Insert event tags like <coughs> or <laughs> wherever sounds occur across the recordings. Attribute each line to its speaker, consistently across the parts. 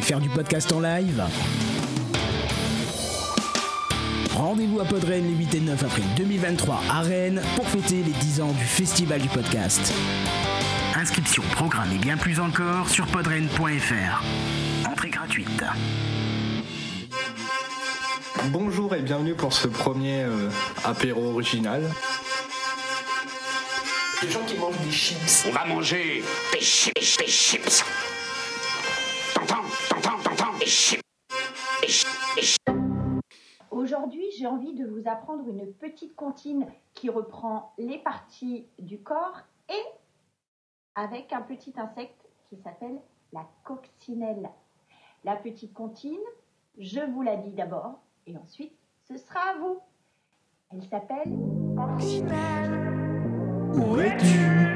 Speaker 1: faire du podcast en live. Rendez-vous à Podren les 8 et 9 avril 2023 à Rennes pour fêter les 10 ans du Festival du podcast. Inscription, programme et bien plus encore sur podren.fr. Entrée gratuite.
Speaker 2: Bonjour et bienvenue pour ce premier euh, apéro original.
Speaker 3: Les gens qui mangent des chips.
Speaker 4: On va manger des chips, des chips. T'entends, t'entends, t'entends, des chips. Des chips, des chips.
Speaker 5: Aujourd'hui, j'ai envie de vous apprendre une petite comptine qui reprend les parties du corps et avec un petit insecte qui s'appelle la coccinelle. La petite comptine, je vous la dis d'abord et ensuite ce sera à vous. Elle s'appelle coccinelle.
Speaker 1: Où es-tu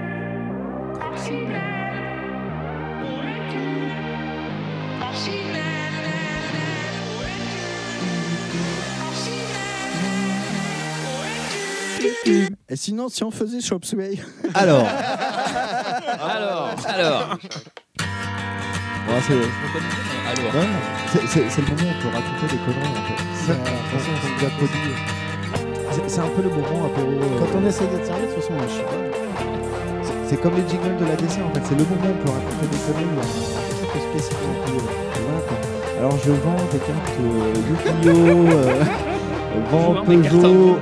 Speaker 6: Et sinon, si on faisait Chop Suey
Speaker 7: <laughs> Alors,
Speaker 8: Alors, alors.
Speaker 7: bon, c'est ouais, c'est- c'est- c'est le moment où on peut raconter des conneries. En fait.
Speaker 6: De toute façon, on s'est déjà posé.
Speaker 7: C'est- C'est un peu le moment apéro. euh,
Speaker 6: Quand on essaie d'être sérieux, de toute façon, on chie.
Speaker 7: c'est- C'est comme les jingles de la DC en fait. C'est le moment où on peut raconter des conneries. euh, un truc spécifique, euh, tu vois, quoi. Alors, je vends des cartes euh, Yu-Gi-Oh!
Speaker 8: <laughs>
Speaker 7: euh, vends Peugeot.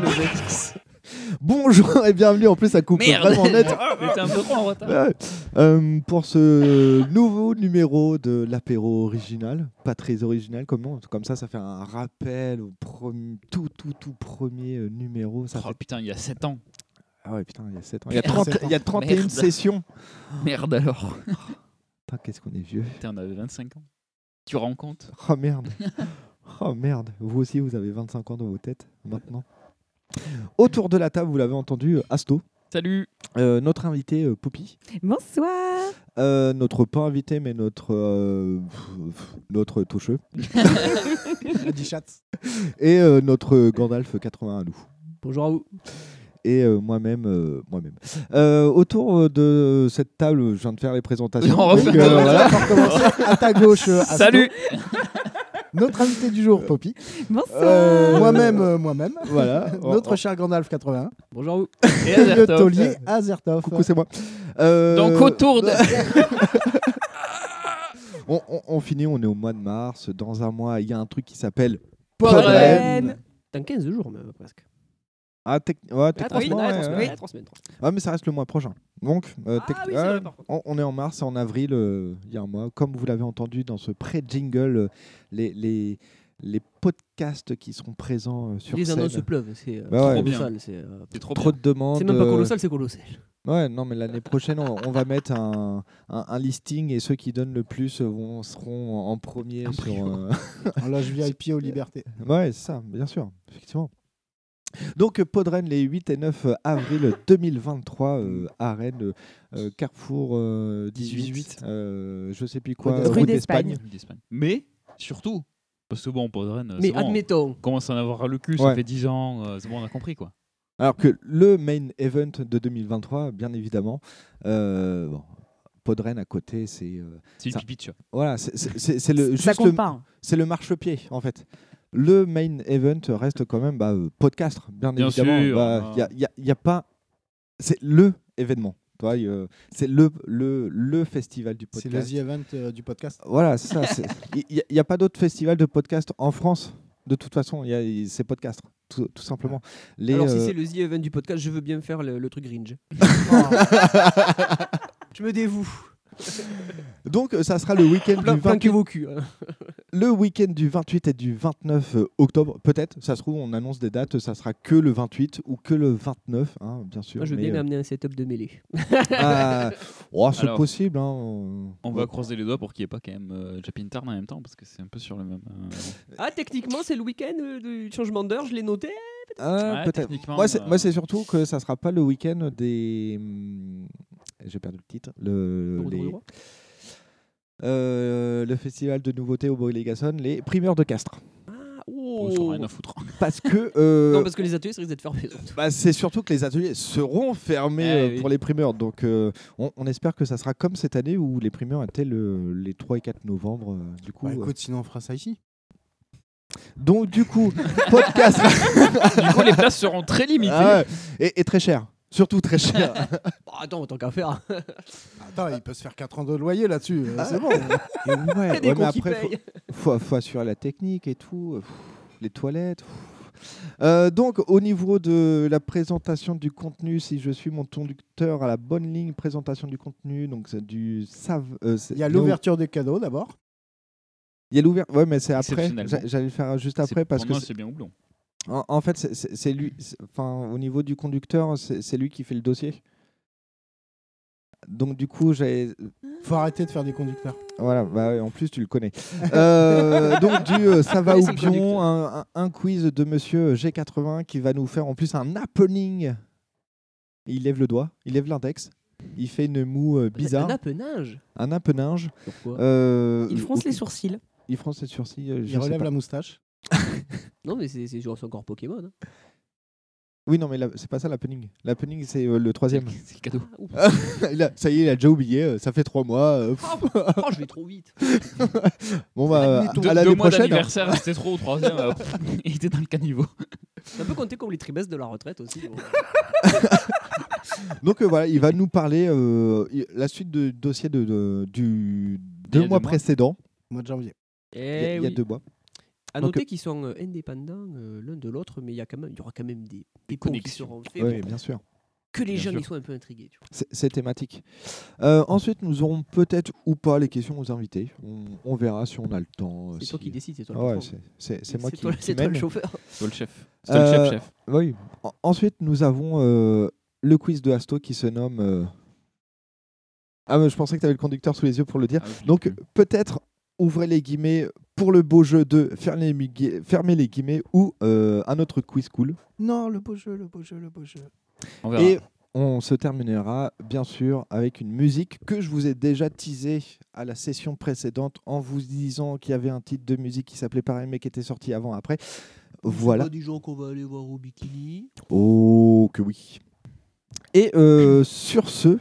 Speaker 7: Bonjour <laughs> et bienvenue en plus ça coupe
Speaker 8: Merde.
Speaker 7: vraiment <laughs> net.
Speaker 8: T'es un peu trop en retard.
Speaker 7: Ouais. Euh, pour ce nouveau numéro de l'apéro original, pas très original comme nom, comme ça, ça fait un rappel au premier- tout, tout, tout premier euh, numéro. Ça
Speaker 8: Oh
Speaker 7: fait-
Speaker 8: putain, il y a 7 ans.
Speaker 7: Ah ouais, putain, il y a 7 ans. Il y a,
Speaker 8: Merde.
Speaker 7: 30 il y a 31
Speaker 8: Merde.
Speaker 7: sessions.
Speaker 8: Merde alors.
Speaker 7: Putain, qu'est-ce qu'on est vieux.
Speaker 8: Putain, on avait 25 ans. Tu rends compte
Speaker 7: Oh <laughs> merde. Oh merde. Vous aussi, vous avez 25 ans dans vos têtes maintenant. Autour de la table, vous l'avez entendu, euh, Asto,
Speaker 8: Salut
Speaker 7: euh, notre invité euh, Poupy.
Speaker 9: Bonsoir.
Speaker 7: Euh, notre pas invité, mais notre euh, notre
Speaker 6: <laughs>
Speaker 7: toucheux.
Speaker 6: On dit chat.
Speaker 7: et euh, notre euh, Gandalf 81 à nous.
Speaker 10: Bonjour à vous.
Speaker 7: Et euh, moi-même, euh, moi-même. Euh, autour de cette table, je viens de faire les présentations.
Speaker 8: On refait.
Speaker 7: donc, euh, voilà.
Speaker 6: À ta gauche, euh, Asto.
Speaker 8: Salut
Speaker 6: Notre invité du jour, Poppy.
Speaker 9: Bonsoir.
Speaker 7: Euh,
Speaker 6: Moi-même, euh, moi-même. <laughs>
Speaker 7: Voilà. Oh,
Speaker 6: Notre cher Gandalf 81.
Speaker 10: Bonjour à vous.
Speaker 8: Et
Speaker 6: Et le
Speaker 8: Azertov.
Speaker 6: taulier Azertov.
Speaker 7: Coucou, c'est moi. Euh,
Speaker 8: Donc autour de...
Speaker 7: on, on- on finit, on est au mois de mars. Dans un mois, il y a un truc qui s'appelle.
Speaker 9: Podren.
Speaker 10: Dans 15 jours, même, presque.
Speaker 7: Ah, tec- ouais,
Speaker 10: Ah,
Speaker 7: techniquement, ouais,
Speaker 10: semaines, ah,
Speaker 7: ouais.
Speaker 10: semaines, ah, trois semaines, trois semaines.
Speaker 7: Ouais, mais ça reste le mois prochain. Donc, euh,
Speaker 10: Ah
Speaker 7: tec-
Speaker 10: oui, c'est vrai,
Speaker 7: ouais,
Speaker 10: par contre.
Speaker 7: on, on est en mars, en avril, euh, il y a un mois. Comme vous l'avez entendu dans ce pré-jingle, euh, les, les, les podcasts qui seront présents euh, sur
Speaker 10: Les
Speaker 7: scène.
Speaker 10: annonces se pleuvent, c'est euh,
Speaker 7: Bah ouais.
Speaker 8: Trop bien.
Speaker 10: colossal. C'est euh,
Speaker 8: C'est trop
Speaker 7: Trop
Speaker 8: bien.
Speaker 7: de demandes.
Speaker 10: c'est même pas
Speaker 7: euh,
Speaker 10: colossal, c'est colossal.
Speaker 7: Ouais, non, mais l'année prochaine, on, on va mettre un, un- un listing et ceux qui donnent le plus euh, vont, seront en premier
Speaker 8: Un
Speaker 7: sur.
Speaker 8: prix.
Speaker 7: euh,
Speaker 6: En loge VIP aux libertés.
Speaker 7: Ouais, c'est ça, bien sûr, effectivement. Donc, euh, Podren, les 8 et 9
Speaker 9: <laughs>
Speaker 7: avril 2023
Speaker 9: Mm.
Speaker 7: euh, à Rennes, euh, euh, Carrefour euh, 18,
Speaker 8: 18.
Speaker 7: euh, je sais plus quoi,
Speaker 9: Rue d'Espagne.
Speaker 8: d'Espagne. Mais, surtout, parce que bon, Podren, c'est
Speaker 10: Mais
Speaker 8: bon,
Speaker 10: admettons,
Speaker 8: on commence à en avoir le cul,
Speaker 7: Ouais.
Speaker 8: ça fait 10 ans, euh, c'est bon, on a compris quoi.
Speaker 7: Alors que le main event de 2023, bien évidemment, euh, bon, Podren à côté, c'est euh,
Speaker 8: C'est une
Speaker 7: Ça-
Speaker 8: pipi de chat.
Speaker 7: voilà, c'est- c'est c'est- c'est le
Speaker 9: Ça
Speaker 7: juste le-
Speaker 9: compte pas. hein.
Speaker 7: c'est le marchepied en fait. Le main event reste quand même bah, euh, podcast, bien,
Speaker 8: Bien
Speaker 7: évidemment. Il
Speaker 8: sûr, hein.
Speaker 7: n'y a, y a- y a pas. C'est le événement. tu vois, y, euh, C'est le, le, le festival du
Speaker 6: C'est
Speaker 7: podcast.
Speaker 6: le The Event euh, du podcast.
Speaker 7: Voilà, c'est ça.
Speaker 10: <laughs>
Speaker 7: Il n'y a, pas d'autre festival de podcast en France. De toute façon, y a- y- c'est podcast, tout, tout simplement. Les,
Speaker 10: alors si
Speaker 7: euh,
Speaker 10: c'est le The Event du podcast, je veux bien faire le, le truc Gringe. je me dévoue.
Speaker 7: Donc, euh, ça sera le week-end
Speaker 10: Plein,
Speaker 7: du
Speaker 10: plein
Speaker 7: 28,
Speaker 10: que vos culs. hein. <laughs>
Speaker 7: le week-end du 28 et du 29 euh, octobre. Peut-être, ça se trouve, on annonce des dates. Ça sera que le 28 ou que le 29, hein, bien sûr.
Speaker 10: Moi, je veux
Speaker 7: mais,
Speaker 10: bien
Speaker 7: euh,
Speaker 10: amener un setup de mêlée. <laughs>
Speaker 7: Ah, oh, c'est
Speaker 8: Alors,
Speaker 7: possible. hein, euh,
Speaker 8: On va
Speaker 7: ouais.
Speaker 8: croiser les doigts pour qu'il n'y ait pas quand même euh, Japin Tarn en même temps, parce que c'est un peu sur le même... euh,
Speaker 10: Ah, techniquement, c'est le week-end euh, du changement d'heure, je l'ai noté.
Speaker 7: Ah,
Speaker 8: Ouais,
Speaker 7: peut-être.
Speaker 8: techniquement,
Speaker 7: Moi, c'est
Speaker 8: euh,
Speaker 7: moi, c'est surtout que ça sera pas le week-end des. hum, J'ai perdu le titre. Le,
Speaker 10: Pour
Speaker 7: les-
Speaker 10: Droit.
Speaker 7: euh, le festival de nouveautés au Bois-les-Gasonnes, les primeurs de Castres.
Speaker 10: Ah,
Speaker 1: Oh.
Speaker 8: Ils en ont rien à foutre.
Speaker 7: Parce que. euh,
Speaker 1: Non, parce que les ateliers, ça risque d'être fermé. surtout.
Speaker 7: bah, c'est surtout que les ateliers seront fermés
Speaker 8: Ah,
Speaker 7: euh,
Speaker 8: oui.
Speaker 7: pour les primeurs. Donc, euh, on, on espère que ça sera comme cette année où les primeurs étaient le- les 3 et 4 novembre. euh, du coup,
Speaker 6: Bah,
Speaker 7: euh.
Speaker 6: écoute, sinon on fera ça ici.
Speaker 7: Donc, du coup, <laughs> podcast
Speaker 8: Du coup, les places seront très limitées.
Speaker 7: Ah ouais. et, et très cher. Surtout très cher.
Speaker 1: <laughs> Bah, attends, tant qu'à faire.
Speaker 6: <laughs> Attends, il peut se faire 4 ans de loyer là-dessus. euh, C'est
Speaker 7: <laughs>
Speaker 6: bon.
Speaker 7: Et ouais,
Speaker 1: Il y a des
Speaker 7: ouais, mais
Speaker 1: cons qui
Speaker 7: après, faut-
Speaker 1: payent.
Speaker 7: faut, faut assurer la technique et tout, euh, pff, les toilettes. pff. Euh, donc, au niveau de la présentation du contenu, si je suis mon conducteur à la bonne ligne, présentation du contenu, donc c'est du sav. euh, c'est-
Speaker 6: Il y a
Speaker 7: non,
Speaker 6: l'ouverture des cadeaux d'abord.
Speaker 7: Il y a l'ouvert. Ouais, mais c'est après.
Speaker 8: Exceptionnellement.
Speaker 7: J'a- J'allais le faire juste
Speaker 8: C'est-
Speaker 7: après parce
Speaker 8: pour
Speaker 7: que
Speaker 8: moi,
Speaker 7: c'est-
Speaker 8: c'est bien houblon.
Speaker 7: en, en fait, c'est- c'est c'est lui. c'est- Enfin, au niveau du conducteur, c'est c'est lui qui fait le dossier. Donc du coup, j'avais
Speaker 6: Faut arrêter de faire des conducteurs.
Speaker 7: Voilà, bah ouais, en plus tu le connais.
Speaker 6: <laughs>
Speaker 7: Euh, donc du euh, ça va
Speaker 1: connais
Speaker 7: ou
Speaker 1: son
Speaker 7: bien,
Speaker 1: conducteur.
Speaker 7: un, un- un quiz de monsieur G80 qui va nous faire en plus un happening. Il lève le doigt, il lève l'index, il fait une moue euh, bizarre,
Speaker 1: Un appenage.
Speaker 7: un happeninge.
Speaker 1: Pourquoi
Speaker 7: Euh,
Speaker 10: Il fronce
Speaker 7: ok.
Speaker 10: les sourcils.
Speaker 7: Il fronce les sourcils. euh, je
Speaker 6: Il
Speaker 7: sais
Speaker 6: relève
Speaker 7: pas.
Speaker 6: la moustache.
Speaker 1: Non, mais c'est c'est- c'est encore Pokémon. hein.
Speaker 7: Oui, non, mais la- c'est pas ça l'happening. L'happening, c'est euh, le troisième.
Speaker 8: C'est cadeau.
Speaker 1: Ah, ouf.
Speaker 7: Il a- ça y est, il a déjà oublié, euh, ça fait trois mois. euh, pff.
Speaker 1: Oh, je vais trop vite.
Speaker 7: bon, bah,
Speaker 6: Admettons.
Speaker 7: à
Speaker 8: Deux, deux
Speaker 7: l'année
Speaker 8: mois
Speaker 7: prochaine.
Speaker 8: d'anniversaire, c'était trop au troisième. euh, pff, <laughs> Il était dans le caniveau.
Speaker 1: C'est un peu compté comme les trimestres de la retraite aussi. bon.
Speaker 7: Donc euh, voilà, il va nous parler euh, il- la suite du dossier de, de-
Speaker 8: Il y
Speaker 7: du
Speaker 8: a deux
Speaker 7: deux mois
Speaker 8: mois.
Speaker 7: précédents.
Speaker 6: Mois de janvier.
Speaker 7: Il y a-
Speaker 1: Eh
Speaker 7: il y a
Speaker 1: oui.
Speaker 7: deux mois.
Speaker 1: À
Speaker 7: Donc,
Speaker 1: noter qu'ils sont euh, indépendants euh, l'un de l'autre, mais il y, a quand même, il y aura quand même des, des ponts qui
Speaker 8: connexions.
Speaker 1: seront faits
Speaker 7: Oui,
Speaker 1: pour
Speaker 7: bien sûr.
Speaker 1: que les
Speaker 8: bien
Speaker 1: jeunes
Speaker 8: sûr.
Speaker 1: y soient un peu intrigués. tu vois.
Speaker 7: C'est c'est thématique. Euh, ensuite, nous aurons peut-être ou pas les questions aux invités. On, on verra si on a le temps. euh,
Speaker 1: C'est
Speaker 7: si-
Speaker 1: toi qui décides, c'est toi
Speaker 7: Ah
Speaker 1: le
Speaker 7: ouais,
Speaker 1: patron.
Speaker 7: c'est- c'est c'est moi qui,
Speaker 1: toi-
Speaker 7: qui
Speaker 1: C'est toi le
Speaker 7: mène.
Speaker 1: chauffeur.
Speaker 8: Toi, le chef. C'est toi
Speaker 7: Euh,
Speaker 8: le chef, chef.
Speaker 7: Oui. En- ensuite, nous avons euh, le quiz de Asto qui se nomme. euh, Ah, mais je pensais que tu avais le conducteur sous les yeux pour le dire.
Speaker 8: Ah, je l'ai
Speaker 7: Donc
Speaker 8: plus.
Speaker 7: peut-être ouvrez les guillemets pour le beau jeu de fermez les guillemets, fermez les guillemets ou euh, un autre quiz cool.
Speaker 6: Non, le beau jeu, le beau jeu, le beau jeu.
Speaker 8: on verra.
Speaker 7: Et on se terminera bien sûr avec une musique que je vous ai déjà teasée à la session précédente en vous disant qu'il y avait un titre de musique qui s'appelait pareil mais qui était sorti avant après. Voilà.
Speaker 1: C'est pas des gens qu'on va aller voir au bikini.
Speaker 7: Oh que oui. Et euh, sur ce,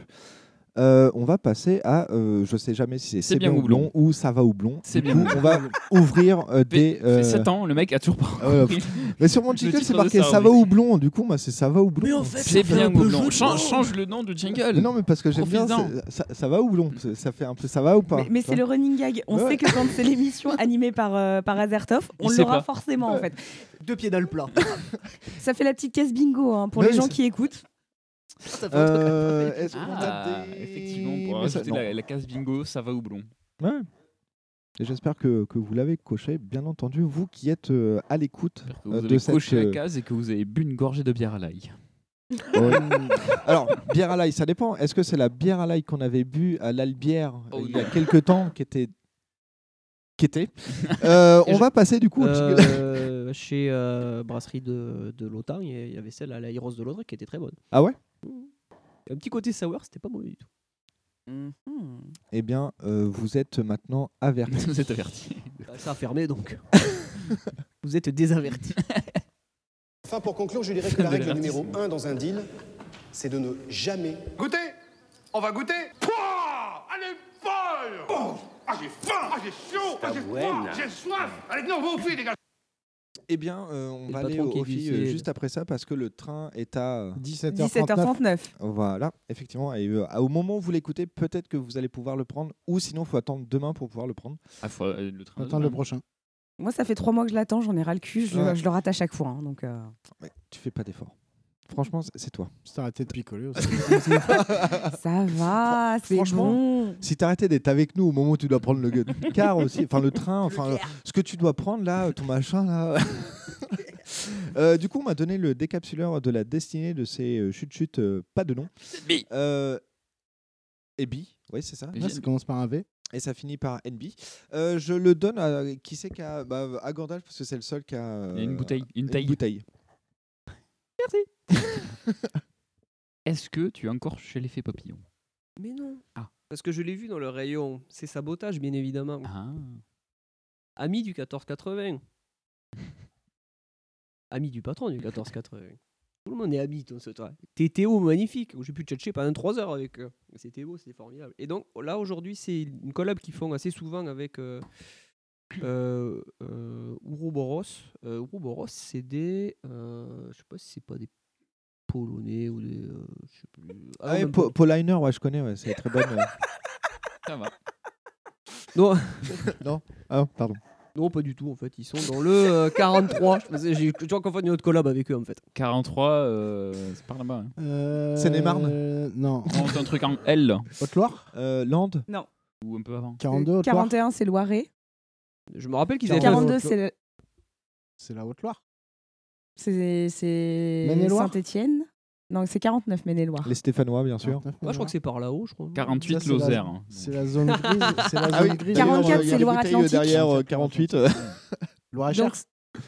Speaker 7: euh, on va passer à, euh, je sais jamais si c'est
Speaker 8: C'est
Speaker 7: c'est
Speaker 8: bien
Speaker 7: ou
Speaker 8: houblon.
Speaker 7: blond ou ça va houblon.
Speaker 8: C'est
Speaker 7: Du
Speaker 8: bien
Speaker 7: coup, on va <laughs> ouvrir euh,
Speaker 8: Fait-
Speaker 7: des.
Speaker 8: fait
Speaker 7: euh,
Speaker 8: 7 ans, le mec a toujours pas.
Speaker 7: Ah ouais,
Speaker 8: compris.
Speaker 7: Mais sur mon
Speaker 8: Le
Speaker 7: jingle,
Speaker 8: titre
Speaker 7: c'est
Speaker 8: de
Speaker 7: marqué
Speaker 8: ça,
Speaker 7: ça va
Speaker 8: oui.
Speaker 7: ou blond. Du coup, moi, c'est ça va ou blond.
Speaker 1: Mais en fait,
Speaker 8: C'est
Speaker 1: ça fait
Speaker 8: bien
Speaker 1: un peu
Speaker 8: houblon.
Speaker 1: jeu de
Speaker 8: Change,
Speaker 1: mots.
Speaker 8: change le nom du jingle.
Speaker 7: Non, mais parce que j'aime bien
Speaker 8: Profitez-en.
Speaker 7: c'est- ça, ça va ou blond. C'est- Ça fait un peu ça va ou pas.
Speaker 10: Mais, mais c'est
Speaker 7: tu
Speaker 10: le running gag. On
Speaker 7: Ouais, ouais.
Speaker 10: sait que quand
Speaker 7: <laughs>
Speaker 10: c'est l'émission animée par, euh, par Azertov, on
Speaker 8: Il sait
Speaker 10: l'aura
Speaker 8: pas.
Speaker 10: forcément en fait.
Speaker 1: Deux pieds dans le plat.
Speaker 10: Ça fait la petite caisse bingo hein, pour
Speaker 7: Mais
Speaker 10: les
Speaker 7: oui,
Speaker 10: gens
Speaker 7: c'est-
Speaker 10: qui écoutent.
Speaker 1: Ça fait
Speaker 7: vois.
Speaker 1: un truc
Speaker 7: Euh, est-ce qu'on
Speaker 8: Ah,
Speaker 7: a des-
Speaker 8: effectivement, pour
Speaker 7: mais ça-
Speaker 8: ajouter
Speaker 7: non.
Speaker 8: la, la case bingo, ça va ou blond.
Speaker 7: Ouais. Et j'espère que, que vous l'avez coché, bien entendu, vous qui êtes euh, à
Speaker 8: <laughs>
Speaker 7: l'écoute
Speaker 8: J'espère que vous
Speaker 7: euh, de
Speaker 8: avez
Speaker 7: cette.
Speaker 8: coché
Speaker 7: euh,
Speaker 8: la case et que vous avez bu une gorgée de bière à l'ail. <laughs>
Speaker 7: ouais. <laughs> Alors, bière à l'ail, ça dépend. Est-ce que c'est la bière à l'ail qu'on avait bu à l'Albière euh,
Speaker 8: Oh
Speaker 7: il y a
Speaker 8: non.
Speaker 7: quelques temps, qui était.
Speaker 8: <laughs>
Speaker 7: qui était. Euh,
Speaker 8: Et
Speaker 7: on
Speaker 8: je-
Speaker 7: va passer du coup. au jingle.
Speaker 1: Euh, <laughs> chez euh, Brasserie de, de l'OTAN, il y a- il y avait celle à la Heroes de l'autre qui était très bonne.
Speaker 7: Ah ouais
Speaker 1: Un petit côté sour, c'était pas mauvais du tout.
Speaker 7: Eh bien, euh, vous êtes maintenant avertis.
Speaker 8: <laughs> vous êtes averti.
Speaker 1: Bah, Ça a fermé donc. Vous êtes désavertis.
Speaker 11: Enfin, pour conclure, je dirais que la
Speaker 8: De
Speaker 11: règle
Speaker 8: l'avertissement.
Speaker 11: numéro un dans un deal, c'est de ne jamais
Speaker 4: Goûtez On va goûter Pouah Elle est folle Oh Ah, j'ai faim Ah, j'ai chaud Ah, j'ai froid J'ai soif Allez, non, vous filles, les gars
Speaker 7: Eh bien, euh, on
Speaker 1: Et
Speaker 7: va
Speaker 1: le
Speaker 7: aller
Speaker 1: patron
Speaker 7: au,
Speaker 1: qui est
Speaker 7: au filles,
Speaker 1: vicieux.
Speaker 7: euh, juste après ça parce que le train est à.
Speaker 6: 17h39.
Speaker 10: 17h39.
Speaker 7: Voilà, effectivement. Et euh, au moment où vous l'écoutez, peut-être que vous allez pouvoir le prendre ou sinon, faut attendre demain pour pouvoir le prendre.
Speaker 8: Ah, faut, euh, le train.
Speaker 6: Attends le prochain.
Speaker 10: Moi, ça fait trois mois que je l'attends, j'en ai ras le cul, je,
Speaker 7: Ouais.
Speaker 10: je le rate à chaque fois. hein, donc, euh.
Speaker 7: Mais tu fais pas d'effort. Franchement, c'est- c'est toi.
Speaker 6: C'est arrêté de picoler aussi.
Speaker 10: ça va,
Speaker 7: Ah.
Speaker 10: c'est
Speaker 7: franchement,
Speaker 10: bon.
Speaker 7: Si t'arrêtais d'être avec nous au moment où tu dois prendre le gue- car aussi, enfin le train, enfin euh, ce que tu dois prendre là, euh, ton machin là. Euh, du coup, on m'a donné le décapsuleur de la destinée de ces euh, chutes-chutes, euh, pas de nom.
Speaker 8: Bi.
Speaker 7: Euh, Ebi, oui, c'est ça.
Speaker 6: Là, <laughs> ça commence par un V.
Speaker 7: Et ça finit par NB. Euh, je le donne à qui c'est qu'à bah, à Gandalf parce que c'est le seul qui a euh,
Speaker 8: Il y a une bouteille, une
Speaker 7: une
Speaker 8: taille.
Speaker 7: bouteille.
Speaker 8: Est-ce que tu es encore chez l'effet papillon
Speaker 1: Mais non.
Speaker 8: Ah.
Speaker 1: Parce que je l'ai vu dans le rayon. C'est sabotage, bien évidemment.
Speaker 8: Ah.
Speaker 1: Ami du 1480.
Speaker 4: <laughs> ami du patron du 14-4. Tout le monde est ami, toi, ce toi. T'es Théo magnifique, où j'ai pu tchatcher pendant 3 heures avec euh, eux. C'était beau, c'était formidable. Et donc là, aujourd'hui, c'est une collab qu'ils font assez souvent
Speaker 12: <coughs>
Speaker 4: avec euh, euh, euh, Ouroboros. Euh, Ouroboros, c'est des. euh, je sais pas si c'est pas des Polonais ou des. euh, je sais plus. Ah,
Speaker 12: Ah,
Speaker 4: non,
Speaker 12: et
Speaker 4: même
Speaker 12: Po-
Speaker 4: pas.
Speaker 12: Pauliner, ouais, je connais, ouais, c'est très
Speaker 8: <laughs>
Speaker 12: bonne. euh, ouais.
Speaker 8: Ça va.
Speaker 4: Non.
Speaker 12: non Ah, pardon.
Speaker 4: Non, pas du tout, en fait. Ils sont dans le euh, 43. Je pensais- J'ai toujours confondu notre collab avec eux, en fait.
Speaker 8: 43, euh, c'est par là-bas. hein.
Speaker 6: Euh,
Speaker 12: Seine-et-Marne
Speaker 6: Non.
Speaker 8: Non, c'est un truc en L,
Speaker 6: <laughs> Haute-Loire
Speaker 12: Euh, Lande
Speaker 10: Non.
Speaker 8: ou un peu avant.
Speaker 6: 42 Haute-Loire
Speaker 10: 41, c'est Loiret.
Speaker 4: Je me rappelle qu'ils avaient fait un-
Speaker 10: 42, c'est le-
Speaker 6: C'est la Haute-Loire.
Speaker 10: c'est- c'est
Speaker 6: Maine-et-Loire
Speaker 10: Saint-Étienne. Non, c'est 49, Maine-et-Loire.
Speaker 12: Les Stéphanois, bien sûr.
Speaker 6: 49,
Speaker 4: Ouais, je crois que c'est par là-haut, je crois.
Speaker 8: 48,
Speaker 6: Ça, c'est
Speaker 8: Lozère. hein.
Speaker 6: C'est la zone grise. C'est la zone
Speaker 12: Ah oui,
Speaker 6: grise.
Speaker 12: d'ailleurs,
Speaker 10: 44,
Speaker 12: il y a
Speaker 10: c'est
Speaker 12: des
Speaker 10: Loire-Atlantique.
Speaker 12: bouteilles Derrière euh, 48. <laughs> euh.
Speaker 6: Loire-et-Cher.
Speaker 10: Donc,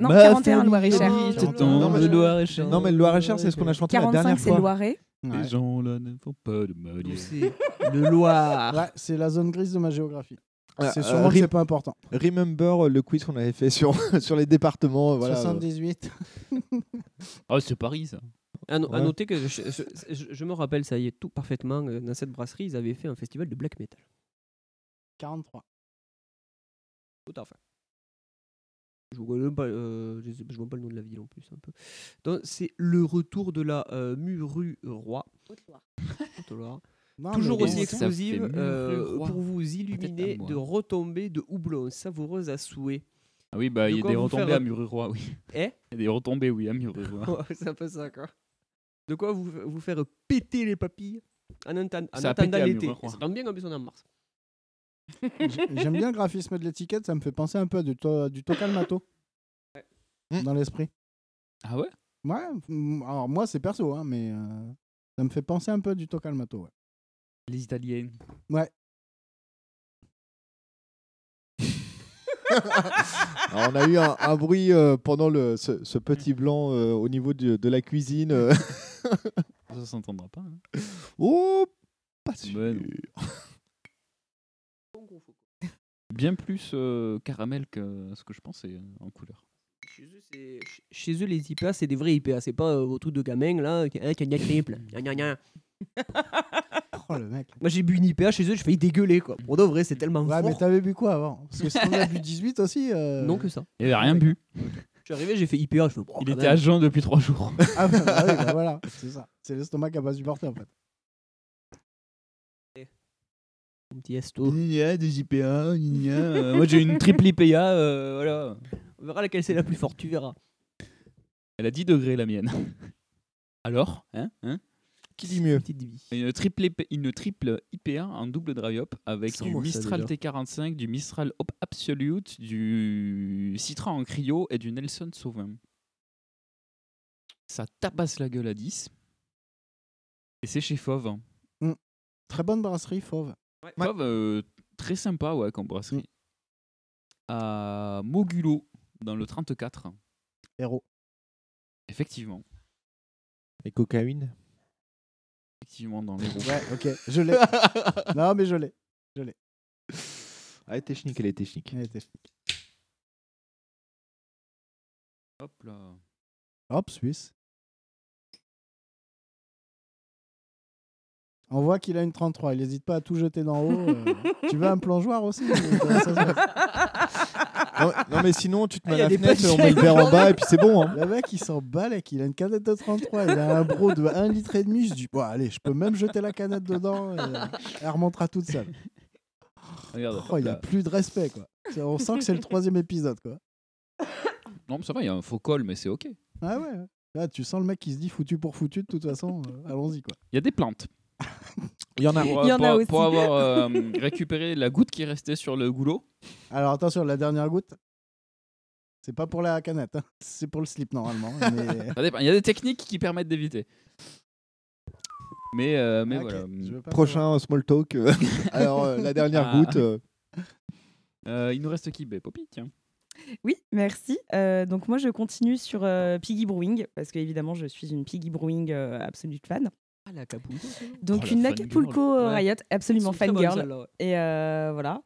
Speaker 10: non,
Speaker 12: Ma
Speaker 10: 41,
Speaker 4: Ah,
Speaker 10: Loiret-Cher.
Speaker 12: famille
Speaker 6: Cher.
Speaker 12: est en
Speaker 6: Non, mais
Speaker 12: je-
Speaker 4: Loir-et-Cher.
Speaker 12: Non, mais le Loir-et-Cher, c'est ce qu'on a chanté la
Speaker 10: 45,
Speaker 12: dernière
Speaker 10: c'est
Speaker 12: fois.
Speaker 10: Loiret.
Speaker 6: Ouais.
Speaker 8: Les gens là ne font pas de manière.
Speaker 4: C'est le Loire.
Speaker 6: Ouais, c'est la zone grise de ma géographie.
Speaker 12: Ah,
Speaker 6: c'est
Speaker 12: euh,
Speaker 6: sûrement que
Speaker 12: Rip-
Speaker 6: c'est pas important.
Speaker 12: Remember euh, le quiz qu'on avait fait sur, <laughs> sur les départements. euh, Voilà.
Speaker 6: <laughs> 78.
Speaker 8: Oh, c'est Paris, ça.
Speaker 4: À, no- Ah, à
Speaker 12: Ouais.
Speaker 4: noter que je, je- je- je me rappelle, ça y est, tout parfaitement. euh, Dans cette brasserie, ils avaient fait un festival de black metal.
Speaker 6: 43.
Speaker 4: Tout à fait. Je ne même pas, euh, je sais pas- je vois pas le nom de la ville en plus. Un peu. Donc, c'est le retour de la euh, Muru Roi. <laughs> Haute-Loire.
Speaker 6: Non,
Speaker 4: Toujours
Speaker 6: mais
Speaker 4: aussi
Speaker 6: bon,
Speaker 8: ex-
Speaker 6: c'est-
Speaker 8: ça
Speaker 4: exclusive
Speaker 8: fait
Speaker 4: euh,
Speaker 8: Muru Roi.
Speaker 4: pour vous illuminer
Speaker 8: moi.
Speaker 4: de retombées de houblon savoureuse à
Speaker 8: <laughs>
Speaker 4: souhait.
Speaker 8: Ah oui, bah,
Speaker 4: De
Speaker 8: il y a
Speaker 4: quoi
Speaker 8: des
Speaker 4: vous
Speaker 8: retombées
Speaker 4: faire-
Speaker 8: à Mururoa, oui.
Speaker 4: <laughs> Eh
Speaker 8: Il y a des retombées, oui, à
Speaker 4: <laughs>
Speaker 8: Mururoa.
Speaker 4: Ouais, c'est un peu ça, quoi. De quoi vous, vous faire péter les papilles en, atten- en
Speaker 8: Ça a pété
Speaker 4: attendant
Speaker 8: à
Speaker 4: l'été.
Speaker 8: Murray, quoi.
Speaker 4: Ça tombe bien comme ils sont en
Speaker 8: <laughs>
Speaker 4: mars.
Speaker 6: <laughs> J'aime bien le graphisme de l'étiquette, ça me fait penser un peu à du, to- du Tocalmato.
Speaker 12: Ouais.
Speaker 6: Dans l'esprit.
Speaker 8: Ah ouais
Speaker 6: Ouais, mm, alors moi c'est perso, hein, mais euh, ça me fait penser un peu à du Tocalmato. Ouais.
Speaker 8: Les Italiens.
Speaker 12: Alors, on a eu un, un bruit euh, pendant le, ce, ce petit blanc euh, au niveau du- de la cuisine. euh.
Speaker 8: Ça s'entendra pas. hein. Bah,
Speaker 12: Oh, pas sûr.
Speaker 8: Ouais, Ben non. Bien plus euh, caramel que ce que je pensais euh, en couleur.
Speaker 4: Chez eux, c'est- ch- Chez eux, les IPA, c'est des vrais IPA. C'est pas euh, vos trucs de gamin, là, qui hein, qui a une triple. Gna, gna, gna.
Speaker 6: <laughs> Oh le mec.
Speaker 4: Moi, j'ai bu une IPA chez eux, je failli dégueuler, quoi. Pour de vrai, c'est tellement
Speaker 6: Ouais, mais
Speaker 4: fort.
Speaker 6: t'avais bu quoi avant Parce que si on a bu 18 aussi. euh,
Speaker 4: Non que ça.
Speaker 8: Il avait rien bu.
Speaker 4: Je suis arrivé, j'ai fait IPA. Je fais, oh,
Speaker 8: Il
Speaker 4: quand
Speaker 8: était
Speaker 4: même.
Speaker 8: à jeun depuis
Speaker 4: <laughs>
Speaker 8: trois jours.
Speaker 6: <laughs> Ah bah, bah oui, bah voilà, c'est ça. C'est l'estomac qui a pas supporté en fait.
Speaker 4: Mon petit esto.
Speaker 8: des IPA,
Speaker 4: euh,
Speaker 8: <laughs> moi j'ai une triple IPA, euh, voilà.
Speaker 4: On verra laquelle c'est la plus forte, tu verras.
Speaker 8: Elle a 10 degrés la mienne. <laughs> Alors, hein, hein
Speaker 12: Qui dit mieux
Speaker 4: Petite débit.
Speaker 6: <laughs>
Speaker 8: une triple, IP une triple IPA en double dry hop avec
Speaker 4: C'est
Speaker 8: du
Speaker 4: moi, ça,
Speaker 8: Mistral
Speaker 4: déjà.
Speaker 8: T45, du Mistral Hop Absolute, du Citra en cryo et du Nelson Sauvin. Ça tabasse la gueule à 10. Et c'est chez Fauve. hein.
Speaker 6: Très bonne brasserie, Fauve.
Speaker 12: Ouais.
Speaker 8: Fauve, euh, très sympa, ouais, comme brasserie.
Speaker 6: Mm.
Speaker 8: À Mogulo, dans le 34.
Speaker 6: Héros.
Speaker 8: Effectivement.
Speaker 12: Et
Speaker 8: <laughs>
Speaker 12: cocaïne
Speaker 8: Effectivement, dans les
Speaker 6: Ouais, ok, je
Speaker 7: <laughs>
Speaker 6: l'ai. non, mais je l'ai.
Speaker 12: Elle est technique, Ah, elle est technique.
Speaker 6: Elle était-
Speaker 8: Hop là.
Speaker 6: Hop, Suisse. On voit qu'il a une 33, il n'hésite pas à tout jeter d'en haut. euh. tu veux un plongeoir aussi Ça se voit.
Speaker 4: Ah,
Speaker 12: Non, non, mais sinon, tu te mets
Speaker 4: y a
Speaker 12: à la
Speaker 4: des
Speaker 12: fenêtre,
Speaker 4: pochettes.
Speaker 12: on met le verre en bas et puis c'est bon. hein.
Speaker 6: Le mec, il s'en balèque, il a une canette de 33, il a un bro de 1 litre et demi. Je dis, bon, allez, je peux même jeter la canette dedans, et, euh, elle remontera toute seule.
Speaker 8: Regarde.
Speaker 6: Oh,
Speaker 8: hop
Speaker 6: il n'y a
Speaker 8: là.
Speaker 6: plus de respect, quoi. C'est- On sent que c'est le troisième épisode, quoi.
Speaker 8: Non, mais ça va, il y a un faux col, mais c'est OK. Il
Speaker 6: Ah ouais. Là, tu sens le mec qui se dit foutu pour foutu, de toute façon, euh, allons-y, quoi.
Speaker 8: y a des plantes.
Speaker 12: Il y en a.
Speaker 8: Pour,
Speaker 10: Il y en
Speaker 8: pour-
Speaker 10: a aussi.
Speaker 8: pour avoir euh, récupéré la goutte qui restait sur le goulot.
Speaker 6: Alors attention, la dernière goutte, c'est pas pour la canette, hein. c'est pour le slip normalement.
Speaker 12: <laughs>
Speaker 6: mais-
Speaker 8: Ça dépend. Il y a des techniques qui permettent d'éviter. Mais, euh, mais
Speaker 7: Ah,
Speaker 6: Ok,
Speaker 8: voilà.
Speaker 6: je veux <laughs> pas
Speaker 12: Prochain euh, small talk. euh, Alors, euh, la dernière
Speaker 8: Ah.
Speaker 12: goutte. euh,
Speaker 8: Euh, il nous reste qui Ben, Poppy, tiens.
Speaker 10: Oui, merci. Euh, donc moi, je continue sur euh, Piggy Brewing, parce qu'évidemment, je suis une Piggy Brewing euh, absolue fan.
Speaker 4: Ah, la capouille.
Speaker 10: Donc
Speaker 8: Oh, la
Speaker 10: une
Speaker 8: fangirl.
Speaker 10: Acapulco euh,
Speaker 4: Ouais.
Speaker 10: Riot, absolument fangirl.
Speaker 4: Ouais.
Speaker 10: Et euh, voilà.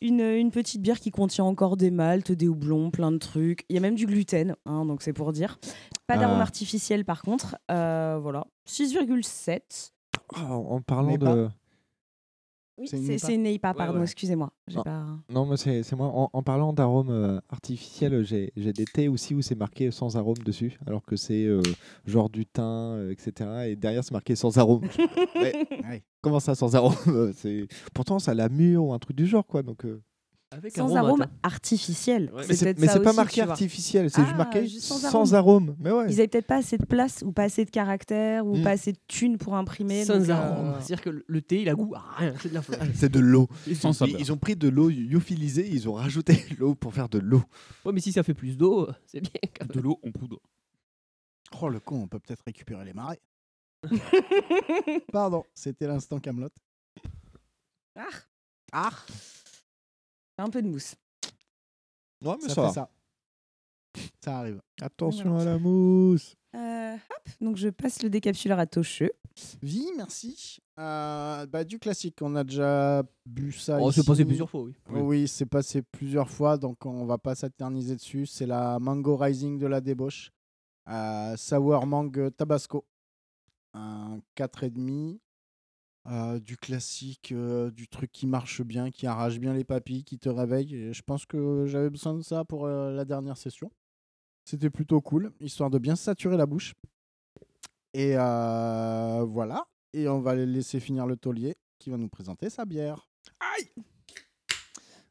Speaker 10: Une, une petite bière qui contient encore des maltes, des houblons, plein de trucs. Il y a même du gluten, hein, donc c'est pour dire. Pas d'arôme
Speaker 7: Ah.
Speaker 10: artificiel par contre. Euh, voilà. 6,7.
Speaker 7: Ah, en en parlant
Speaker 10: Neipa.
Speaker 7: de.
Speaker 10: Oui,
Speaker 7: C'est une
Speaker 10: c'est
Speaker 7: IPA.
Speaker 10: c'est une IPA,
Speaker 7: Ouais,
Speaker 10: pardon,
Speaker 7: ouais.
Speaker 10: excusez-moi. j'ai
Speaker 7: Non.
Speaker 10: pas-
Speaker 7: Non, mais c'est c'est moi. En, en parlant d'arômes euh, artificiels, j'ai j'ai des thés aussi où c'est marqué sans arôme dessus, alors que c'est euh, genre du thym, euh, etc. Et derrière, c'est marqué sans arôme. Ouais. Comment ça, sans arôme C'est- Pourtant, ça a la mûre ou un truc du genre, quoi. Donc, euh,
Speaker 4: Avec
Speaker 10: Sans
Speaker 4: arôme,
Speaker 10: arôme
Speaker 4: attends.
Speaker 10: artificiel.
Speaker 7: Mais c'est-
Speaker 10: peut-être
Speaker 7: mais
Speaker 10: ça
Speaker 7: c'est pas
Speaker 10: aussi,
Speaker 7: marqué
Speaker 10: tu vois.
Speaker 7: artificiel, c'est juste
Speaker 10: Ah,
Speaker 7: marqué sans arôme. Mais ouais.
Speaker 10: Ils avaient peut-être pas assez de place ou pas assez de caractère ou
Speaker 7: Mm.
Speaker 10: pas assez de thunes pour imprimer.
Speaker 4: Sans
Speaker 10: donc, euh,
Speaker 4: arôme. C'est-à-dire que le- le thé, il a goût à rien. C'est de la flotte.
Speaker 7: c'est de l'eau.
Speaker 4: Ils
Speaker 7: Ils,
Speaker 4: sont sans
Speaker 7: ils ont pris de l'eau lyophilisée, ils ont rajouté l'eau pour faire de l'eau.
Speaker 4: <laughs> Ouais, mais si ça fait plus d'eau, <laughs> euh, c'est bien. Quand même.
Speaker 8: De l'eau en poudre.
Speaker 6: Oh le con, on peut peut-être récupérer les marais. Pardon, c'était l'instant Camelot.
Speaker 10: Ah. Un peu de mousse.
Speaker 7: Ouais,
Speaker 6: Ah, Ça, fait ça. Ça arrive.
Speaker 7: Attention
Speaker 10: Voilà.
Speaker 7: à la mousse.
Speaker 10: Euh, hop, donc je passe le décapsuleur à Tocheux.
Speaker 6: Vie, merci. Euh, bah, du classique, on a déjà bu ça.
Speaker 4: Oh, c'est
Speaker 6: Bah, ici.
Speaker 4: passé plusieurs fois, oui.
Speaker 6: Oui, oui, c'est passé plusieurs fois, donc on va pas s'éterniser dessus. C'est la Mango Rising de la débauche. Euh, sour Mangue Tabasco. Un 4,5. Euh, du classique, euh, du truc qui marche bien, qui arrache bien les papilles, qui te réveille. Et je pense que j'avais besoin de ça pour euh, la dernière session. C'était plutôt cool, histoire de bien saturer la bouche. Et euh, voilà. Et on va laisser finir le taulier qui va nous présenter sa bière.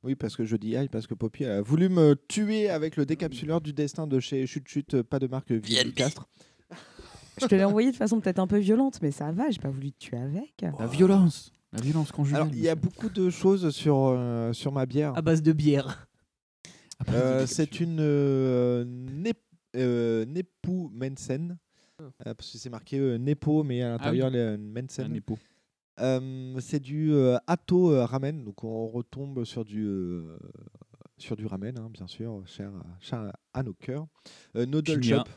Speaker 7: Oui, parce que je dis aïe, parce que Poppy a euh, voulu me tuer avec le décapsuleur du destin de chez Chut Chut, euh, pas de marque Vienne Castre.
Speaker 10: Je te l'ai envoyé de façon peut-être un peu violente, mais ça va, j'ai pas voulu te tuer avec.
Speaker 8: La violence. La violence conjugale.
Speaker 7: Alors, il y a beaucoup de choses sur, euh, sur ma bière.
Speaker 4: À base de bière.
Speaker 8: Après,
Speaker 7: Euh,
Speaker 8: des
Speaker 7: c'est une euh, Nep- euh, Nepu Mensen. Euh, parce que c'est marqué euh, Nepo, mais à l'intérieur, le-
Speaker 8: capsules. Un
Speaker 7: Mensen.
Speaker 8: épo.
Speaker 7: Euh, c'est du euh, Atto euh, Ramen, donc on retombe sur du, euh, sur du ramen, hein, bien sûr, cher, cher à nos cœurs. Euh, Noodle
Speaker 8: Pignat.
Speaker 7: Shop.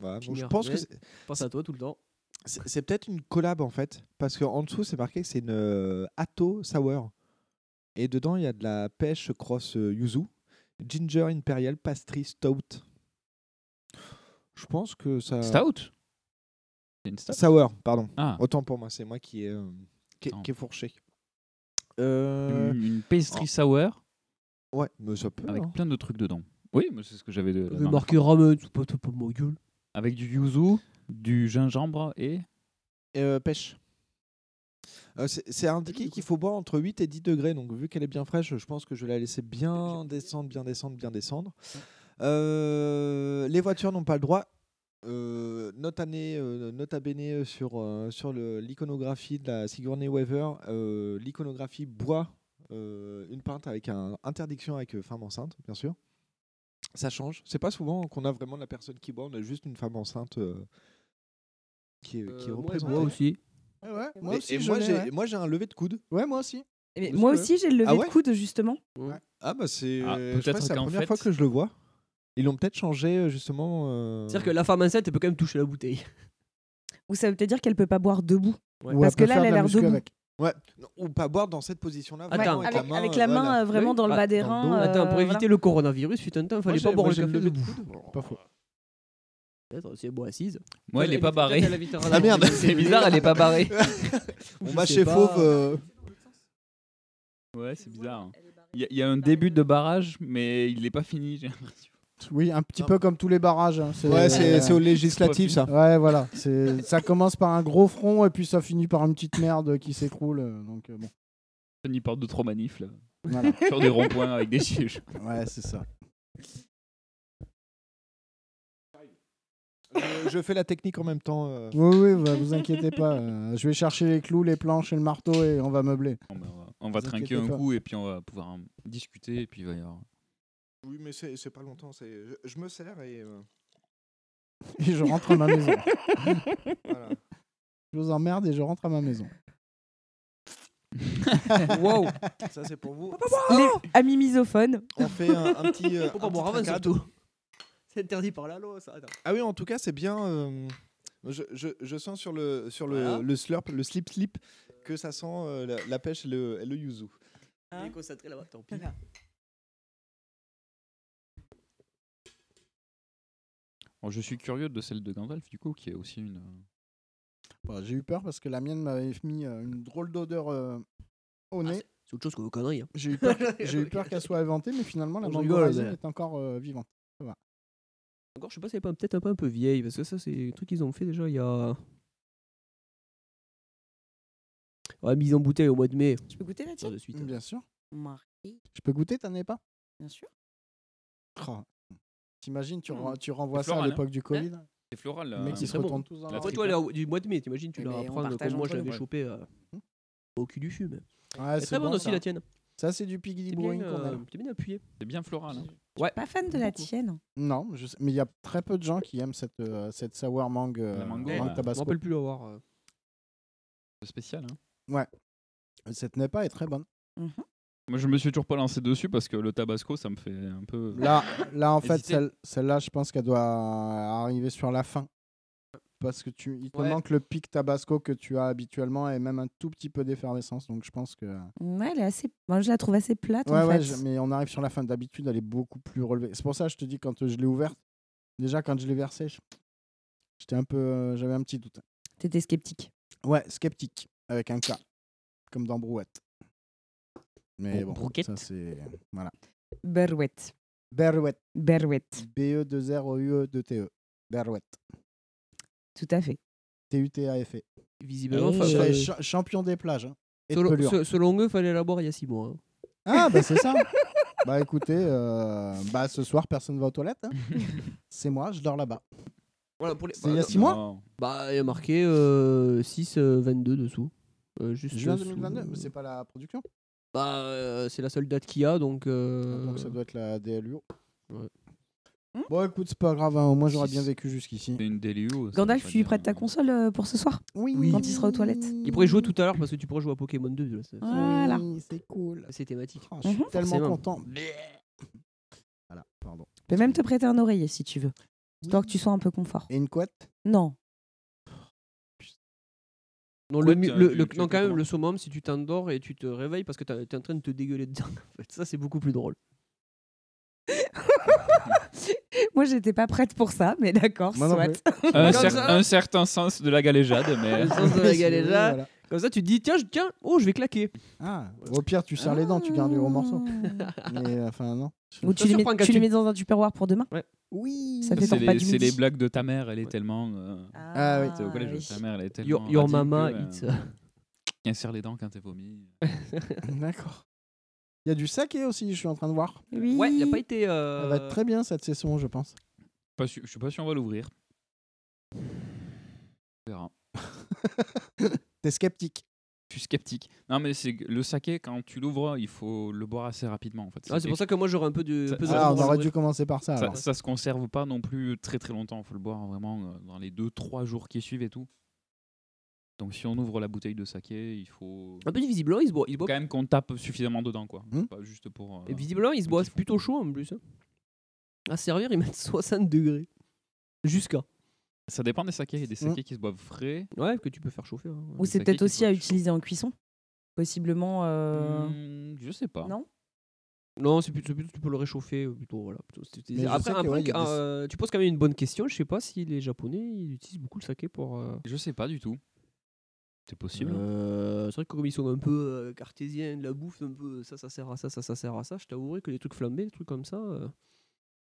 Speaker 7: Voilà, bon, je
Speaker 4: Pignat
Speaker 7: pense que
Speaker 4: ramen.
Speaker 7: c'est-
Speaker 4: Pense à toi tout le temps.
Speaker 7: c'est c'est peut-être une collab en fait, parce qu'en dessous c'est marqué que c'est une euh, Atto Sour. Et dedans il y a de la pêche cross euh, yuzu, ginger imperial pastry stout. Je pense que ça.
Speaker 8: Stout C'est une stout
Speaker 7: Sour, pardon.
Speaker 8: Ah,
Speaker 7: Autant pour moi, c'est moi qui ai, euh, qui, ai-
Speaker 8: Attends.
Speaker 7: qui ai fourché. Euh,
Speaker 8: une, une pastry sour
Speaker 7: Ouais, mais ça peut.
Speaker 8: avec
Speaker 10: Oh.
Speaker 7: hein.
Speaker 8: plein de trucs dedans. Oui, mais c'est ce que j'avais de la
Speaker 4: Le
Speaker 8: main.
Speaker 4: Euh, marqué ramen, c'est pas, c'est pas ma gueule.
Speaker 8: Avec du yuzu, du gingembre et
Speaker 7: Euh, pêche. Euh, c'est c'est indiqué qu'il faut boire entre 8 et 10 degrés. Donc, vu qu'elle est bien fraîche, je pense que je vais la laisser bien descendre, bien descendre, bien descendre. Euh, les voitures n'ont pas le droit. Euh, note, année, euh, nota bene sur, euh, sur le- l'iconographie de la Sigourney Weaver, euh, l'iconographie boit euh, une pinte avec un, interdiction avec euh, femme enceinte, bien sûr. Ça change. C'est pas souvent qu'on a vraiment la personne qui boit, on a juste une femme enceinte euh, qui est, qui est
Speaker 4: Euh, moi,
Speaker 7: représentée.
Speaker 4: moi aussi.
Speaker 6: Ouais, ouais, moi
Speaker 7: Et-
Speaker 6: aussi,
Speaker 7: et
Speaker 6: je
Speaker 7: moi,
Speaker 6: l'ai,
Speaker 7: j'ai,
Speaker 6: ouais.
Speaker 7: moi j'ai un levé de coude.
Speaker 6: Ouais, moi aussi.
Speaker 10: Eh bien,
Speaker 7: Parce
Speaker 10: moi
Speaker 7: que-
Speaker 10: aussi, j'ai le levé
Speaker 7: Ah
Speaker 10: de
Speaker 7: ouais
Speaker 10: coude, justement.
Speaker 7: Ah bah c'est,
Speaker 8: Ah,
Speaker 7: je crois que
Speaker 8: peut-être
Speaker 7: c'est la
Speaker 8: qu'en
Speaker 7: première
Speaker 8: fait-
Speaker 7: fois que je le vois. Ils l'ont peut-être changé euh, justement. euh,
Speaker 4: C'est-à-dire que la femme enceinte, elle peut quand même toucher la bouteille.
Speaker 10: Ou ça veut peut-être dire qu'elle peut pas boire debout.
Speaker 4: Ouais.
Speaker 6: Ou
Speaker 10: Parce que
Speaker 6: peut
Speaker 10: là,
Speaker 6: faire
Speaker 10: elle a
Speaker 6: de la
Speaker 10: l'air
Speaker 6: muscu
Speaker 10: debout.
Speaker 6: avec.
Speaker 7: Ouais. Non, Ou pas boire dans cette position-là.
Speaker 4: Attends,
Speaker 7: vraiment,
Speaker 4: Ouais,
Speaker 10: avec,
Speaker 7: main,
Speaker 10: avec
Speaker 7: euh,
Speaker 10: la main
Speaker 7: voilà.
Speaker 10: euh, vraiment
Speaker 7: Oui.
Speaker 10: dans le
Speaker 7: Bah,
Speaker 10: bas des
Speaker 7: dans
Speaker 10: reins.
Speaker 7: dos.
Speaker 4: Attends, pour
Speaker 10: euh,
Speaker 4: éviter le coronavirus, fut un temps, fallait
Speaker 7: j'ai-
Speaker 4: pas boire
Speaker 7: moi,
Speaker 4: le
Speaker 7: j'ai
Speaker 4: café
Speaker 7: le levé de
Speaker 4: debout.
Speaker 6: Pas faux.
Speaker 4: Peut-être, c'est bon assise.
Speaker 8: Moi, il
Speaker 4: Peut-être
Speaker 8: est pas
Speaker 4: elle- peut-être
Speaker 8: barré.
Speaker 4: elle a vite un
Speaker 7: Ah, merde.
Speaker 4: rendez-vous. C'est bizarre, elle est pas barrée.
Speaker 7: On
Speaker 4: Je
Speaker 7: va
Speaker 4: sais
Speaker 7: chez
Speaker 4: pas.
Speaker 7: <laughs> Fauve. euh,
Speaker 8: Ouais, c'est bizarre. hein. Il y, a- il y a un début de barrage, mais il n'est pas fini. <laughs> j'ai l'impression.
Speaker 6: Oui, un petit
Speaker 7: Non.
Speaker 6: peu comme tous les barrages. hein,
Speaker 7: Ouais, c'est,
Speaker 6: euh,
Speaker 7: c'est au législatif ça.
Speaker 6: <laughs> Ouais, voilà. C'est- Ça commence par un gros front et puis ça finit par une petite merde qui s'écroule. euh, Donc, euh, bon.
Speaker 8: Tony porte de trop manifs là.
Speaker 7: <laughs>
Speaker 6: Voilà.
Speaker 8: Sur des ronds-points avec des sièges.
Speaker 6: Ouais, c'est ça.
Speaker 7: Je, je fais la technique en même temps. euh.
Speaker 6: Oui, oui, bah, vous inquiétez pas. euh, je vais chercher les clous, les planches et le marteau et on va meubler. <laughs>
Speaker 8: ben, On va, on va
Speaker 6: Vous
Speaker 8: trinquer
Speaker 6: inquiétez
Speaker 8: un
Speaker 6: pas.
Speaker 8: coup et puis on va pouvoir euh, discuter et puis il va y
Speaker 6: <laughs>
Speaker 8: avoir.
Speaker 7: Oui, mais c'est, c'est pas longtemps. C'est, je, je me sers et euh,
Speaker 6: Et je rentre à ma maison.
Speaker 10: <laughs>
Speaker 7: voilà.
Speaker 6: Je vous emmerde et je rentre à ma maison.
Speaker 4: Wow.
Speaker 7: Ça c'est pour vous.
Speaker 10: les amis misophones.
Speaker 7: On fait un, un petit.
Speaker 4: <laughs>
Speaker 7: euh,
Speaker 4: Faut
Speaker 7: un
Speaker 4: pas
Speaker 7: petit
Speaker 4: boire avant
Speaker 7: tracade.
Speaker 4: surtout. C'est interdit par la loi, ça. Attends.
Speaker 7: Ah oui, en tout cas, c'est bien. euh, je, je, je sens sur le sur le,
Speaker 4: Voilà.
Speaker 7: le slurp, le slip slip, que ça sent euh, la, la pêche et le, et le yuzu.
Speaker 4: Il est concentré là-bas, tant pis.
Speaker 8: Bon, je suis curieux de celle de Gandalf, du coup, qui est aussi une.
Speaker 6: Bah, J'ai eu peur parce que la mienne m'avait mis euh, une drôle d'odeur euh, au
Speaker 7: Ah,
Speaker 6: nez.
Speaker 4: C'est autre chose que vos conneries.
Speaker 6: <laughs>
Speaker 4: hein.
Speaker 6: J'ai eu peur, j'ai eu peur qu'elle soit inventée, mais finalement, la
Speaker 4: Je
Speaker 6: mangue
Speaker 4: rigole,
Speaker 6: Horizon
Speaker 4: mais-
Speaker 6: est encore euh, vivante.
Speaker 4: Encore, je sais pas si elle est pas peut-être un peu, un peu vieille, parce que ça, c'est un truc qu'ils ont fait déjà il y a. Ouais, mise en bouteille au mois de mai.
Speaker 10: Tu peux goûter la
Speaker 4: Genre
Speaker 10: tienne
Speaker 4: de suite.
Speaker 6: Bien sûr.
Speaker 10: Marie,
Speaker 6: Je peux goûter, t'en es pas
Speaker 10: bien sûr.
Speaker 6: Oh. T'imagines, tu,
Speaker 8: Hmm.
Speaker 6: ren- tu renvoies
Speaker 8: C'est
Speaker 6: ça à
Speaker 8: floral,
Speaker 6: l'époque du Covid
Speaker 8: C'est floral.
Speaker 6: Les mecs,
Speaker 8: euh,
Speaker 6: ils se
Speaker 4: très bon.
Speaker 6: retournent tous dans
Speaker 8: La
Speaker 6: leur
Speaker 4: Après,
Speaker 8: triple
Speaker 4: toi, elle est au- du mois de mai, t'imagines, tu
Speaker 10: Mais
Speaker 4: l'as
Speaker 10: on
Speaker 4: à prendre
Speaker 10: partage
Speaker 4: comme moi,
Speaker 10: entre
Speaker 4: je l'avais
Speaker 10: nous.
Speaker 4: chopé euh,
Speaker 6: Hmm.
Speaker 4: au cul du fût. même.
Speaker 6: Ouais,
Speaker 4: Elle est très bonne aussi, la tienne.
Speaker 6: Ah, Ça, c'est du Piggy
Speaker 4: T'es bien,
Speaker 6: Brewing qu'on
Speaker 4: euh,
Speaker 6: aime.
Speaker 4: t'es bien appuyé.
Speaker 8: C'est bien floral. hein.
Speaker 10: Pas fan de la
Speaker 4: Beaucoup.
Speaker 10: tienne.
Speaker 6: Non, je sais- mais il y a très peu de gens qui aiment cette, euh, cette sour mangue, euh,
Speaker 8: mango,
Speaker 6: mangue
Speaker 8: ouais. Je
Speaker 4: Je me
Speaker 6: tabasco.
Speaker 4: rappelle plus l'avoir. euh.
Speaker 8: C'est spécial. hein.
Speaker 6: Cette nepa est très bonne.
Speaker 10: Mhm.
Speaker 8: Moi, je me suis toujours pas lancé dessus parce que le tabasco, ça me fait un peu. <laughs>
Speaker 6: Là, là en fait,
Speaker 8: Hésiter.
Speaker 6: celle- celle-là, je pense qu'elle doit euh, arriver sur la fin. Parce que tu, il te
Speaker 4: Ouais.
Speaker 6: manque le pic tabasco que tu as habituellement et même un tout petit peu d'effervescence. Donc je pense que.
Speaker 10: Ouais, elle est assez. Moi, je la trouve assez plate
Speaker 6: ouais,
Speaker 10: en
Speaker 6: ouais,
Speaker 10: fait.
Speaker 6: je- mais on arrive sur la fin. D'habitude, elle est beaucoup plus relevée. C'est pour ça que je te dis, quand euh, je l'ai ouverte, déjà quand je l'ai versée, je- j'étais un peu, euh, j'avais un petit doute.
Speaker 10: T'étais sceptique.
Speaker 6: Ouais, sceptique, avec un K, comme dans Brouette. Mais
Speaker 4: Brou-
Speaker 6: bon,
Speaker 4: Brouquette.
Speaker 6: ça c'est. Voilà.
Speaker 10: Berouette.
Speaker 6: Berouette.
Speaker 10: Berouette.
Speaker 6: E B-E-2-R-O-U-E-2-T-E. Berouette.
Speaker 10: Tout à fait.
Speaker 6: T-U-T-A-F-E.
Speaker 4: Visiblement,
Speaker 10: Et-
Speaker 4: fa-
Speaker 10: Je
Speaker 4: fa-
Speaker 6: Cha- cha- champion des plages. hein, Et de
Speaker 4: selon,
Speaker 6: pelure.
Speaker 4: se- selon eux, fallait la boire il y a 6 mois. hein.
Speaker 6: Ah, bah c'est
Speaker 4: <laughs>
Speaker 6: ça. bah écoutez, euh, bah, ce soir, personne va aux toilettes. hein. c'est moi, je dors là-bas.
Speaker 4: Voilà, pour les...
Speaker 6: C'est il y a
Speaker 4: bah,
Speaker 6: six mois
Speaker 8: Non.
Speaker 4: bah, il y a marqué euh, 6,22 dessous. Euh, juste
Speaker 6: Juin
Speaker 4: dessous.
Speaker 6: 2022, mais c'est pas la production.
Speaker 4: Bah, euh, c'est la seule date qu'il y a, donc. euh,
Speaker 6: Ah, Donc ça doit être la DLUO.
Speaker 4: Ouais.
Speaker 10: Hmm
Speaker 6: Bon, écoute, c'est pas grave, hein, au moins j'aurais
Speaker 8: Si,
Speaker 6: bien
Speaker 8: si.
Speaker 6: vécu jusqu'ici.
Speaker 8: C'est une DLU.
Speaker 10: Gandalf, tu lui prêtes ta console euh, pour ce soir
Speaker 6: Oui,
Speaker 10: Quand il sera aux toilettes.
Speaker 4: Il pourrait jouer tout à l'heure parce que tu pourrais jouer à Pokémon 2. là, c'est-
Speaker 6: Ah.
Speaker 10: Voilà.
Speaker 6: Oui, c'est cool.
Speaker 4: C'est thématique.
Speaker 6: Oh, je suis
Speaker 10: Mhm.
Speaker 6: tellement
Speaker 4: Forcément.
Speaker 6: content. Voilà, pardon.
Speaker 10: Je peux même te prêter un oreiller si tu veux. Histoire que tu sois un peu confort.
Speaker 6: Et une couette
Speaker 10: Non. <laughs>
Speaker 4: Non, le,
Speaker 8: Quoi,
Speaker 4: mi-
Speaker 8: t'as-
Speaker 4: le-
Speaker 8: tu-
Speaker 4: le-
Speaker 8: tu
Speaker 4: non,
Speaker 8: fais
Speaker 4: quand même,
Speaker 8: comment
Speaker 4: le summum, si tu t'endors et tu te réveilles parce que t'as- t'es en train de te dégueuler dedans. en fait. Ça, c'est beaucoup plus drôle.
Speaker 10: Moi, j'étais pas prête pour ça, mais d'accord,
Speaker 6: Moi non
Speaker 10: soit.
Speaker 6: plus.
Speaker 8: Un,
Speaker 4: Comme
Speaker 8: cer-
Speaker 4: ça.
Speaker 8: un certain sens de la galéjade, mais.
Speaker 4: Le sens de la
Speaker 6: <laughs> Oui,
Speaker 4: galère, là.
Speaker 6: voilà.
Speaker 4: Comme ça, tu te dis, tiens, je- tiens, oh, je vais claquer.
Speaker 6: Ah, au pire, tu serres les dents, tu gardes les gros morceaux.
Speaker 4: <laughs>
Speaker 6: Mais enfin, non.
Speaker 10: Ah. Ou tu,
Speaker 4: Ça
Speaker 10: les
Speaker 4: surprend
Speaker 10: mets,
Speaker 4: quand
Speaker 10: tu les
Speaker 4: tu-
Speaker 10: mets dans un tupperware pour demain.
Speaker 6: Oui.
Speaker 10: Ça fait
Speaker 8: C'est
Speaker 10: ton repas
Speaker 8: les,
Speaker 10: du
Speaker 8: c'est les
Speaker 10: midi.
Speaker 8: blagues de ta mère, elle est tellement. euh,
Speaker 6: Ah oui,
Speaker 8: t'es au collège, ta mère, elle est tellement.
Speaker 4: Your, your
Speaker 8: radine
Speaker 4: mama,
Speaker 8: que, euh,
Speaker 4: it's.
Speaker 8: Elle serre les dents quand elle vomit.
Speaker 6: D'accord. Il y a du saké aussi, je suis en train de voir.
Speaker 4: <laughs>
Speaker 10: Oui.
Speaker 4: Ouais, il a pas été. euh,
Speaker 6: Elle va être très bien cette session, je pense.
Speaker 8: Pas su- Je suis pas sûr on va l'ouvrir. On verra.
Speaker 6: T'es sceptique.
Speaker 8: Je suis sceptique. Non, mais c'est que le saké, quand tu l'ouvres, il faut le boire assez rapidement. En fait.
Speaker 4: Ah, c'est pour ça Ah. que moi, j'aurais un peu de. un peu de-
Speaker 8: Ça-
Speaker 6: Ah, on
Speaker 8: ça-
Speaker 6: aurait dû commencer par ça.
Speaker 8: Ça,
Speaker 6: alors.
Speaker 8: ça se conserve pas non plus très très longtemps. Il faut le boire vraiment euh, dans les 2-3 jours qui suivent et tout. Donc si on ouvre la bouteille de saké, il faut
Speaker 4: Un peu de visiblement, il se boit. Il se
Speaker 8: quand
Speaker 4: boit...
Speaker 8: même qu'on tape suffisamment dedans. quoi.
Speaker 6: Hmm.
Speaker 8: Pas juste pour. euh,
Speaker 4: Hum. Et visiblement, il se
Speaker 8: Un
Speaker 4: boit
Speaker 8: petit fond.
Speaker 4: plutôt chaud en plus. hein. À servir, <laughs> ils mettent 60 degrés. Jusqu'à.
Speaker 8: Ça dépend des sakés. Il y a des
Speaker 4: Hum.
Speaker 8: sakés qui se boivent frais.
Speaker 4: Ouais, que tu peux faire chauffer. hein.
Speaker 10: Ou
Speaker 8: Le
Speaker 10: c'est
Speaker 8: saké
Speaker 10: peut-être
Speaker 8: qui
Speaker 10: aussi
Speaker 8: soit
Speaker 10: à
Speaker 8: chaud.
Speaker 10: utiliser en cuisson. Possiblement. euh,
Speaker 8: Hmm, je sais pas.
Speaker 10: Non.
Speaker 4: Non, c'est plutôt, c'est plutôt- tu peux le réchauffer euh, plutôt. Voilà, plutôt, c'est- c'est-
Speaker 6: Mais je
Speaker 4: Après,
Speaker 6: sais
Speaker 4: un
Speaker 6: que, ouais,
Speaker 4: truc,
Speaker 6: il y a des-
Speaker 4: euh, tu poses quand même une bonne question. Je sais pas si les Japonais ils utilisent beaucoup le saké pour. euh,
Speaker 8: Je sais pas du tout. C'est possible.
Speaker 4: Euh, c'est vrai que comme ils sont un peu euh, cartésiens, de la bouffe, un peu ça, ça sert à ça, ça, ça sert à ça, je t'avouerai que les trucs flambés, les trucs comme ça. euh,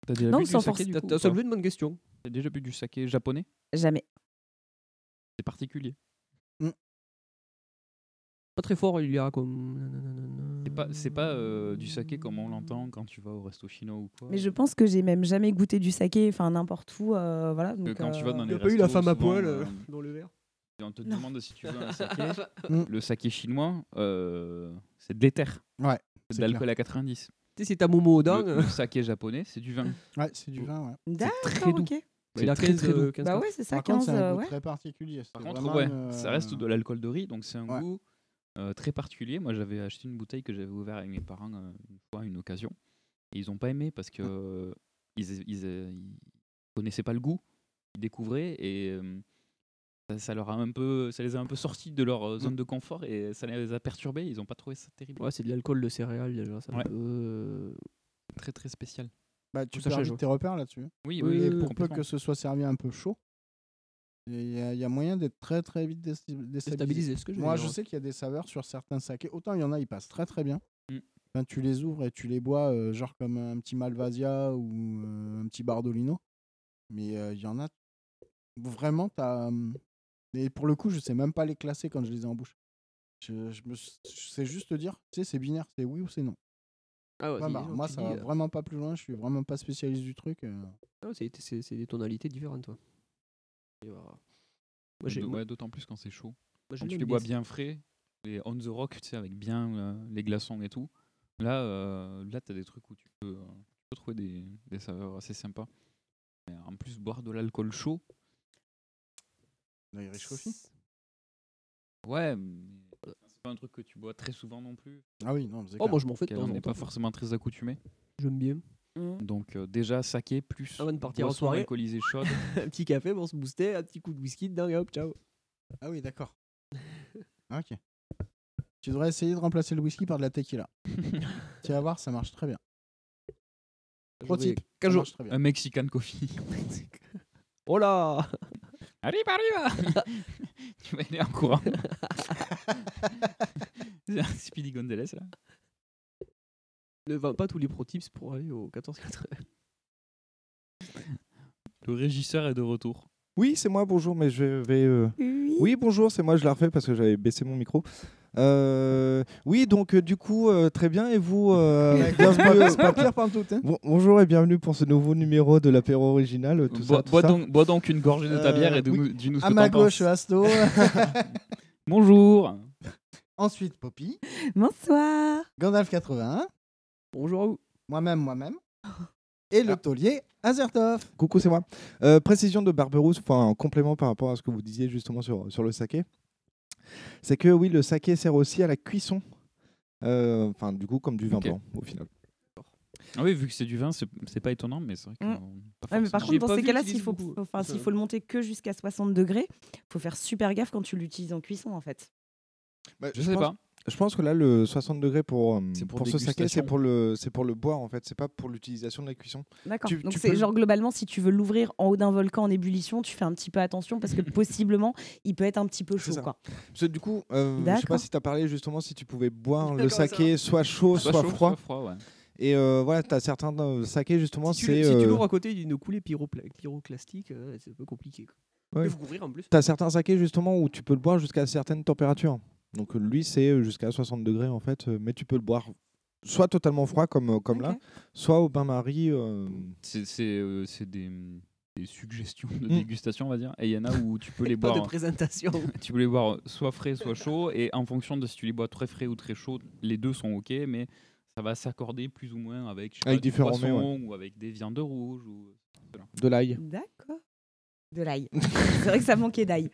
Speaker 8: T'as déjà
Speaker 10: Non,
Speaker 8: bu du
Speaker 10: sans
Speaker 8: saké
Speaker 10: force.
Speaker 8: du
Speaker 4: T'as
Speaker 8: coup,
Speaker 4: t'as
Speaker 8: ou pas
Speaker 4: soulevé une bonne question.
Speaker 8: T'as déjà bu du saké japonais
Speaker 10: Jamais.
Speaker 8: C'est particulier.
Speaker 4: Pas très fort, il y a comme. nanana.
Speaker 8: C'est pas, c'est pas euh, du saké comme on l'entend quand tu vas au resto chinois ou quoi.
Speaker 10: Mais je pense que j'ai même jamais goûté du saké, enfin n'importe où. euh, voilà.
Speaker 8: Que
Speaker 10: Donc,
Speaker 8: quand tu vas dans
Speaker 4: Il y
Speaker 8: les
Speaker 10: euh,
Speaker 4: a pas eu la
Speaker 8: restos,
Speaker 4: femme à
Speaker 8: souvent,
Speaker 4: poil
Speaker 8: euh,
Speaker 4: euh, dans le verre.
Speaker 8: Et on te
Speaker 10: Non.
Speaker 8: demande si tu veux un saké.
Speaker 6: Mm.
Speaker 8: le saké chinois, euh, c'est de l'éther.
Speaker 6: Ouais,
Speaker 8: C'est de
Speaker 6: c'est
Speaker 8: l'alcool à 90.
Speaker 4: Tu sais, c'est ta momo au
Speaker 8: Le,
Speaker 4: dingue.
Speaker 8: le saké japonais, c'est du vin.
Speaker 6: Ouais, c'est du vin. Ouais.
Speaker 10: D'accord,
Speaker 4: doux.
Speaker 10: ok.
Speaker 8: C'est
Speaker 4: il a
Speaker 8: très,
Speaker 4: 15,
Speaker 8: très doux.
Speaker 4: euh, 15,
Speaker 10: Bah ouais, c'est ça,
Speaker 6: Par
Speaker 10: 15.
Speaker 6: contre, c'est un
Speaker 10: euh,
Speaker 6: goût
Speaker 10: ouais.
Speaker 6: très particulier. c'est
Speaker 8: Par contre,
Speaker 6: vraiment
Speaker 8: ouais,
Speaker 6: une,
Speaker 8: ça reste de
Speaker 6: euh,
Speaker 8: l'alcool de riz, donc c'est un
Speaker 6: Ouais.
Speaker 8: goût euh, très particulier. Moi, j'avais acheté une bouteille que j'avais ouverte avec mes parents euh, une fois, une occasion. Et ils n'ont pas aimé parce que
Speaker 6: Ah.
Speaker 8: euh, ils, ils, euh, ils connaissaient pas le goût. Ils découvraient et euh, Ça, ça leur a un peu, ça les a un peu sortis de leur
Speaker 6: Mmh.
Speaker 8: euh, zone de confort et ça les a perturbés. Ils n'ont pas trouvé ça terrible.
Speaker 4: Ouais, c'est de l'alcool de céréales déjà, c'est un
Speaker 8: Ouais.
Speaker 4: peu, euh,
Speaker 8: Très très spécial.
Speaker 6: Bah, tu
Speaker 4: ça
Speaker 6: perds
Speaker 4: change,
Speaker 6: vite
Speaker 4: ouais.
Speaker 6: tes repères là-dessus.
Speaker 4: Oui,
Speaker 8: Oui, oui,
Speaker 6: Et
Speaker 4: oui,
Speaker 6: pour peu
Speaker 8: complètement.
Speaker 6: que ce soit servi un peu chaud, il y, a- il y a moyen d'être très très vite dés- déstabilisé.
Speaker 4: déstabilisé. Ce que je veux
Speaker 6: Moi,
Speaker 4: dire,
Speaker 6: je
Speaker 4: ouais.
Speaker 6: sais qu'il y a des saveurs sur certains sakés. Autant il y en a, ils passent très très bien.
Speaker 8: Mm.
Speaker 6: Enfin, tu les ouvres et tu les bois, euh, genre comme un petit Malvasia ou euh, un petit Bardolino. Mais euh, il y en a vraiment, t'as. hum, Et pour le coup, je sais même pas les classer quand je les ai en bouche. Je, je me... s- je sais juste te dire, tu sais, c'est binaire, c'est oui ou c'est non.
Speaker 4: Ah ouais,
Speaker 6: Point
Speaker 4: c'est-
Speaker 6: barre.
Speaker 4: genre,
Speaker 6: bah, moi,
Speaker 4: tu
Speaker 6: ça
Speaker 4: dis,
Speaker 6: va
Speaker 4: euh,
Speaker 6: vraiment pas plus loin. Je suis vraiment pas spécialiste du truc. euh.
Speaker 4: ah ouais, c'est- c'est c'est des tonalités différentes, toi. Et voilà. Moi, j'ai-
Speaker 8: D'au-
Speaker 4: moi,
Speaker 8: ouais, D'autant plus quand c'est chaud.
Speaker 4: moi, j'ai
Speaker 8: Bah, Quand tu
Speaker 4: même
Speaker 8: les bois
Speaker 4: des-
Speaker 8: bien frais, les on the rock, tu sais, avec bien euh, les glaçons et tout. Là, euh, là, t'as des trucs où tu peux, euh, tu peux trouver des, des saveurs assez sympas. Mais en plus, boire de l'alcool chaud.
Speaker 6: L'Irish Coffee
Speaker 4: Oh,
Speaker 8: Ouais, mais euh, c'est pas un truc que tu bois très souvent non plus.
Speaker 6: Ah oui, non, c'est
Speaker 4: Oh,
Speaker 6: clair.
Speaker 4: moi, je m'en fais de
Speaker 8: auquel On
Speaker 4: temps en
Speaker 8: n'est pas
Speaker 4: temps.
Speaker 8: forcément très accoutumé.
Speaker 4: J'aime bien.
Speaker 8: Donc euh, déjà saké plus
Speaker 4: Avant de partir en
Speaker 8: boisson
Speaker 4: soirée,
Speaker 8: alcoolisée
Speaker 4: <laughs>
Speaker 8: chaude.
Speaker 4: un petit café pour se booster, un petit coup de whisky dedans et hop, ciao.
Speaker 6: Ah oui, d'accord. Ah, ok. Tu devrais essayer de remplacer le whisky par de la tequila. tu vas voir, ça marche très bien. Pro
Speaker 4: J'aurais-
Speaker 6: tip,
Speaker 4: qu'un
Speaker 6: ça
Speaker 4: jour-
Speaker 6: marche très bien.
Speaker 8: un Mexican
Speaker 4: <laughs>
Speaker 8: coffee.
Speaker 4: Oh là <laughs>
Speaker 8: arrive, arrive <laughs> Tu vas y aller en
Speaker 4: <laughs>
Speaker 8: courant. <laughs> C'est un Speedy Gonzales là.
Speaker 4: Ne vends pas tous les pro tips pour aller au 14-4.
Speaker 8: Le régisseur est de retour.
Speaker 7: Oui, c'est moi, bonjour, mais je vais. euh, Oui, bonjour, c'est moi, je la refais parce que j'avais baissé mon micro. Euh, Oui, donc euh, du coup, euh, très bien, et vous
Speaker 6: <laughs>
Speaker 7: euh, bienvenue, euh,
Speaker 6: C'est pas pire, pantoute. Hein.
Speaker 7: bon- Bonjour et bienvenue pour ce nouveau numéro de l'apéro original. euh, Tout
Speaker 8: bois,
Speaker 7: ça, tout
Speaker 8: bois
Speaker 7: ça.
Speaker 8: donc, bois donc une gorgée de ta
Speaker 6: Euh,
Speaker 8: bière et dis-nous
Speaker 6: oui.
Speaker 8: dis-nous ce
Speaker 6: À
Speaker 8: que
Speaker 6: ma
Speaker 8: t'en
Speaker 6: gauche,
Speaker 8: penses.
Speaker 6: Asto. <laughs>
Speaker 8: Bonjour
Speaker 6: Ensuite, Poppy.
Speaker 10: <laughs> Bonsoir.
Speaker 6: Gandalf 81.
Speaker 4: Bonjour à vous.
Speaker 6: Moi-même, moi-même. Et le
Speaker 7: Ah.
Speaker 6: taulier, Azertov.
Speaker 7: Coucou, c'est moi. Euh, précision de Barberousse, enfin en complément par rapport à ce que vous disiez justement sur, sur le saké. C'est que oui, le saké sert aussi à la cuisson. Euh, Enfin, du coup, comme du vin
Speaker 8: Ok.
Speaker 7: blanc au final.
Speaker 8: Ah oui, vu que c'est du vin, c'est c'est pas étonnant, mais c'est vrai que.
Speaker 10: Mm.
Speaker 8: euh, pas
Speaker 10: Ouais, mais par
Speaker 8: forcément.
Speaker 4: J'ai
Speaker 10: contre, dans
Speaker 4: pas
Speaker 10: ces
Speaker 4: vu
Speaker 10: cas-là,
Speaker 4: qu'ils
Speaker 10: s'il faut,
Speaker 4: utilisent beaucoup.
Speaker 10: enfin, s'il faut le monter que jusqu'à 60 degrés, faut faire super gaffe quand tu l'utilises en cuisson, en fait.
Speaker 8: Je sais pas.
Speaker 7: Bah, Je pense que là, le 60 degrés pour, euh,
Speaker 8: C'est pour
Speaker 7: pour, ce saké, c'est
Speaker 8: dégustation.
Speaker 7: pour, le- c'est pour le boire en fait. C'est pas pour l'utilisation de la cuisson.
Speaker 10: D'accord.
Speaker 7: Tu-
Speaker 10: Donc
Speaker 7: tu
Speaker 10: c'est
Speaker 7: peux-
Speaker 10: genre globalement, si tu veux l'ouvrir en haut d'un volcan en ébullition, tu fais un petit peu
Speaker 8: <laughs>
Speaker 10: attention parce que possiblement, il peut être un petit peu
Speaker 7: C'est
Speaker 10: chaud,
Speaker 7: ça.
Speaker 10: quoi.
Speaker 7: Parce que du coup, euh, je sais pas
Speaker 10: D'accord.
Speaker 7: si tu as parlé justement si tu pouvais boire le
Speaker 4: D'accord, ça
Speaker 7: saké soit chaud, soit,
Speaker 8: Soit chaud,
Speaker 7: froid.
Speaker 8: soit froid, ouais.
Speaker 7: Et euh, voilà, tu as certains euh, sakés justement,
Speaker 4: si tu,
Speaker 7: c'est.
Speaker 4: si tu
Speaker 7: euh,
Speaker 4: l'ouvres à côté d'une coulée pyropla- pyroclastique, euh, c'est un peu compliqué. Quoi.
Speaker 7: Ouais.
Speaker 4: Mais vous couvrir en plus.
Speaker 7: T'as certains sakés justement où tu peux le boire jusqu'à certaines températures. Donc euh, lui c'est euh, jusqu'à 60 degrés en fait, euh, mais tu peux le boire soit totalement froid comme, euh, comme là,
Speaker 10: Ok.
Speaker 7: soit au bain-marie. euh,
Speaker 8: C'est c'est, euh, c'est des, des suggestions de
Speaker 7: Mm.
Speaker 8: dégustation, on va dire. Et il y en a où tu peux <laughs> les
Speaker 4: Pas
Speaker 8: boire. hein.
Speaker 4: de présentation.
Speaker 8: tu peux les boire soit frais, soit chaud. Et en fonction de si tu les bois très frais ou très chaud, les deux sont OK, mais ça va s'accorder plus ou moins avec, je sais
Speaker 7: Avec
Speaker 8: pas, du
Speaker 7: différents
Speaker 8: poisson
Speaker 7: mets,
Speaker 8: ou avec des viandes rouges. Ou...
Speaker 7: de l'ail.
Speaker 10: D'accord. De l'ail. c'est vrai que ça manquait d'ail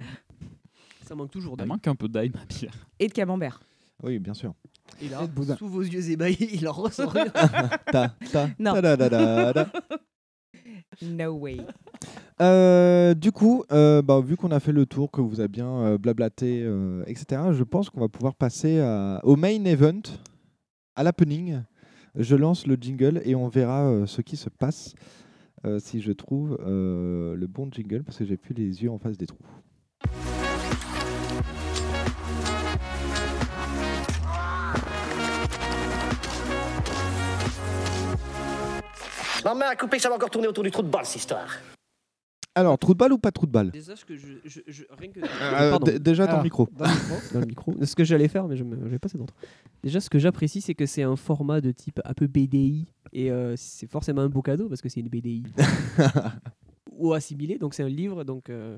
Speaker 4: Ça manque toujours
Speaker 8: Ça
Speaker 4: d'ail.
Speaker 8: manque un peu d'ail, ma bière.
Speaker 10: et de camembert.
Speaker 7: Oui, bien sûr.
Speaker 4: Et
Speaker 6: Et
Speaker 4: là,
Speaker 6: de boudin.
Speaker 4: sous vos
Speaker 1: <laughs>
Speaker 4: yeux ébahis, il en
Speaker 13: <laughs>
Speaker 4: ressort rien.
Speaker 7: Ta, ta,
Speaker 10: Non.
Speaker 7: ta, da, da, da, da.
Speaker 10: No way.
Speaker 7: Euh, du coup, euh, bah, vu qu'on a fait le tour, que vous avez bien euh, blablaté, euh, etc., je pense qu'on va pouvoir passer à- au main event, à l'opening. Je lance le jingle et on verra euh, ce qui se passe euh, si je trouve euh, le bon jingle parce que j'ai plus les yeux en face des trous.
Speaker 1: Maman a coupé, ça va encore tourner autour du trou de balle, cette histoire.
Speaker 7: Alors, trou de balle ou pas trou de balle
Speaker 4: Déjà, ce que je, je, je- rien que.
Speaker 7: Euh,
Speaker 4: Pardon.
Speaker 7: d- Déjà, ton
Speaker 6: Alors,
Speaker 7: micro.
Speaker 6: dans le
Speaker 4: <laughs>
Speaker 6: micro.
Speaker 4: dans le micro. Ce que j'allais faire, mais je vais passer d'autres. Déjà, ce que j'apprécie, c'est que c'est un format de type un peu BDI. Et euh, c'est forcément un beau cadeau parce que c'est une BDI. Ou assimilé, donc c'est un livre, donc euh,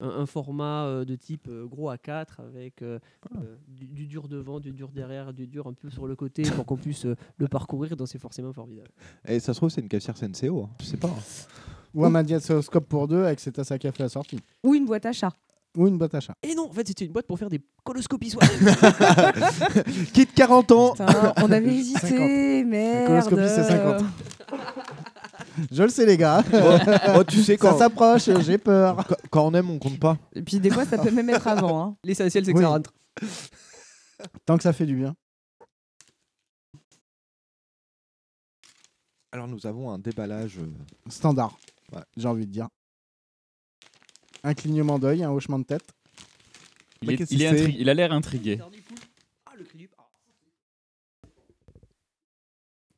Speaker 4: un, un format euh, de type euh, gros A4 avec euh, euh, du, du dur devant, du dur derrière, du dur un peu sur le côté pour qu'on puisse euh, le parcourir. Donc c'est forcément formidable.
Speaker 7: Et ça se trouve, c'est une cafetière Senseo. hein. Je sais pas.
Speaker 12: <laughs>
Speaker 7: hein.
Speaker 6: Ou un magnétoscope pour deux avec ses tasses à café assorties.
Speaker 10: Ou une boîte à chat.
Speaker 6: Ou une boîte à chat.
Speaker 4: Et non, en fait, c'était une boîte pour faire des coloscopies soi-même.
Speaker 7: Quitte 40 ans
Speaker 10: Putain, on avait hésité, merde.
Speaker 6: coloscopie, c'est 50. Je le sais, les gars.
Speaker 12: Oh, oh, tu sais
Speaker 6: Ça
Speaker 12: quand-
Speaker 6: s'approche, j'ai peur.
Speaker 12: Quand- Quand on aime, on compte pas.
Speaker 10: Et puis des fois, ça peut même être avant. hein.
Speaker 4: L'essentiel, c'est que
Speaker 6: Oui.
Speaker 4: ça rentre.
Speaker 6: Tant que ça fait du bien.
Speaker 12: Alors nous avons un déballage. euh,
Speaker 6: Standard,
Speaker 12: Ouais.
Speaker 6: j'ai envie de dire. Un clignement d'œil, un hochement de tête.
Speaker 8: Il,
Speaker 6: Mais
Speaker 8: est-
Speaker 6: qu'est-ce
Speaker 8: il
Speaker 6: que
Speaker 8: est
Speaker 6: c'est
Speaker 8: intri- il a l'air intrigué.
Speaker 4: Ah, le clip.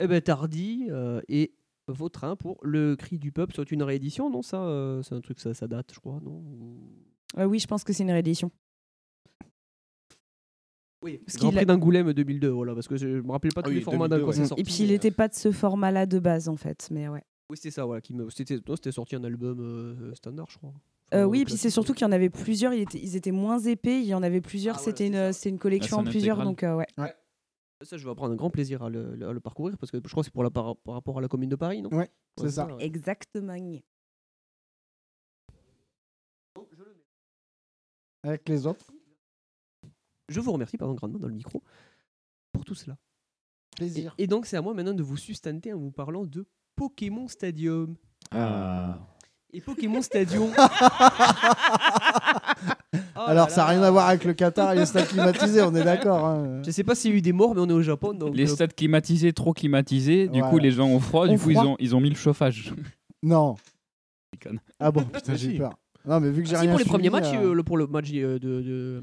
Speaker 4: Eh ben, Tardy euh, et Vautrin pour Le Cri du Peuple, soit une réédition, non Ça, euh, c'est un truc, ça, ça date, je crois, non Ou-
Speaker 10: <laughs> Euh, oui, je pense que c'est une réédition.
Speaker 4: Oui,
Speaker 10: Parce
Speaker 4: Grand
Speaker 10: qu'il
Speaker 4: Prix
Speaker 10: a-
Speaker 4: d'Angoulême 2002, voilà, parce que je ne me rappelais pas tous
Speaker 12: Ah oui,
Speaker 4: les formats
Speaker 12: 2002,
Speaker 4: d'un quoi
Speaker 12: ouais.
Speaker 4: c'est
Speaker 12: Mm.
Speaker 4: sorti. euh,
Speaker 10: Et puis il n'était pas de ce format-là de base, en fait. Mais ouais.
Speaker 4: Oui, c'était ça, voilà. Qui me... c'était... non, c'était sorti un album euh, standard, je crois.
Speaker 10: Euh,
Speaker 4: Enfin,
Speaker 10: oui, et puis
Speaker 4: classique.
Speaker 10: c'est surtout qu'il y en avait plusieurs. il était- Ils étaient, moins épais. Il y en avait plusieurs.
Speaker 4: Ah, voilà,
Speaker 10: c'était
Speaker 4: c'est
Speaker 10: une,
Speaker 4: ça.
Speaker 10: c'était une collection
Speaker 8: Bah,
Speaker 10: en
Speaker 8: c'est un
Speaker 10: plusieurs.
Speaker 8: intégral.
Speaker 10: Donc euh, ouais.
Speaker 4: Ça, je vais prendre un grand plaisir à le, à le parcourir, parce que je crois que c'est pour la par, par rapport à la commune de Paris, non
Speaker 6: Ouais, c'est ça.
Speaker 4: ouais.
Speaker 10: Exactement.
Speaker 6: Avec les autres.
Speaker 4: Je vous remercie, pardon, grandement dans le micro, pour tout cela. Et,
Speaker 6: Plaisir.
Speaker 4: et donc, c'est à moi maintenant de vous sustenter en vous parlant de Pokémon Stadium.
Speaker 12: Ah.
Speaker 4: Et Pokémon
Speaker 6: <laughs>
Speaker 4: Stadium. Oh
Speaker 6: Alors, ça n'a rien à voir
Speaker 4: avec
Speaker 6: avec le Qatar et les stades climatisés, on est
Speaker 4: <laughs>
Speaker 6: d'accord. hein.
Speaker 4: Je sais pas s'il y a eu des morts, mais on est au Japon, donc
Speaker 8: Les
Speaker 4: euh,
Speaker 8: stades climatisés, trop climatisés, du coup
Speaker 6: Voilà.
Speaker 8: les gens ont froid,
Speaker 6: Ont
Speaker 8: du coup ils
Speaker 6: froid.
Speaker 8: ont, ils ont mis le chauffage. <laughs>
Speaker 6: Non.
Speaker 8: Déconne.
Speaker 6: Ah bon, putain, j'ai
Speaker 12: Si.
Speaker 6: peur. Non, mais vu que j'ai
Speaker 4: Ah si,
Speaker 6: rien
Speaker 4: pour les
Speaker 6: suivi,
Speaker 4: premiers matchs,
Speaker 6: euh,
Speaker 4: euh, le- pour le match euh, de- de-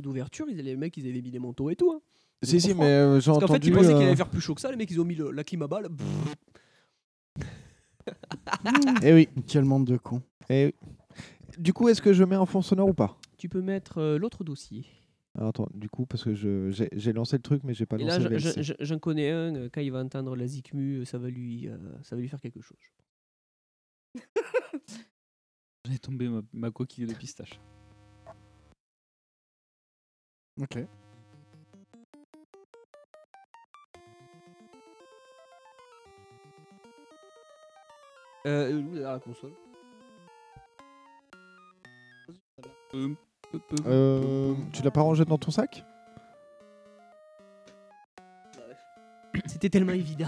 Speaker 4: d'ouverture, ils allaient- les mecs, ils avaient mis des manteaux et tout. hein.
Speaker 12: Si, si,
Speaker 4: comprends.
Speaker 12: mais euh, j'ai
Speaker 4: Parce qu'en fait,
Speaker 12: entendu.
Speaker 4: ils pensaient qu'il
Speaker 12: euh,
Speaker 4: allait faire plus chaud que ça. Les mecs, ils ont mis le- la climabal.
Speaker 12: Eh oui.
Speaker 6: Quel monde de cons.
Speaker 12: eh oui. Du coup, est-ce que je mets un fond sonore ou pas
Speaker 4: Tu peux mettre euh, l'autre dossier.
Speaker 12: Alors, Attends, du coup, parce que je- j'ai j'ai lancé le truc, mais j'ai pas
Speaker 4: Et
Speaker 12: lancé
Speaker 4: là,
Speaker 12: le
Speaker 4: j'en-
Speaker 12: VLC.
Speaker 4: j'en- j'en connais un. euh, Quand il va entendre la Zikmu, euh, ça va lui, euh, ça va lui faire quelque chose.
Speaker 8: J'ai tombé ma, ma coquille de pistache.
Speaker 6: Ok.
Speaker 4: Euh, euh, oui, à la console.
Speaker 8: Euh, peu, peu, peu.
Speaker 12: Euh, tu l'as pas rangé dans ton sac
Speaker 4: C'était tellement évident.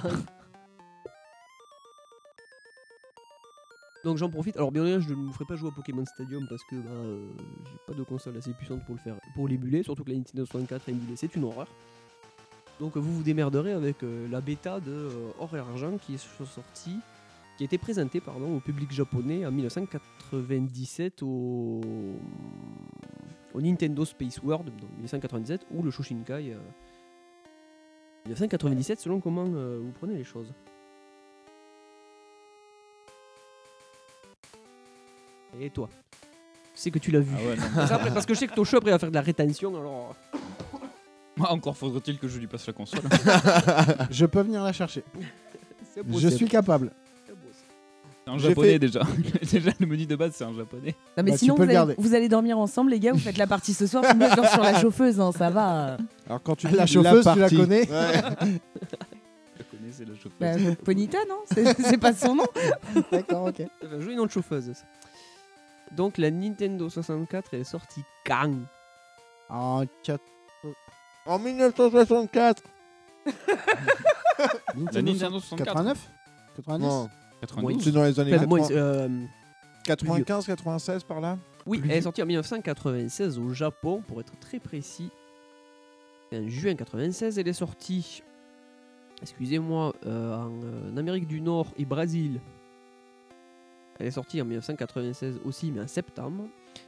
Speaker 4: Donc j'en profite. Alors bien sûr, je ne vous ferai pas jouer à Pokémon Stadium parce que bah, euh, j'ai pas de console assez puissante pour le faire, pour l'émuler. Surtout que la Nintendo 64 émulée, c'est une horreur. Donc vous vous démerderez avec euh, la bêta de euh, Or et Argent qui est sortie, qui a été présentée pardon, au public japonais en 1997 au, au Nintendo Space World, donc 1997, ou le Shoshinkai. euh, 1997 selon comment euh, vous prenez les choses. Et toi C'est que tu l'as vu.
Speaker 8: Ah ouais, non. <laughs>
Speaker 4: Ça, après, parce que je sais que ton show après va faire de la rétention alors.
Speaker 8: Moi, encore faudrait-il que je lui passe la console.
Speaker 6: <laughs> Je peux venir la chercher.
Speaker 4: c'est
Speaker 6: Je
Speaker 4: possible.
Speaker 6: suis capable.
Speaker 4: C'est possible.
Speaker 8: C'est un
Speaker 12: J'ai
Speaker 8: japonais
Speaker 12: fait-
Speaker 8: déjà. <laughs> déjà le menu de base c'est un japonais.
Speaker 10: Non, mais
Speaker 6: Bah, tu
Speaker 10: sinon,
Speaker 6: peux
Speaker 10: vous
Speaker 6: le garder.
Speaker 10: allez, vous allez dormir ensemble, les gars. Vous faites la partie ce soir. Vous me dors sur la chauffeuse, hein, ça va.
Speaker 12: Alors, quand tu
Speaker 6: Ah, La
Speaker 12: dis
Speaker 6: chauffeuse, tu la
Speaker 12: partie-
Speaker 6: connais
Speaker 8: Je connais, c'est le chauffeur.
Speaker 10: Bah, Ponita, non C'est <laughs> c'est pas son nom.
Speaker 6: D'accord, ok.
Speaker 4: Ça va jouer Eh ben, une autre chauffeuse. ça. Donc la Nintendo 64 est sortie quand
Speaker 6: En Ah, quatre-
Speaker 12: En 1964
Speaker 8: La Nintendo 64.
Speaker 6: 89 90
Speaker 12: Non,
Speaker 8: 92.
Speaker 12: c'est dans les années
Speaker 4: Enfin, bon,
Speaker 12: 80
Speaker 4: euh,
Speaker 12: 95, 96 par là
Speaker 4: Oui, elle est sortie en 1996 au Japon, pour être très précis. En euh, juin 1996, elle est sortie, excusez-moi, euh, en, euh, en Amérique du Nord et Brésil. Elle est sortie en 1996 aussi, mais en septembre.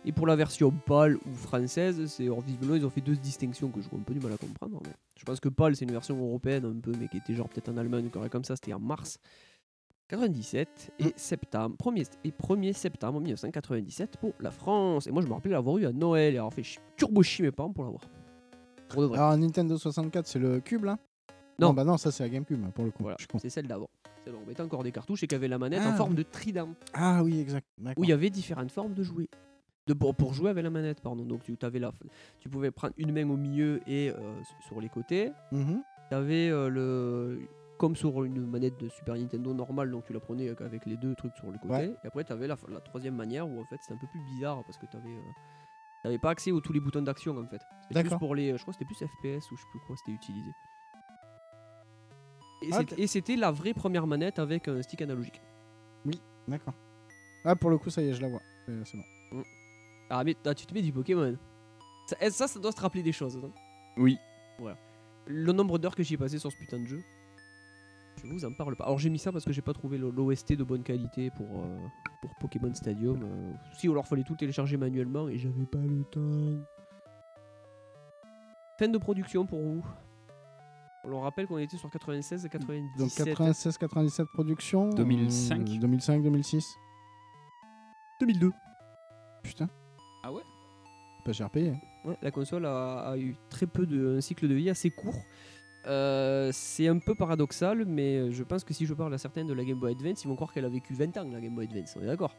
Speaker 4: Et pour la version PAL ou française, c'est alors, visiblement, ils ont fait deux distinctions que j'ai un peu du mal à comprendre. mais je pense que PAL, c'est une version européenne un peu, mais qui était genre peut-être en Allemagne, ou comme ça, c'était en mars 97 et septembre, 1er, et 1er septembre 1997 pour la France. Et moi, je me rappelle l'avoir eu à Noël et avoir fait chi- turbo chier mes parents pour l'avoir. Pour de vrai.
Speaker 6: Alors, Nintendo 64, c'est le cube là
Speaker 4: Non.
Speaker 6: bah non, ça c'est la Gamecube pour le coup.
Speaker 4: voilà,
Speaker 6: Je suis con.
Speaker 4: c'est celle d'avant. Celle où on mettait encore des cartouches et qui avait la manette en
Speaker 6: Ah.
Speaker 4: forme de trident.
Speaker 6: Ah oui, exact. D'accord.
Speaker 4: Où il y avait différentes formes de jouer. De, pour, pour jouer avec la manette, pardon. Donc, tu, avais la, tu pouvais prendre une main au milieu et euh, sur les côtés.
Speaker 6: Mhm.
Speaker 4: T'avais euh, le. Comme sur une manette de Super Nintendo normale, donc tu la prenais avec- avec les deux trucs sur le côté.
Speaker 6: Ouais.
Speaker 4: Et après, t'avais la, la troisième manière où en fait c'est un peu plus bizarre parce que t'avais. euh, t'avais pas accès aux tous les boutons d'action en fait. C'était plus
Speaker 6: D'accord.
Speaker 4: pour les. Je crois que c'était plus FPS ou je sais plus quoi c'était utilisé. Et
Speaker 6: Ah,
Speaker 4: c'est- Et c'était la vraie première manette avec un stick analogique.
Speaker 6: Oui, d'accord. Là, pour le coup, ça y est, je la vois. Euh, C'est bon.
Speaker 4: Ah mais ah, tu te mets du Pokémon. Ça, eh, ça, ça doit te rappeler des choses. non
Speaker 8: Oui.
Speaker 4: Voilà. Le nombre d'heures que j'ai passé sur ce putain de jeu, je vous en parle pas. Alors j'ai mis ça parce que j'ai pas trouvé l'OST de bonne qualité pour, euh, pour Pokémon Stadium. euh, si, ou alors fallait tout télécharger manuellement et j'avais pas le temps. Fin de production pour vous. On leur rappelle qu'on était sur 96 et 97.
Speaker 6: Donc 96-97 production.
Speaker 8: 2005.
Speaker 6: Euh, 2005-2006.
Speaker 4: 2002.
Speaker 6: Putain,
Speaker 8: Ah ouais
Speaker 6: pas cher
Speaker 4: <laughs>
Speaker 6: payé.
Speaker 4: Ouais, la console a, a eu très peu de un cycle de vie assez court. Euh, c'est un peu paradoxal, mais je pense que si je parle à certains de la Game Boy Advance, ils vont croire qu'elle a vécu 20 ans, la Game Boy Advance. On est d'accord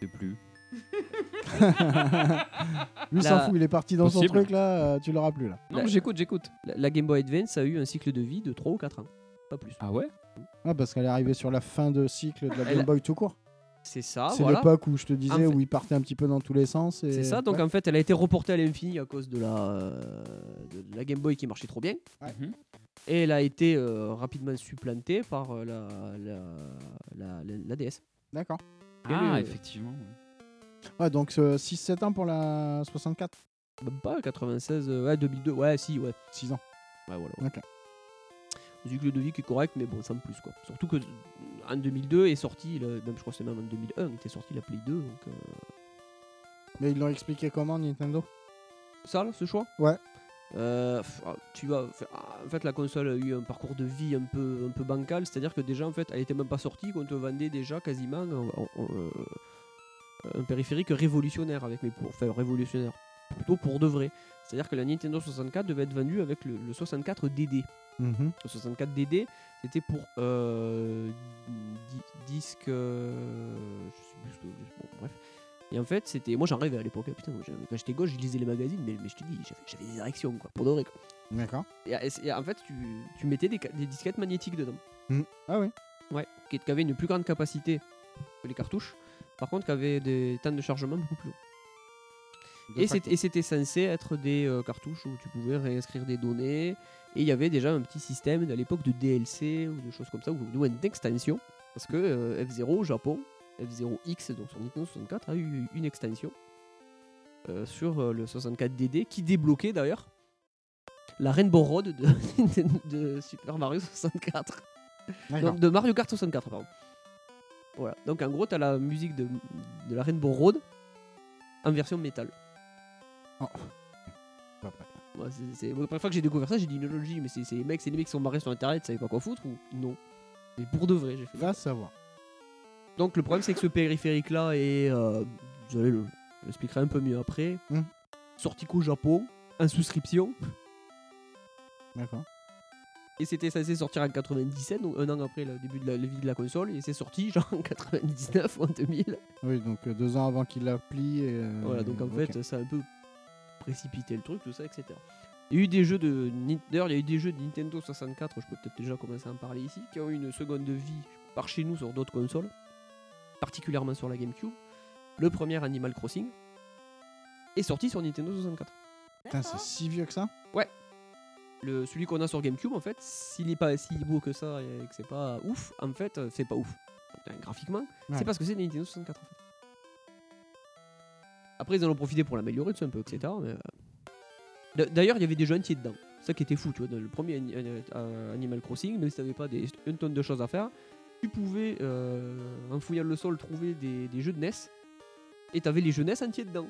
Speaker 8: Je sais plus.
Speaker 6: Lui,
Speaker 4: La-
Speaker 6: s'en fout, il est parti dans son
Speaker 8: Possible.
Speaker 6: truc là, euh, tu l'auras plus là.
Speaker 8: Non,
Speaker 4: La-
Speaker 8: mais j'écoute, j'écoute.
Speaker 4: la, la Game Boy Advance a eu un cycle de vie de 3 ou 4 ans, pas plus.
Speaker 8: Ah ouais
Speaker 6: Ah, parce qu'elle est arrivée sur la fin de cycle de la
Speaker 4: Elle-
Speaker 6: Game Boy tout court.
Speaker 4: C'est ça,
Speaker 6: C'est
Speaker 4: voilà.
Speaker 6: l'époque où je te disais
Speaker 4: En fait-
Speaker 6: où il partait un petit peu dans tous les sens. et-
Speaker 4: C'est ça, donc
Speaker 6: ouais.
Speaker 4: en fait, elle a été reportée à l'infini à cause de la, euh, de la Game Boy qui marchait trop bien.
Speaker 6: Ouais.
Speaker 8: Mhm.
Speaker 4: Et elle a été euh, rapidement supplantée par euh, la, la, la, la- la DS.
Speaker 6: D'accord.
Speaker 8: Ah,
Speaker 4: euh,
Speaker 8: effectivement. ouais.
Speaker 6: Ouais, donc euh, 6-7 ans pour la 64.
Speaker 4: Même pas 96, euh, ouais, 2002, ouais, si, ouais.
Speaker 6: 6 ans.
Speaker 4: Ouais, voilà.
Speaker 6: Ok.
Speaker 4: Le cycle de vie qui est correct, mais bon, sans plus quoi. Surtout que euh, en 2002 est sorti, le- même je crois que c'est même en 2001, était sorti la Play 2. Donc, euh,
Speaker 6: Mais ils l'ont expliqué comment, Nintendo
Speaker 4: ça, là, ce choix
Speaker 6: Ouais.
Speaker 4: Euh, pff, ah, tu vois, f- ah, en fait, la console a eu un parcours de vie un peu, un peu bancal, c'est-à-dire que déjà, en fait, elle était même pas sortie, qu'on te vendait déjà quasiment un, un- euh, un- un périphérique révolutionnaire avec, mais pour, enfin, révolutionnaire, plutôt pour de vrai. C'est-à-dire que la Nintendo 64 devait être vendue avec le, le 64 DD.
Speaker 6: Mhm.
Speaker 4: Le 64 DD, c'était pour euh, di- disque. euh, je sais plus ce que. Bon, bref. Et en fait, c'était. Moi, j'en rêvais à l'époque. hein, Putain, moi, j'avais- quand j'étais gauche, je lisais les magazines, mais, mais je te dis, j'avais- j'avais des érections, quoi, pour de vrai. quoi.
Speaker 6: D'accord.
Speaker 4: Et, et- et en fait, tu, tu mettais des, ca- des disquettes magnétiques dedans.
Speaker 6: Mhm. Ah oui.
Speaker 4: Ouais, qui, qui avaient une plus grande capacité que les cartouches. Par contre, qui avaient des temps de chargement beaucoup plus longs. Et c'était- et c'était censé être des euh, cartouches où tu pouvais réinscrire des données. Et il y avait déjà un petit système à l'époque de DLC ou de choses comme ça, ou ou une extension. Parce que euh, F0 au Japon, F0X, donc sur Nintendo 64, a eu une extension euh, sur euh, le 64DD qui débloquait d'ailleurs la Rainbow Road de, <laughs> de Super Mario 64. Non,
Speaker 6: D'accord.
Speaker 4: de Mario Kart 64, pardon. Voilà. Donc en gros, t'as la musique de, de la Rainbow Road en version métal.
Speaker 6: Oh. Pas mal.
Speaker 4: Moi, Bah, c'est- c'est- moi, la première fois que j'ai découvert ça, j'ai dit une logique, mais c'est c'est les mecs, c'est les mecs qui sont barrés sur internet, ils savaient pas quoi foutre ou non Mais pour de vrai, j'ai fait.
Speaker 6: Va savoir.
Speaker 4: Donc le problème, c'est que ce périphérique là est. euh, vous allez le- je l'expliquerai un peu mieux après.
Speaker 6: Mhm.
Speaker 4: Sorti qu'au Japon, en souscription,
Speaker 6: D'accord.
Speaker 4: et c'était censé sortir en 97, donc un an après le début de la, la vie de la console, et c'est sorti genre en 99 ou en 2000.
Speaker 6: Oui, donc euh, deux ans avant qu'il la plie. et, euh,
Speaker 4: Voilà, donc en
Speaker 6: ok.
Speaker 4: fait, ça a un peu précipité le truc, tout ça, etc. Il y a eu des jeux de Nin- d'ailleurs, il y a eu des jeux de Nintendo 64, je peux peut-être déjà commencer à en parler ici, qui ont eu une seconde de vie par chez nous sur d'autres consoles, particulièrement sur la GameCube. Le premier Animal Crossing est sorti sur Nintendo 64.
Speaker 6: Putain, c'est si vieux que ça
Speaker 4: Le, celui qu'on a sur GameCube, en fait, s'il n'est pas si beau que ça et que c'est pas ouf, en fait, euh, c'est pas ouf. Putain, Graphiquement,
Speaker 6: Ouais.
Speaker 4: c'est parce que c'est Nintendo 64 en fait. Après, ils en ont profité pour l'améliorer, c'est un peu, etc. mais, euh, d'a- D'ailleurs, il y avait des jeux entiers dedans. Ça qui était fou, tu vois, dans le premier Ani- euh, euh, Animal Crossing, même si t'avais pas des, une tonne de choses à faire, tu pouvais, euh, en fouillant le sol, trouver des, des jeux de NES, et t'avais les jeux NES entiers dedans.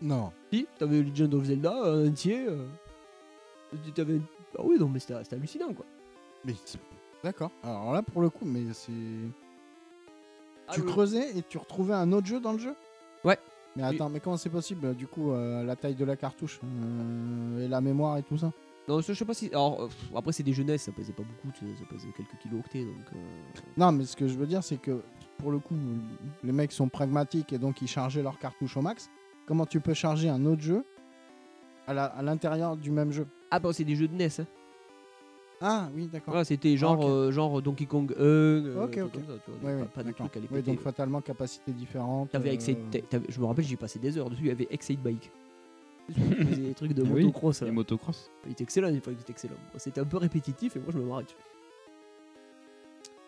Speaker 6: Non.
Speaker 4: Si, t'avais Legend of Zelda euh, entier. euh, tu- t'avais- Ah oui, non, mais c'était c'était hallucinant, quoi.
Speaker 6: Mais c'est- d'accord. Alors là, pour le coup, mais c'est.
Speaker 4: Ah,
Speaker 6: tu
Speaker 4: le-
Speaker 6: creusais et tu retrouvais un autre jeu dans le jeu
Speaker 4: Ouais.
Speaker 6: Mais attends, mais comment c'est possible Du coup, euh, la taille de la cartouche euh, et la mémoire et tout ça
Speaker 4: Non, je je sais pas si. Alors, euh, pff, après, c'est des jeunesses, ça pesait pas beaucoup, tu sais, ça pesait quelques kilo-octets, donc. euh,
Speaker 6: Non, mais ce que je veux dire, c'est que pour le coup, les mecs sont pragmatiques et donc ils chargeaient leur cartouche au max. Comment tu peux charger un autre jeu à la- à l'intérieur du même jeu
Speaker 4: Ah, bah, c'est des jeux de NES, hein.
Speaker 6: Ah oui, d'accord.
Speaker 4: Voilà, c'était genre,
Speaker 6: Ah, ok.
Speaker 4: euh, genre Donkey Kong 1, euh,
Speaker 6: Ok,
Speaker 4: trucs
Speaker 6: ok.
Speaker 4: comme ça, tu vois, donc
Speaker 6: Ouais,
Speaker 4: pas,
Speaker 6: ouais,
Speaker 4: pas des
Speaker 6: d'accord.
Speaker 4: trucs à
Speaker 6: Oui,
Speaker 4: l'époque.
Speaker 6: donc fatalement, capacité différente.
Speaker 4: T'avais
Speaker 6: euh, <laughs>
Speaker 4: Excite- t'a- t'avais- je me rappelle, j'y passais des heures dessus, il y avait Excite Bike. Il faisait des
Speaker 6: Eh
Speaker 4: trucs de
Speaker 8: Oui,
Speaker 4: motocross.
Speaker 8: les
Speaker 4: là.
Speaker 8: motocross.
Speaker 4: Il était excellent, il était excellent. C'était un peu répétitif et moi je me marrais dessus.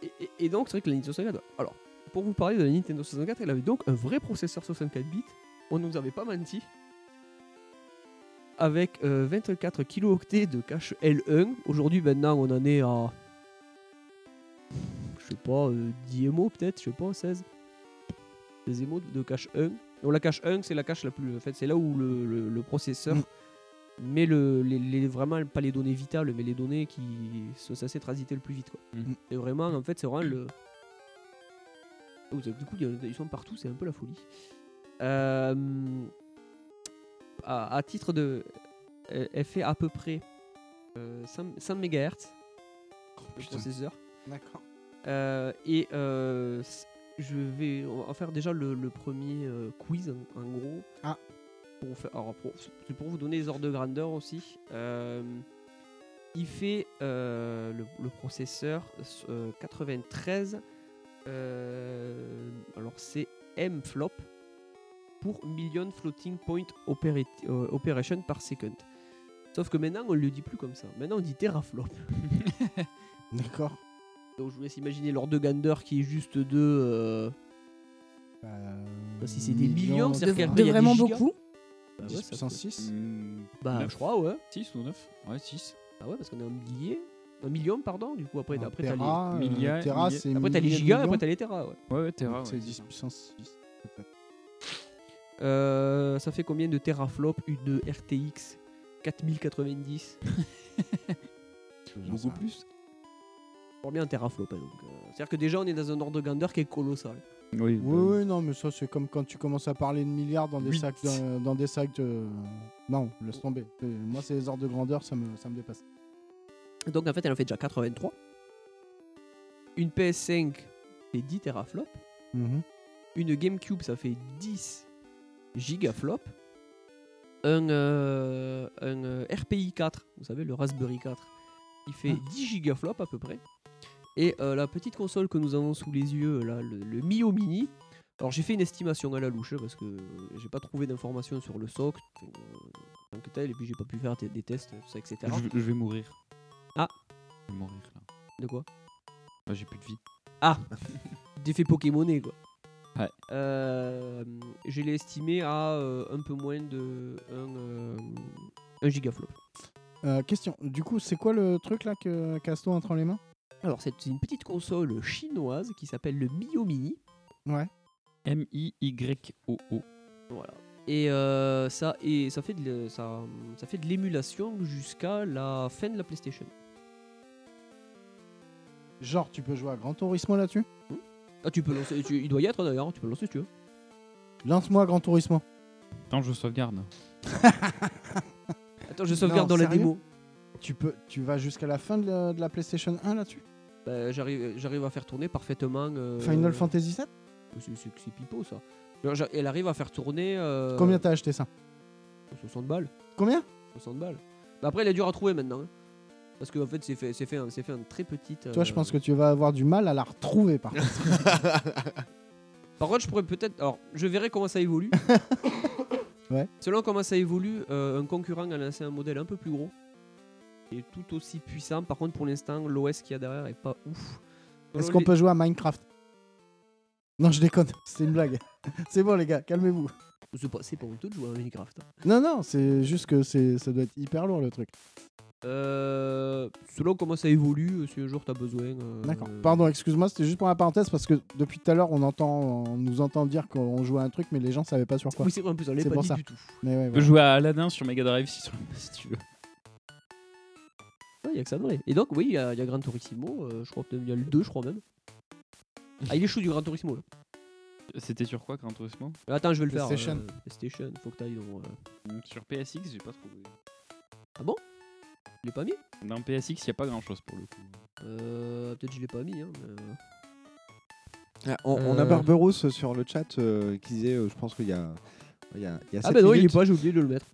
Speaker 4: Et, et- et donc, c'est vrai que la Nintendo 64. Alors, pour vous parler de la Nintendo 64, elle avait donc un vrai processeur 64 bits. On nous avait pas menti. Avec euh, 24 kilooctets de cache L1. Aujourd'hui, maintenant, on en est à. Je sais pas, euh, 10 MO peut-être, je sais pas, 16. Des émaux de cache 1. Donc la cache 1, c'est la cache la plus. En fait, c'est là où le, le- le processeur met le, les, les- vraiment pas les données vitales, mais les données qui sont censées transiter le plus vite. Quoi.
Speaker 8: Mhm.
Speaker 4: Et vraiment, en fait, c'est vraiment le. Oh, c'est- du coup, il y en a- ils sont partout, c'est un peu la folie. Euh, à, à titre de. Elle elle fait à peu près euh, 5, MHz le
Speaker 6: putain.
Speaker 4: processeur.
Speaker 6: D'accord. <laughs>
Speaker 4: Euh, et euh, s- je vais on va faire déjà le, le premier euh, quiz en, en gros.
Speaker 6: Ah.
Speaker 4: Pour vous faire- alors, pour- c'est pour vous donner les ordres de grandeur aussi. Euh, il fait euh, le, le processeur s- euh, 93. euh, alors c'est M flop pour million floating point opéri- euh, operation par second. Sauf que maintenant on le dit plus comme ça. Maintenant on dit teraflop.
Speaker 6: D'accord.
Speaker 4: Donc je vous laisse imaginer l'ordre de grandeur qui est juste de. euh,
Speaker 6: Euh,
Speaker 4: bah, si c'est des millions,
Speaker 10: De,
Speaker 4: c'est-à-dire
Speaker 10: de
Speaker 4: qu'après, il y a des
Speaker 10: vraiment
Speaker 4: gigas.
Speaker 10: beaucoup
Speaker 4: Bah ouais,
Speaker 6: 10
Speaker 4: ça
Speaker 6: puissance
Speaker 4: fait-
Speaker 6: 6
Speaker 8: Hmm,
Speaker 4: Bah,
Speaker 8: neuf.
Speaker 4: je crois, ouais.
Speaker 8: 6 ou 9 Ouais, 6.
Speaker 4: Bah ouais, parce qu'on est un millier. Un million, pardon, du coup, après,
Speaker 6: Un
Speaker 4: après t'as les.
Speaker 6: Tera, euh,
Speaker 8: milliards,
Speaker 6: Tera,
Speaker 8: milliards.
Speaker 6: c'est
Speaker 4: Après t'as les
Speaker 6: milliers de
Speaker 4: gigas,
Speaker 6: millions.
Speaker 4: après t'as les terras, ouais.
Speaker 8: Ouais, ouais, Terra.
Speaker 6: Donc, C'est
Speaker 8: ouais,
Speaker 6: 10
Speaker 8: ça.
Speaker 6: puissance 6. peut-être.
Speaker 4: Euh, ça fait combien de teraflops Une RTX 4090
Speaker 6: J'en
Speaker 8: Beaucoup
Speaker 6: sais rien.
Speaker 8: plus
Speaker 4: Combien un teraflop hein, donc euh, C'est-à-dire que déjà, on est dans un ordre de grandeur qui est colossal.
Speaker 8: Oui, bah
Speaker 4: Euh,
Speaker 6: Oui, oui, non, mais ça, c'est comme quand tu commences à parler de milliards dans des
Speaker 8: Huit.
Speaker 6: sacs de, dans des sacs de. Non, laisse tomber. Euh, Moi, c'est les ordres de grandeur, ça me, ça me dépasse.
Speaker 4: Donc en fait, elle en fait déjà 83. Une PS5 fait 10 teraflops. Mhm. Une GameCube, ça fait 10 gigaflops. Un, euh, un euh, RPI 4, vous savez, le Raspberry 4, il fait 10 gigaflops à peu près. Et euh, la petite console que nous avons sous les yeux, là, le, le Mio Mini. Alors j'ai fait une estimation à la louche hein, parce que euh, j'ai pas trouvé d'informations sur le socle euh, en tant que tel, et puis j'ai pas pu faire des, des tests, tout ça, etc.
Speaker 8: Je, je vais mourir.
Speaker 4: Ah.
Speaker 8: Je vais mourir là.
Speaker 4: De quoi
Speaker 8: Bah, j'ai plus de vie.
Speaker 4: d'effet Pokémoné quoi.
Speaker 8: Ouais.
Speaker 4: Euh, je l'ai estimé à euh, un peu moins de 1 euh, un gigaflop.
Speaker 6: Euh, question. Du coup, c'est quoi le truc là que Casto entre les mains
Speaker 4: Alors c'est une petite console chinoise qui s'appelle le Mio Mini.
Speaker 8: M-I-Y-O-O.
Speaker 4: Voilà. Et, euh, ça, et ça fait de, l'é- ça, ça fait de l'émulation jusqu'à la fin de la PlayStation.
Speaker 6: Genre, tu peux jouer à Grand Turismo là-dessus
Speaker 4: Ah, tu peux lancer, tu- il doit y être d'ailleurs, tu peux le lancer si tu veux.
Speaker 6: Lance-moi Grand Turismo.
Speaker 8: Attends, je sauvegarde.
Speaker 4: Attends, je sauvegarde
Speaker 6: Non,
Speaker 4: dans la
Speaker 6: sérieux
Speaker 4: démo.
Speaker 6: Tu, peux, tu vas jusqu'à la fin de la, de la PlayStation 1 là-dessus
Speaker 4: Bah, j'arrive, j'arrive à faire tourner parfaitement. euh,
Speaker 6: Final Fantasy VII
Speaker 4: c'est, c'est, c'est pipeau ça. Genre, j'a- Elle arrive à faire tourner. euh,
Speaker 6: Combien t'as acheté ça
Speaker 4: 60 balles.
Speaker 6: Combien
Speaker 4: 60 balles. Bah après, il est dur à trouver maintenant. hein. Parce qu'en fait, c'est fait, c'est fait, un- c'est fait un très petit. euh,
Speaker 6: Toi, je pense que tu vas avoir du mal à la retrouver par
Speaker 4: <laughs>
Speaker 6: contre.
Speaker 4: Par contre, je pourrais peut-être. Alors, je verrai comment ça évolue.
Speaker 6: <laughs> Ouais.
Speaker 4: Selon comment ça évolue, euh, un concurrent a lancé un modèle un peu plus gros. Et tout aussi puissant. Par contre, pour l'instant, l'OS qu'il y a derrière est pas ouf.
Speaker 6: Est-ce
Speaker 4: Selon
Speaker 6: qu'on
Speaker 4: les-
Speaker 6: peut jouer à Minecraft Non, je déconne. <laughs> C'était une blague. C'est bon, les gars, calmez-vous.
Speaker 4: C'est pas, c'est pas honteux de jouer à Minecraft. hein.
Speaker 6: Non, non, c'est juste que c'est, ça doit être hyper lourd le truc.
Speaker 4: Euh, selon comment ça évolue, euh, si un jour t'as besoin. euh,
Speaker 6: D'accord. Pardon, excuse-moi, c'était juste pour la parenthèse parce que depuis tout à l'heure, on entend, on nous entend dire qu'on jouait à un truc, mais les gens savaient pas sur quoi.
Speaker 4: Oui, c'est en plus, on l'est
Speaker 6: C'est
Speaker 4: pas
Speaker 6: pour
Speaker 4: dit
Speaker 6: ça.
Speaker 4: du tout.
Speaker 6: Mais ouais,
Speaker 8: Tu peux
Speaker 6: voilà.
Speaker 8: jouer à Aladdin sur Mega Drive si tu- si tu veux. <laughs>
Speaker 4: Ouais, il y a que ça de vrai. Et donc, oui, il y, a il y a Gran Turismo, euh, je crois qu'il y a le 2, je crois même. Ah, il est chaud du Gran Turismo là.
Speaker 8: C'était sur quoi, Gran Turismo
Speaker 4: Attends, je vais le faire.
Speaker 6: PlayStation.
Speaker 4: euh, PlayStation, faut que t'ailles dans. euh,
Speaker 8: Sur PSX, j'ai pas trouvé.
Speaker 4: Je l'ai pas mis
Speaker 8: Dans PSX, y a pas grand chose pour le coup.
Speaker 4: euh, Peut-être je l'ai pas mis. Hein, mais-
Speaker 12: Ah, on, on a
Speaker 4: Euh.
Speaker 12: Barberos sur le chat euh, qui disait, euh, je pense qu'il y a. Il y a, il y a
Speaker 4: Ah,
Speaker 12: sept
Speaker 4: bah non, il est
Speaker 12: minutes
Speaker 4: pas, j'ai oublié de le mettre.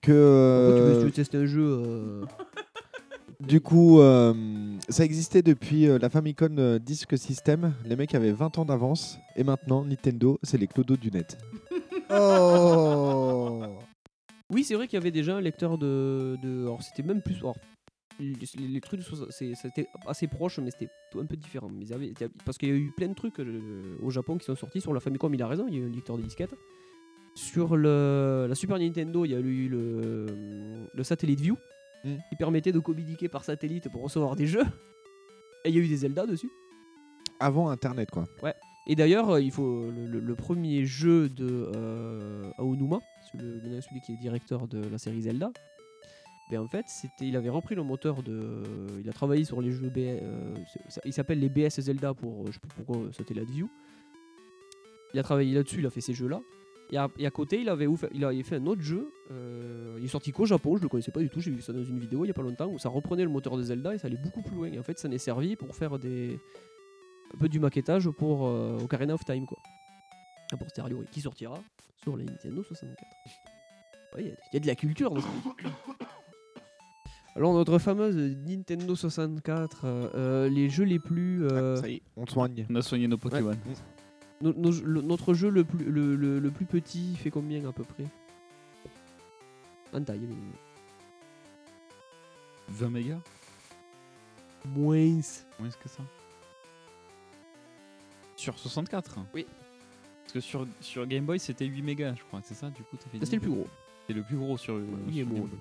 Speaker 12: Que,
Speaker 4: Pourquoi tu veux-
Speaker 12: euh,
Speaker 4: tu veux tester un jeu. euh,
Speaker 12: Du coup, euh, ça existait depuis euh, la Famicom euh, Disk System. Les mecs avaient 20 ans d'avance. Et maintenant, Nintendo, c'est les clodos du net.
Speaker 6: Oh
Speaker 4: Oui, Oui, c'est vrai qu'il y avait déjà un lecteur de. de alors, c'était même plus. alors, les, les- les trucs de soix- c'est- c'était assez proche, mais c'était tout un peu différent. Mais ils avaient- il y a- parce qu'il y a eu plein de trucs euh, au Japon qui sont sortis sur la Famicom, il a raison, il y a eu un lecteur de disquette. Sur le, la Super Nintendo, il y a eu le, le satellite View qui permettait de communiquer par satellite pour recevoir des jeux. Et il y a eu des Zelda dessus.
Speaker 12: Avant Internet, quoi.
Speaker 4: Ouais. Et d'ailleurs, euh, il faut le, le- le premier jeu de euh, Aonuma, celui, le- celui qui est directeur de la série Zelda. Ben en fait, c'était, il avait repris le moteur de, il a travaillé sur les jeux BS. euh, c'est- ça- il s'appelle les BS Zelda pour, euh, je sais pas pourquoi euh, c'était la view. Il a travaillé là-dessus, il a fait ces jeux-là. Et à, et à côté, il avait, ouf- il avait fait un autre jeu. euh, il est sorti qu'au Japon, je le connaissais pas du tout. J'ai vu ça dans une vidéo il y a pas longtemps où ça reprenait le moteur de Zelda et ça allait beaucoup plus loin. Et en fait, ça n'est servi pour faire des, un peu du maquettage pour euh, Ocarina of Time quoi. Ah, Pour Stereo et qui sortira sur la Nintendo 64. Ouais, Il y, a- il y a de la culture dans ce pays. Alors notre fameuse Nintendo 64, euh, euh, les jeux les plus... euh,
Speaker 12: Ça y est, Mmh. on soigne.
Speaker 8: On a soigné nos Pokémon.
Speaker 4: Ouais. No- nos- le- notre jeu le plus, le, le- le plus petit fait combien à peu près En taille, bien évidemment.
Speaker 8: 20 mégas
Speaker 4: Moins.
Speaker 8: Moins que ça. Sur 64
Speaker 4: Oui.
Speaker 8: Parce que sur, sur Game Boy, c'était 8 mégas, je crois, c'est ça Du coup, t'as fait
Speaker 4: C'était le
Speaker 8: 10.
Speaker 4: plus gros.
Speaker 8: C'est Bah, le plus gros sur. euh,
Speaker 4: Oui, mais
Speaker 8: sur
Speaker 4: bon.
Speaker 8: Game Boy.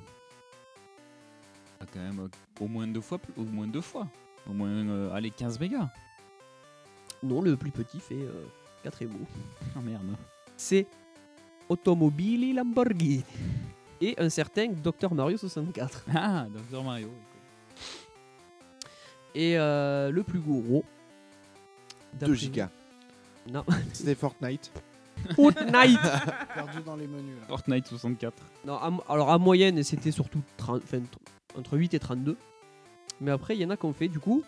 Speaker 8: Ah, quand même, euh, au moins deux fois. plus- Au moins deux fois. Au moins, euh, allez, 15 mégas.
Speaker 4: Non, le plus petit fait 4 et beau.
Speaker 8: Ah merde.
Speaker 4: c'est Automobili Lamborghini et un certain Dr Mario 64.
Speaker 8: Ah, Dr. Mario. écoute.
Speaker 4: Et euh, le plus gros.
Speaker 12: 2 gigas.
Speaker 4: Non.
Speaker 12: C'était Fortnite.
Speaker 4: <laughs> Fortnite
Speaker 6: Perdu dans les menus. là.
Speaker 8: Fortnite 64.
Speaker 4: Non, à mo- alors à moyenne, c'était surtout 30 enfin, tr- entre 8 et 32. Mais après, il y en a qui ont fait du coup.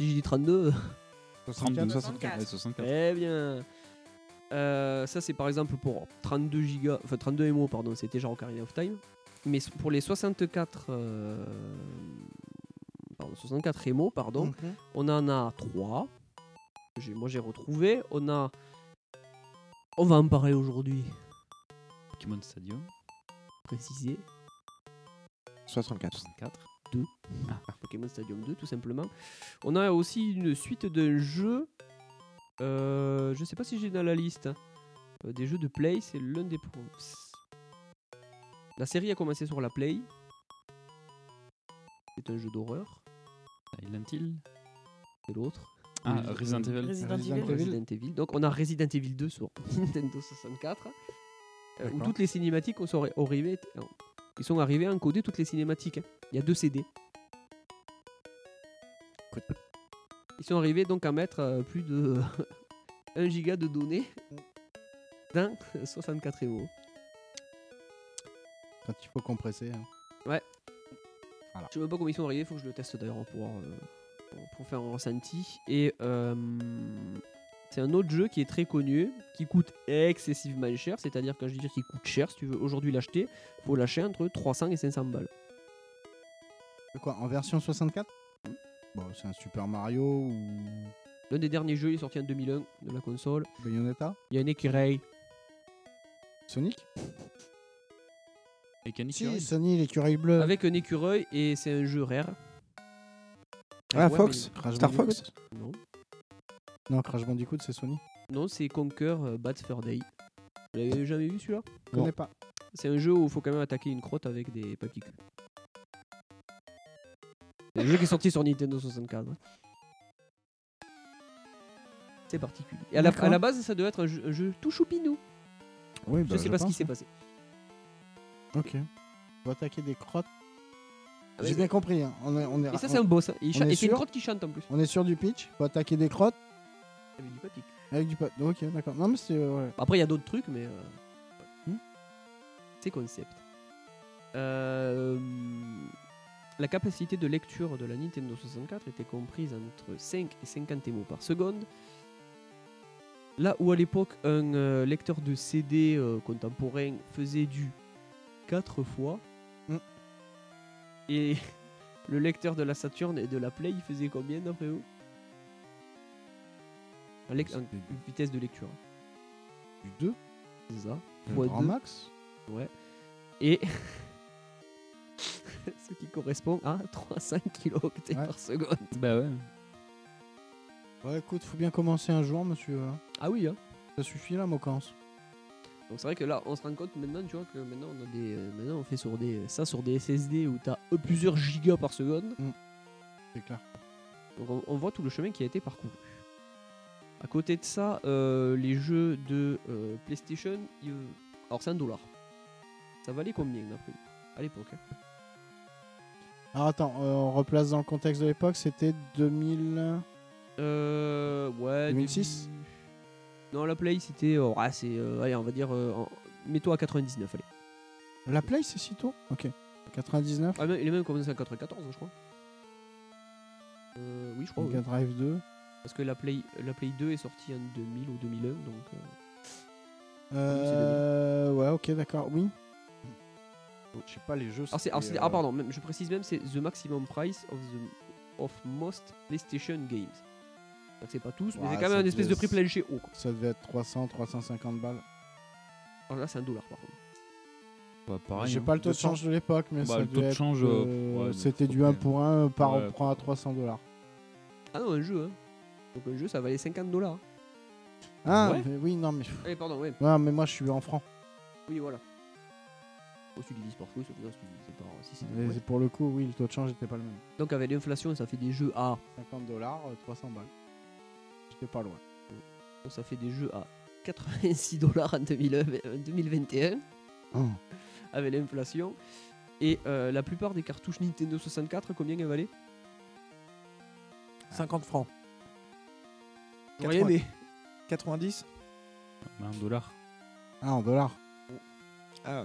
Speaker 4: Si je dis euh, 32,
Speaker 8: 32,
Speaker 10: 64.
Speaker 8: Ouais, 64.
Speaker 4: très Eh bien. Euh, ça, c'est par exemple pour 32 gigas, enfin 32 MO, pardon, c'était genre Ocarina of Time. Mais s- pour les 64, euh, pardon, 64 MO, pardon,
Speaker 6: Mhm.
Speaker 4: On en a trois. J'ai- Moi j'ai retrouvé. On a. On va en parler aujourd'hui,
Speaker 8: Pokémon Stadium
Speaker 4: précisé.
Speaker 12: 64.
Speaker 8: 64.
Speaker 4: Pokémon Stadium 2, tout simplement. On a aussi une suite de jeux. Euh, je sais pas si j'ai dans la liste. hein. Euh, des jeux de Play, c'est l'un des. pro- La série a commencé sur la Play. C'est un jeu d'horreur.
Speaker 8: Silent Hill.
Speaker 4: C'est l'autre.
Speaker 8: Ah,
Speaker 4: Oui.
Speaker 8: Resident Evil.
Speaker 10: Resident
Speaker 6: Resident
Speaker 10: Evil.
Speaker 6: Evil.
Speaker 4: Resident Evil. Donc on a Resident Evil 2 sur <laughs> Nintendo 64, euh, où
Speaker 12: D'accord.
Speaker 4: toutes les cinématiques sont arrivées, euh, ils sont arrivés à encoder toutes les cinématiques. hein. Il y a deux CD. Ils sont arrivés donc à mettre euh, plus de <laughs> 1 giga de données dans <laughs> 64 MO.
Speaker 6: Quand il faut compresser. hein.
Speaker 4: Je sais même pas comment ils sont arrivés, faut que je le teste d'ailleurs pour, euh, pour, pour faire un ressenti. Et euh, c'est un autre jeu qui est très connu, qui coûte excessivement cher, c'est-à-dire quand je veux dire qu'il coûte cher, si tu veux aujourd'hui l'acheter, faut lâcher entre 300 et 500 balles.
Speaker 6: De Quoi, en version 64 Bon, c'est un Super Mario ou
Speaker 4: L'un des derniers jeux, il est sorti en 2001 de la console.
Speaker 6: Bayonetta
Speaker 4: Il y a un écureuil.
Speaker 6: Sonic
Speaker 8: Et Kenny
Speaker 6: Si, Sonic, l'écureuil
Speaker 12: Euh.
Speaker 6: bleu.
Speaker 4: Avec un écureuil, et c'est un jeu rare.
Speaker 12: Ah,
Speaker 4: ouais,
Speaker 12: Fox
Speaker 6: Crash
Speaker 12: Star
Speaker 6: Bandicoot
Speaker 12: Fox
Speaker 4: mais Non,
Speaker 6: Non, Crash Bandicoot, c'est Sonic.
Speaker 4: non c'est Conquer euh, Bad Fur Day. Vous l'avez jamais vu celui-là
Speaker 6: Je connais pas.
Speaker 4: C'est un jeu où il faut quand même attaquer une crotte avec des papiers cul. C'est un jeu qui est sorti sur Nintendo 64. ouais. C'est particulier. Et à la,
Speaker 6: D'accord.
Speaker 4: à la base, ça devait être un jeu, un jeu tout choupinou.
Speaker 6: Oui, bah,
Speaker 4: je sais pas ce qui s'est passé.
Speaker 6: Ok. Faut attaquer des crottes.
Speaker 4: Ah,
Speaker 6: J'ai
Speaker 4: mais-
Speaker 6: bien compris. hein. On, est, on, est,
Speaker 4: Et ça,
Speaker 6: on-
Speaker 4: c'est un boss. hein. Il
Speaker 6: on
Speaker 4: chante-
Speaker 6: est
Speaker 4: et c'est une
Speaker 6: sûr
Speaker 4: crotte qui chante en plus. Ah,
Speaker 6: on est sur du pitch. Faut attaquer des crottes
Speaker 4: Avec du papier cul.
Speaker 6: avec du pot. Ok, d'accord. Non, mais c'est. euh, ouais.
Speaker 4: Après, il y a d'autres trucs, mais. euh,
Speaker 6: Hmm.
Speaker 4: C'est concept. Euh, La capacité de lecture de la Nintendo 64 était comprise entre 5 et 50 mots par seconde. Là où à l'époque un euh, lecteur de CD euh, contemporain faisait du 4 fois,
Speaker 6: Mm.
Speaker 4: et <laughs> le lecteur de la Saturn et de la Play il faisait combien d'après vous Un lec- un- Une vitesse de lecture.
Speaker 6: Du 2
Speaker 4: C'est ça.
Speaker 6: le
Speaker 4: Fois
Speaker 6: Grand
Speaker 4: deux.
Speaker 6: max
Speaker 4: Ouais. Et ce qui correspond à <laughs> 3,5 kilo-octets par seconde.
Speaker 8: Bah ouais.
Speaker 6: Ouais, écoute, faut bien commencer un jour, monsieur. hein.
Speaker 4: Ah oui,
Speaker 6: Ça suffit la moquance.
Speaker 4: Donc c'est vrai que là, on se rend compte maintenant, tu vois, que maintenant on a des, euh, maintenant on fait sur des, ça sur des SSD où t'as euh, plusieurs gigas par seconde.
Speaker 6: C'est clair.
Speaker 4: Donc on, on voit tout le chemin qui a été parcouru. À côté de ça, euh, les jeux de euh, PlayStation, ils- alors c'est un dollar. Ça valait combien d'après vous à l'époque hein
Speaker 6: Alors attends, euh, on replace dans le contexte de l'époque, c'était 2000.
Speaker 4: Euh, ouais.
Speaker 6: 2006
Speaker 4: début- Non, la Play c'était, oh, ah, c'est, euh, allez, on va dire, euh, en- mets-toi à 99, allez.
Speaker 6: La Play, c'est si tôt Ok. 99,
Speaker 4: Ah, mais il est même commencé à 94, je crois. Euh, oui,
Speaker 8: Oh,
Speaker 4: je crois. oui.
Speaker 6: Mega Drive 2.
Speaker 4: Parce que la Play, la Play 2 est sortie en 2000 ou 2001, donc. euh,
Speaker 6: Euh, ouais, ok, d'accord, oui.
Speaker 12: Oh,
Speaker 6: Je sais pas, les jeux.
Speaker 4: Alors c'est- alors c'est-
Speaker 12: euh,
Speaker 4: ah, pardon, même- je précise même, c'est The Maximum Price of, the, of Most PlayStation Games. Donc c'est pas tous, mais
Speaker 6: Ouais,
Speaker 4: c'est quand
Speaker 6: ça
Speaker 4: même un espèce de
Speaker 6: devait-
Speaker 4: prix planché haut. quoi.
Speaker 6: Ça devait être 300, 350 balles.
Speaker 4: Alors Ah, là, c'est un dollar par contre.
Speaker 8: Bah, pareil.
Speaker 6: J'ai
Speaker 8: hein.
Speaker 6: pas le taux de change de l'époque, mais
Speaker 8: Bah,
Speaker 6: ça
Speaker 8: le taux de
Speaker 6: devait être,
Speaker 8: change, euh,
Speaker 6: euh,
Speaker 8: ouais,
Speaker 6: C'était
Speaker 8: faut
Speaker 6: du
Speaker 8: que-
Speaker 6: 1 pour 1 par
Speaker 8: Ouais.
Speaker 6: prend à 300 dollars.
Speaker 4: Ah non, un jeu, hein. Donc un jeu, ça valait 50 dollars.
Speaker 6: Ah,
Speaker 4: Ouais.
Speaker 6: mais oui, non, mais.
Speaker 4: Eh, pardon, ouais.
Speaker 6: Ouais, mais moi je suis en francs.
Speaker 4: Oui, voilà. Oh, si tu divises par fou, ça fait- si tu divises par. Si, si,
Speaker 6: Et
Speaker 4: ouais.
Speaker 6: c'est Pour le coup, oui, le taux de change n'était pas le même.
Speaker 4: Donc avec l'inflation, ça fait des jeux à.
Speaker 6: 50 dollars, 300 balles. J'étais pas loin.
Speaker 4: Donc ça fait des jeux à 86 dollars en 2001, euh, 2021
Speaker 6: Oh.
Speaker 4: avec l'inflation. Et euh, la plupart des cartouches Nintendo 64, combien elles valaient
Speaker 7: 50 francs.
Speaker 4: Rien, mais
Speaker 7: 90
Speaker 8: Mais Bah, un dollar.
Speaker 6: Ah, en dollars
Speaker 7: Ah,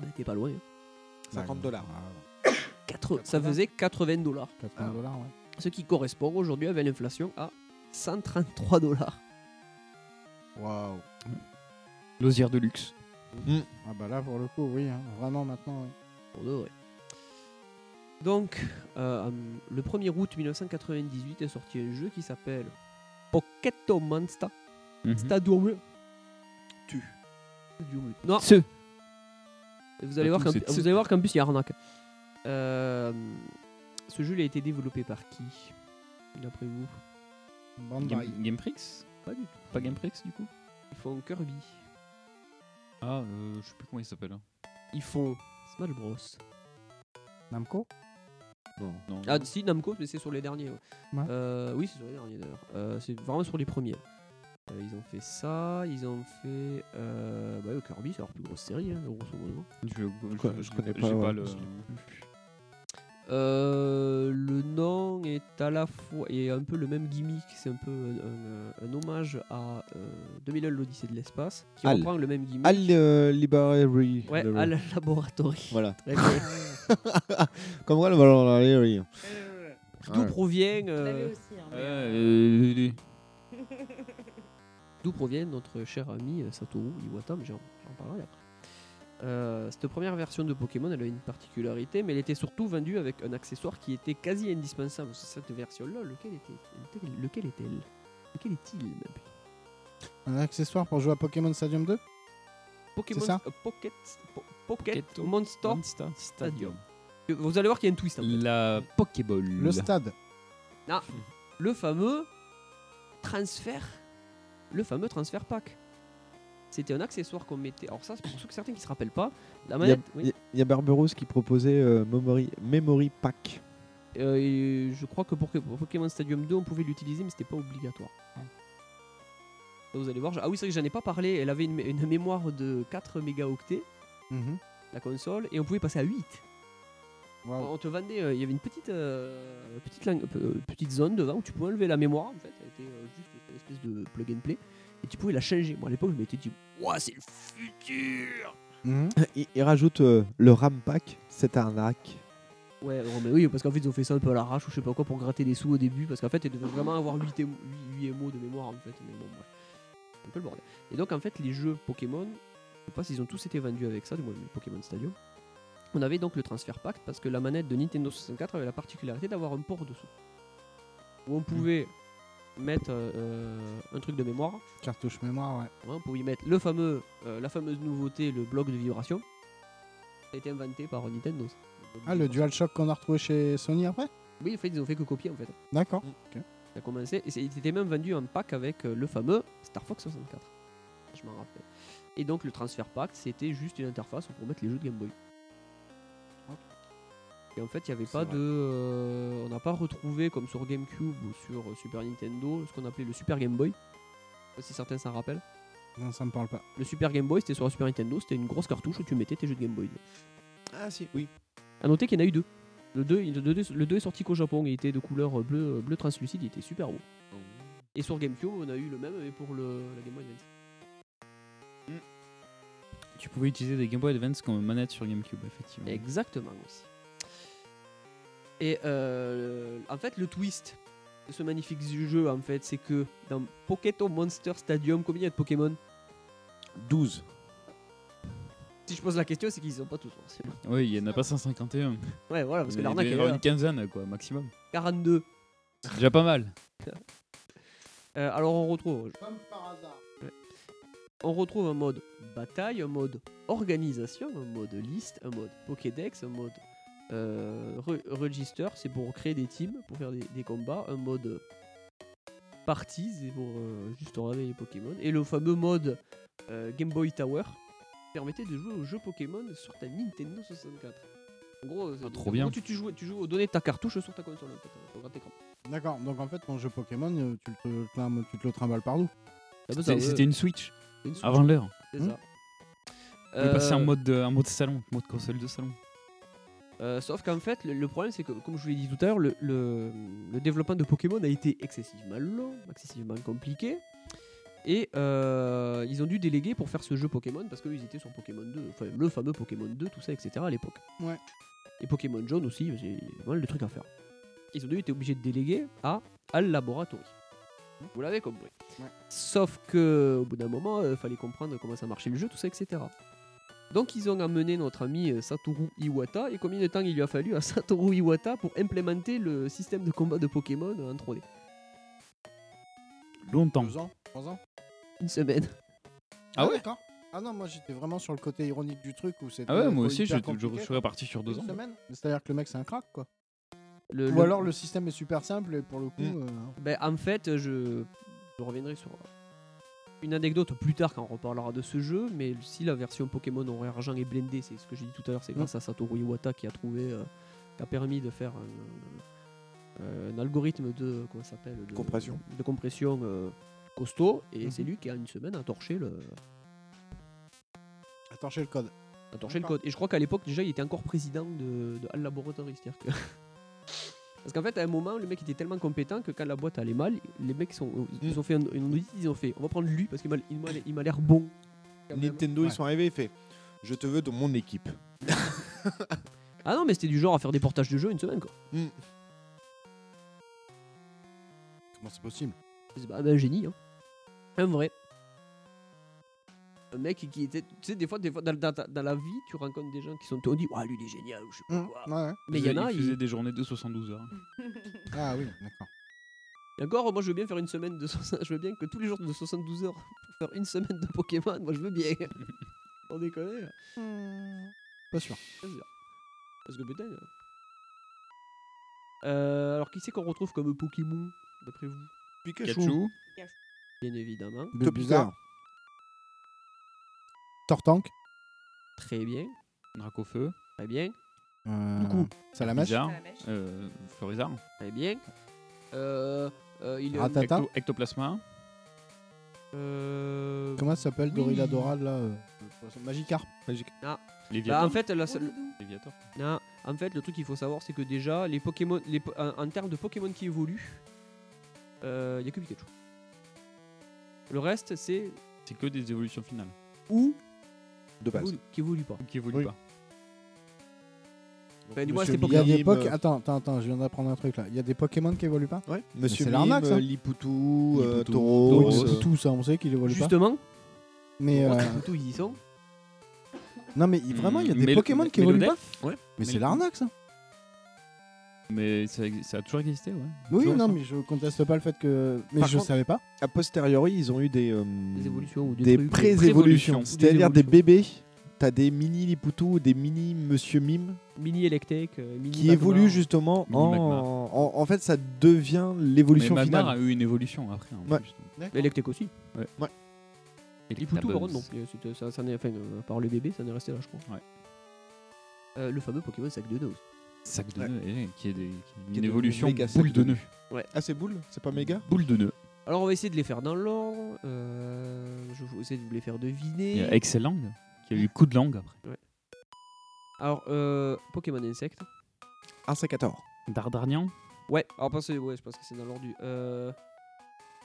Speaker 4: bah, t'es pas loin. hein.
Speaker 7: 50 dollars.
Speaker 6: Ah,
Speaker 4: Quatre- Ça faisait 80 dollars.
Speaker 6: 80 dollars, ouais.
Speaker 4: Ce qui correspond aujourd'hui avec l'inflation à 133 dollars.
Speaker 6: Waouh.
Speaker 8: L'osière de luxe.
Speaker 7: Mmh.
Speaker 6: Ah, bah là, pour le coup, oui, hein, vraiment maintenant, oui.
Speaker 4: Pour de vrai. Donc, euh, le 1er août 1998 est sorti un jeu qui s'appelle Pocket Monster
Speaker 8: Mhm.
Speaker 4: Stadium. Tu. Stadium. Non.
Speaker 8: Ce.
Speaker 4: Et Vous allez,
Speaker 8: Pas
Speaker 4: voir qu'en,
Speaker 8: tous, c'est-
Speaker 4: vous allez voir qu'en plus, il y a arnaque. Euh, ce jeu, il a été développé par qui D'après vous
Speaker 6: Bandai.
Speaker 8: Game, Game Freaks
Speaker 4: Pas du tout.
Speaker 8: Pas Game Freaks du coup
Speaker 4: Ils font Kirby.
Speaker 8: Ah, euh, je sais plus comment il s'appelle. hein.
Speaker 4: Ils font Smash Bros.
Speaker 6: Namco
Speaker 8: Non.
Speaker 4: Ah, si, Namco, mais c'est sur les derniers. ouais.
Speaker 6: Ouais.
Speaker 4: Euh, oui, c'est sur les derniers d'ailleurs. Euh, c'est vraiment sur les premiers. Euh, ils ont fait ça, ils ont fait. Euh, bah, Kirby, c'est leur plus grosse série, hein, grosso modo.
Speaker 8: Je,
Speaker 7: co- je connais pas,
Speaker 8: J'ai
Speaker 7: ouais.
Speaker 8: pas le.
Speaker 4: Euh, le nom est à la fois est un peu le même gimmick, c'est un peu un, un- un hommage à euh, 2001 l'Odyssée de l'espace, qui
Speaker 7: Al.
Speaker 4: reprend le même gimmick.
Speaker 7: Al euh, Library.
Speaker 4: ouais,
Speaker 7: Library.
Speaker 4: Al Laboratory. <laughs>
Speaker 7: Voilà.
Speaker 4: Très bien.
Speaker 7: <laughs> Comme quoi, le Valor Library.
Speaker 4: D'où
Speaker 7: Ouais.
Speaker 4: provient
Speaker 10: Je l'avais
Speaker 4: euh,
Speaker 10: aussi. hein, mais,
Speaker 8: Euh,
Speaker 4: d'où provient notre cher ami euh, Satoru Iwata, mais j'en j'en parlerai après. Euh, cette première version de Pokémon, elle a une particularité, mais elle était surtout vendue avec un accessoire qui était quasi indispensable. Sur Cette version-là, lequel était, lequel est-elle Lequel est-il même
Speaker 6: Un accessoire pour jouer à Pokémon Stadium 2
Speaker 4: Pokémon
Speaker 6: C'est ça
Speaker 4: euh, Pocket, Po- Pocket,
Speaker 8: Pocket
Speaker 4: Monster
Speaker 8: Monster
Speaker 4: Stadium. Vous allez voir qu'il y a une twist. en fait.
Speaker 8: La Pokéball.
Speaker 6: Le stade.
Speaker 4: Le fameux transfert, le fameux transfert pack. C'était un accessoire qu'on mettait. Alors ça, c'est pour ceux que certains qui se rappellent pas. La
Speaker 7: Il y a,
Speaker 4: manette. oui.
Speaker 7: il y a- il y a Barberousse qui proposait euh, Memory, Memory Pack. <laughs>
Speaker 4: Euh, et je crois que pour, que pour Pokémon Stadium 2, on pouvait l'utiliser, mais c'était pas obligatoire. Donc Vous allez voir. je- Ah oui, c'est vrai que j'en ai pas parlé. Elle avait une, une mémoire de 4 mégaoctets,
Speaker 6: Mhm.
Speaker 4: la console, et on pouvait passer à 8.
Speaker 6: Waouh.
Speaker 4: On te vendait, euh, il y avait une petite, euh, petite, lang- euh, petite zone devant où tu pouvais enlever la mémoire. En fait, elle était euh, juste une espèce de plug and play. Et tu pouvais la changer. Moi, à l'époque, je m'étais dit, Ouah, c'est le futur
Speaker 6: Mhm.
Speaker 7: Il, il rajoute euh, le RAM Pack, cette arnaque.
Speaker 4: Ouais, non, mais oui, parce qu'en fait, ils ont fait ça un peu à l'arrache ou je sais pas quoi pour gratter des sous au début. Parce qu'en fait, ils devaient vraiment avoir 8, émo- huit- huit émos de mémoire, en fait. Mais bon, bref. C'est un peu le bordel. Et donc, en fait, les jeux Pokémon, je sais pas s'ils ont tous été vendus avec ça, du moins le Pokémon Stadium. On avait donc le transfert pack parce que la manette de Nintendo 64 avait la particularité d'avoir un port dessous. Où on pouvait mettre euh, euh, un truc de mémoire.
Speaker 6: Cartouche mémoire, ouais.
Speaker 4: Hein, pour y mettre le fameux, euh, la fameuse nouveauté, le bloc de vibration. Ça a été inventé par Nintendo. ça.
Speaker 6: Ah, le DualShock qu'on a retrouvé chez Sony après
Speaker 4: Oui, en fait, ils ont fait que copier en fait.
Speaker 6: D'accord. Ok.
Speaker 4: Ça a commencé. Et c'est- il était même vendu en pack avec euh, le fameux Star Fox 64. Je m'en rappelle. Et donc le transfert pack, c'était juste une interface pour mettre les jeux de Game Boy. Et en fait, il n'y avait pas de. euh, on n'a pas retrouvé, comme sur GameCube ou sur euh, Super Nintendo, ce qu'on appelait le Super Game Boy. Je sais pas si certains s'en rappellent.
Speaker 6: Non, ça me parle pas.
Speaker 4: Le Super Game Boy, c'était sur la Super Nintendo, c'était une grosse cartouche où tu mettais tes jeux de Game Boy.
Speaker 12: Ah si, oui.
Speaker 4: À noter qu'il y en a eu deux. Le 2, le 2 est sorti qu'au Japon, il était de couleur euh, bleu, bleu translucide, il était super beau. Et sur GameCube, on a eu le même, mais pour le, la Game Boy Advance.
Speaker 8: Tu pouvais utiliser des Game Boy Advance comme manette sur GameCube, effectivement.
Speaker 4: Exactement aussi. Et euh, en fait, le twist de ce magnifique jeu, en fait, c'est que dans Pokémon Monster Stadium, combien il y a de Pokémon
Speaker 12: 12.
Speaker 4: Si je pose la question, c'est qu'ils sont pas tous. forcément.
Speaker 8: Oui, il n'y en a pas 151.
Speaker 4: Ouais, voilà, parce que
Speaker 8: Il doit
Speaker 4: l'arnaque,
Speaker 8: y
Speaker 4: elle est
Speaker 8: avoir
Speaker 4: là.
Speaker 8: une quinzaine, quoi, maximum.
Speaker 4: 42.
Speaker 8: C'est déjà pas mal.
Speaker 4: Euh, alors on retrouve.
Speaker 6: Comme par hasard.
Speaker 4: Ouais. On retrouve un mode bataille, un mode organisation, un mode liste, un mode Pokédex, un mode euh, re- register, c'est pour créer des teams, pour faire des, des combats, un mode parties, c'est pour euh, juste regarder les Pokémon, et le fameux mode euh, Game Boy Tower qui permettait de jouer aux jeux Pokémon sur ta Nintendo 64. En gros, c'est-
Speaker 8: Ah, trop bien.
Speaker 4: Tu, tu joues, tu joues aux données de ta cartouche sur ta console, en fait, hein, sur grand écran.
Speaker 6: D'accord, donc en fait, ton jeu Pokémon, euh, tu le, clim- tu te le trimbales partout.
Speaker 4: bah,
Speaker 8: C'était
Speaker 4: ouais.
Speaker 8: c'était une Switch
Speaker 4: Une Switch.
Speaker 8: avant l'heure.
Speaker 4: C'est
Speaker 8: Hmm
Speaker 4: ça.
Speaker 8: On est passé en
Speaker 4: Euh,
Speaker 8: mode, euh, en mode salon, mode console de salon.
Speaker 4: Euh, sauf qu'en fait, le, le problème, c'est que, comme je vous l'ai dit tout à l'heure, le, le- le développement de Pokémon a été excessivement long, excessivement compliqué. Et euh, ils ont dû déléguer pour faire ce jeu Pokémon parce qu'ils étaient sur Pokémon 2, enfin le fameux Pokémon 2, tout ça, etc. à l'époque.
Speaker 6: Ouais.
Speaker 4: Et Pokémon jaune aussi, parce qu'il y a pas mal de trucs à faire. Ils ont dû être obligés de déléguer à Al Laboratory. Vous l'avez compris. Sauf que au bout d'un moment, il fallait comprendre comment ça marchait le jeu, tout ça, etc. Donc ils ont amené notre ami euh, Satoru Iwata et combien de temps il lui a fallu à <laughs> Satoru Iwata pour implémenter le système de combat de Pokémon en 3D
Speaker 8: Longtemps.
Speaker 6: Deux ans Trois ans
Speaker 4: Une semaine.
Speaker 8: Ah ouais
Speaker 6: d'accord. Ah non, moi j'étais vraiment sur le côté ironique du truc où c'était.
Speaker 8: Ah ouais,
Speaker 6: hyper
Speaker 8: moi aussi, je,
Speaker 6: compliqué,
Speaker 8: je
Speaker 6: quoi.
Speaker 8: serais parti sur deux
Speaker 6: Une
Speaker 8: ans. Euh,
Speaker 6: semaine C'est-à-dire que le mec c'est un crack quoi.
Speaker 4: Le-
Speaker 6: Ou
Speaker 4: le-
Speaker 6: alors le système est super simple et pour le coup.
Speaker 8: Hmm.
Speaker 6: euh,
Speaker 4: Ben, en fait, je, je reviendrai sur euh, une anecdote plus tard quand on reparlera de ce jeu, mais si la version Pokémon en argent est blindée, c'est ce que j'ai dit tout à l'heure, c'est
Speaker 6: Mm.
Speaker 4: grâce à Satoru Iwata qui a trouvé, euh, qui a permis de faire un, euh, un algorithme de comment ça s'appelle de
Speaker 12: Compression.
Speaker 4: de compression euh, costaud, et
Speaker 6: Mhm.
Speaker 4: c'est lui qui a une semaine à torcher le
Speaker 6: Attends, j'ai le code.
Speaker 4: à torcher le
Speaker 6: D'accord.
Speaker 4: code. Et je crois qu'à l'époque déjà il était encore président de, de Al Laboratory, c'est-à-dire que <laughs> Parce qu'en fait, à un moment, le mec était tellement compétent que quand la boîte allait mal, les mecs sont, ils ont fait un, une audit, ils ont fait on va prendre lui parce qu'il m'a- il m'a- il m'a l'air bon.
Speaker 12: Nintendo, ils sont arrivés et fait Je te veux dans mon équipe.
Speaker 4: Ah non, mais c'était du genre à faire des portages de jeux une semaine quoi.
Speaker 6: Comment c'est possible
Speaker 4: C'est pas un génie, hein. Un vrai. Un mec qui était. Tu sais, des fois, des fois dans, dans- dans- dans la vie, tu rencontres des gens qui sont. On dit, ouais, lui il est génial, ou je sais
Speaker 6: Mmh.
Speaker 4: pas quoi.
Speaker 6: Hmm. ouais.
Speaker 4: Mais il y en a,
Speaker 8: Ils
Speaker 4: il-
Speaker 8: faisaient des journées de 72 heures.
Speaker 6: Ah oui, d'accord.
Speaker 4: D'accord, moi je veux bien faire une semaine de 60 je veux bien que tous les jours de 72 heures pour faire une semaine de Pokémon, moi je veux bien. On déconne.
Speaker 8: Hmm.
Speaker 6: Pas sûr.
Speaker 4: Parce que putain. euh. Euh, alors qui c'est qu'on retrouve comme Pokémon d'après vous
Speaker 8: Pikachu.
Speaker 4: Bien évidemment.
Speaker 6: Bizarre. Tortank
Speaker 4: Très bien,
Speaker 8: Drac au feu.
Speaker 4: très bien,
Speaker 6: euh,
Speaker 4: Coucou.
Speaker 6: Salamèche
Speaker 4: Hein
Speaker 8: Bizarre. Euh, Florizarre.
Speaker 4: très bien. Euh, euh, il est
Speaker 6: Ratata
Speaker 8: Ecto- Ectoplasma.
Speaker 4: Euh,
Speaker 6: Comment ça s'appelle
Speaker 4: oui.
Speaker 6: Dorilladora là euh, le poisson Magikarp
Speaker 4: Bah,
Speaker 8: Léviathan.
Speaker 4: en fait, la seule-
Speaker 8: Léviathan.
Speaker 4: Non, en fait, le truc qu'il faut savoir, c'est que déjà, les Pokémon, les po- en, en termes de Pokémon qui évoluent, euh, il n'y a que Pikachu. Le reste, c'est
Speaker 8: C'est que des évolutions finales.
Speaker 4: ou
Speaker 12: De base.
Speaker 4: ou- qui évolue pas.
Speaker 8: Qui évoluent
Speaker 6: Oui.
Speaker 8: pas.
Speaker 4: Enfin, du moins,
Speaker 12: Monsieur
Speaker 4: c'est
Speaker 6: Il y a
Speaker 4: Pokémon.
Speaker 6: des
Speaker 12: Mime,
Speaker 6: Pokémon.
Speaker 12: euh,
Speaker 6: Attends, attends, attends, je viens d'apprendre un truc là. Il y a des Pokémon qui évoluent pas Oh,
Speaker 12: Ouais. Monsieur
Speaker 6: c'est l'arnaque,
Speaker 12: Mime,
Speaker 6: ça.
Speaker 12: Lipoutou, euh,
Speaker 8: Lipoutou,
Speaker 12: Tauros.
Speaker 8: Tauros.
Speaker 12: euh,
Speaker 6: Tout ça, hein, on sait qu'il évolue pas.
Speaker 4: Justement,
Speaker 8: <laughs>
Speaker 6: Mais euh,
Speaker 4: tout, ils y sont.
Speaker 6: non, mais il- vraiment, il y a des
Speaker 8: Mélo-
Speaker 6: Pokémon qui
Speaker 8: Mélo-
Speaker 6: évoluent pas.
Speaker 8: Mélodef.
Speaker 6: Mais c'est
Speaker 8: Mélo-
Speaker 6: l'arnaque ça.
Speaker 8: Mais ça, ex- ça a toujours existé, ouais.
Speaker 6: Oui,
Speaker 8: Toujours,
Speaker 6: non,
Speaker 8: ça.
Speaker 6: mais je conteste pas le fait que. Mais
Speaker 8: Par
Speaker 6: je
Speaker 8: contre-
Speaker 6: savais pas.
Speaker 7: A posteriori, ils ont eu des, euh,
Speaker 4: évolutions ou des
Speaker 7: des
Speaker 4: trucs.
Speaker 7: pré-évolutions.
Speaker 4: Des
Speaker 7: C'est-à-dire des
Speaker 4: évolutions.
Speaker 7: bébés. T'as des mini Liputou, des mini Monsieur Mime
Speaker 4: Mini Electek, euh, mini
Speaker 7: qui
Speaker 4: Magmar.
Speaker 7: évoluent justement
Speaker 4: Mini
Speaker 7: en,
Speaker 4: Magmar.
Speaker 7: en. En fait, ça devient l'évolution
Speaker 8: Mais Magmar
Speaker 7: finale.
Speaker 8: a eu une évolution après. hein, En
Speaker 7: Ouais.
Speaker 8: plus, donc.
Speaker 4: L'Electek aussi.
Speaker 8: Ouais.
Speaker 4: Et
Speaker 8: Electabuzz.
Speaker 4: Liputou, par contre, non. Euh, c'était- Ça, ça n'est- enfin, euh, à part le bébé, ça n'est resté là, je crois. Euh, le fameux Pokémon Sac de Nœuds.
Speaker 8: Sac de nœuds, eh, qui est, des, qui est une
Speaker 7: devenu
Speaker 8: évolution
Speaker 7: méga sac
Speaker 8: boule
Speaker 7: de
Speaker 8: de
Speaker 7: nœuds.
Speaker 8: nœuds.
Speaker 4: Ouais.
Speaker 7: Ah, c'est boule C'est pas méga
Speaker 8: Boule de nœuds.
Speaker 4: Alors, on va essayer de les faire dans l'ordre. Euh, je vais essayer de vous les faire
Speaker 8: Il y
Speaker 4: deviner.
Speaker 8: a Excellent, qui a eu coup de langue après.
Speaker 4: Alors, euh, Pokémon Insect.
Speaker 7: Arsacator.
Speaker 8: Dardarnian
Speaker 4: Ouais, alors parce que, ouais, je pense que c'est dans l'ordre du. euh,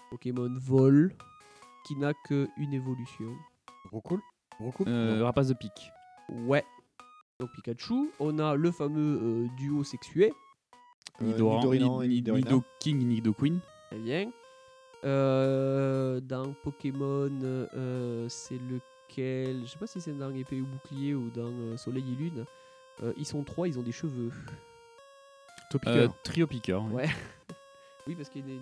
Speaker 4: Pokémon Vol, qui n'a qu'une évolution.
Speaker 7: Rocool
Speaker 8: Euh, Rapace de pique.
Speaker 4: Ouais. Donc Pikachu. On a le fameux euh, duo sexué.
Speaker 7: Euh,
Speaker 8: Nidoran,
Speaker 7: Nidorina et
Speaker 8: Ni- Ni-
Speaker 7: Nidorina.
Speaker 8: Nido King, Nido Queen.
Speaker 4: Très bien. Euh, dans Pokémon, euh, c'est lequel Je sais pas si c'est dans Épée ou Bouclier ou dans euh, Soleil et Lune. Euh, ils sont trois, ils ont des cheveux.
Speaker 8: Euh, Trio Piqueur.
Speaker 4: Ouais. oui, parce qu'il y a des, des-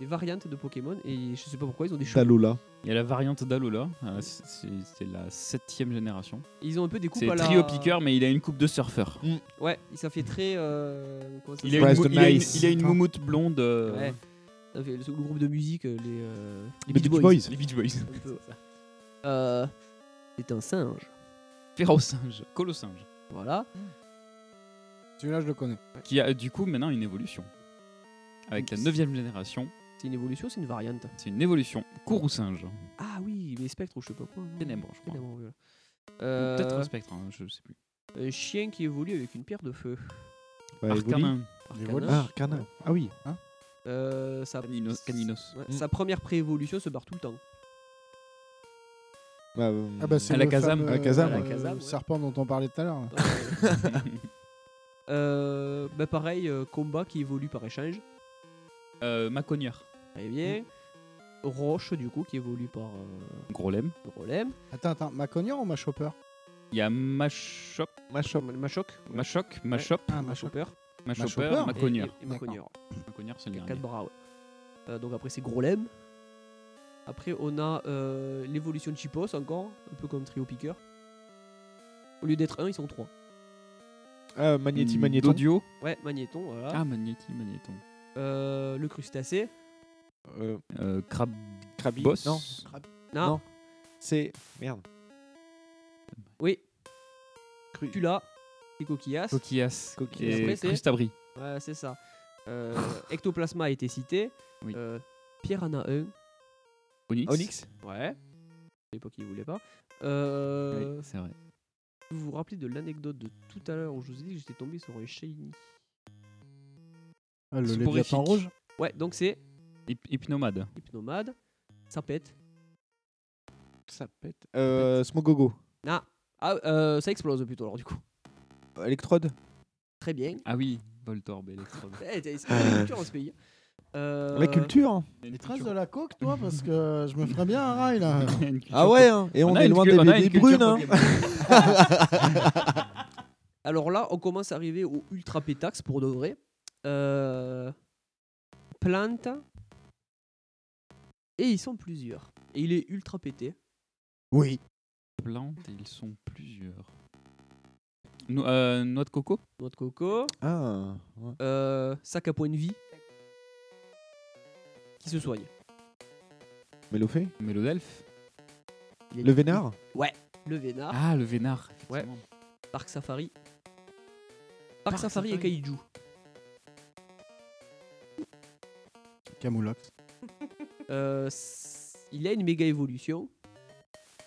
Speaker 4: des variantes de Pokémon et je sais pas pourquoi ils ont des cheveux.
Speaker 7: Talola.
Speaker 8: Il y a la variante d'Alola, euh, c'est- c'est c'est la septième génération.
Speaker 4: Ils ont un peu des coupes
Speaker 8: Bah, C'est
Speaker 4: à la-
Speaker 8: Trio Piqueur, mais il a une coupe de surfeur.
Speaker 4: Ouais, ça fait très. euh, comment ça
Speaker 8: Il a, une,
Speaker 4: s'appelle
Speaker 8: mou- il a une-
Speaker 7: nice.
Speaker 8: il a une moumoute blonde. euh,
Speaker 4: Ouais. Ça fait le, le groupe de musique, euh, les, euh, les
Speaker 7: Les
Speaker 4: Beach Boys.
Speaker 7: Beach Boys.
Speaker 8: Les Beach <laughs> Boys.
Speaker 4: Un peu, ouais. Euh, c'est un singe.
Speaker 8: Férocinge, Colosinge.
Speaker 4: Voilà.
Speaker 6: Celui-là, je le connais.
Speaker 8: Qui a du coup maintenant une évolution. Avec la neuvième génération,
Speaker 4: C'est une évolution, c'est une variante.
Speaker 8: c'est une évolution. Courousinge.
Speaker 4: Ah oui, mais spectre ou je sais pas quoi. non
Speaker 8: Ténèbres, je crois.
Speaker 4: Ténèbres, voilà.
Speaker 8: Ou Peut-être
Speaker 4: Euh,
Speaker 8: Spectre, hein, je sais plus.
Speaker 4: un chien qui évolue avec une pierre de feu.
Speaker 7: Ouais,
Speaker 8: Arcanin.
Speaker 4: Arcanin.
Speaker 6: évolue.
Speaker 7: Ah, Arcana. Ah oui.
Speaker 4: Euh, sa...
Speaker 8: Caninos. Caninos.
Speaker 4: ouais,
Speaker 7: Mm.
Speaker 4: sa première pré-évolution se barre tout le
Speaker 8: <laughs>
Speaker 4: temps.
Speaker 7: Bah, euh,
Speaker 6: Ah bah, c'est
Speaker 8: À la
Speaker 6: le
Speaker 8: Kazam.
Speaker 6: fameux,
Speaker 7: À la Kazam.
Speaker 6: euh,
Speaker 4: À la Kazam, ouais.
Speaker 6: serpent dont on parlait tout à l'heure. là.
Speaker 8: <laughs>
Speaker 4: Euh, bah pareil, euh, combat qui évolue par échange.
Speaker 8: euh, Maconnière.
Speaker 4: Très bien.
Speaker 8: Mm.
Speaker 4: Roche, du coup, qui évolue par euh,
Speaker 8: Grolem.
Speaker 4: Grolem.
Speaker 6: Attends, attends, ma cogneur ou ma chopper
Speaker 8: Il y a Machop.
Speaker 7: Machop.
Speaker 4: Machoc.
Speaker 8: Machoc. Machop.
Speaker 6: Ah, ma chopper.
Speaker 4: Machopper.
Speaker 8: Machopper.
Speaker 6: Machopper.
Speaker 4: Et-
Speaker 8: Macogneur.
Speaker 4: Et, et Macogneur.
Speaker 8: Maconnière, c'est le
Speaker 4: Il a quatre
Speaker 8: dernier.
Speaker 4: bras, ouais. Euh, donc après, c'est Grolem. Après, on a euh, l'évolution de Chipos, encore, un peu comme Trio Piqueur. Au lieu d'être un, ils sont trois.
Speaker 7: Ah,
Speaker 8: Hmm,
Speaker 7: Magnéti, Magnéton.
Speaker 8: Dodio.
Speaker 4: Ouais, Magnéton, voilà.
Speaker 8: Ah, Magnéti, Magnéton.
Speaker 4: Euh, le crustacé.
Speaker 7: Euh,
Speaker 8: Euh, Crab.
Speaker 7: Krabi.
Speaker 8: Boss.
Speaker 7: Non,
Speaker 4: Non,
Speaker 7: Non. c'est. Merde.
Speaker 4: oui.
Speaker 7: Cru-
Speaker 4: Tu l'as. C'est Coquillas.
Speaker 8: Coquillas.
Speaker 4: Coquillas.
Speaker 8: Et
Speaker 4: Après, c'est-
Speaker 8: Crustabri.
Speaker 4: Ouais, c'est ça.
Speaker 8: <laughs>
Speaker 4: Euh, Ectoplasma a été cité.
Speaker 8: Oui.
Speaker 4: Euh, Pierre en a un.
Speaker 8: Onyx.
Speaker 7: Onyx.
Speaker 4: Ouais. À l'époque, il voulait pas. Euh,
Speaker 8: Oui, c'est vrai.
Speaker 4: Vous vous rappelez de l'anecdote de tout à l'heure où je vous ai dit que j'étais tombé sur un Shiny
Speaker 6: Ah, le
Speaker 8: Soporifique.
Speaker 6: léviathan rouge.
Speaker 4: Ouais, donc c'est
Speaker 8: Hyp- Hypnomade.
Speaker 4: Hypnomade, ça pète.
Speaker 7: Ça pète. Euh, Smogogo.
Speaker 4: Ah, euh, ça explose plutôt alors du coup.
Speaker 7: Electrode.
Speaker 4: Très
Speaker 7: <laughs>
Speaker 4: bien.
Speaker 8: Ah oui, Voltorb, Electrode.
Speaker 4: Eh, t'as- c'est la culture dans ce pays. hein. Euh,
Speaker 7: La culture.
Speaker 6: <laughs>
Speaker 7: hein.
Speaker 6: Les traces de la coque, toi, parce que je me ferais bien un rail
Speaker 8: <laughs>
Speaker 6: là.
Speaker 7: Ah ouais, hein. Et on,
Speaker 8: a
Speaker 7: est
Speaker 8: une
Speaker 7: loin
Speaker 8: cu-
Speaker 7: des
Speaker 8: on a une
Speaker 7: bébés
Speaker 8: culture
Speaker 7: brunes. hein. <laughs>
Speaker 8: Pokémon.
Speaker 4: Alors là, on commence à arriver au ultra pétax pour de vrai. Euh, plante. Et ils sont plusieurs. Et il est ultra pété.
Speaker 6: Oui.
Speaker 8: Plante, et ils sont plusieurs. No- euh, noix de coco
Speaker 4: Noix de coco.
Speaker 7: Ah. ouais.
Speaker 4: euh, sac à point de vie. Qui se soigne.
Speaker 7: Mélofée.
Speaker 8: Mélodelphe
Speaker 4: Il est
Speaker 7: Le Vénard.
Speaker 4: Le Vénard.
Speaker 8: Ah, le Vénard.
Speaker 4: Ouais.
Speaker 8: effectivement.
Speaker 7: Ah.
Speaker 4: Parc Safari. Parc
Speaker 8: Parc
Speaker 4: Safari et
Speaker 8: Safari.
Speaker 4: Kaiju.
Speaker 6: <laughs> Camoulox.
Speaker 4: Euh, s- il a une méga évolution.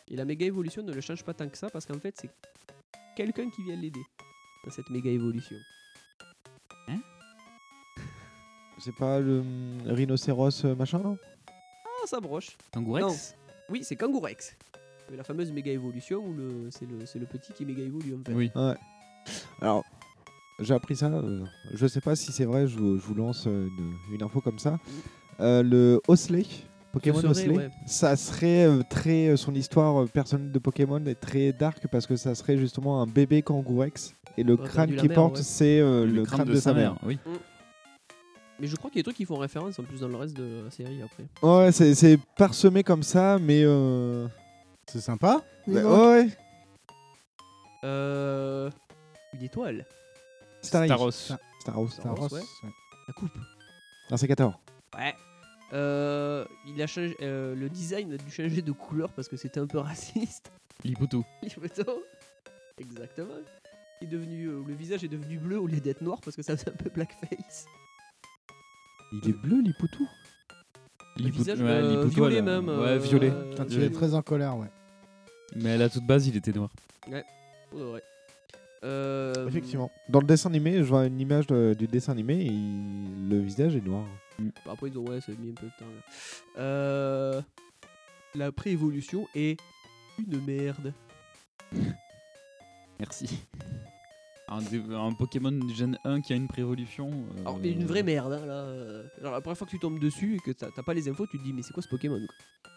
Speaker 4: Et la méga évolution ne le change pas tant que ça parce qu'en fait, c'est quelqu'un qui vient l'aider dans cette méga évolution.
Speaker 7: C'est pas le hum, rhinocéros euh, machin, non
Speaker 4: Ah, ça broche.
Speaker 8: Tangourex
Speaker 4: Oui, c'est Kangourex. Mais La fameuse méga évolution où le, c'est, le, c'est le petit qui méga évolue en fait.
Speaker 8: Oui.
Speaker 7: Alors, j'ai appris ça. euh, je sais pas si c'est vrai, je vous, je vous lance euh, une, une info comme ça. Euh, le Osley, Pokémon
Speaker 4: serait,
Speaker 7: Osley,
Speaker 4: ouais.
Speaker 7: ça serait euh, très euh, son histoire euh, personnelle de Pokémon est très dark parce que ça serait justement un bébé kangourex et le
Speaker 4: Aurait
Speaker 7: crâne
Speaker 4: perdu la
Speaker 7: qui
Speaker 4: mère,
Speaker 7: porte
Speaker 4: ouais.
Speaker 7: c'est euh, le, crâne, de, sa mère.
Speaker 8: oui.
Speaker 4: Mais je crois qu'il y a des trucs qui font référence en plus dans le reste de la série après.
Speaker 7: Ouais, c'est c'est parsemé comme ça, mais euh,
Speaker 6: c'est sympa.
Speaker 7: Bah,
Speaker 4: Dis donc.
Speaker 7: ouais,
Speaker 4: Euh. Une étoile.
Speaker 7: Staros.
Speaker 8: Staros.
Speaker 7: Staros.
Speaker 4: Staros, ouais. La coupe.
Speaker 7: Non, c'est 14.
Speaker 4: Ouais. Euh, il a changé, euh, le design a dû changer de couleur parce que c'était un peu <laughs> raciste.
Speaker 8: Liputo.
Speaker 4: <laughs> Les photos. Exactement. Il est devenu, euh, le visage est devenu bleu au lieu d'être noir parce que ça faisait un peu blackface.
Speaker 7: Il est bleu, Lipoutou
Speaker 8: Liput-
Speaker 4: visage,
Speaker 8: ouais,
Speaker 4: euh,
Speaker 8: Liputo,
Speaker 4: violet
Speaker 8: elle,
Speaker 4: même,
Speaker 8: Ouais,
Speaker 4: euh,
Speaker 8: violet.
Speaker 4: Quand
Speaker 6: Il est très en colère, ouais.
Speaker 8: Mais à la toute base, il était noir.
Speaker 4: Ouais, pour de vrai. Euh,
Speaker 7: Effectivement. Dans le dessin animé, je vois une image de- du dessin animé, il- le visage est noir.
Speaker 4: Bah, Après, ils ont ouais, ça a mis un peu de temps. là. Euh, la pré-évolution est une merde.
Speaker 8: Merci. <laughs> Un, dé- un Pokémon Gen 1 qui a une prévolution. euh,
Speaker 4: Alors, mais une vraie
Speaker 7: Hmm.
Speaker 4: merde, hein, là. euh. Genre, la première fois que tu tombes dessus et que t'as t'as pas les infos, tu te dis, mais c'est quoi ce Pokémon quoi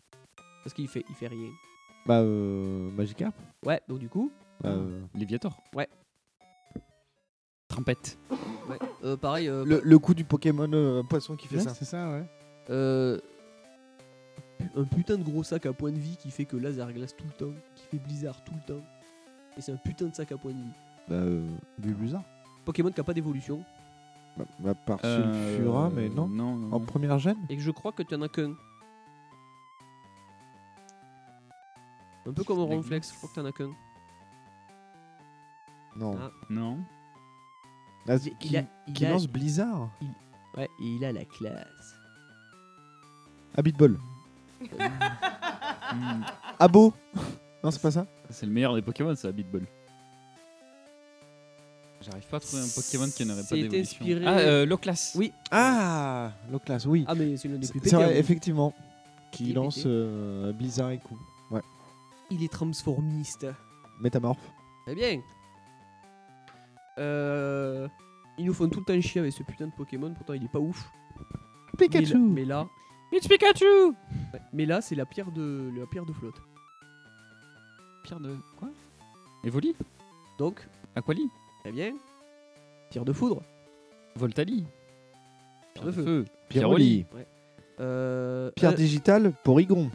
Speaker 4: Parce qu'il fait, il fait rien.
Speaker 7: Bah, euh, Magikarp
Speaker 4: Ouais, donc du coup,
Speaker 7: Bah, euh,
Speaker 8: Léviator.
Speaker 4: Ouais.
Speaker 8: Trompette.
Speaker 4: ouais. Euh, pareil, euh,
Speaker 7: le, le coup du Pokémon euh, poisson qui fait
Speaker 4: Ouais,
Speaker 7: ça.
Speaker 6: C'est ça, ouais.
Speaker 4: euh, un putain de gros sac à point de vie qui fait que là, ça reglace tout le temps, qui fait blizzard tout le temps. Et c'est un putain de sac à point de vie.
Speaker 7: Bah, euh,
Speaker 6: Bulbuzard.
Speaker 4: Pokémon qui a pas d'évolution,
Speaker 7: bah, bah, par
Speaker 8: Euh,
Speaker 7: Sulfura, mais non. Oh.
Speaker 8: Non, non,
Speaker 4: hmm.
Speaker 7: En
Speaker 8: non.
Speaker 7: première gêne
Speaker 4: et que je crois que tu en as qu'un. Un peu comme un
Speaker 8: La
Speaker 4: Ronflex, je crois que t'en as qu'un.
Speaker 7: Non.
Speaker 4: Ah.
Speaker 8: Non.
Speaker 7: Ah,
Speaker 4: Il-
Speaker 7: qui
Speaker 4: il a- il
Speaker 7: qui
Speaker 4: a-
Speaker 7: lance Blizzard
Speaker 4: Ouais, et il a la classe.
Speaker 7: À Beatball.
Speaker 8: Hmm.
Speaker 7: Abo <laughs> Non, c'est pas ça
Speaker 8: C'est le meilleur des Pokémon, ça, Bitball. J'arrive pas à trouver un Pokémon qui n'aurait pas
Speaker 4: C'est
Speaker 8: d'évolution.
Speaker 4: inspiré-
Speaker 8: Ah, euh, Loclas.
Speaker 4: Oui.
Speaker 7: Ah Loclas, oui.
Speaker 4: Ah, mais c'est l'un des plus
Speaker 7: c'est
Speaker 4: pétés.
Speaker 7: vrai,
Speaker 4: hein.
Speaker 7: effectivement.
Speaker 4: Il
Speaker 7: Qui
Speaker 4: est
Speaker 7: lance
Speaker 4: pété.
Speaker 7: euh, Blizzard et coup. Ouais.
Speaker 4: Il est transformiste.
Speaker 7: Métamorphe.
Speaker 4: Très Eh bien. Euh, ils nous font tout le temps chier avec ce putain de Pokémon, pourtant il est pas ouf.
Speaker 7: Pikachu
Speaker 4: Mais, là. It's Pikachu Mais là, c'est la pierre de la pierre de flotte.
Speaker 8: Pierre de. Quoi Evoli
Speaker 4: Donc,
Speaker 8: Aquali
Speaker 4: très bien. Pierre de foudre.
Speaker 8: Voltali
Speaker 4: Pierre de feu.
Speaker 7: Pierroli.
Speaker 4: Euh,
Speaker 7: Pierre
Speaker 4: euh,
Speaker 7: Digital, Porygon.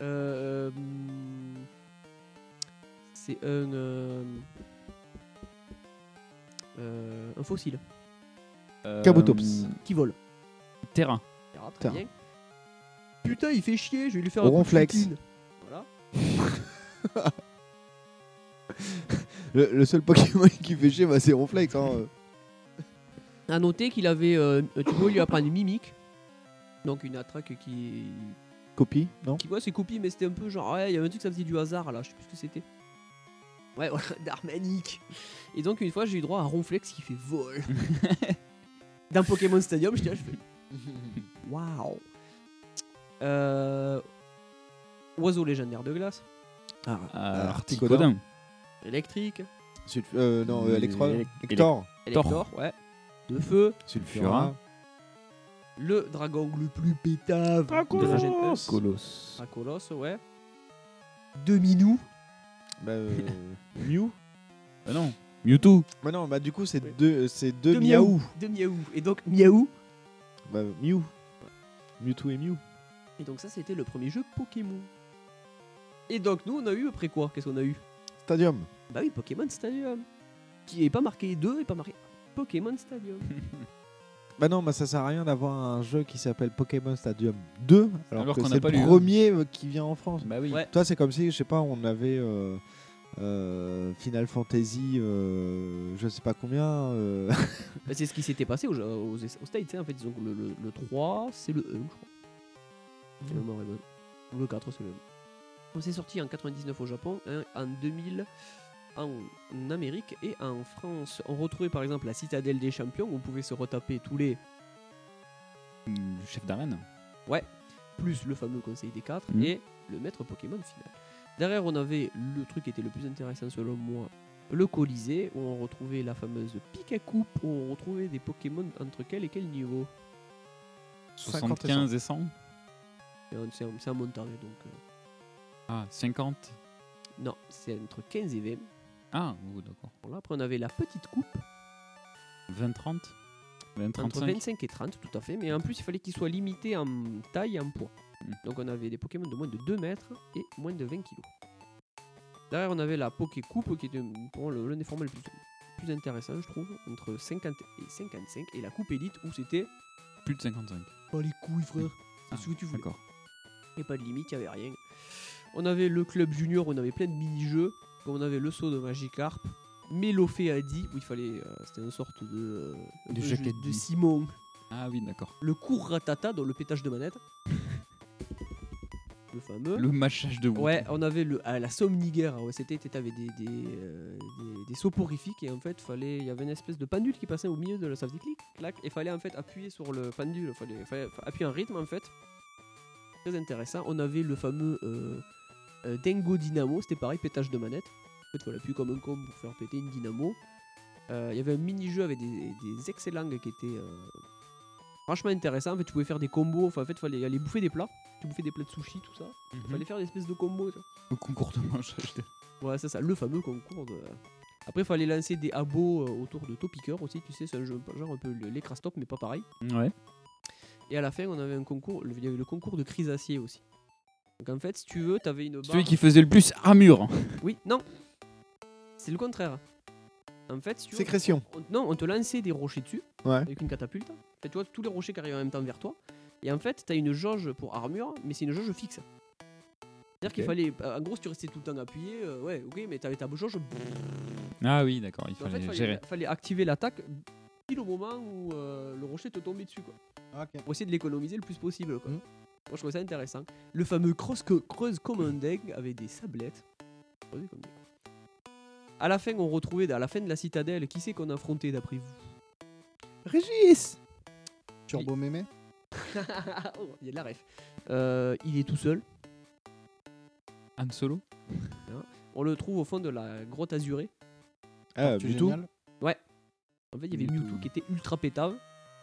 Speaker 4: euh, hum, C'est un. euh, euh, un fossile
Speaker 8: Euh,
Speaker 7: Kabutops.
Speaker 4: qui vole.
Speaker 8: Terrain.
Speaker 4: Ah, très
Speaker 7: Putain.
Speaker 4: bien. Putain, il fait chier, je vais lui faire un
Speaker 7: Ronflex.
Speaker 4: coup de poutine. Voilà.
Speaker 7: Le, le seul Pokémon <laughs> qui fait chier, bah, c'est Ronflex. Hein.
Speaker 4: À noter qu'il avait. Euh, tu vois, il lui apprend une mimique. Donc une attraque qui.
Speaker 7: Copie, non
Speaker 4: Qui, ouais, c'est copié, mais c'était un peu genre. Ouais, il y avait un truc, ça faisait du hasard là, je sais plus ce que c'était. Ouais, voilà, <laughs> d'Armanique. Et donc, une fois, j'ai eu droit à Ronflex qui fait <laughs> vol. D'un Pokémon Stadium, je dis, ah, <laughs> je fais. Waouh! Euh, Oiseau légendaire de glace,
Speaker 7: Ah,
Speaker 8: Euh,
Speaker 7: Articodin.
Speaker 8: Articodin.
Speaker 4: électrique,
Speaker 7: Sulf- euh, non, euh, Electro.
Speaker 8: Élec-
Speaker 7: Hector.
Speaker 8: Thor.
Speaker 4: Elector, ouais, de feu,
Speaker 7: Sulfura.
Speaker 4: le dragon le plus pétave de la Gen 1.
Speaker 7: Colos.
Speaker 4: Dracolos, ouais. Demi-nous.
Speaker 7: Bah, euh, <laughs> Mew
Speaker 8: Ah non. Mewtwo.
Speaker 7: Bah non, bah du coup, c'est
Speaker 4: Oui.
Speaker 7: deux, c'est deux Miaou.
Speaker 4: De miaou. Et donc, miaou.
Speaker 7: Bah, Mew. Mewtwo et Mew.
Speaker 4: Et donc, ça, c'était le premier jeu Pokémon. Et donc, nous, on a eu après quoi Qu'est-ce qu'on a eu
Speaker 7: Stadium.
Speaker 4: Bah oui, Pokémon Stadium. Qui est pas marqué 2 et pas marqué Pokémon Stadium.
Speaker 7: Bah non, bah ça sert à rien d'avoir un jeu qui s'appelle Pokémon Stadium 2, alors,
Speaker 8: Alors
Speaker 7: que
Speaker 8: qu'on
Speaker 7: c'est
Speaker 8: n'a
Speaker 7: le
Speaker 8: pas lu, hein.
Speaker 7: premier euh, qui vient en France.
Speaker 8: Bah oui.
Speaker 4: Ouais.
Speaker 7: Toi, c'est comme si, je sais pas, on avait euh, euh, Final Fantasy, euh, je sais pas combien. euh, <laughs>
Speaker 4: Bah, c'est ce qui s'était passé aux, aux, aux States, hein, en fait. Ils ont le, le, le 3, c'est le 1, je crois. Si la mémoire est bonne. Ou le 4, c'est le 1. On s'est sorti en 99 au Japon, hein, en 2000 en, en Amérique et en France. On retrouvait par exemple la citadelle des champions, où on pouvait se retaper tous les.
Speaker 8: Mm, Le chef d'arène.
Speaker 4: plus le fameux conseil des 4
Speaker 8: Mhm.
Speaker 4: et le maître Pokémon final. Derrière, on avait le truc qui était le plus intéressant selon moi. Le Colisée, où on retrouvait la fameuse Pika Coupe, où on retrouvait des Pokémon entre quel et quel niveau
Speaker 7: 50 et
Speaker 8: 75 et 100
Speaker 4: C'est un- C'est un, c'est un montant, donc. euh,
Speaker 8: Ah, 50
Speaker 4: non, c'est entre 15 et 20.
Speaker 8: Ah, oui, d'accord.
Speaker 4: Bon, là, après, on avait la petite coupe.
Speaker 8: 20, 30 20,
Speaker 4: Entre
Speaker 8: 35
Speaker 4: 25 et 30, tout à fait. Mais en plus, il fallait qu'il soit limité en taille et en poids. Donc, on avait des Pokémon de moins de 2 mètres et moins de 20 kilos. Derrière, on avait la Poké Coupe, qui était mm, pour moi, le- l'un des formats les plus, plus intéressants, je trouve. Entre 50 et 55. Et la Coupe Elite, où c'était
Speaker 8: Plus de 55.
Speaker 4: pas les couilles, frère. C'est ce que tu voulais. Il n'y a pas de limite, il n'y avait rien. On avait le club junior, on avait plein de mini-jeux. Comme on avait le saut de Magikarp. Mélophéadie, où il fallait. euh, c'était une sorte de. euh, un
Speaker 8: De
Speaker 4: peu
Speaker 8: Jacques
Speaker 4: jeu- de
Speaker 8: Lattdy.
Speaker 4: Simon.
Speaker 8: Ah oui, d'accord.
Speaker 4: Le cours ratata dans le pétage de manette. <laughs> le fameux.
Speaker 8: Le mâchage de boutons.
Speaker 4: Ouais, on avait le, ah, la somniguerre. Ouais, c'était, t'avais des, des, euh, des, des soporifiques et en fait, fallait, il y avait une espèce de pendule qui passait au milieu de la ça faisait clic, clac, et fallait en fait appuyer sur le pendule. Fallait, fallait fa- appuyer un rythme en fait. Très intéressant. On avait le fameux euh, euh, Dengo Dynamo. C'était pareil, pétage de manette. En fait, fallait appuyer comme un con pour faire péter une dynamo. Euh, Il y avait un mini-jeu avec des, des excellents qui étaient euh, franchement intéressant. En fait, tu pouvais faire des combos. Enfin, en fait, fallait aller bouffer des plats. Tu bouffais des plats de sushi, tout ça.
Speaker 8: Mhm.
Speaker 4: Fallait faire des espèces de combos. tu vois.
Speaker 8: Le concours de mâchage de.
Speaker 4: Ouais, c'est ça, le fameux concours de. Après, fallait lancer des abos euh, autour de Topiqueur aussi. Tu sais, c'est un jeu genre un peu l'écrastop, mais pas pareil.
Speaker 8: Ouais.
Speaker 4: Et à la fin, on avait un concours. le- Il y avait le concours de Crisacier aussi. Donc en fait, si tu veux, t'avais une barre.
Speaker 8: Celui qui faisait le plus armure.
Speaker 4: Oui, non. C'est le contraire. En fait, si tu veux,
Speaker 7: Sécrétion.
Speaker 4: on- non, on te lançait des rochers dessus
Speaker 7: Ouais.
Speaker 4: avec une catapulte. En fait, tu vois tous les rochers qui arrivent en même temps vers toi. Et en fait, t'as une jauge pour armure, mais c'est une jauge fixe. C'est-à-dire qu'il
Speaker 8: Ok.
Speaker 4: fallait. En gros, si tu restais tout le temps appuyé, euh, ouais, ok, mais t'avais ta jauge.
Speaker 8: Ah oui, d'accord, il
Speaker 4: En fait,
Speaker 8: fallait
Speaker 4: fallait,
Speaker 8: gérer.
Speaker 4: fallait activer l'attaque pile au moment où euh, le rocher te tombait dessus, quoi. Pour essayer de l'économiser le plus possible,
Speaker 8: Mmh.
Speaker 4: quoi. Moi, je trouvais ça intéressant. Le fameux cross que- creuse comme un dingue avec des sablettes. Creusé comme des- À la fin, on retrouvait à la fin de la citadelle, qui c'est qu'on affrontait d'après vous Régis
Speaker 6: Turbo Mémé
Speaker 4: <laughs> Oh, Il y a de la ref. Euh, il est tout seul.
Speaker 8: Han Solo
Speaker 4: Hein. On le trouve au fond de la grotte azurée.
Speaker 7: Ah, Mewtwo
Speaker 4: Ouais. En fait, il y avait
Speaker 7: Mewtwo.
Speaker 4: Mewtwo qui était ultra pétave.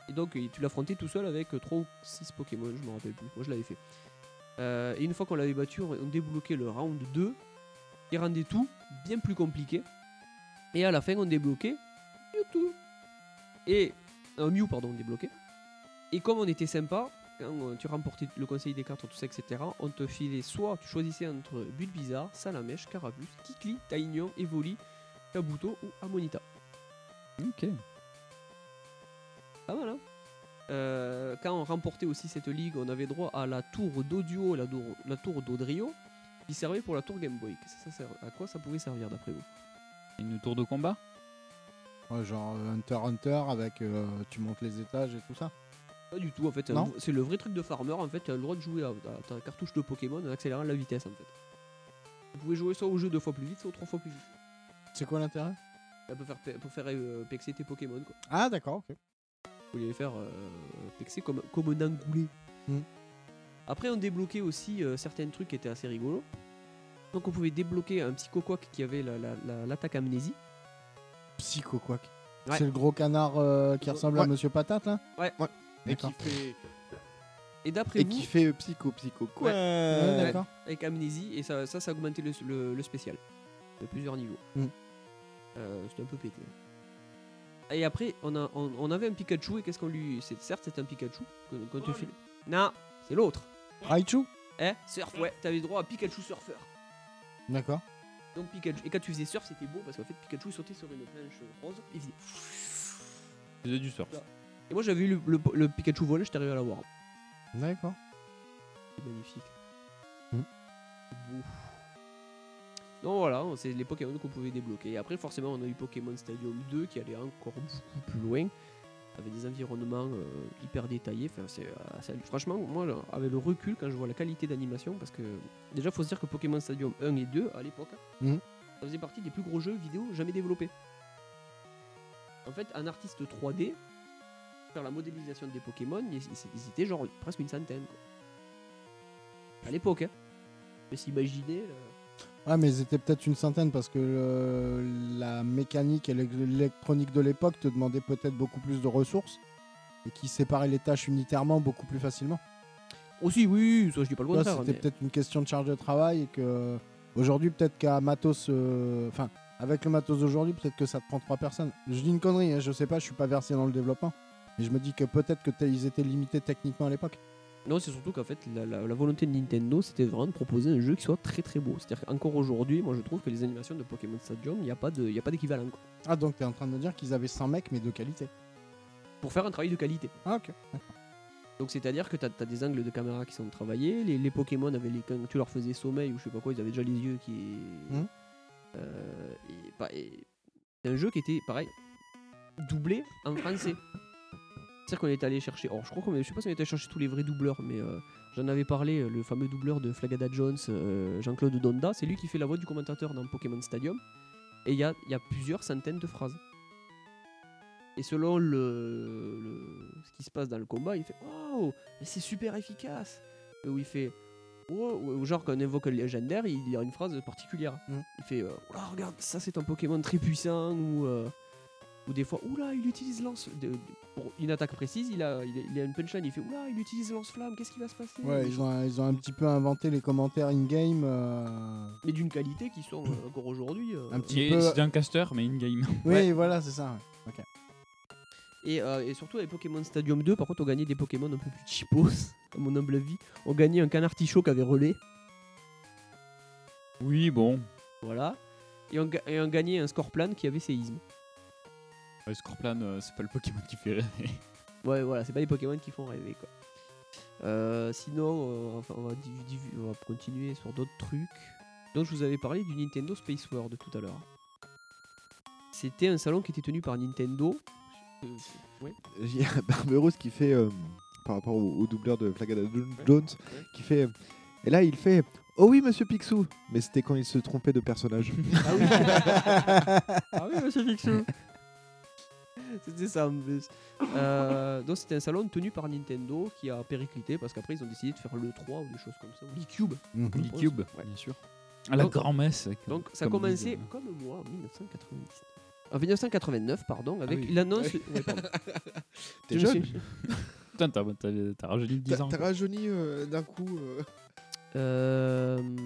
Speaker 4: Et donc, euh, tu l'affrontais tout seul avec 3 ou 6 Pokémon, je me rappelle plus. Moi, je l'avais fait. Euh, et une fois qu'on l'avait battu, on on débloquait le round 2, qui rendait tout bien plus compliqué. Et à la fin, on débloquait Mewtwo. Et. Un Mew, pardon, débloqué. Et comme on était sympa, quand euh, tu remportais le conseil des cartes, tout ça, etc., on te filait soit tu choisissais entre Bulbizarre, Salamèche, Carabus, Kikli, Taignon, Evoli, Kabuto ou Amonita.
Speaker 8: Ok.
Speaker 4: Pas mal, hein Euh, Quand on remportait aussi cette ligue, on avait droit à la tour d'audio et la tour, la tour d'Odrio qui servait pour la tour Game Boy. Qu'est-ce que ça sert- à quoi ça pouvait servir d'après vous
Speaker 8: Une tour de combat
Speaker 6: Ouais, genre euh, Hunter x Hunter avec euh, tu montes les étages et tout ça.
Speaker 4: Pas du tout, en fait.
Speaker 6: Non.
Speaker 4: C'est le vrai truc de farmer, en fait. Tu as le droit de jouer à, à ta cartouche de Pokémon en accélérant la vitesse, en fait. Vous pouvez jouer soit au jeu deux fois plus vite, soit trois fois plus vite.
Speaker 6: C'est quoi l'intérêt
Speaker 4: Ça peut faire pe- pour faire euh, pexer tes Pokémon, quoi.
Speaker 6: Ah d'accord, ok.
Speaker 4: Vous voulez les faire euh, pexer comme, comme un engoulé.
Speaker 7: Hmm.
Speaker 6: Mm.
Speaker 4: Après, on débloquait aussi euh, certains trucs qui étaient assez rigolos. Donc, on pouvait débloquer un petit coquac qui avait la- la- la- l'attaque amnésie.
Speaker 6: Psycho Quack.
Speaker 4: Ouais.
Speaker 6: C'est le gros canard euh, qui ressemble à
Speaker 4: Ouais.
Speaker 6: Monsieur Patate là
Speaker 4: Ouais.
Speaker 7: Et
Speaker 6: D'accord.
Speaker 7: qui fait.
Speaker 4: Et d'après
Speaker 7: Et
Speaker 4: vous.
Speaker 7: qui fait psycho psycho quoi
Speaker 4: Ouais.
Speaker 6: Ouais, euh, d'accord.
Speaker 4: Avec amnésie, et ça, ça, ça augmentait le, le- le spécial de plusieurs niveaux.
Speaker 7: Hmm.
Speaker 6: Mm.
Speaker 4: Euh, C'était un peu pété. Et après, on, a, on, on avait un Pikachu, et qu'est-ce qu'on lui. c'est- Certes, c'est un Pikachu. que- Quand tu fais. Non, c'est l'autre.
Speaker 6: Raichu
Speaker 4: Hein Surf, ouais, t'avais droit à Pikachu surfeur.
Speaker 6: D'accord.
Speaker 4: Donc Pikachu. Et quand tu faisais surf, c'était beau parce qu'en fait, Pikachu sautait sur une planche rose. Il faisait.
Speaker 8: Faisait du surf.
Speaker 4: Et moi, j'avais eu le, le- le Pikachu voler, j'étais arrivé à l'avoir.
Speaker 6: D'accord.
Speaker 4: C'est Magnifique.
Speaker 6: Mm.
Speaker 4: C'est beau. Donc voilà, c'est les Pokémon qu'on pouvait débloquer. Et après, forcément, on a eu Pokémon Stadium 2 qui allait encore beaucoup plus loin, avec des environnements euh, hyper détaillés. Enfin, c'est, euh, ça- franchement, moi, là, avec le recul, quand je vois la qualité d'animation, parce que déjà, faut se dire que Pokémon Stadium 1 et 2, à l'époque,
Speaker 6: Mhm.
Speaker 4: ça faisait partie des plus gros jeux vidéo jamais développés. En fait, un artiste 3D, faire la modélisation des Pokémon, ils, ils- ils étaient genre presque une centaine. quoi. À l'époque, hein. Mais s'imaginer. euh. là,
Speaker 6: Ouais, mais ils étaient peut-être une centaine parce que euh, la mécanique et l'é- l'électronique de l'époque te demandaient peut-être beaucoup plus de ressources. et qui séparait les tâches unitairement beaucoup plus facilement.
Speaker 4: Aussi, oui, ça je dis pas le
Speaker 6: Là,
Speaker 4: contraire. hein,
Speaker 6: C'était
Speaker 4: mais-
Speaker 6: peut-être une question de charge de travail et que euh, aujourd'hui, peut-être qu'à matos, euh, enfin, avec le matos d'aujourd'hui, peut-être que ça te prend trois personnes. Je dis une connerie, hein, je sais pas, je suis pas versé dans le développement, mais je me dis que peut-être que t'as- ils étaient limités techniquement à l'époque.
Speaker 4: Non, c'est surtout qu'en fait, la, la- la volonté de Nintendo, c'était vraiment de proposer un jeu qui soit très très beau. C'est-à-dire qu'encore aujourd'hui, moi je trouve que les animations de Pokémon Stadium, il n'y a pas de- il y a pas d'équivalent. quoi.
Speaker 6: Ah, donc t'es en train de me dire qu'ils avaient 100 mecs, mais de qualité.
Speaker 4: Pour faire un travail de qualité.
Speaker 6: Ah, ok.
Speaker 4: Donc c'est-à-dire que t'as as des angles de caméra qui sont travaillés, les, les Pokémon, avaient les, quand tu leur faisais sommeil ou je sais pas quoi, ils avaient déjà les yeux qui.
Speaker 6: Mhm.
Speaker 4: Euh, et pas- et- C'est un jeu qui était, pareil, doublé en français. C'est-à-dire qu'on est allé chercher. Or, je crois qu'on est- je sais pas si on est allé chercher tous les vrais doubleurs, mais euh, j'en avais parlé, le fameux doubleur de Flagada Jones, euh, Jean-Claude Donda, c'est lui qui fait la voix du commentateur dans Pokémon Stadium. Et il y a, il y a plusieurs centaines de phrases. Et selon le, le- ce qui se passe dans le combat, il fait Wow, mais c'est super efficace Ou il fait Wow, ou genre quand on évoque un légendaire, il y a une phrase particulière.
Speaker 6: Mm.
Speaker 4: Il fait euh, Oula, regarde, ça c'est un Pokémon très puissant, ou, euh, ou des fois Oula, il utilise lance. de- de- pour une attaque précise, il a, il a, il a une punchline, il fait Oula, il utilise lance-flamme, qu'est-ce qui va se passer
Speaker 6: Ouais, ils ont, ils ont un petit peu inventé les commentaires in-game. euh,
Speaker 4: Mais d'une qualité qui sont euh, encore aujourd'hui. euh,
Speaker 6: Un petit
Speaker 8: Il est-
Speaker 6: peu-
Speaker 8: C'est un caster, mais in-game.
Speaker 6: Oui, voilà, c'est ça. ouais. Ok.
Speaker 4: Et, euh, et surtout avec Pokémon Stadium 2, par contre, on gagnait des Pokémon un peu plus cheapos, <laughs> à mon humble avis. On gagnait un canard tichot qui avait relais,
Speaker 8: Oui, bon.
Speaker 4: voilà. Et on, ga- et on gagnait un Scorplan qui avait séisme.
Speaker 8: Ouais, Scorplan, euh, c'est pas le Pokémon qui fait rêver.
Speaker 4: Ouais, voilà, c'est pas les Pokémon qui font rêver, quoi. Euh, sinon, euh, enfin, on, va div- div- on va continuer sur d'autres trucs. Donc, je vous avais parlé du Nintendo Space World tout à l'heure. C'était un salon qui était tenu par Nintendo. Euh, ouais.
Speaker 7: <laughs> Il y a Barberousse qui fait, euh, par rapport au, au doubleur de Flagada Jones, qui fait. euh, Et là, il fait Oh oui, monsieur Picsou Mais c'était quand il se trompait
Speaker 14: <laughs>
Speaker 7: de personnage.
Speaker 4: Ah oui. ah oui, monsieur Picsou. <laughs> C'était ça en plus. Euh, donc c'était un salon tenu par Nintendo qui a périclité parce qu'après ils ont décidé de faire le 3 ou des choses comme ça. ou l'e-cube.
Speaker 8: Mhm.
Speaker 4: je pense.
Speaker 8: L'e-cube, bien sûr. À la
Speaker 4: Donc-
Speaker 8: grand-messe, avec-
Speaker 4: Donc ça
Speaker 8: comme ils
Speaker 4: commençait
Speaker 8: disent,
Speaker 4: comme moi en 1999. En 1989, pardon, avec
Speaker 8: Ah oui.
Speaker 4: l'annonce.
Speaker 8: Ouais.
Speaker 4: Ouais, <laughs> pardon.
Speaker 8: T'es
Speaker 4: Je me
Speaker 8: jeune.
Speaker 4: suis-
Speaker 8: Putain, t'as, t'as- t'as rajeuni de 10 ans.
Speaker 14: T'as
Speaker 8: quoi.
Speaker 14: rajeuni euh, d'un coup. euh.
Speaker 4: Euh,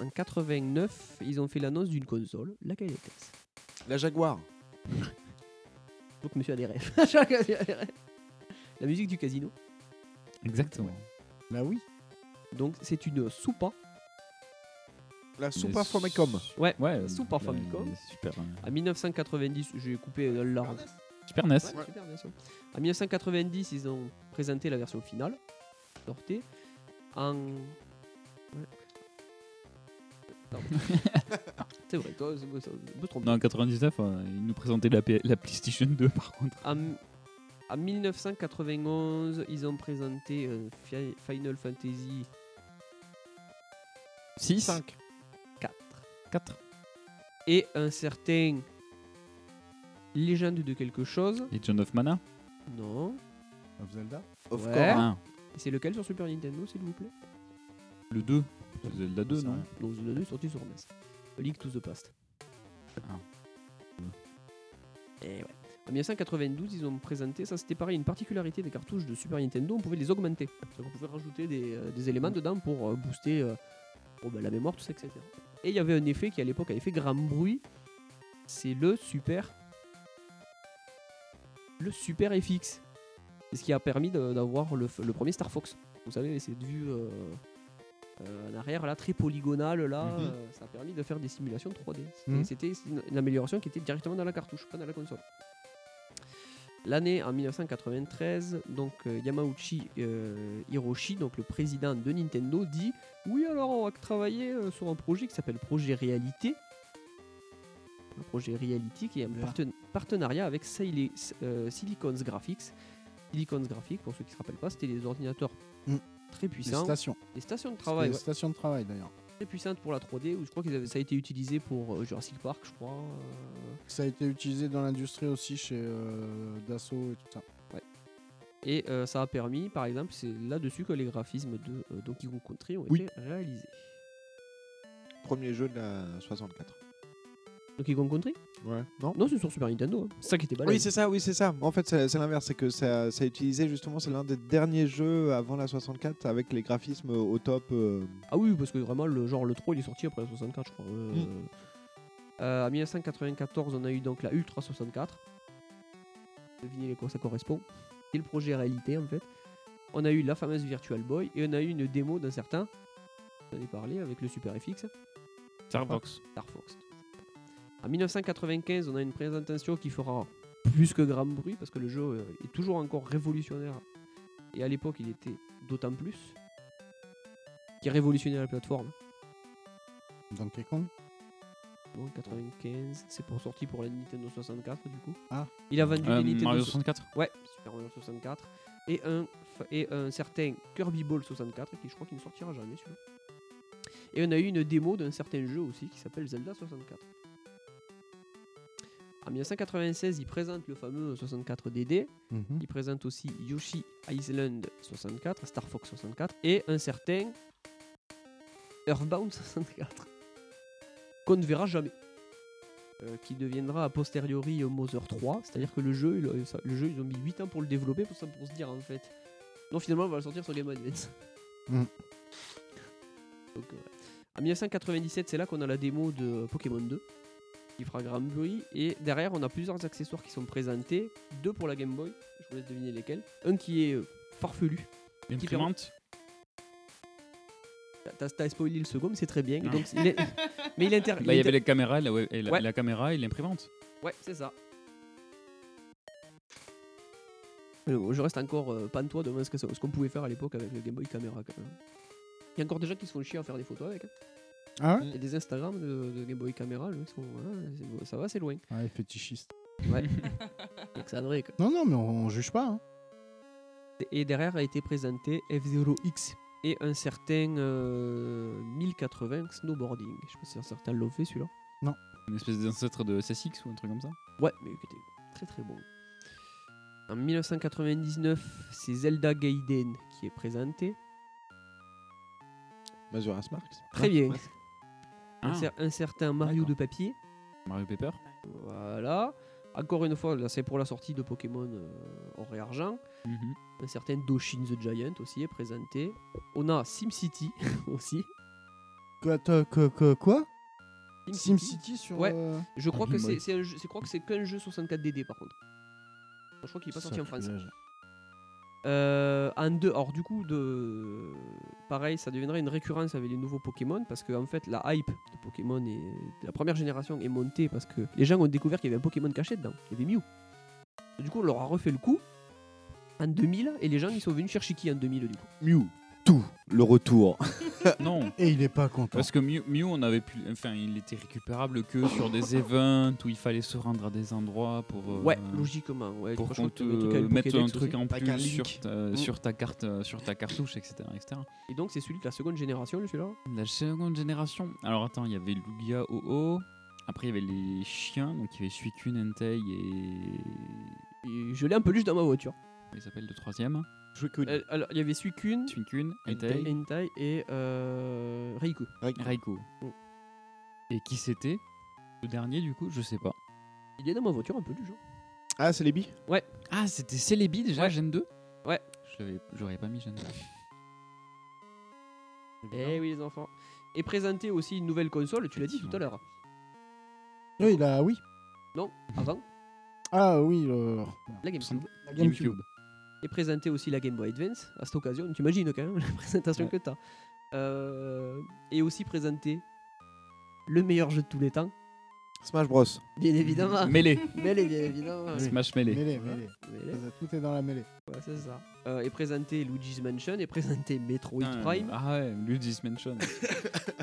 Speaker 4: en 89, ils ont fait l'annonce d'une console. Laquelle était-ce
Speaker 14: La Jaguar.
Speaker 4: Donc monsieur a <laughs> des rêves. Chacun a des rêves. La musique du casino.
Speaker 8: Exactement.
Speaker 6: Bah oui.
Speaker 4: Donc c'est une soupa.
Speaker 14: La Super Famicom.
Speaker 4: Ouais,
Speaker 8: ouais
Speaker 4: Super
Speaker 8: la-
Speaker 4: Famicom.
Speaker 8: Super. hein.
Speaker 4: À 1990, j'ai coupé dans le large.
Speaker 8: Super E NES.
Speaker 4: Ouais, Ah, Super NES, ouais. En 1990, ils ont présenté la version finale. Sortée. En. Ouais. <laughs> Pardon. c'est vrai, toi, je me- je me trompe.
Speaker 8: Non, en 99, euh, ils nous présentaient la, P- la PlayStation 2 <laughs> par contre.
Speaker 4: En, en 1991, ils ont présenté euh, Fi- Final Fantasy
Speaker 8: 6
Speaker 4: 5 4
Speaker 8: 4
Speaker 4: et un certain légende de quelque chose.
Speaker 8: Legend of Mana
Speaker 4: Non.
Speaker 6: Of Zelda
Speaker 8: Of
Speaker 4: Ouais.
Speaker 8: Korra.
Speaker 4: Et C'est lequel sur Super Nintendo, s'il vous plaît
Speaker 8: Le 2 Zelda 2,
Speaker 4: Ah, C'est
Speaker 8: non
Speaker 4: vrai. Non, Zelda 2 est sorti sur NES. A Link to the Past. Ah. Et Eh ouais. En 1992, ils ont présenté, ça c'était pareil, une particularité des cartouches de Super Nintendo, on pouvait les augmenter. Donc on pouvait rajouter des, euh, des éléments dedans pour euh, booster euh, bon, ben, la mémoire, tout ça, etc. Et il y avait un effet qui à l'époque avait fait grand bruit, c'est le Super. Le Super FX. C'est ce qui a permis de- d'avoir le, f- le premier Star Fox. Vous savez, cette vue euh, euh, en arrière, là, très polygonale, là,
Speaker 14: Mhm.
Speaker 4: euh, ça a permis de faire des simulations 3D. C'était-
Speaker 14: Mhm.
Speaker 4: C'était une, une amélioration qui était directement dans la cartouche, pas dans la console. L'année en 1993, donc euh, Yamauchi euh, Hiroshi, donc le président de Nintendo, dit oui alors on va travailler euh, sur un projet qui s'appelle Projet Réalité. Un projet Reality qui est un partena- partenariat avec Sili- euh, Silicons Graphics. Silicons Graphics, pour ceux qui ne se rappellent pas, c'était les ordinateurs
Speaker 6: Mm.
Speaker 4: très puissants.
Speaker 6: stations.
Speaker 4: Les stations de
Speaker 6: C'était
Speaker 4: travail.
Speaker 6: les
Speaker 4: ouais.
Speaker 6: stations de travail d'ailleurs.
Speaker 4: Très puissantes pour la 3D, où je crois que ça a été utilisé pour euh, Jurassic Park, je crois. euh,
Speaker 6: Ça a été utilisé dans l'industrie aussi chez euh, Dassault et tout ça.
Speaker 4: Et euh, ça a permis, par exemple, c'est là-dessus que les graphismes de euh, Donkey Kong Country ont
Speaker 7: Oui.
Speaker 4: été réalisés.
Speaker 7: Premier jeu de la 64.
Speaker 4: Donkey Kong Country
Speaker 7: Ouais. Non
Speaker 4: Non, c'est sur Super Nintendo. hein. C'est ça qui était balèze.
Speaker 7: Oui, c'est ça, oui, c'est ça. En fait, c'est c'est l'inverse, c'est que ça, ça a utilisé justement, c'est l'un des derniers jeux avant la 64 avec les graphismes au top. euh,
Speaker 4: Ah oui, parce que vraiment, le, genre le 3, il est sorti après la 64, je crois. Euh,
Speaker 7: Mm.
Speaker 4: euh, en 1994, on a eu donc la Ultra 64. Devinez à quoi ça correspond. C'est le projet réalité, en fait. On a eu la fameuse Virtual Boy et on a eu une démo d'un certain. J'en ai parlé avec le Super FX.
Speaker 8: Star Fox.
Speaker 4: Star Fox. En 1995, on a une présentation qui fera plus que grand bruit parce que le jeu euh, est toujours encore révolutionnaire. Et à l'époque, il était d'autant plus qui révolutionnait la plateforme.
Speaker 6: Donkey Kong
Speaker 4: Bon, 95, c'est pour sorti pour la Nintendo 64 du coup.
Speaker 6: Ah.
Speaker 4: Il a vendu
Speaker 8: Euh,
Speaker 4: des Nintendo
Speaker 8: Mario
Speaker 4: so-
Speaker 8: 64.
Speaker 4: Ouais, Super Mario 64 et un fa- et un certain Kirby Ball 64 qui je crois qu'il ne sortira jamais celui-là. Et on a eu une démo d'un certain jeu aussi qui s'appelle Zelda 64. En 1996, il présente le fameux 64DD.
Speaker 6: Mhm.
Speaker 4: Il présente aussi Yoshi Island 64, Star Fox 64 et un certain Earthbound <laughs> 64 qu'on ne verra jamais. Euh, qui deviendra a posteriori euh, Mother 3, c'est-à-dire que le jeu, il- euh, ça- le jeu, ils ont mis 8 ans pour le développer, pour, ça- pour se dire en fait. Non, finalement, on va le sortir sur Game Advance.
Speaker 6: Mm.
Speaker 4: Donc, euh, en 1997, c'est là qu'on a la démo de Pokémon 2, qui fera grand bruit, et derrière, on a plusieurs accessoires qui sont présentés, deux pour la Game Boy, je vous laisse deviner lesquels, un qui est euh, farfelu. qui permet-
Speaker 8: L'imprimante
Speaker 4: T'as- T'as spoilé le second, mais c'est très bien. Donc, il
Speaker 8: <laughs>
Speaker 4: est- Mais il inter-
Speaker 8: Bah, il y
Speaker 4: inter-
Speaker 8: avait les caméras et la, web- et la-
Speaker 4: Ouais.
Speaker 8: la caméra et l'imprimante.
Speaker 4: Ouais, c'est ça. Euh, Je reste encore euh, pantois devant ce que ça- ce qu'on pouvait faire à l'époque avec le Game Boy Camera. quand même. Il y a encore des gens qui se font chier à faire des photos avec. hein.
Speaker 6: Ah ouais
Speaker 4: Il y a des Instagram de, de Game Boy Camera, là, ils sont- voilà, c'est- ça va, c'est loin.
Speaker 6: Ouais, fétichiste.
Speaker 4: Ouais. Donc c'est André, quoi.
Speaker 6: Non, non, mais on, on juge pas. hein.
Speaker 4: Et derrière a été présenté F0X et un certain euh, 1080 snowboarding. Je sais pas si un certain l'a fait celui-là.
Speaker 8: <laughs> Une espèce d'ancêtre de SSX ou un truc comme ça.
Speaker 4: Ouais, mais écoutez, très très bon. En 1999, c'est Zelda Gaiden qui est présenté.
Speaker 7: Majora's Marks.
Speaker 4: Très bien. Un,
Speaker 8: Ah.
Speaker 4: cer- un certain Mario de papier.
Speaker 8: Mario Paper.
Speaker 4: Voilà. Encore une fois, là, c'est pour la sortie de Pokémon euh, Or et Argent.
Speaker 8: Mhm.
Speaker 4: Un certain Doshin the Giant aussi est présenté. On a SimCity <laughs> aussi.
Speaker 6: Quoi, t'as- que- que- quoi
Speaker 4: SimCity. Ah,
Speaker 6: SimCity sur.
Speaker 4: Ouais.
Speaker 6: euh,
Speaker 4: Je crois
Speaker 6: un
Speaker 4: que c'est
Speaker 6: Game
Speaker 4: c'est un jeu- je crois que c'est qu'un jeu 64DD par contre. Je crois qu'il n'est pas sorti en France.
Speaker 6: Sacrilège.
Speaker 4: Euh, en deux, alors du coup, de... pareil, ça deviendra une récurrence avec les nouveaux Pokémon parce que en fait, la hype de Pokémon et de la première génération est montée parce que les gens ont découvert qu'il y avait un Pokémon caché dedans, il y avait Mew. Du coup, on leur a refait le coup en 2000 et les gens ils sont venus chercher qui en 2000 du coup.
Speaker 7: Mew. Tout. Le retour.
Speaker 8: non,
Speaker 6: Et il est pas content.
Speaker 8: parce que Mew, Mew, on avait plus, enfin, il était récupérable que sur
Speaker 4: <laughs>
Speaker 8: des events où il fallait se rendre à des endroits pour. euh,
Speaker 4: Ouais, logiquement. Ouais,
Speaker 8: Pour
Speaker 4: Je crois
Speaker 8: qu'on
Speaker 4: que
Speaker 8: te
Speaker 4: le truc a une
Speaker 8: mette un
Speaker 4: Pokédex
Speaker 8: truc
Speaker 4: aussi.
Speaker 8: en
Speaker 7: Avec un
Speaker 8: plus sur
Speaker 7: link.
Speaker 8: ta,
Speaker 4: Mm.
Speaker 8: sur ta carte, euh, sur ta cartouche, etc., etc.
Speaker 4: Et donc, c'est celui de la seconde génération, celui-là.
Speaker 8: La seconde génération. Alors attends, il y avait Lugia, Ho-Oh. Après, il y avait les chiens. Donc, il y avait Suicune, Entei et.
Speaker 4: Et je l'ai un peu peluche dans ma voiture.
Speaker 8: Comment il s'appelle le troisième
Speaker 7: Je veux que.
Speaker 4: Euh, Alors, il y avait Suicune,
Speaker 8: Suicune, Entei,
Speaker 4: Entei et euh, Reiku.
Speaker 8: Raikou.
Speaker 4: Mm.
Speaker 8: Et qui c'était Le dernier, du coup, je sais pas.
Speaker 4: Il est dans ma voiture un peu du genre.
Speaker 7: Ah, c'est les billes
Speaker 8: Ah, c'était Celebi déjà,
Speaker 4: Ouais.
Speaker 8: Gen 2
Speaker 4: Ouais.
Speaker 8: Je l'avais- J'aurais pas mis Gen 2.
Speaker 4: Eh oui, les enfants. Et présenter aussi une nouvelle console, tu l'as dit tout à l'heure.
Speaker 6: Oui, là, oui.
Speaker 4: Non, avant,
Speaker 6: Ah oui, le-
Speaker 4: la GameCube.
Speaker 6: la
Speaker 8: Gamecube.
Speaker 4: Et présenter aussi la Game Boy Advance, à cette occasion, tu imagines quand même <laughs> la présentation
Speaker 8: Ouais.
Speaker 4: que t'as. Euh, et aussi présenter le meilleur jeu de tous les temps,
Speaker 7: Smash Bros.
Speaker 4: bien
Speaker 8: <laughs>
Speaker 4: évidemment.
Speaker 8: Mêlé.
Speaker 4: <laughs> Mais les bien évidemment.
Speaker 6: Oui.
Speaker 8: Smash Mêlé.
Speaker 6: Mêlée,
Speaker 4: Voilà.
Speaker 6: mêlée.
Speaker 4: Melee,
Speaker 6: Tout est dans la mêlée.
Speaker 4: ouais, c'est ça. Euh, et présenter Luigi's Mansion, et présenter Metroid Prime,
Speaker 8: Ah ouais, Luigi's Mansion.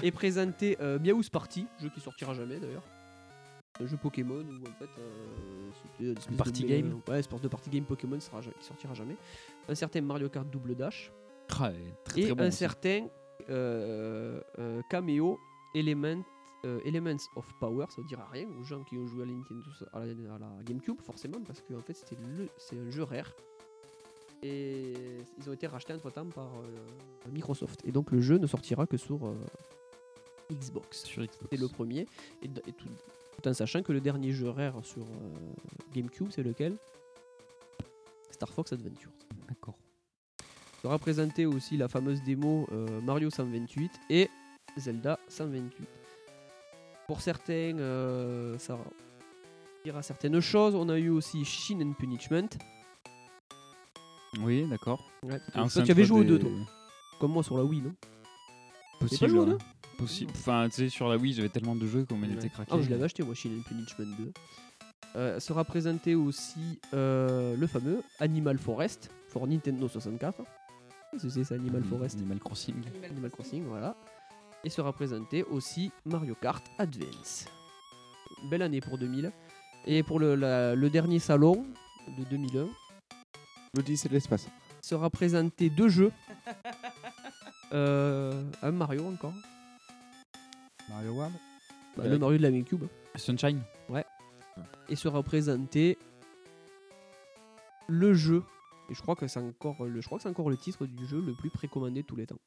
Speaker 4: et présenter euh, Meowth Party, jeu qui sortira jamais d'ailleurs. Un jeu Pokémon où en fait euh, c'était une espèce de
Speaker 8: party
Speaker 4: mêlée-
Speaker 8: game.
Speaker 4: Ouais, espèce de party game Pokémon sera ja- qui sortira jamais. Un certain Mario Kart Double Dash
Speaker 8: Ah ouais, très,
Speaker 4: et
Speaker 8: très bon
Speaker 4: un
Speaker 8: aussi.
Speaker 4: certain euh, euh, cameo Element, euh, Elements of Power, ça ne dira rien aux gens qui ont joué à la, Nintendo, à la- à la GameCube forcément parce que en fait c'était le c'est un jeu rare et ils ont été rachetés entre temps par euh, Microsoft et donc le jeu ne sortira que sur euh, Xbox.
Speaker 8: Sur Xbox.
Speaker 4: C'est le premier. Et, d- et tout- Tout en sachant que le dernier jeu rare sur euh, GameCube, c'est lequel Star Fox Adventures.
Speaker 8: D'accord.
Speaker 4: Sera présenté aussi la fameuse démo euh, Mario 128 et Zelda 128. Pour certains, euh, ça dira certaines choses. On a eu aussi Shin and Punishment.
Speaker 8: Oui, d'accord.
Speaker 4: Ouais, parce que
Speaker 8: Un
Speaker 4: toi, tu avais joué aux deux, toi.
Speaker 8: des-
Speaker 4: Comme moi sur la Wii, non
Speaker 8: Possible.
Speaker 4: joué aux deux
Speaker 8: hein. Possible. Enfin, tu sais, sur la Wii, j'avais tellement de jeux qu'on
Speaker 4: Ouais.
Speaker 8: était craqué.
Speaker 4: Ah, je l'avais acheté, moi, Shin and Punishment 2. Euh, sera présenté aussi euh, le fameux Animal Forest pour Nintendo 64. Qu'est-ce que C'est ça, Animal Forest
Speaker 8: Animal Crossing.
Speaker 4: Animal Crossing, voilà. Et sera présenté aussi Mario Kart Advance. Belle année pour 2000. Et pour le, la- le dernier salon de 2001,
Speaker 7: Je vous dis, c'est de l'espace.
Speaker 4: sera présenté deux jeux. Euh, un Mario encore.
Speaker 6: Mario World
Speaker 4: Bah, le Mario de la GameCube.
Speaker 8: Sunshine
Speaker 4: Ouais. Et sera présenté le jeu. Et je crois que c'est encore le, je crois que c'est encore le titre du jeu le plus précommandé de tous les temps.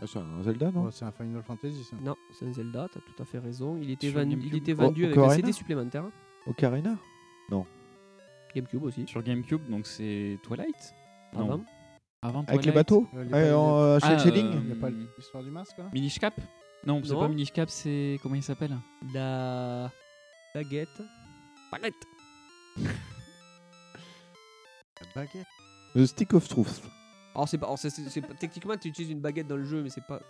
Speaker 7: Ah, c'est un Zelda, non
Speaker 6: Oh, C'est un Final Fantasy, ça.
Speaker 4: Non, c'est un Zelda, t'as tout à fait raison. Il était,
Speaker 6: Sur
Speaker 4: vendu-
Speaker 6: GameCube.
Speaker 4: il était
Speaker 6: O-
Speaker 4: vendu avec un
Speaker 7: Ocarina
Speaker 4: CD supplémentaire.
Speaker 7: Ocarina Non.
Speaker 4: GameCube aussi.
Speaker 8: Sur GameCube, donc c'est Twilight Non.
Speaker 4: Avant.
Speaker 8: Avant
Speaker 7: Avec les
Speaker 8: Twilight.
Speaker 7: bateaux
Speaker 6: Euh,
Speaker 7: Ouais, en, euh, chez
Speaker 8: Ah,
Speaker 7: Shading
Speaker 8: euh,
Speaker 6: Il a pas l'histoire du masque, là
Speaker 8: Minish Cap Non, c'est
Speaker 4: Non.
Speaker 8: pas Minish Cap, c'est. Comment il s'appelle
Speaker 4: La baguette. Baguette.
Speaker 6: Baguette.
Speaker 4: euh.
Speaker 7: The Stick of Truth.
Speaker 4: Alors c'est pas, alors, c'est- c'est- c'est pas- techniquement tu utilises une baguette dans le jeu, mais c'est pas.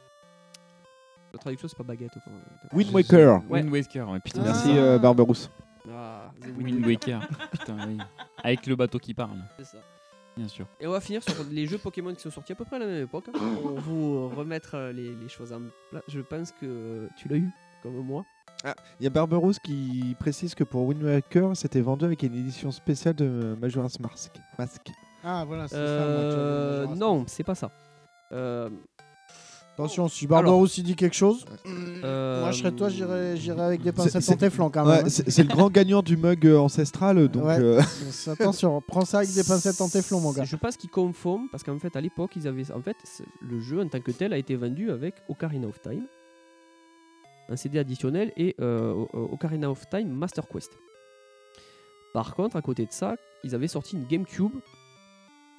Speaker 4: La traduction c'est pas baguette. enfin, t'as-
Speaker 7: Wind Waker.
Speaker 4: Ouais.
Speaker 8: Wind Waker, ouais, putain.
Speaker 7: Merci,
Speaker 8: c'est-
Speaker 7: euh, Barberousse.
Speaker 4: Ah, The
Speaker 8: Wind <laughs> Waker, putain, oui. Avec le bateau qui parle.
Speaker 4: C'est ça.
Speaker 8: Bien sûr.
Speaker 4: Et on va finir sur les jeux Pokémon qui sont sortis à peu près à la même époque.
Speaker 6: Ah.
Speaker 4: hein, pour vous remettre euh, les, les choses en place. Je pense que euh, tu l'as eu, comme moi.
Speaker 7: Ah, Il y a Barberousse qui précise que pour Wind Waker, c'était vendu avec une édition spéciale de Majora's Mask. Mask.
Speaker 6: Ah, voilà, c'est
Speaker 4: Euh,
Speaker 6: ça. moi, tu vois, le Majora's
Speaker 4: non, c'est pas ça. Euh,
Speaker 6: Mask. Attention, si Barbarousse il dit quelque chose,
Speaker 4: euh,
Speaker 6: moi je serais toi, j'irais j'irais avec des
Speaker 7: C'est-
Speaker 6: pincettes
Speaker 7: c'est-
Speaker 6: en téflon quand
Speaker 7: Ouais,
Speaker 6: même. hein.
Speaker 7: c'est c'est le grand gagnant du mug euh, ancestral, donc.
Speaker 6: Ouais.
Speaker 7: euh,
Speaker 6: <laughs> C'est- Attention, prends ça avec des pincettes en téflon, mon gars.
Speaker 4: Je pense qu'ils confondent parce qu'en fait, à l'époque, ils avaient. En fait, c'est- le jeu en tant que tel a été vendu avec Ocarina of Time, un CD additionnel et euh, O- O- Ocarina of Time Master Quest. Par contre, à côté de ça, ils avaient sorti une GameCube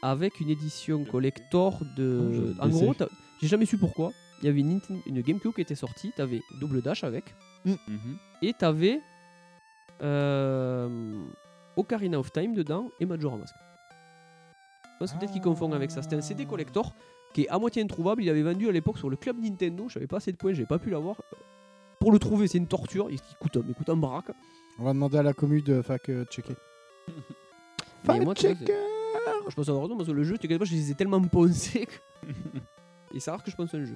Speaker 4: avec une édition collector de.
Speaker 7: Ah,
Speaker 4: En
Speaker 7: je sais.
Speaker 4: gros, t'as- j'ai jamais su pourquoi. Il y avait une, Ninten- une GameCube qui était sortie, t'avais Double Dash avec,
Speaker 8: Mhm.
Speaker 4: et t'avais euh, Ocarina of Time dedans et Majora Mask. Je pense peut-être qu'ils confondent avec ça. C'était un CD collector qui est à moitié introuvable. Il avait vendu à l'époque sur le club Nintendo. Je n'avais pas assez de points, j'avais pas pu l'avoir. Pour le trouver, c'est une torture. Il il coûte, un- il coûte un baraque.
Speaker 6: On va demander à la commu de fac euh, checker.
Speaker 4: Mais moi, tu vois, c'est- Ah, je pense avoir raison parce que le jeu, tu sais, je les ai tellement poncés.
Speaker 8: <laughs>
Speaker 4: que- Et c'est rare que je pense à un jeu.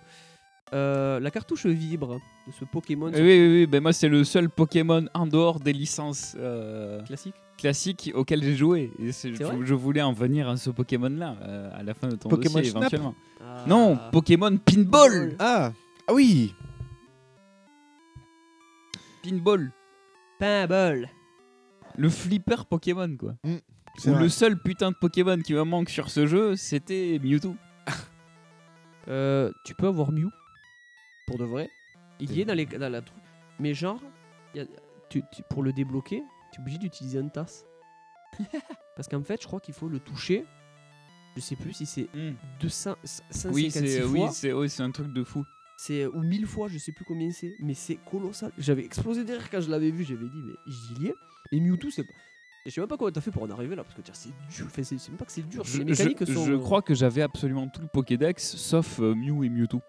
Speaker 4: Euh, la cartouche vibre de ce Pokémon
Speaker 8: Eh Oui, oui, oui, ben moi c'est le seul Pokémon en dehors des licences euh,
Speaker 4: classique.
Speaker 8: classiques auquel j'ai joué. Et c'est-
Speaker 4: C'est vrai
Speaker 8: je, je voulais en venir à ce Pokémon-là euh, à la fin de ton
Speaker 7: Pokémon
Speaker 8: dossier
Speaker 7: Snap
Speaker 8: éventuellement. Non,
Speaker 4: Ah.
Speaker 8: Pokémon Pinball
Speaker 7: <laughs> Ah Ah oui
Speaker 8: Pinball
Speaker 4: Pinball
Speaker 8: Le flipper Pokémon, quoi.
Speaker 7: Mm, c'est
Speaker 8: Ou
Speaker 7: vrai.
Speaker 8: le seul putain de Pokémon qui me manque sur ce jeu, c'était Mewtwo.
Speaker 4: Euh, tu peux avoir Mew pour de vrai. Il y est dans, les, dans la truc. Mais genre, y a- tu- tu- pour le débloquer, tu es obligé d'utiliser un
Speaker 8: <laughs>
Speaker 4: tasse. Parce qu'en fait, je crois qu'il faut le toucher. Je sais plus si c'est
Speaker 8: Mm.
Speaker 4: 200, 156
Speaker 8: Oui, c'est oui,
Speaker 4: fois.
Speaker 8: c'est oui, c'est un truc de fou.
Speaker 4: c'est ou 1000 fois, je sais plus combien c'est, mais c'est colossal. J'avais explosé derrière quand je l'avais vu, j'avais dit mais j'y ai. Et Mewtwo c'est et je sais même pas comment t'as fait pour en arriver là parce que tiens, c'est dur, enfin, c'est c'est même pas que c'est dur, c'est
Speaker 8: Je,
Speaker 4: les mécaniques
Speaker 8: je-
Speaker 4: sont
Speaker 8: je crois que j'avais absolument tout le Pokédex sauf euh, Mew et Mewtwo.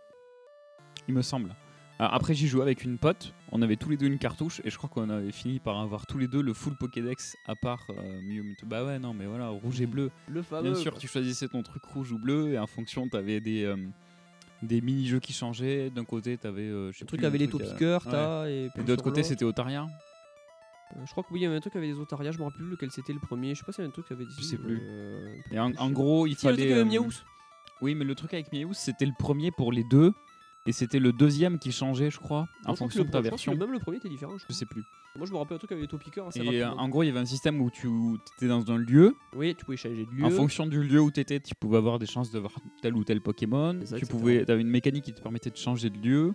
Speaker 8: Il me semble. Euh, après, j'ai joué avec une pote. On avait tous les deux une cartouche et je crois qu'on avait fini par avoir tous les deux le full Pokédex à part euh, Mew et Mewtwo. Bah ouais, non, mais voilà, rouge et
Speaker 4: Mmh.
Speaker 8: bleu.
Speaker 4: le fameux
Speaker 8: Bien sûr, tu choisissais ton truc rouge ou bleu et en fonction, t'avais des. euh, des mini-jeux qui changeaient, d'un côté t'avais. Euh, je sais
Speaker 4: le truc
Speaker 8: plus,
Speaker 4: avec
Speaker 8: le
Speaker 4: les taux
Speaker 8: euh,
Speaker 4: piqueurs,
Speaker 8: ouais.
Speaker 4: t'as et,
Speaker 8: Et
Speaker 4: puis
Speaker 8: de l'autre
Speaker 4: sur
Speaker 8: côté,
Speaker 4: l'autre.
Speaker 8: c'était Otaria
Speaker 4: Euh, Je crois que oui, il y avait un truc avec les Otaria, je me rappelle plus lequel c'était le premier. Je sais pas si y avait un truc qui avait dit.
Speaker 8: Je sais plus.
Speaker 4: euh,
Speaker 8: Et en, en gros, il
Speaker 4: Si, le
Speaker 8: fallait.
Speaker 4: truc avec
Speaker 8: euh,
Speaker 4: Miaouz.
Speaker 8: Oui, mais le truc avec Miaouz, c'était le premier pour les deux. Et c'était le deuxième qui changeait, je crois, en
Speaker 4: Non, je crois que
Speaker 8: fonction
Speaker 4: le
Speaker 8: de ta
Speaker 4: pro- je pense que
Speaker 8: version.
Speaker 4: Même le premier était différent. je
Speaker 8: Je
Speaker 4: crois.
Speaker 8: sais plus.
Speaker 4: Moi, je me rappelle un truc avec les taux piqueurs. assez
Speaker 8: Et euh,
Speaker 4: rapidement.
Speaker 8: en gros, il y avait un système où tu étais dans un lieu.
Speaker 4: Oui, tu pouvais changer de lieu.
Speaker 8: En fonction du lieu où tu étais, tu pouvais avoir des chances de voir tel ou tel Pokémon.
Speaker 4: C'est ça,
Speaker 8: tu
Speaker 4: etc.
Speaker 8: pouvais, avais une mécanique qui te permettait de changer de lieu.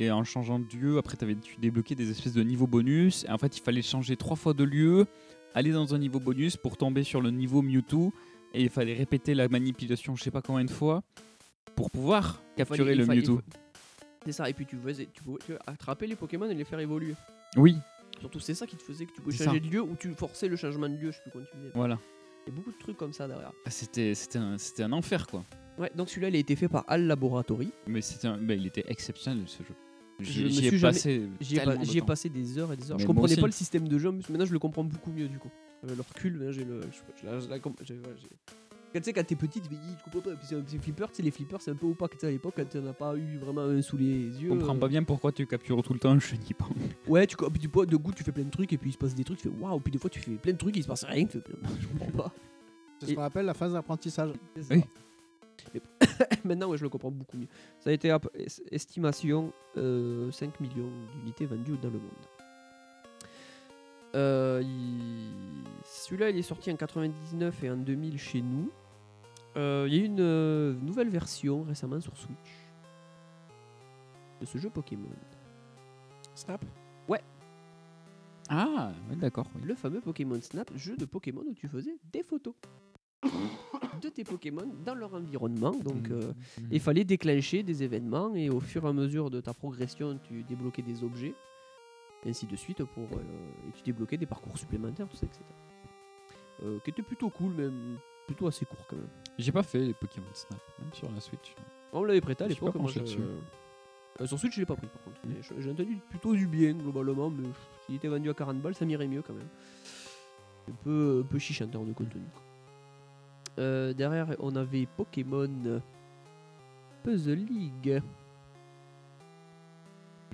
Speaker 8: Et en changeant de lieu, après, t'avais- tu débloquais des espèces de niveaux bonus. Et en fait, il fallait changer trois fois de lieu, aller dans un niveau bonus pour tomber sur le niveau Mewtwo. Et il fallait répéter la manipulation, je sais pas combien de fois, pour pouvoir capturer
Speaker 4: il
Speaker 8: le
Speaker 4: fa- il
Speaker 8: Mewtwo.
Speaker 4: fa- C'est ça, et puis tu pouvais, tu pouvais- tu pouvais attraper les Pokémon et les faire évoluer.
Speaker 8: Oui.
Speaker 4: Surtout, c'est ça qui te faisait que tu pouvais
Speaker 8: C'est
Speaker 4: changer
Speaker 8: ça.
Speaker 4: de lieu ou tu forçais le changement de lieu, je sais plus comment tu faisais.
Speaker 8: Voilà.
Speaker 4: Il y a beaucoup de trucs comme ça derrière.
Speaker 8: Ah, C'était c'était un, c'était un enfer, quoi.
Speaker 4: Ouais, donc celui-là, il a été fait par Al Laboratory.
Speaker 8: Mais c'était un- bah, il était exceptionnel, ce jeu.
Speaker 4: Je
Speaker 8: J'y
Speaker 4: me
Speaker 8: j'y ai
Speaker 4: suis jamais-
Speaker 8: passé
Speaker 4: j'y ai,
Speaker 8: tellement
Speaker 4: pas-
Speaker 8: de
Speaker 4: j'y ai
Speaker 8: temps.
Speaker 4: passé des heures et des heures.
Speaker 8: Mais
Speaker 4: je
Speaker 8: moi
Speaker 4: comprenais
Speaker 8: aussi.
Speaker 4: pas le système de jeu, mais maintenant je le comprends beaucoup mieux du coup. Euh, le recul, maintenant j'ai le. je sais pas, je la- je la comp- j'ai- voilà, j'ai- Quand tu sais, quand t'es petit, tu fais, Ih, je comprends pas. Puis c'est un petit flipper, tu sais, les flippers, c'est un peu opaque tu sais, à l'époque, quand t'en as pas eu vraiment un sous les
Speaker 8: Je
Speaker 4: yeux. euh,
Speaker 8: comprends pas bien pourquoi tu captures tout le temps un chenipon.
Speaker 4: Ouais, tu, co- puis tu vois, de goût, tu fais plein de trucs, et puis il se passe des trucs, tu fais waouh, puis des fois, tu fais plein de trucs, il se passe rien, tu fais, <laughs> je comprends pas.
Speaker 6: C'est ce qu'on appelle la phase d'apprentissage.
Speaker 4: Oui. <laughs> Maintenant, ouais, je le comprends beaucoup mieux. Ça a été à peu- es- estimation euh, 5 millions d'unités vendues dans le monde. Euh, il- Celui-là, il est sorti en 99 et en 2000 chez nous. Euh, Il y a eu une euh, nouvelle version récemment sur Switch de ce jeu Pokémon. Snap Ouais.
Speaker 8: Ah, d'accord.
Speaker 4: Le fameux Pokémon Snap, jeu de Pokémon où tu faisais des photos de tes Pokémon dans leur environnement.
Speaker 8: Mmh. Hmm.
Speaker 4: Donc, euh, il fallait déclencher des événements et au fur et à mesure de ta progression, tu débloquais des objets, et ainsi de suite, pour, euh, et tu débloquais des parcours supplémentaires, tout ça, etc. Euh, qui était plutôt cool, mais euh, plutôt assez court quand même.
Speaker 8: J'ai pas fait les Pokémon Snap, même sur la Switch.
Speaker 4: On me l'avait prêté à
Speaker 8: Je suis
Speaker 4: l'époque.
Speaker 8: pas
Speaker 4: moi,
Speaker 8: penché
Speaker 4: je-
Speaker 8: dessus. Mm.
Speaker 4: Euh, sur Switch, je l'ai pas pris par contre. Mais je- J'ai entendu plutôt du bien globalement, mais pff, s'il était vendu à 40 balles, ça m'irait mieux quand même. C'est Un peu, euh, un peu chiche en termes de contenu. quoi. Euh, derrière, on avait Pokémon Puzzle League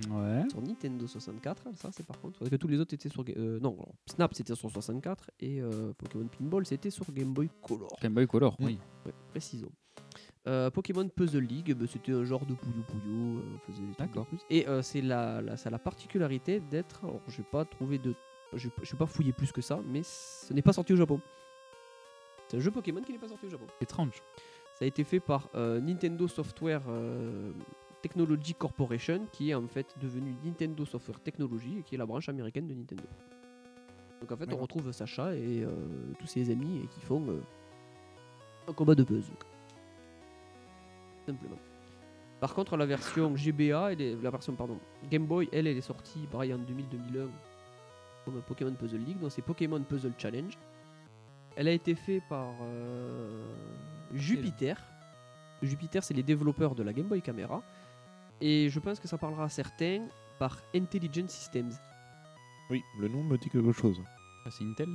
Speaker 8: Ouais.
Speaker 4: sur Nintendo 64. Ça, c'est par contre. Parce que tous les autres étaient sur. Ga- euh, non, alors, Snap c'était sur 64 et euh, Pokémon Pinball c'était sur Game Boy Color.
Speaker 8: Game Boy Color, oui.
Speaker 4: Ouais, précisons. Euh, Pokémon Puzzle League, bah, c'était un genre de Puyo Puyo, euh, on faisait des trucs
Speaker 8: D'accord.
Speaker 4: de plus. Et euh, c'est la, la- ça a la particularité d'être. Alors, j'ai pas trouvé de. Je vais pas fouiller plus que ça, mais ce n'est pas sorti au Japon. C'est un jeu Pokémon qui n'est pas sorti au Japon.
Speaker 8: Étrange.
Speaker 4: Ça a été fait par euh, Nintendo Software euh, Technology Corporation, qui est en fait devenue Nintendo Software Technology, et qui est la branche américaine de Nintendo. Donc en fait, on
Speaker 8: D'accord.
Speaker 4: retrouve Sacha et euh, tous ses amis et qui font euh, un combat de buzz. Simplement. Par contre, la version GBA, elle est- la version pardon, Game Boy, elle, elle est sortie pareil en 2000-2001 comme Pokémon Puzzle League, donc c'est Pokémon Puzzle Challenge. Elle a été faite par euh, Jupiter. Jupiter, c'est les développeurs de la Game Boy Camera. Et je pense que ça parlera à certains par Intelligent Systems.
Speaker 7: Oui, le nom me dit quelque chose.
Speaker 8: Ah, c'est Intel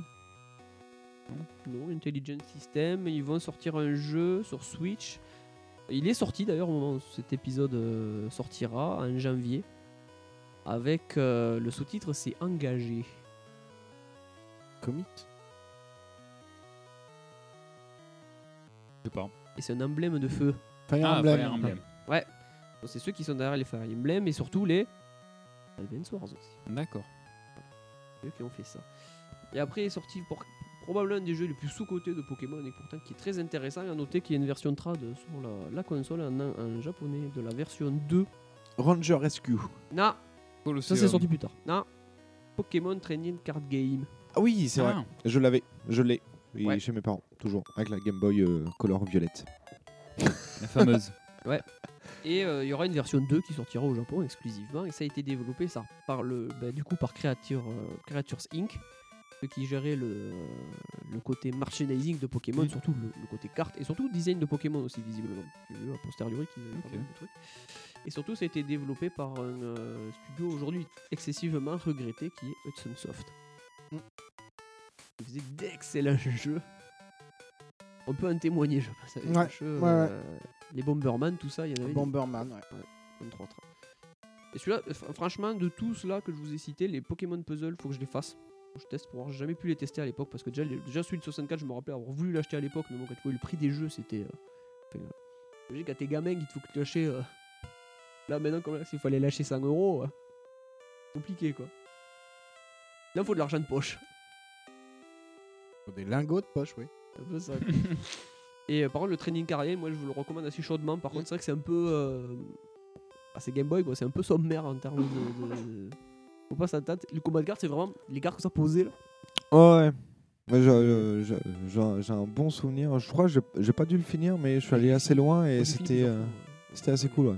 Speaker 4: Non, Intelligent System. Ils vont sortir un jeu sur Switch. Il est sorti d'ailleurs au moment où cet épisode euh, sortira, en janvier. Avec euh, le sous-titre, c'est Engagé.
Speaker 14: Commit
Speaker 8: Je sais pas.
Speaker 4: Et c'est un emblème de feu.
Speaker 6: Fire
Speaker 8: Ah, Emblem. Fire
Speaker 6: <laughs>
Speaker 8: Emblem.
Speaker 4: Ouais. Donc, C'est ceux qui sont derrière les Fire Emblem et surtout les Advance Wars aussi.
Speaker 8: D'accord.
Speaker 4: eux qui ont fait ça. Et après est sorti pour, probablement un des jeux les plus sous-cotés de Pokémon et pourtant qui est très intéressant. Et à noter qu'il y a une version trad sur la, la console en, en japonais de la version 2.
Speaker 14: Ranger Rescue.
Speaker 4: Non Ça
Speaker 8: Colosseum.
Speaker 4: c'est sorti plus tard. Non Pokémon Training Card Game.
Speaker 14: Ah oui, c'est
Speaker 4: Ah.
Speaker 14: vrai. Je l'avais, je l'ai. Et
Speaker 4: Ouais.
Speaker 14: Chez mes parents, toujours. Avec la Game Boy euh, Color Violette.
Speaker 8: La fameuse.
Speaker 4: Ouais. Et euh, il y aura une version 2 qui sortira au Japon exclusivement. Et ça a été développé ça, par le, bah, du coup par Creature, euh, Creatures Inc. Ceux qui géraient le, euh, le côté merchandising de Pokémon, surtout le, le côté carte, et surtout design de Pokémon aussi, visiblement. J'ai vu a posteriori qu'ils avaient pas
Speaker 8: Ok.
Speaker 4: mal de trucs. Et surtout, ça a été développé par un euh, studio aujourd'hui excessivement regretté qui est Hudson Soft.
Speaker 6: Mm.
Speaker 4: Ils faisaient d'excellents jeux. On peut en témoigner, je pense. avec
Speaker 6: Ouais,
Speaker 4: le jeu,
Speaker 6: ouais, ouais.
Speaker 4: Les Bomberman, tout ça, il y en avait. des-
Speaker 6: Bomberman, ouais.
Speaker 4: entre autres. Et celui-là, fr- franchement, de tous là que je vous ai cités, les Pokémon Puzzle, faut que je les fasse. Faut que Je teste pour avoir j'ai jamais pu les tester à l'époque parce que déjà, les- déjà celui de 64, je me rappelais avoir voulu l'acheter à l'époque, mais bon, quand tu vois le prix des jeux, c'était. Euh, enfin, euh, logique, quand t'es gamin, il te faut que tu lâches. euh, là maintenant, comme là, s'il fallait lâcher 5 euros, euh, compliqué quoi. Là, faut de l'argent de poche.
Speaker 6: Des lingots de poche, oui.
Speaker 4: Un peu ça. Et euh, par contre, le training carrière, moi je vous le recommande assez chaudement. Par contre, c'est vrai que c'est un peu. euh, Ah, c'est Game Boy, quoi. C'est un peu sommaire en termes de. de- Faut pas s'attendre. Le combat de cartes, c'est vraiment les cartes que ça posait là.
Speaker 7: Oh ouais. Moi, je- je- je- J'ai un bon souvenir. Je crois que j'ai- j'ai pas dû le finir, mais je suis allé assez loin et c'était euh, c'était assez cool. Ouais.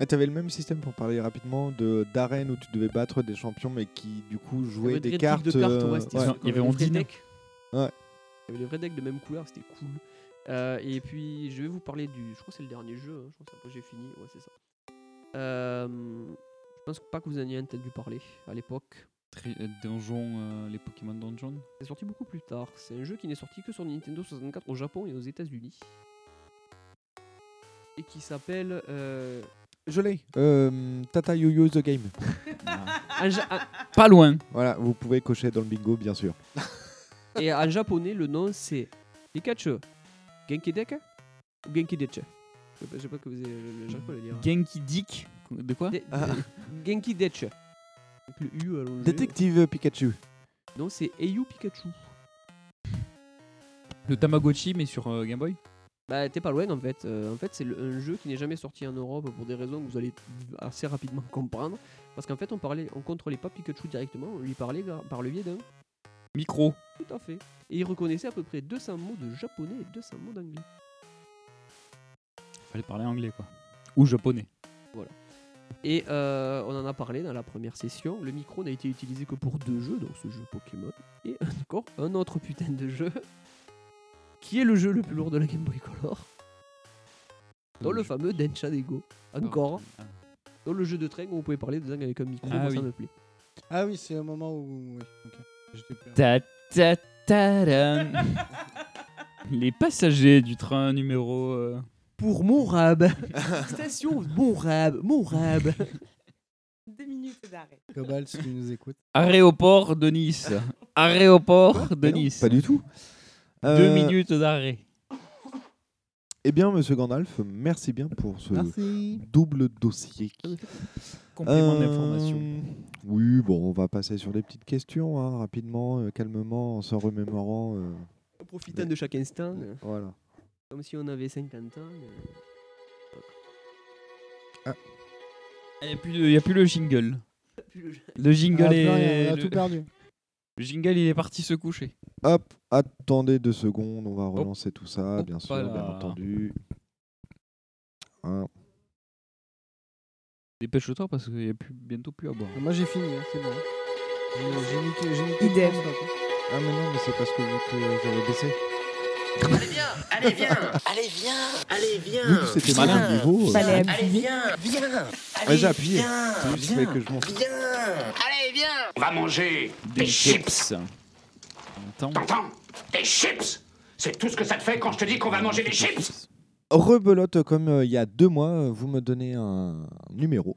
Speaker 7: Et t'avais le même système pour parler rapidement de d'arènes où tu devais battre des champions, mais qui du coup jouaient
Speaker 4: Il
Speaker 7: des
Speaker 4: y avait
Speaker 7: cartes.
Speaker 4: vrais decks de cartes,
Speaker 7: euh,
Speaker 4: ouais, c'était
Speaker 7: ouais.
Speaker 4: sûr, quoi. Il y avait des vrais decks.
Speaker 7: Ouais.
Speaker 4: Il y avait des vrais decks de même couleur, c'était cool. Euh, et puis, je vais vous parler du. Je crois que c'est le dernier jeu. hein, Je pense après j'ai fini. Ouais, c'est ça. Euh, Je pense pas que vous en ayez entendu parler à l'époque.
Speaker 8: <laughs> Tri- euh, Donjon, euh, les Pokémon Donjon.
Speaker 4: C'est sorti beaucoup plus tard. C'est un jeu qui n'est sorti que sur Nintendo 64 au Japon et aux États-Unis. Et qui s'appelle. euh,
Speaker 7: Je l'ai. Euh, Tata Yo-Yo The Game.
Speaker 4: un ja- un-
Speaker 8: Pas loin.
Speaker 7: Voilà, vous pouvez cocher dans le bingo, bien sûr.
Speaker 4: Et en japonais, le nom c'est Pikachu Genki Deka ou Genki Decha Je sais pas- je sais pas que vous avez le le japonais le dire. hein.
Speaker 8: Genki Dick. De quoi
Speaker 4: De- Genki Decha. Avec le U allongé.
Speaker 7: Détective Pikachu.
Speaker 4: Non, c'est Eyu Pikachu.
Speaker 8: Le Tamagotchi, mais sur euh, Game Boy
Speaker 4: Bah, t'es pas loin en fait. Euh, en fait, c'est le- un jeu qui n'est jamais sorti en Europe pour des raisons que vous allez assez rapidement <laughs> comprendre. Parce qu'en fait, on parlait, on contrôlait pas Pikachu directement, on lui parlait gra- par le biais d'un
Speaker 8: Micro.
Speaker 4: Tout à fait. Et il reconnaissait à peu près 200 mots de japonais et 200 mots d'anglais.
Speaker 8: Fallait parler anglais, quoi. Ou japonais.
Speaker 4: Voilà. Et euh, on en a parlé dans la première session. Le micro n'a été utilisé que pour deux jeux, donc ce jeu Pokémon. Et <laughs> encore un autre putain de jeu. Qui est le jeu le plus lourd de la Game Boy Color Dans le fameux Dencha Dego.
Speaker 8: Ah.
Speaker 4: Encore. Dans le jeu de train où vous pouvez parler de dingue avec un micro,
Speaker 6: Ah
Speaker 4: moi, ça
Speaker 6: oui.
Speaker 4: me
Speaker 6: <laughs>
Speaker 4: plaît.
Speaker 6: Ah oui, c'est au moment où. oui, ok. J'étais plus-
Speaker 8: Ta ta taram. Les passagers du train numéro. euh,
Speaker 4: Pour mon rab. Station mon rab, mon rab. <laughs>
Speaker 10: Deux minutes d'arrêt.
Speaker 6: Cobalt, si tu nous écoutes.
Speaker 8: Aéroport de Nice. Aéroport de
Speaker 7: Mais non,
Speaker 8: Nice.
Speaker 7: Pas du tout.
Speaker 8: Ah, Deux
Speaker 7: Euh,
Speaker 8: minutes d'arrêt.
Speaker 7: Eh bien, monsieur Gandalf, merci bien pour ce
Speaker 8: Merci.
Speaker 7: double dossier.
Speaker 8: Ah Complément
Speaker 7: Euh,
Speaker 8: d'information.
Speaker 7: Oui, bon, on va passer sur les petites questions, hein, rapidement, euh, calmement, en s'en remémorant. euh,
Speaker 4: En profitant de chaque instant. euh,
Speaker 7: voilà.
Speaker 4: Comme si on avait 50 ans. euh.
Speaker 8: Il n'y a, plus de- y a plus le jingle.
Speaker 4: Plus le-
Speaker 8: Le jingle
Speaker 4: Ah, plus
Speaker 8: est.
Speaker 4: rien, on a
Speaker 8: le-
Speaker 4: tout perdu.
Speaker 8: Le jingle, il est parti se coucher.
Speaker 7: Hop, attendez deux secondes, on va relancer tout ça, bien sûr,
Speaker 8: là.
Speaker 7: bien entendu. Hein.
Speaker 8: Dépêche-toi parce qu'il n'y a plus, bientôt plus à boire.
Speaker 6: Moi j'ai fini, hein, c'est bon. J'ai- J'ai niqué, j'ai niqué.
Speaker 7: Idem. Ah, mais non, mais c'est parce que vu que j'avais baissé.
Speaker 13: Allez, viens <laughs> Allez, viens Allez, viens
Speaker 7: Vu que c'était
Speaker 13: Viens.
Speaker 7: malin niveau, euh, Fallait
Speaker 13: Allez, viens Viens
Speaker 7: Ouais, j'ai appuyé.
Speaker 13: viens.
Speaker 7: C'est juste
Speaker 13: Viens.
Speaker 7: que je m'en fous.
Speaker 13: Viens Allez, viens On va manger
Speaker 8: Des chips. Attends.
Speaker 13: T'entends Des chips C'est tout ce que ça te fait quand je te dis qu'on va manger des chips
Speaker 7: Rebelote comme euh, il y a deux mois, euh, vous me donnez un numéro.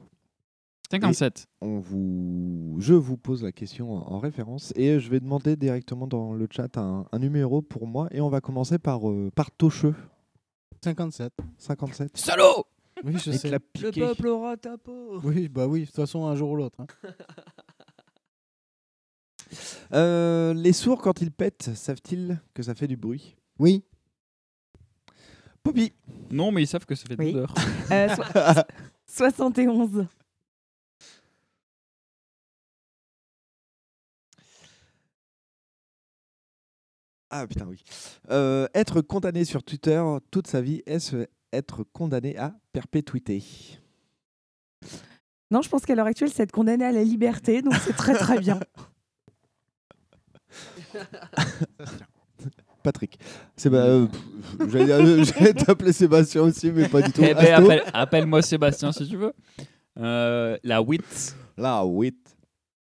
Speaker 8: 57.
Speaker 7: Et On vous... Je vous pose la question en en référence et je vais demander directement dans le chat un, un numéro pour moi et on va commencer par, euh, par Tocheux.
Speaker 6: 57.
Speaker 7: 57.
Speaker 8: Salaud
Speaker 6: Oui, je
Speaker 7: Avec
Speaker 6: sais.
Speaker 7: la piquée.
Speaker 4: Le peuple aura ta peau.
Speaker 6: Oui, bah oui, de toute façon, un jour ou l'autre. hein.
Speaker 7: Euh, les sourds, quand ils pètent, savent-ils que ça fait du bruit
Speaker 6: Oui.
Speaker 7: <laughs> Poppy
Speaker 8: Non, mais ils savent que ça fait de l'odeur.
Speaker 10: Euh, so-
Speaker 7: Ah,
Speaker 10: 71.
Speaker 7: Ah putain, oui. Euh, être condamné sur Twitter toute sa vie, est-ce être condamné à perpétuité
Speaker 10: Non, je pense qu'à l'heure actuelle, c'est être condamné à la liberté, donc c'est très très bien.
Speaker 7: Patrick. C'est bah, euh, pff, j'allais dire- <laughs> euh, j'allais t'appeler Sébastien aussi, mais pas du tout.
Speaker 8: Eh ben,
Speaker 7: Asto
Speaker 8: appelle- appelle-moi Sébastien si tu veux. Euh, la wit.
Speaker 7: La wit.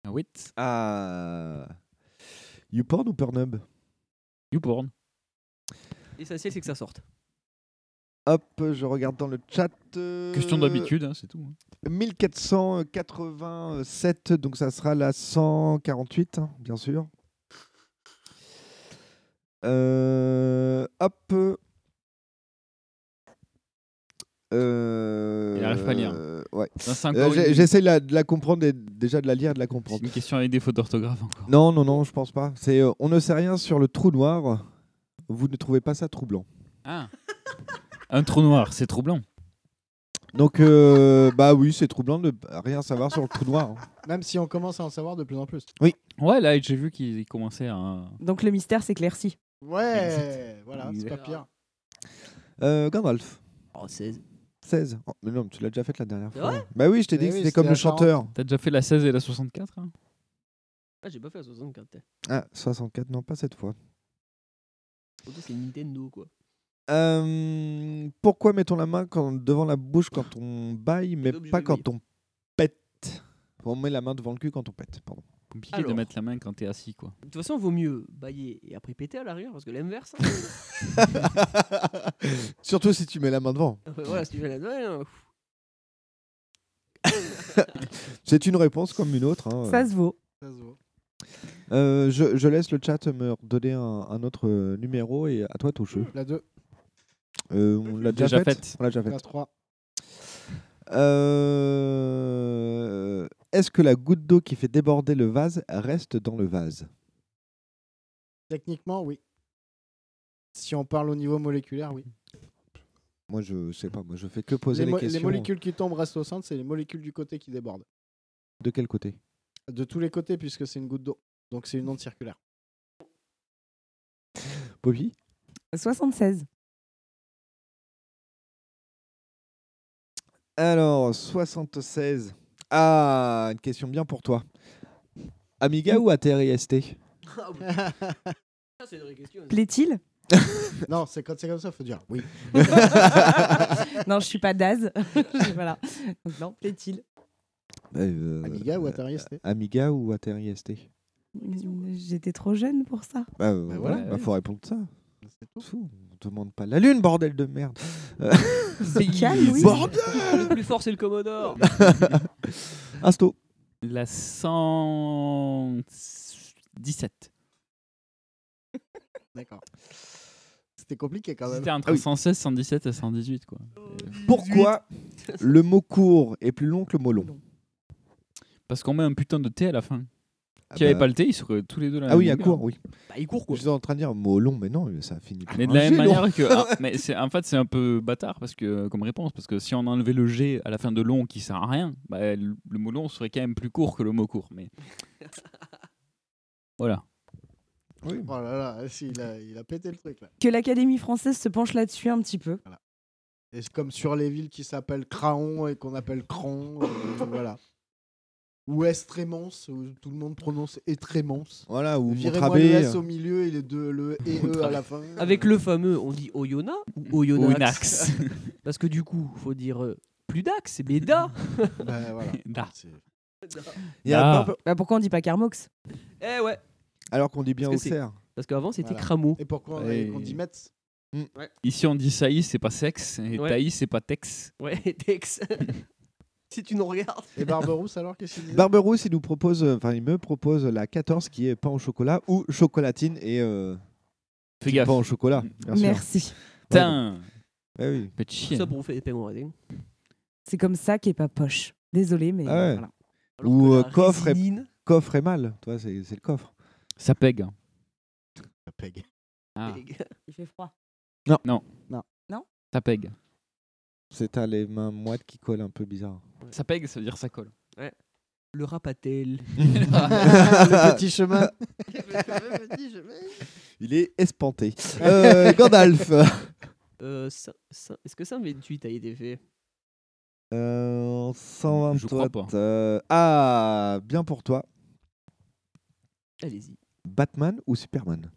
Speaker 8: La wit.
Speaker 7: Ah. YouPorn ou Pornhub
Speaker 8: YouPorn.
Speaker 4: <laughs> L'essentiel, c'est que ça sorte.
Speaker 7: Hop, je regarde dans le chat. euh,
Speaker 8: Question d'habitude, hein, c'est tout. hein.
Speaker 7: 1487, donc ça sera la 148, hein, bien sûr. Euh, hop. Euh,
Speaker 8: Il arrive pas à lire.
Speaker 7: Ouais.
Speaker 8: Ça, c'est encore
Speaker 7: Euh, j'ai-
Speaker 8: une-
Speaker 7: J'essaie de la- de la comprendre et déjà de la lire et de la comprendre.
Speaker 8: C'est une question avec des fautes d'orthographe encore.
Speaker 7: Non, non, non, je pense pas. C'est euh, on ne sait rien sur le trou noir.
Speaker 8: <laughs>
Speaker 7: Vous ne trouvez pas ça troublant
Speaker 8: Ah. Un trou noir, c'est troublant.
Speaker 7: Donc, euh, bah oui, c'est troublant de rien savoir sur le trou noir. hein.
Speaker 6: Même si on commence à en savoir de plus en plus.
Speaker 7: Oui.
Speaker 8: Ouais, là, j'ai vu qu'ils commençaient à.
Speaker 10: Donc le mystère s'éclaircit.
Speaker 6: Ouais, voilà, c'est pas pire.
Speaker 7: Euh, Gandalf.
Speaker 4: Oh, Ah 16.
Speaker 7: 16. Oh, mais non, mais tu l'as déjà faite la dernière
Speaker 4: C'est
Speaker 7: fois.
Speaker 4: vrai
Speaker 7: bah oui, je t'ai
Speaker 4: Mais
Speaker 7: dit que
Speaker 4: oui,
Speaker 7: c'était comme
Speaker 4: c'était
Speaker 7: le
Speaker 4: la quarante.
Speaker 7: chanteur.
Speaker 8: T'as déjà fait la 16 et la 64 hein
Speaker 4: Ah, j'ai pas fait la 64. t'es.
Speaker 7: Ah, 64, non, pas cette fois.
Speaker 4: Surtout, c'est Nintendo, quoi.
Speaker 7: Euh, pourquoi mettons la main quand- devant la bouche quand on baille, mais pas quand on pète On met la main devant le cul quand on pète,
Speaker 4: <laughs>
Speaker 7: pardon.
Speaker 8: Compliqué de mettre la main quand t'es assis, quoi.
Speaker 4: De toute façon, vaut mieux bailler et après péter à l'arrière, parce que l'inverse. hein. <laughs>
Speaker 7: Surtout si tu mets la main devant.
Speaker 4: Ouais, voilà, si tu fais la hein. ouais, <laughs> non, pff,
Speaker 7: C'est une réponse comme une autre. hein.
Speaker 10: Ça se vaut.
Speaker 7: Euh, je, je laisse le chat me donner un, un autre euh, numéro et à toi, touche.
Speaker 6: La 2.
Speaker 7: on l'a déjà,
Speaker 8: Déjà
Speaker 7: faite
Speaker 8: faite.
Speaker 7: On l'a déjà faite.
Speaker 6: La 3.
Speaker 7: Euh, Est-ce que la goutte d'eau qui fait déborder le vase reste dans le vase
Speaker 6: Techniquement, oui. Si on parle au niveau moléculaire, oui.
Speaker 7: Moi, je sais pas. Moi, je fais que poser les,
Speaker 6: mo-
Speaker 7: questions.
Speaker 6: molécules qui tombent restent au centre, c'est les molécules du côté qui débordent.
Speaker 7: De quel côté
Speaker 6: De tous les côtés, puisque c'est une goutte d'eau. Donc c'est une
Speaker 7: <laughs>
Speaker 6: onde circulaire.
Speaker 7: Bobby
Speaker 10: 76.
Speaker 7: Alors, 76. Ah, une question bien pour toi.
Speaker 6: Mmh.
Speaker 7: Amiga ou ATRST
Speaker 4: Ah, ça, c'est une vraie question.
Speaker 10: <laughs> Plaît-il
Speaker 6: Non, c'est quand c'est comme ça, faut dire oui.
Speaker 10: non, je suis pas Daz. <laughs> Je- voilà. Donc, non, plaît-il
Speaker 7: Euh,
Speaker 6: Amiga ou ATRST
Speaker 7: Amiga ou ATRST
Speaker 10: J'étais trop jeune pour ça.
Speaker 7: Bah, euh, voilà, bah, faut répondre ça. Fou, On demande pas la lune, bordel de <laughs> merde. Euh,
Speaker 10: C'est calme, oui.
Speaker 7: Bordel
Speaker 4: Le plus fort, c'est le Commodore.
Speaker 7: Asto.
Speaker 8: La 117.
Speaker 6: D'accord. C'était compliqué quand même. Ah
Speaker 8: C'était
Speaker 7: Ah
Speaker 8: entre 116, 117 et 118, quoi.
Speaker 7: Pourquoi le mot court est plus long que le mot long
Speaker 8: Parce qu'on met un putain de thé à la fin.
Speaker 7: Ah
Speaker 8: Qui avait
Speaker 7: bah.
Speaker 8: pas le thé, ils seraient tous les deux là.
Speaker 7: Ah oui, à court, oui.
Speaker 4: Bah, il court, quoi.
Speaker 7: J'étais en train de dire mot long, mais non, ça finit par
Speaker 8: Mais de
Speaker 7: un
Speaker 8: la même
Speaker 7: G long.
Speaker 8: manière que. ah,
Speaker 7: <laughs>
Speaker 8: mais c'est- en fait, c'est un peu bâtard parce que, euh, comme réponse, parce que si on enlevait le G à la fin de long qui sert à rien, bah, le le mot long serait quand même plus court que le mot court. Mais voilà.
Speaker 6: Oh là là, si, il, a, il a pété le truc là.
Speaker 10: Que l'Académie française se penche là-dessus un petit peu.
Speaker 6: Et c'est comme sur les villes qui s'appellent Craon et qu'on appelle Cron. euh, voilà. Ou Estrémence, où tout le monde prononce Estrémence.
Speaker 7: Voilà, ou
Speaker 6: Virez-moi le
Speaker 7: Montrabé,
Speaker 6: S au milieu et les deux, le et E à la fin.
Speaker 4: Avec le fameux, on dit Oyona ou Oyonax.
Speaker 8: Oynax.
Speaker 4: Parce que du coup, faut dire euh, plus Dax, c'est <laughs> Béda.
Speaker 6: Bah, voilà.
Speaker 8: Da.
Speaker 7: <laughs> Il y a
Speaker 8: Ah.
Speaker 7: pas-
Speaker 10: Bah, pourquoi on dit pas Carmox
Speaker 4: Eh ouais.
Speaker 7: Alors qu'on dit bien
Speaker 4: Parce que c'est-
Speaker 7: Auxerre.
Speaker 4: Parce qu'avant, c'était
Speaker 6: Voilà.
Speaker 4: Cramo.
Speaker 6: Et pourquoi on,
Speaker 8: Et-
Speaker 6: on dit Metz
Speaker 8: Ici, on dit saïs, c'est pas sexe, et
Speaker 4: Ouais.
Speaker 8: taïs, c'est pas tex.
Speaker 4: Ouais, Tex. <laughs> si tu nous regardes.
Speaker 6: Et Barberousse alors, qu'est-ce qu'il disait
Speaker 7: Barberousse, il nous propose, euh, enfin, il me propose la 14 qui est pain au chocolat ou chocolatine et euh,
Speaker 8: Fais
Speaker 7: petit
Speaker 8: gaffe. Mm.
Speaker 7: pain au chocolat. bien sûr.
Speaker 10: Merci.
Speaker 8: Putain
Speaker 7: Eh oui.
Speaker 8: Faites chier.
Speaker 4: Ça pour vous faire des paiements ratés.
Speaker 10: C'est comme ça qui est pas poche. Désolé, mais
Speaker 7: Ah ouais.
Speaker 10: voilà.
Speaker 4: Alors
Speaker 7: Ou
Speaker 4: que
Speaker 7: euh,
Speaker 4: la
Speaker 7: coffre, et,
Speaker 4: résinine
Speaker 7: coffre et mal. Toi, c'est c'est le coffre.
Speaker 8: Ça pègue.
Speaker 6: Ça pègue.
Speaker 8: Ah,
Speaker 10: Il fait froid.
Speaker 8: ça pègue.
Speaker 7: C'est t'as les mains moites qui collent un peu <laughs> bizarre.
Speaker 8: Ça pègue, ça veut dire ça colle.
Speaker 4: Le <laughs> rapatel.
Speaker 7: Ah,
Speaker 8: <laughs>
Speaker 6: Le petit chemin.
Speaker 7: Il est espanté. Euh, <laughs> Gandalf.
Speaker 4: Euh, ça- ça- Est-ce que 128 a été fait
Speaker 7: Euh,
Speaker 8: Je crois
Speaker 7: 123.
Speaker 8: pas.
Speaker 7: euh, ah, bien pour toi.
Speaker 4: Allez-y.
Speaker 7: Batman ou Superman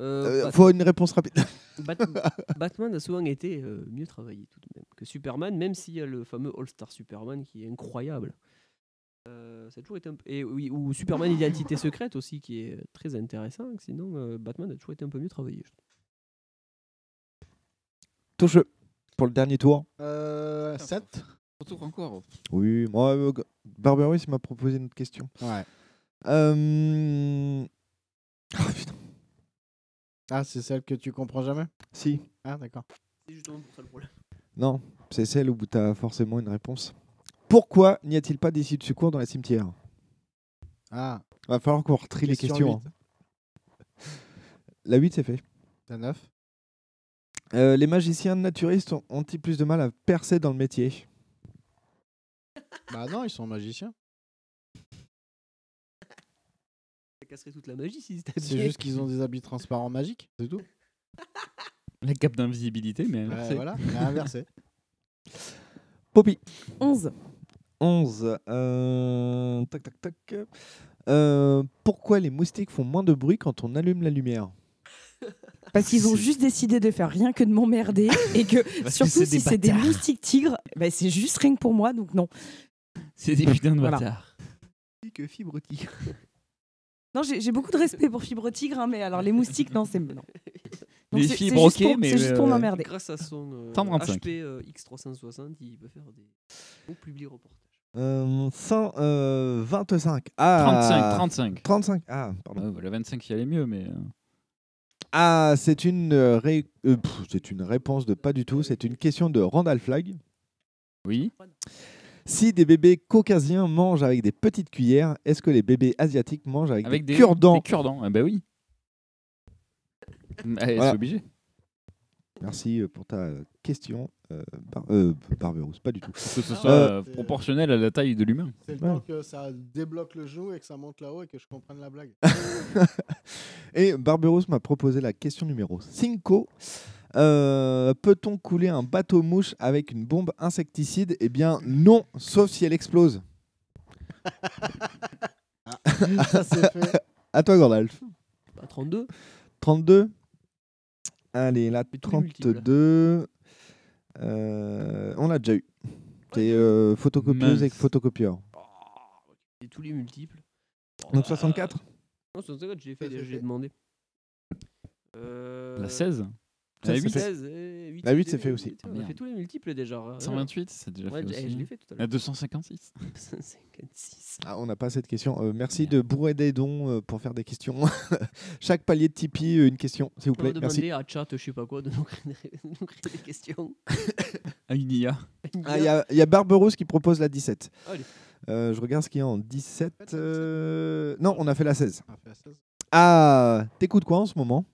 Speaker 4: Euh,
Speaker 7: Euh,
Speaker 4: Bat-
Speaker 7: Faut une réponse rapide.
Speaker 4: Bat- Batman a souvent été euh, mieux travaillé tout de même que Superman, même s'il y a le fameux All-Star Superman qui est incroyable. Euh, ça a toujours été un peu- Et oui, ou Superman Identité Secrète aussi qui est euh, très intéressant. Sinon, euh, Batman a toujours été un peu mieux travaillé. je trouve.
Speaker 7: Touche pour le dernier tour.
Speaker 6: Euh, 7
Speaker 8: Retour encore.
Speaker 7: Oui, moi, euh, G- Barberousse il m'a proposé une autre question.
Speaker 6: Ouais.
Speaker 7: Euh... Ah, putain.
Speaker 6: Ah, c'est celle que tu comprends jamais
Speaker 7: Si.
Speaker 6: Ah, d'accord.
Speaker 4: C'est justement pour ça le problème.
Speaker 7: Non, c'est celle où tu as forcément une réponse. Pourquoi n'y a-t-il pas d'issue de secours dans les cimetières
Speaker 6: Ah,
Speaker 7: Va falloir qu'on retrie les
Speaker 6: Question
Speaker 7: questions. hein. La 8, c'est fait.
Speaker 6: la 9.
Speaker 7: Euh, les magiciens naturistes ont- ont-ils plus de mal à percer dans le métier
Speaker 6: Bah non, ils sont magiciens.
Speaker 4: <laughs> Ça casserait toute la magie si c'était
Speaker 6: C'est juste qu'ils ont des habits transparents magiques, c'est tout.
Speaker 8: La cape d'invisibilité, mais
Speaker 6: Ouais,
Speaker 8: inversée.
Speaker 6: voilà, mais inversée.
Speaker 7: Poppy.
Speaker 10: 11.
Speaker 7: 11. Euh, Tac, tac, tac. Euh, pourquoi les moustiques font moins de bruit quand on allume la lumière
Speaker 10: Parce qu'ils ont juste décidé de faire rien que de
Speaker 8: <laughs>
Speaker 10: m'emmerder et que
Speaker 8: que
Speaker 10: surtout
Speaker 8: c'est
Speaker 10: si
Speaker 8: des
Speaker 10: c'est des
Speaker 8: bâtards.
Speaker 10: moustiques tigres, bah, c'est juste rien que pour moi, donc non.
Speaker 8: <laughs> C'est des putains de
Speaker 10: Voilà.
Speaker 8: bâtards.
Speaker 4: que fibre tigre.
Speaker 10: Non, j'ai j'ai beaucoup de respect pour Fibre Tigre, hein, mais alors les moustiques, non, c'est. Non. Donc
Speaker 8: Les
Speaker 10: c'est- c'est
Speaker 8: fibres,
Speaker 10: juste
Speaker 8: ok,
Speaker 10: pour-
Speaker 8: mais,
Speaker 10: C'est juste pour
Speaker 8: euh,
Speaker 10: m'emmerder.
Speaker 4: Grâce à son euh,
Speaker 8: 125.
Speaker 4: HP euh, X360, il peut faire des bons publi reportages.
Speaker 7: Euh, 125. Ah,
Speaker 8: 35, 35.
Speaker 7: 35. Ah, pardon.
Speaker 8: Ouais, bah, la 25, il allait mieux, mais. euh,
Speaker 7: Ah, c'est une, euh, ré- euh, pff, c'est une réponse de pas du tout. C'est une question de Randall Flagg.
Speaker 8: Oui.
Speaker 7: Si des bébés caucasiens mangent avec des petites cuillères, est-ce que les bébés asiatiques mangent avec,
Speaker 8: Avec
Speaker 7: des,
Speaker 8: des
Speaker 7: cure-dents
Speaker 8: des cure-dents. Ah, bah oui. Ah,
Speaker 7: Voilà.
Speaker 8: C'est obligé.
Speaker 7: Merci euh, pour ta euh, question, euh, Bar- euh, Barberousse, pas du tout.
Speaker 8: Que ce
Speaker 6: Ah,
Speaker 8: soit
Speaker 6: ouais.
Speaker 8: euh, proportionnel à la taille de l'humain.
Speaker 6: <laughs> C'est le
Speaker 7: Ouais.
Speaker 6: temps que ça débloque le genou et que ça monte là-haut et que je comprenne la <laughs> blague.
Speaker 7: Et Barberousse m'a proposé la question numéro 5. Euh, Peut-on couler un bateau mouche avec une bombe insecticide Eh bien non, sauf si elle explose.
Speaker 6: Ah, ça c'est <laughs> fait.
Speaker 7: À toi Gordalf.
Speaker 4: Bah, 32.
Speaker 7: 32. Allez, la
Speaker 4: tous les multiples.
Speaker 7: 32. Euh, on l'a déjà eu. C'est euh, photocopieuse
Speaker 4: Mince.
Speaker 7: et photocopieur.
Speaker 4: Oh, Et tous les multiples.
Speaker 7: Donc 64
Speaker 4: Non, 64, j'ai fait,
Speaker 6: Ça,
Speaker 4: déjà,
Speaker 6: c'est
Speaker 4: j'ai
Speaker 6: fait.
Speaker 4: demandé. Euh,
Speaker 8: La 16
Speaker 7: Ça,
Speaker 8: La
Speaker 7: ça
Speaker 8: 8
Speaker 7: fait-
Speaker 4: 16, eh, huit,
Speaker 7: La huit,
Speaker 4: c'est
Speaker 7: c'est
Speaker 4: des-
Speaker 7: fait aussi.
Speaker 4: putain, On a fait tous les multiples déjà. hein.
Speaker 8: 128, c'est déjà
Speaker 4: Ouais,
Speaker 8: fait
Speaker 4: j'ai-
Speaker 8: aussi.
Speaker 4: je l'ai fait tout à
Speaker 8: La
Speaker 4: l'heure.
Speaker 8: 256.
Speaker 4: <laughs> 56.
Speaker 7: Ah, on n'a pas assez de questions. Euh, merci de bourrer des dons euh, pour faire des questions. <laughs> Chaque palier de Tipeee, euh, une question, s'il vous
Speaker 4: On va
Speaker 7: plaît. Merci.
Speaker 4: demander à chat, je sais pas quoi, de nous créer, de nous créer des questions.
Speaker 8: Ah, une IA.
Speaker 7: Ah, Il y, a- il y a Barberousse qui propose la 17.
Speaker 4: Ah, Allez.
Speaker 7: Euh, je regarde ce qu'il y a en 17. euh, Non, on a fait la 16.
Speaker 6: On a fait la 16.
Speaker 7: Ah, t'écoutes quoi en ce moment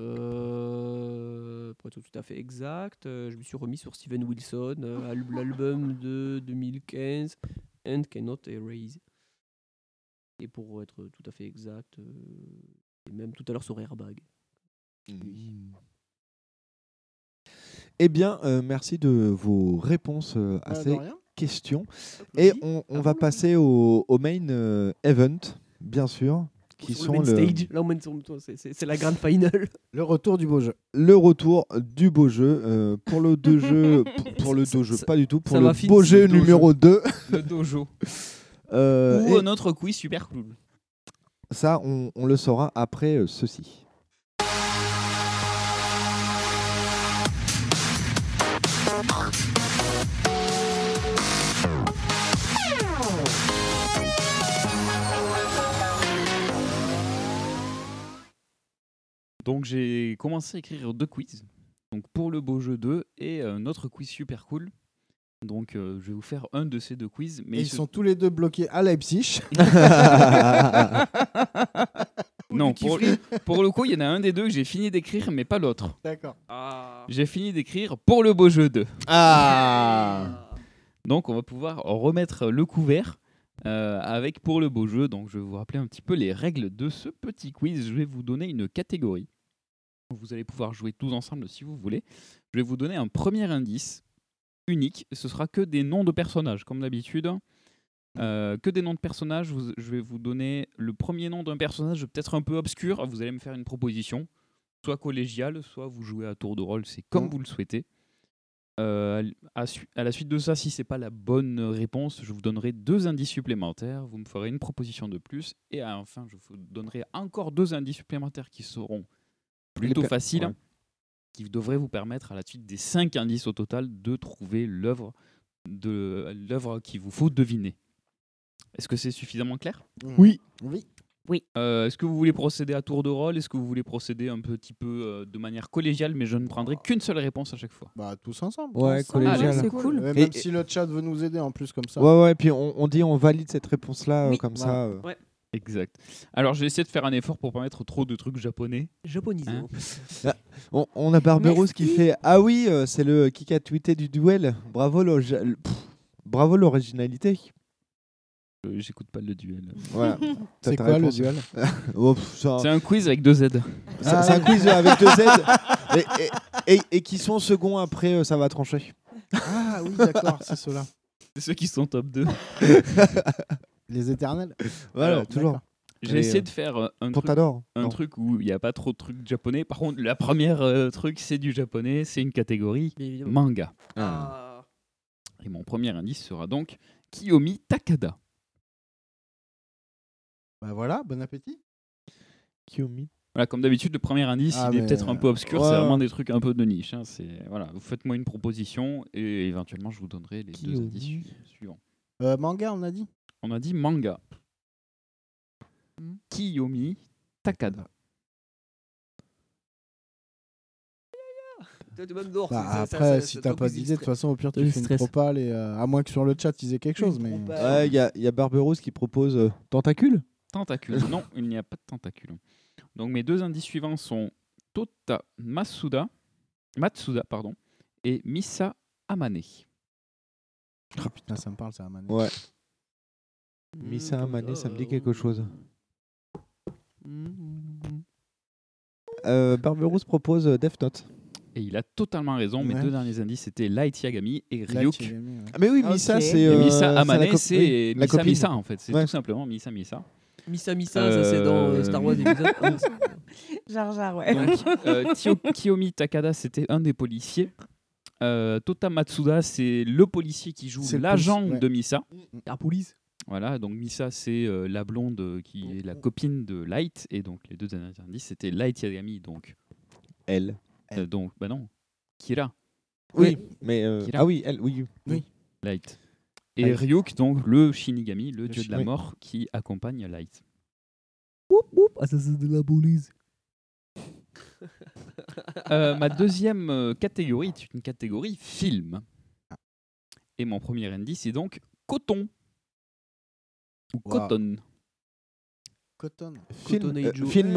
Speaker 4: Euh, pour être tout à fait exact, euh, je me suis remis sur Steven Wilson, euh, al- l'album de 2015, And Cannot Erase. Et pour être tout à fait exact, euh, et même tout à l'heure sur Airbag.
Speaker 7: Eh bien, euh, merci de vos réponses euh, à
Speaker 4: Bah,
Speaker 6: Euh, de
Speaker 7: ces
Speaker 6: rien.
Speaker 7: questions. Et on, on va passer au, au main euh, event, bien sûr, qui
Speaker 4: Sur
Speaker 7: sont
Speaker 4: le main stage, là on mène sur- toi, c'est- c'est c'est la grande finale.
Speaker 6: Le retour du beau jeu.
Speaker 7: le retour du beau jeu euh, pour le deux jeu pour, pour le deux jeu pas du tout pour
Speaker 4: ça
Speaker 7: le
Speaker 4: va finir,
Speaker 7: beau
Speaker 4: c'est
Speaker 7: jeu
Speaker 4: le dojo.
Speaker 7: numéro 2
Speaker 8: Le dojo.
Speaker 7: Euh,
Speaker 8: Ou
Speaker 7: et
Speaker 8: un autre quiz super cool.
Speaker 7: ça on, on le saura après euh, ceci
Speaker 8: Donc j'ai commencé à écrire deux quiz. Donc pour le beau jeu 2 et euh, notre quiz super cool. Donc euh, je vais vous faire un de ces deux quiz. Mais
Speaker 6: Et
Speaker 8: ils
Speaker 6: ils
Speaker 8: se-
Speaker 6: sont tous les deux bloqués
Speaker 7: <laughs>
Speaker 6: à Leipzig. <laughs> Ah,
Speaker 7: Ah,
Speaker 8: Non, pour, pour le coup, il y en a un des deux que j'ai fini d'écrire, mais pas l'autre.
Speaker 6: D'accord.
Speaker 8: J'ai fini d'écrire pour le beau jeu 2.
Speaker 7: ah
Speaker 8: Donc on va pouvoir remettre le couvert euh, avec pour le beau jeu. Donc je vais vous rappeler un petit peu les règles de ce petit quiz. Je vais vous donner une catégorie. Vous allez pouvoir jouer tous ensemble si vous voulez. Je vais vous donner un premier indice unique. Ce sera que des noms de personnages, comme d'habitude. Euh, que des noms de personnages. Vous- je vais vous donner le premier nom d'un personnage peut-être un peu obscur. Vous allez me faire une proposition, soit collégiale, soit vous jouez à tour de rôle. C'est comme
Speaker 7: Mhm.
Speaker 8: vous le souhaitez. Euh, à l- à, su- à la suite de ça, si c'est pas la bonne réponse, je vous donnerai deux indices supplémentaires. Vous me ferez une proposition de plus. Et à- enfin, je vous donnerai encore deux indices supplémentaires qui seront plutôt
Speaker 7: per-
Speaker 8: faciles,
Speaker 7: ouais.
Speaker 8: qui devraient vous permettre, à la suite des cinq indices au total, de trouver l'œuvre de l'œuvre qu'il vous faut deviner. Est-ce que c'est suffisamment clair
Speaker 7: Oui.
Speaker 6: Hmm. Oui.
Speaker 8: Euh, Est-ce que vous voulez procéder à tour de rôle Est-ce que vous voulez procéder un petit peu euh, de manière collégiale Mais je ne prendrai qu'une seule réponse à chaque fois.
Speaker 6: Bah tous ensemble.
Speaker 7: ouais
Speaker 10: Ensemble, ouais,
Speaker 7: collégial
Speaker 10: Ah, c'est cool.
Speaker 6: Euh,
Speaker 7: Et-
Speaker 6: même si le chat veut nous aider en plus comme ça.
Speaker 7: ouais ouais puis on, on dit on valide cette réponse là
Speaker 4: Oui.
Speaker 7: comme ça
Speaker 6: Voilà.
Speaker 7: euh.
Speaker 4: Ouais.
Speaker 8: Exact. Alors, j'ai essayé de faire un effort pour pas mettre trop de trucs japonais.
Speaker 4: Japonisé,
Speaker 8: Hein.
Speaker 7: Ah, on, on a Barberousse qui fait Ah oui, euh, c'est le qui a tweeté du duel. Bravo l'o- ja- le- pff, bravo l'originalité.
Speaker 8: Euh, J'écoute pas le duel.
Speaker 6: <laughs>
Speaker 7: Voilà. T'as
Speaker 6: C'est
Speaker 7: ta
Speaker 6: quoi,
Speaker 7: réponse
Speaker 6: le duel
Speaker 7: <laughs> Oh, pff,
Speaker 6: Ah.
Speaker 7: ça-
Speaker 8: C'est un quiz avec deux Z.
Speaker 7: C'est c'est un quiz avec deux <laughs> Z et, et- et- et qui sont seconds après euh, ça va trancher.
Speaker 6: Ah oui, d'accord, c'est ceux-là.
Speaker 8: C'est ceux qui sont top 2.
Speaker 6: Les éternels
Speaker 7: Voilà,
Speaker 8: Alors,
Speaker 7: <laughs> toujours.
Speaker 6: d'accord.
Speaker 8: J'ai
Speaker 7: Et,
Speaker 8: essayé
Speaker 7: euh,
Speaker 8: de faire euh, un, truc,
Speaker 7: Contador,
Speaker 8: un
Speaker 7: non.
Speaker 8: truc où il n'y a pas trop de trucs japonais. Par contre, la première euh, truc, c'est du japonais, c'est une catégorie
Speaker 4: Bien évidemment.
Speaker 8: manga.
Speaker 4: Ah.
Speaker 8: Et mon premier indice sera donc Kiyomi Takada.
Speaker 6: Bah voilà, bon appétit.
Speaker 7: Kiyomi.
Speaker 8: Voilà, comme d'habitude, le premier indice,
Speaker 6: Ah,
Speaker 8: il est
Speaker 6: mais,
Speaker 8: peut-être un peu obscur.
Speaker 6: ouais,
Speaker 8: c'est vraiment
Speaker 6: ouais.
Speaker 8: des trucs un peu de niche. hein, c'est- Voilà, vous faites-moi une proposition et éventuellement, je vous donnerai les deux
Speaker 6: Kiyomi.
Speaker 8: indices su- suivants.
Speaker 6: Euh, manga, on a dit
Speaker 8: On a dit manga.
Speaker 7: Hmm.
Speaker 8: Kiyomi Takada.
Speaker 4: Toi, t'es même dehors,
Speaker 6: Bah,
Speaker 4: c'est- ça- ça-
Speaker 6: Après,
Speaker 4: ça-
Speaker 6: si
Speaker 4: ça
Speaker 6: t'as pas
Speaker 4: t'oblige
Speaker 6: d'idée, de toute
Speaker 4: d'extrait.
Speaker 6: façon, au pire, tu
Speaker 4: Deux
Speaker 6: fais une
Speaker 4: stress.
Speaker 6: propale. Et, euh, à moins que sur le chat, ils aient quelque chose. Mais...
Speaker 7: Ouais, il y a, il y a Barberousse qui propose euh, Tentacule <laughs>
Speaker 8: Tentacule. Non, il n'y a pas de tentacule. Donc mes deux indices suivants sont Tota Masuda, Matsuda pardon, et Misa Amane.
Speaker 6: Ah, putain, ça me parle, ça, Amane.
Speaker 7: Ouais. Misa
Speaker 4: Mmh,
Speaker 7: Amane, ça me
Speaker 4: oh.
Speaker 7: dit quelque chose.
Speaker 4: mmh.
Speaker 7: Euh, Barberousse propose euh, Death Note.
Speaker 8: Et il a totalement raison. Mes
Speaker 7: Ouais.
Speaker 8: deux derniers indices c'était Light Yagami et
Speaker 7: Light
Speaker 8: Ryuk.
Speaker 7: Yagami, ouais. Ah, mais oui, Misa,
Speaker 8: Ok.
Speaker 7: c'est,
Speaker 8: Et
Speaker 7: euh, c'est
Speaker 8: Misa
Speaker 7: la
Speaker 8: Amane,
Speaker 7: cop-
Speaker 8: c'est
Speaker 7: oui, la
Speaker 8: Misa
Speaker 7: copine.
Speaker 8: Misa en fait. C'est
Speaker 7: Ouais.
Speaker 8: tout simplement Misa Misa.
Speaker 4: Misa Misa, ça, c'est dans, euh, Star Wars, épisode un.
Speaker 10: Jar Jar, ouais.
Speaker 8: Donc, euh, Tio- Kiyomi Takada, c'était un des policiers. Euh, Tota Matsuda, c'est le policier qui joue
Speaker 4: C'est le
Speaker 8: l'agent
Speaker 4: policier, ouais.
Speaker 8: de Misa.
Speaker 4: <laughs> La police.
Speaker 8: Voilà, donc Misa, c'est euh, la blonde euh,
Speaker 7: Mmh.
Speaker 8: qui est la copine de Light. Et donc, les deux derniers indices, c'était Light Yagami, donc.
Speaker 7: Elle.
Speaker 8: Euh, donc, bah non. Kira.
Speaker 7: Oui, mais. euh,
Speaker 8: Kira.
Speaker 7: ah oui, elle, oui.
Speaker 6: Oui.
Speaker 8: Light. Et
Speaker 7: Light.
Speaker 8: Ryuk, donc le Shinigami, le, dieu de
Speaker 7: Shin-
Speaker 8: la
Speaker 7: oui.
Speaker 8: mort, qui accompagne Light.
Speaker 4: Ah, ça, c'est de la police.
Speaker 8: Euh, ma deuxième euh, catégorie est une catégorie film. Et mon premier indice est donc coton. Ou
Speaker 6: Wow.
Speaker 8: coton.
Speaker 6: Cotton.
Speaker 7: Film,
Speaker 4: Coton Eye
Speaker 7: euh,
Speaker 4: Joe.
Speaker 7: film,
Speaker 4: Ouais,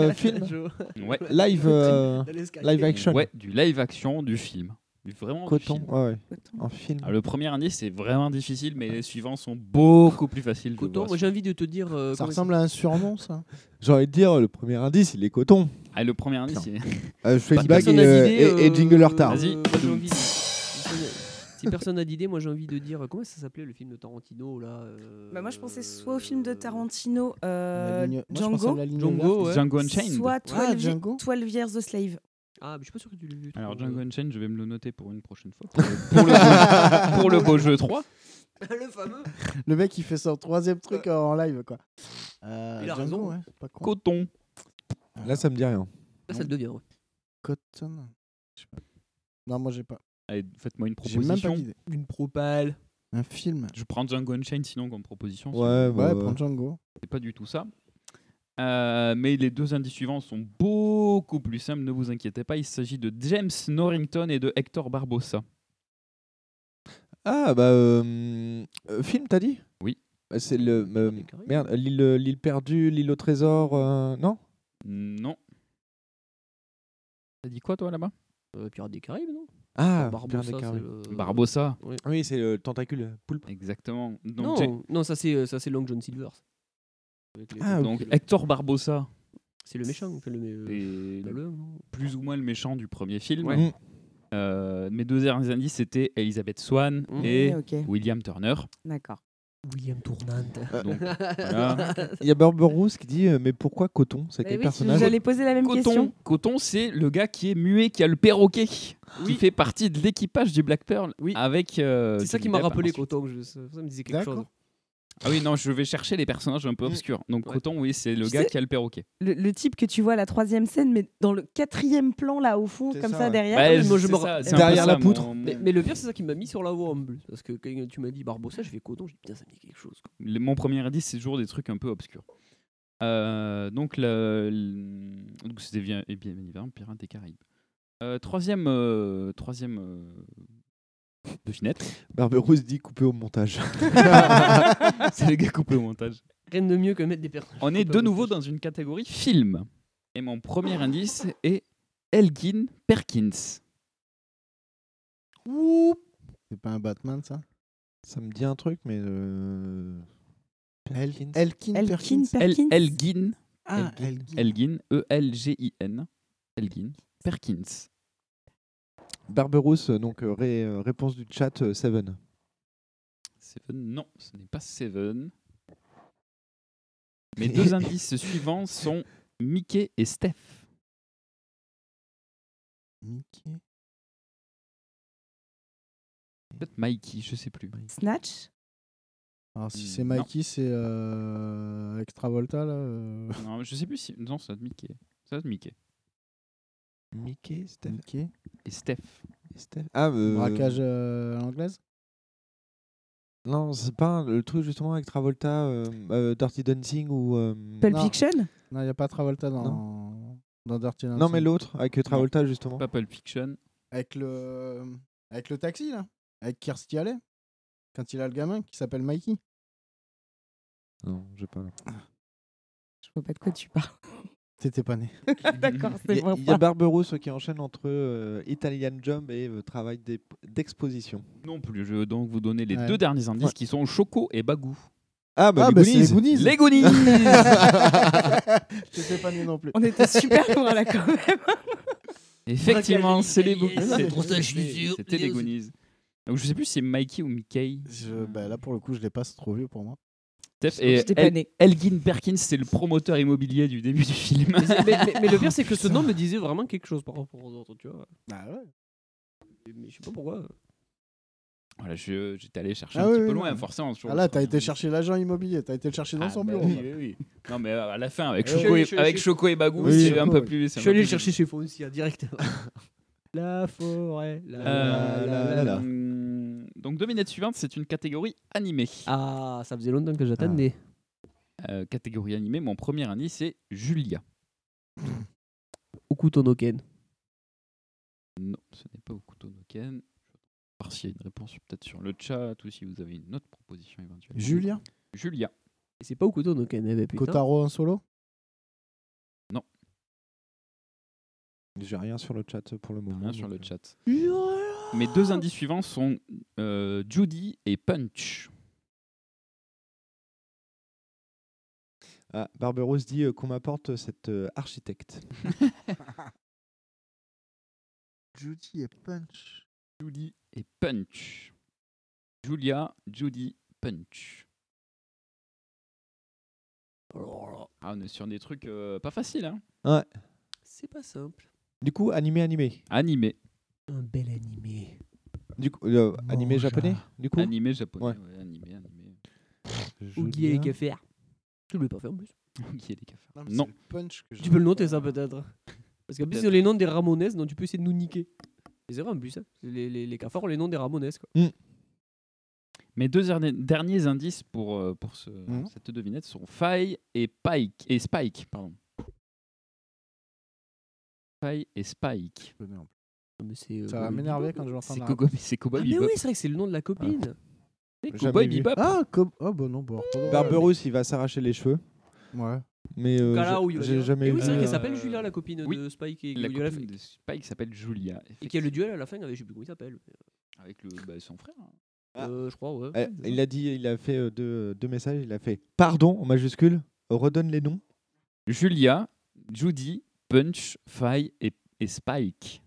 Speaker 4: <laughs> ouais, ouais,
Speaker 7: film.
Speaker 4: Joe.
Speaker 8: Ouais.
Speaker 7: Live, euh,
Speaker 4: Dans les sky.
Speaker 7: live action.
Speaker 8: Ouais, du live action du film. Du- Vraiment du
Speaker 7: Coton,
Speaker 8: film.
Speaker 7: ouais, ouais. Un film.
Speaker 8: Ah, le premier indice c'est vraiment difficile, mais les suivants sont beaucoup plus faciles. de
Speaker 4: Coton,
Speaker 8: voir.
Speaker 4: moi j'ai envie de te dire. euh,
Speaker 6: Ça
Speaker 4: comment
Speaker 6: ressemble à un surnom, ça.
Speaker 7: J'ai envie de dire, le premier indice, il est coton.
Speaker 8: Ah, le premier indice. c'est-
Speaker 7: Euh, je fais
Speaker 8: Bah,
Speaker 7: une bague
Speaker 4: personne
Speaker 7: et,
Speaker 4: n'a
Speaker 7: euh,
Speaker 4: d'idée,
Speaker 7: et- et
Speaker 4: euh,
Speaker 7: jingle en retard.
Speaker 8: Vas-y.
Speaker 4: Moi, j'ai envie de- Si personne n'a d'idée, moi j'ai envie de dire. euh, Comment ça s'appelait le film de Tarantino là euh,
Speaker 10: Bah, moi, je pensais soit au film de Tarantino, euh,
Speaker 6: La ligne- moi, je pensais à
Speaker 10: Django,
Speaker 6: la ligne
Speaker 4: Django,
Speaker 6: verte.
Speaker 4: ouais.
Speaker 8: Django Unchained.
Speaker 10: soit
Speaker 6: Ah,
Speaker 10: 12, Ye-
Speaker 6: Django.
Speaker 10: 12 Years the Slave.
Speaker 4: Ah, mais je suis pas sûr que tu l'aies vu.
Speaker 8: Alors
Speaker 4: trop,
Speaker 8: Django
Speaker 4: euh.
Speaker 8: Unchained, je vais me le noter pour une prochaine fois. Pour le, pour le beau, <laughs> pour le beau jeu 3.
Speaker 4: le fameux.
Speaker 6: Le mec, il fait son troisième truc en live, quoi. Euh,
Speaker 4: Il a
Speaker 6: Django,
Speaker 4: raison.
Speaker 6: ouais, c'est pas con. Euh,
Speaker 8: Coton.
Speaker 7: Là, ça me dit rien.
Speaker 4: Là, Ah, ça le devient. ouais.
Speaker 6: Cotton. Je sais pas. Non, moi, j'ai pas.
Speaker 8: Allez, faites-moi une
Speaker 6: J'ai même pas
Speaker 8: proposition.
Speaker 6: d'idée.
Speaker 4: Une propale.
Speaker 6: Un film.
Speaker 8: Je prends Django Unchained sinon comme proposition.
Speaker 7: Ouais,
Speaker 6: Ouais,
Speaker 7: bah,
Speaker 6: prends Django.
Speaker 8: C'est pas du tout ça. Euh, mais les deux indices suivants sont beaucoup plus simples, ne vous inquiétez pas. Il s'agit de James Norrington et de Hector Barbosa.
Speaker 7: Ah, bah. euh, euh, film, t'as dit
Speaker 8: Oui.
Speaker 7: Euh, C'est le. euh,
Speaker 4: des Caraïbes.
Speaker 7: merde, l'île euh, l'île perdue, l'île au trésor, euh, non
Speaker 8: Non. T'as dit quoi toi là-bas
Speaker 4: Euh, Pirates des Caraïbes, non
Speaker 7: Ah,
Speaker 4: Barbossa,
Speaker 7: Pirates des
Speaker 4: c'est
Speaker 7: Caraïbes.
Speaker 4: le-
Speaker 8: Barbosa.
Speaker 7: Oui, c'est le tentacule poulpe.
Speaker 8: Exactement. Donc,
Speaker 4: Non,
Speaker 8: Ja-
Speaker 4: non, ça c'est euh, ça c'est Long John Silver. Avec les-
Speaker 7: Ah,
Speaker 8: donc
Speaker 4: le-
Speaker 8: Hector Barbosa
Speaker 4: c'est le méchant. enfin, le-
Speaker 8: est
Speaker 4: le- le- non
Speaker 8: plus ou moins le méchant du premier film.
Speaker 7: Mm.
Speaker 8: Euh, mes deux derniers indices c'était Elizabeth Swan
Speaker 4: Mm.
Speaker 8: et
Speaker 10: Ouais, ok,
Speaker 8: William Turner.
Speaker 10: d'accord.
Speaker 4: William <laughs> Tournante.
Speaker 8: Donc, voilà.
Speaker 4: <laughs>
Speaker 7: Il y a Barberousse qui dit euh, Mais pourquoi coton C'est quel
Speaker 10: Bah oui,
Speaker 7: personnage
Speaker 10: J'allais poser la même
Speaker 8: Coton,
Speaker 10: question.
Speaker 8: Coton c'est le gars qui est muet, qui a le perroquet, qui
Speaker 4: Oui.
Speaker 8: fait partie de l'équipage du Black Pearl.
Speaker 4: Oui.
Speaker 8: Avec. euh,
Speaker 4: C'est ça qui
Speaker 8: Johnny
Speaker 4: m'a
Speaker 8: Depp,
Speaker 4: rappelé
Speaker 8: ensuite.
Speaker 4: Coton. je- Ça ça me disait quelque chose.
Speaker 6: D'accord.
Speaker 8: Ah oui, non, je vais chercher les personnages un peu obscurs. Donc
Speaker 4: Ouais.
Speaker 8: Coton, oui, c'est le
Speaker 10: Tu
Speaker 8: gars
Speaker 10: sais-
Speaker 8: qui a le perroquet.
Speaker 10: Le, le type que tu vois à la troisième scène, mais dans le quatrième plan, là, au fond,
Speaker 7: C'est
Speaker 10: comme
Speaker 7: ça,
Speaker 10: ça,
Speaker 7: ouais.
Speaker 10: derrière.
Speaker 8: Ouais,
Speaker 4: mais moi, je
Speaker 8: c'est
Speaker 4: me
Speaker 8: ça,
Speaker 4: ra-
Speaker 8: c'est un
Speaker 7: Derrière
Speaker 8: peu
Speaker 7: la
Speaker 8: ça,
Speaker 7: poutre.
Speaker 8: mon-
Speaker 4: Mais, mais le pire, c'est ça qui m'a mis sur la voie en bleu. Parce que quand tu m'as dit Barbossa, j'ai fait coton, j'ai dit putain, ça me dit quelque chose. quoi.
Speaker 8: le- mon premier indice, c'est toujours des trucs un peu obscurs. Euh, donc, le- le- donc, c'était bien, et bien évidemment Pirates des Caraïbes. Euh, troisième euh, troisième euh, devinette,
Speaker 7: Barberousse dit coupé au montage. <laughs>
Speaker 8: c'est les gars coupés au montage.
Speaker 4: rien de mieux que mettre des personnages.
Speaker 8: On est de nouveau dans une catégorie film. Et mon premier indice est Elgin Perkins.
Speaker 6: C'est pas un Batman, ça
Speaker 7: Ça me dit un truc, mais. euh, Perkins.
Speaker 6: Elkin Elkin Perkins.
Speaker 8: El-
Speaker 6: Perkins
Speaker 8: Elgin.
Speaker 6: Ah,
Speaker 8: Elgin. Elgin. E-L-G-I-N. Elgin Perkins.
Speaker 7: Barberousse, euh, donc euh, ré- euh, réponse du chat euh, Seven.
Speaker 8: Seven, non, ce n'est pas Seven. Mes deux indices suivants sont Mickey et Steph.
Speaker 7: Mickey.
Speaker 8: Peut-être Mikey, je sais plus.
Speaker 10: Snatch
Speaker 6: Alors, si c'est
Speaker 8: non.
Speaker 6: Mikey, c'est euh, Extravolta, là. euh.
Speaker 8: Non, je sais plus si. Non, ça doit être Mickey. Ça doit être Mickey.
Speaker 7: Mickey, Steph.
Speaker 6: <laughs> Mickey.
Speaker 8: Et Steph.
Speaker 7: Steph. Ah, euh,
Speaker 6: Braquage euh, à l'anglaise
Speaker 7: Non, c'est pas un- le truc justement avec Travolta, euh, euh, Dirty Dancing ou. euh,
Speaker 6: Pulp Fiction Non, il n'y a pas Travolta dans, dans Dirty Dancing.
Speaker 7: Non, mais l'autre, avec Travolta justement.
Speaker 8: Pas Pulp Fiction.
Speaker 6: Avec le, avec le taxi, là. Avec Kirstie Alley. Quand il a le gamin qui s'appelle Mikey.
Speaker 7: Non, j'ai pas.
Speaker 10: Je vois pas de quoi tu parles.
Speaker 6: T'étais pas <laughs> né.
Speaker 10: <laughs> D'accord,
Speaker 7: Il
Speaker 10: c'est
Speaker 7: y a,
Speaker 10: bon.
Speaker 7: il y a Barberousse qui enchaîne entre euh, Italian Job et euh, travail d'ép- d'exposition.
Speaker 8: Non plus, je veux donc vous donner les
Speaker 7: Ouais.
Speaker 8: deux derniers indices qui sont Choco et Bagou.
Speaker 7: Ah, bah,
Speaker 6: Ah,
Speaker 7: les
Speaker 6: bah,
Speaker 7: Goonies.
Speaker 6: c'est les Goonies.
Speaker 8: Les Goonies
Speaker 6: T'étais pas né non plus.
Speaker 10: On était super loin là quand <laughs> même.
Speaker 8: <laughs> Effectivement, c'est les
Speaker 10: Braquage
Speaker 8: Goonies.
Speaker 10: à
Speaker 8: C'est-
Speaker 10: l'italienne.
Speaker 8: C'était c'était les Goonies. Donc je sais plus si c'est Mikey ou Mickey.
Speaker 6: Je- bah, là, pour le coup, je l'ai pas, c'est trop vieux pour moi.
Speaker 8: Steph
Speaker 10: Je-
Speaker 8: et
Speaker 10: j'étais pas
Speaker 8: El-
Speaker 10: née.
Speaker 8: Elgin Perkins, c'est le promoteur immobilier du début du film.
Speaker 4: Mais, c'est- mais- mais- mais le pire, c'est que ce nom me disait vraiment quelque chose par rapport aux autres, tu vois.
Speaker 6: Bah ouais.
Speaker 4: Mais je sais pas pourquoi.
Speaker 8: Voilà, je- j'étais allé chercher un
Speaker 6: Ah oui,
Speaker 8: petit peu
Speaker 6: oui,
Speaker 8: loin,
Speaker 6: non.
Speaker 8: forcément. sur
Speaker 6: Ah
Speaker 8: le
Speaker 6: là, t'as
Speaker 8: premier
Speaker 6: été
Speaker 8: indice.
Speaker 6: chercher l'agent immobilier, t'as été le chercher dans
Speaker 8: Ah,
Speaker 6: son
Speaker 8: bah
Speaker 6: bureau.
Speaker 8: oui,
Speaker 6: là.
Speaker 8: oui, oui. Non, mais euh, à la fin, avec
Speaker 6: Oui,
Speaker 8: Choco
Speaker 6: oui,
Speaker 8: et,
Speaker 6: je-
Speaker 8: avec
Speaker 6: je-
Speaker 8: Choco et Bagou,
Speaker 6: Oui,
Speaker 8: c'est
Speaker 6: Choco,
Speaker 8: un peu
Speaker 6: oui.
Speaker 8: plus.
Speaker 4: Je suis allé le chercher chez Foncia direct. <laughs> la forêt. La,
Speaker 6: Ah
Speaker 4: la, Euh, la, la, la.
Speaker 8: Euh, Donc, deux minutes suivantes, c'est une catégorie animée.
Speaker 4: Ah, ça faisait longtemps que j'attendais.
Speaker 8: Euh, catégorie animée, mon premier indice, c'est Julia.
Speaker 4: Okuto no Ken.
Speaker 8: Non, ce n'est pas au couteau de Ken. Je vais voir s'il y a une réponse peut-être sur le chat ou si vous avez une autre proposition éventuelle.
Speaker 6: Julia
Speaker 8: Julia.
Speaker 4: Et c'est pas Okuto no Ken, eh ben, putain.
Speaker 6: Kotaro en solo
Speaker 7: J'ai rien sur le chat euh, pour le moment.
Speaker 8: Rien sur le chat.
Speaker 4: Julia.
Speaker 8: Mes deux indices suivants sont euh, Judy et Punch.
Speaker 7: Ah, Barberousse dit euh, qu'on m'apporte euh, cette euh, architecte.
Speaker 6: Judy et Punch.
Speaker 8: Judy et Punch. Julia, Judy, Punch.
Speaker 4: Oh
Speaker 8: Ah, on est sur des trucs euh, pas faciles, hein.
Speaker 7: Ouais.
Speaker 4: C'est pas simple.
Speaker 7: Ah, Du coup, animé, animé.
Speaker 8: Animé.
Speaker 4: Un bel animé.
Speaker 7: Du coup, euh, animé
Speaker 4: Mangea.
Speaker 7: japonais. Du coup.
Speaker 8: Animé japonais.
Speaker 7: Ouais.
Speaker 8: ouais, animé, animé.
Speaker 4: Ougi et Kefir. Tu l'avais pas fait en plus.
Speaker 8: Qui est les cafards
Speaker 6: Non, mais
Speaker 8: Non.
Speaker 6: c'est le Punch que
Speaker 4: Tu peux le noter ça peut-être. Parce qu'en plus, c'est les noms des Ramones, donc tu peux essayer de nous niquer. C'est vrai en plus. hein. Les, les, les cafards ont les noms des Ramones. Quoi.
Speaker 8: Mes deux erni- derniers indices pour, euh, pour ce-
Speaker 7: Mhm.
Speaker 8: cette devinette sont Faille et Pike. Et Spike, pardon. Faille et Spike.
Speaker 6: connais en plus.
Speaker 4: Non, mais c'est, euh,
Speaker 6: Ça va
Speaker 4: Cowboy
Speaker 6: m'énerver
Speaker 4: Bebop.
Speaker 6: quand je vais entendre
Speaker 8: C'est
Speaker 6: la
Speaker 8: Cowboy c'est Cowboy
Speaker 4: Ah, mais
Speaker 8: Bebop.
Speaker 4: oui, c'est vrai que c'est le nom de la copine.
Speaker 8: C'est
Speaker 7: Jamais
Speaker 8: Cowboy
Speaker 7: vu.
Speaker 8: Bebop.
Speaker 6: Ah, comme. Oh, bah non, bon. pardon.
Speaker 7: Barberousse, il va s'arracher les cheveux.
Speaker 6: Ouais. <laughs>
Speaker 7: Mais euh,
Speaker 4: Kala
Speaker 7: j'ai-
Speaker 4: ou Yola.
Speaker 7: j'ai jamais
Speaker 4: Et oui,
Speaker 7: vu.
Speaker 4: c'est vrai
Speaker 8: euh,
Speaker 4: qu'elle s'appelle Julia, la copine
Speaker 8: oui.
Speaker 4: de Spike et
Speaker 8: La
Speaker 4: Yola.
Speaker 8: copine de Spike s'appelle Julia.
Speaker 4: Et qui a le duel à la fin, avec, je sais plus comment il s'appelle.
Speaker 8: Avec le, bah, son frère. hein.
Speaker 7: Ah.
Speaker 4: Euh, je crois, ouais.
Speaker 7: Euh, il a dit, il a fait euh, deux, deux messages. Il a fait pardon en majuscule. Redonne les noms.
Speaker 8: Julia, Judy, Punch, Faille et, et Spike.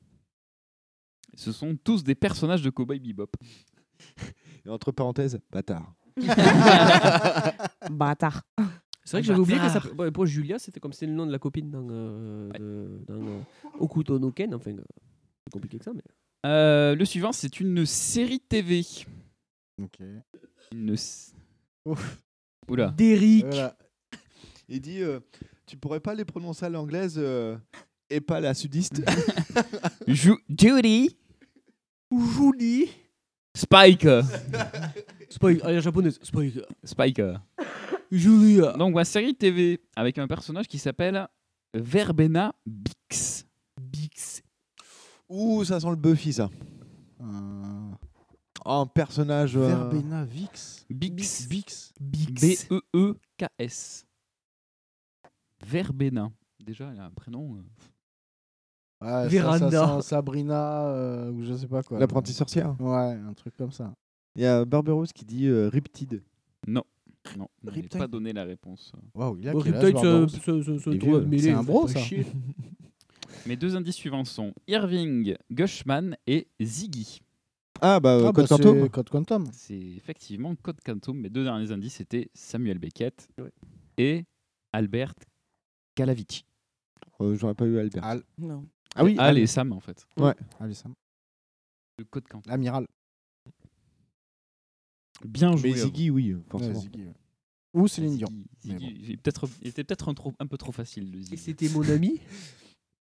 Speaker 8: Ce sont tous des personnages de Cowboy Bebop.
Speaker 7: Et entre parenthèses, bâtard.
Speaker 10: Bâtard.
Speaker 4: C'est vrai que j'avais oublié qu'elle s'appelle. ouais, pour Julia, c'était comme c'est le nom de la copine dans, euh, de- dans euh, Hokuto no Ken. Enfin, euh, c'est compliqué que ça, mais.
Speaker 8: Euh, le suivant, c'est une série TV.
Speaker 6: Ok. euh,
Speaker 8: Une... s-
Speaker 6: Ouf.
Speaker 8: Oula.
Speaker 4: Derrick.
Speaker 6: Voilà.
Speaker 7: Il dit, euh, tu pourrais pas les prononcer à l'anglaise euh, et pas à la sudiste.
Speaker 8: Ju- Judy,
Speaker 4: Julie.
Speaker 8: Spike.
Speaker 4: Spike. Ah, la japonaise. Spike.
Speaker 8: Spike.
Speaker 4: Julia.
Speaker 8: Donc, ma série TV avec un personnage qui s'appelle Verbena Bix.
Speaker 4: Bix.
Speaker 7: Ouh, ça sent le Buffy, ça.
Speaker 6: Euh,
Speaker 7: un personnage. euh,
Speaker 6: Verbena Vix.
Speaker 8: Bix. E
Speaker 6: Bix.
Speaker 8: B-E-E-K-S. Verbena. Déjà, elle a un prénom. euh,
Speaker 6: Ouais, ça, ça
Speaker 8: Véranda.
Speaker 6: sent Sabrina, euh, ou je sais pas quoi.
Speaker 7: L'apprentie sorcière.
Speaker 6: Ouais, un truc comme ça.
Speaker 7: Il y a Barberousse qui dit euh, Riptide.
Speaker 8: Non. Non, je n'ai
Speaker 6: Riptide.
Speaker 8: pas donné la réponse.
Speaker 6: Waouh, il a
Speaker 4: Bon,
Speaker 6: quel âge,
Speaker 4: Riptide,
Speaker 6: Barberousse
Speaker 4: ça- ça- ça- ça
Speaker 6: Il est
Speaker 4: doit
Speaker 6: vieux. Euh,
Speaker 4: être mêlé,
Speaker 6: C'est un
Speaker 4: faut
Speaker 6: bro,
Speaker 4: pas
Speaker 6: ça. Ah,
Speaker 4: chier.
Speaker 8: Mes deux indices suivants sont Irving Gushman et Ziggy.
Speaker 7: Ah bah,
Speaker 8: Ah,
Speaker 7: euh, Code
Speaker 8: bah,
Speaker 7: Quantum.
Speaker 8: c'est C'est effectivement Code Quantum. Mes deux derniers indices étaient Samuel Beckett et Albert Calavici.
Speaker 7: Euh, J'aurais pas eu Albert.
Speaker 10: Non.
Speaker 7: Ah oui,
Speaker 8: Al
Speaker 7: Al.
Speaker 8: et Sam en fait.
Speaker 7: Ouais.
Speaker 6: Allez, Sam.
Speaker 8: Le Code Quantum.
Speaker 6: L'amiral.
Speaker 8: Bien joué.
Speaker 7: Mais Ziggy, oui, forcément.
Speaker 6: Ou Céline Dion.
Speaker 8: Ziggy, il est peut-être- il était peut-être un, trop- un peu trop facile. Le Ziggy.
Speaker 4: Et c'était mon ami.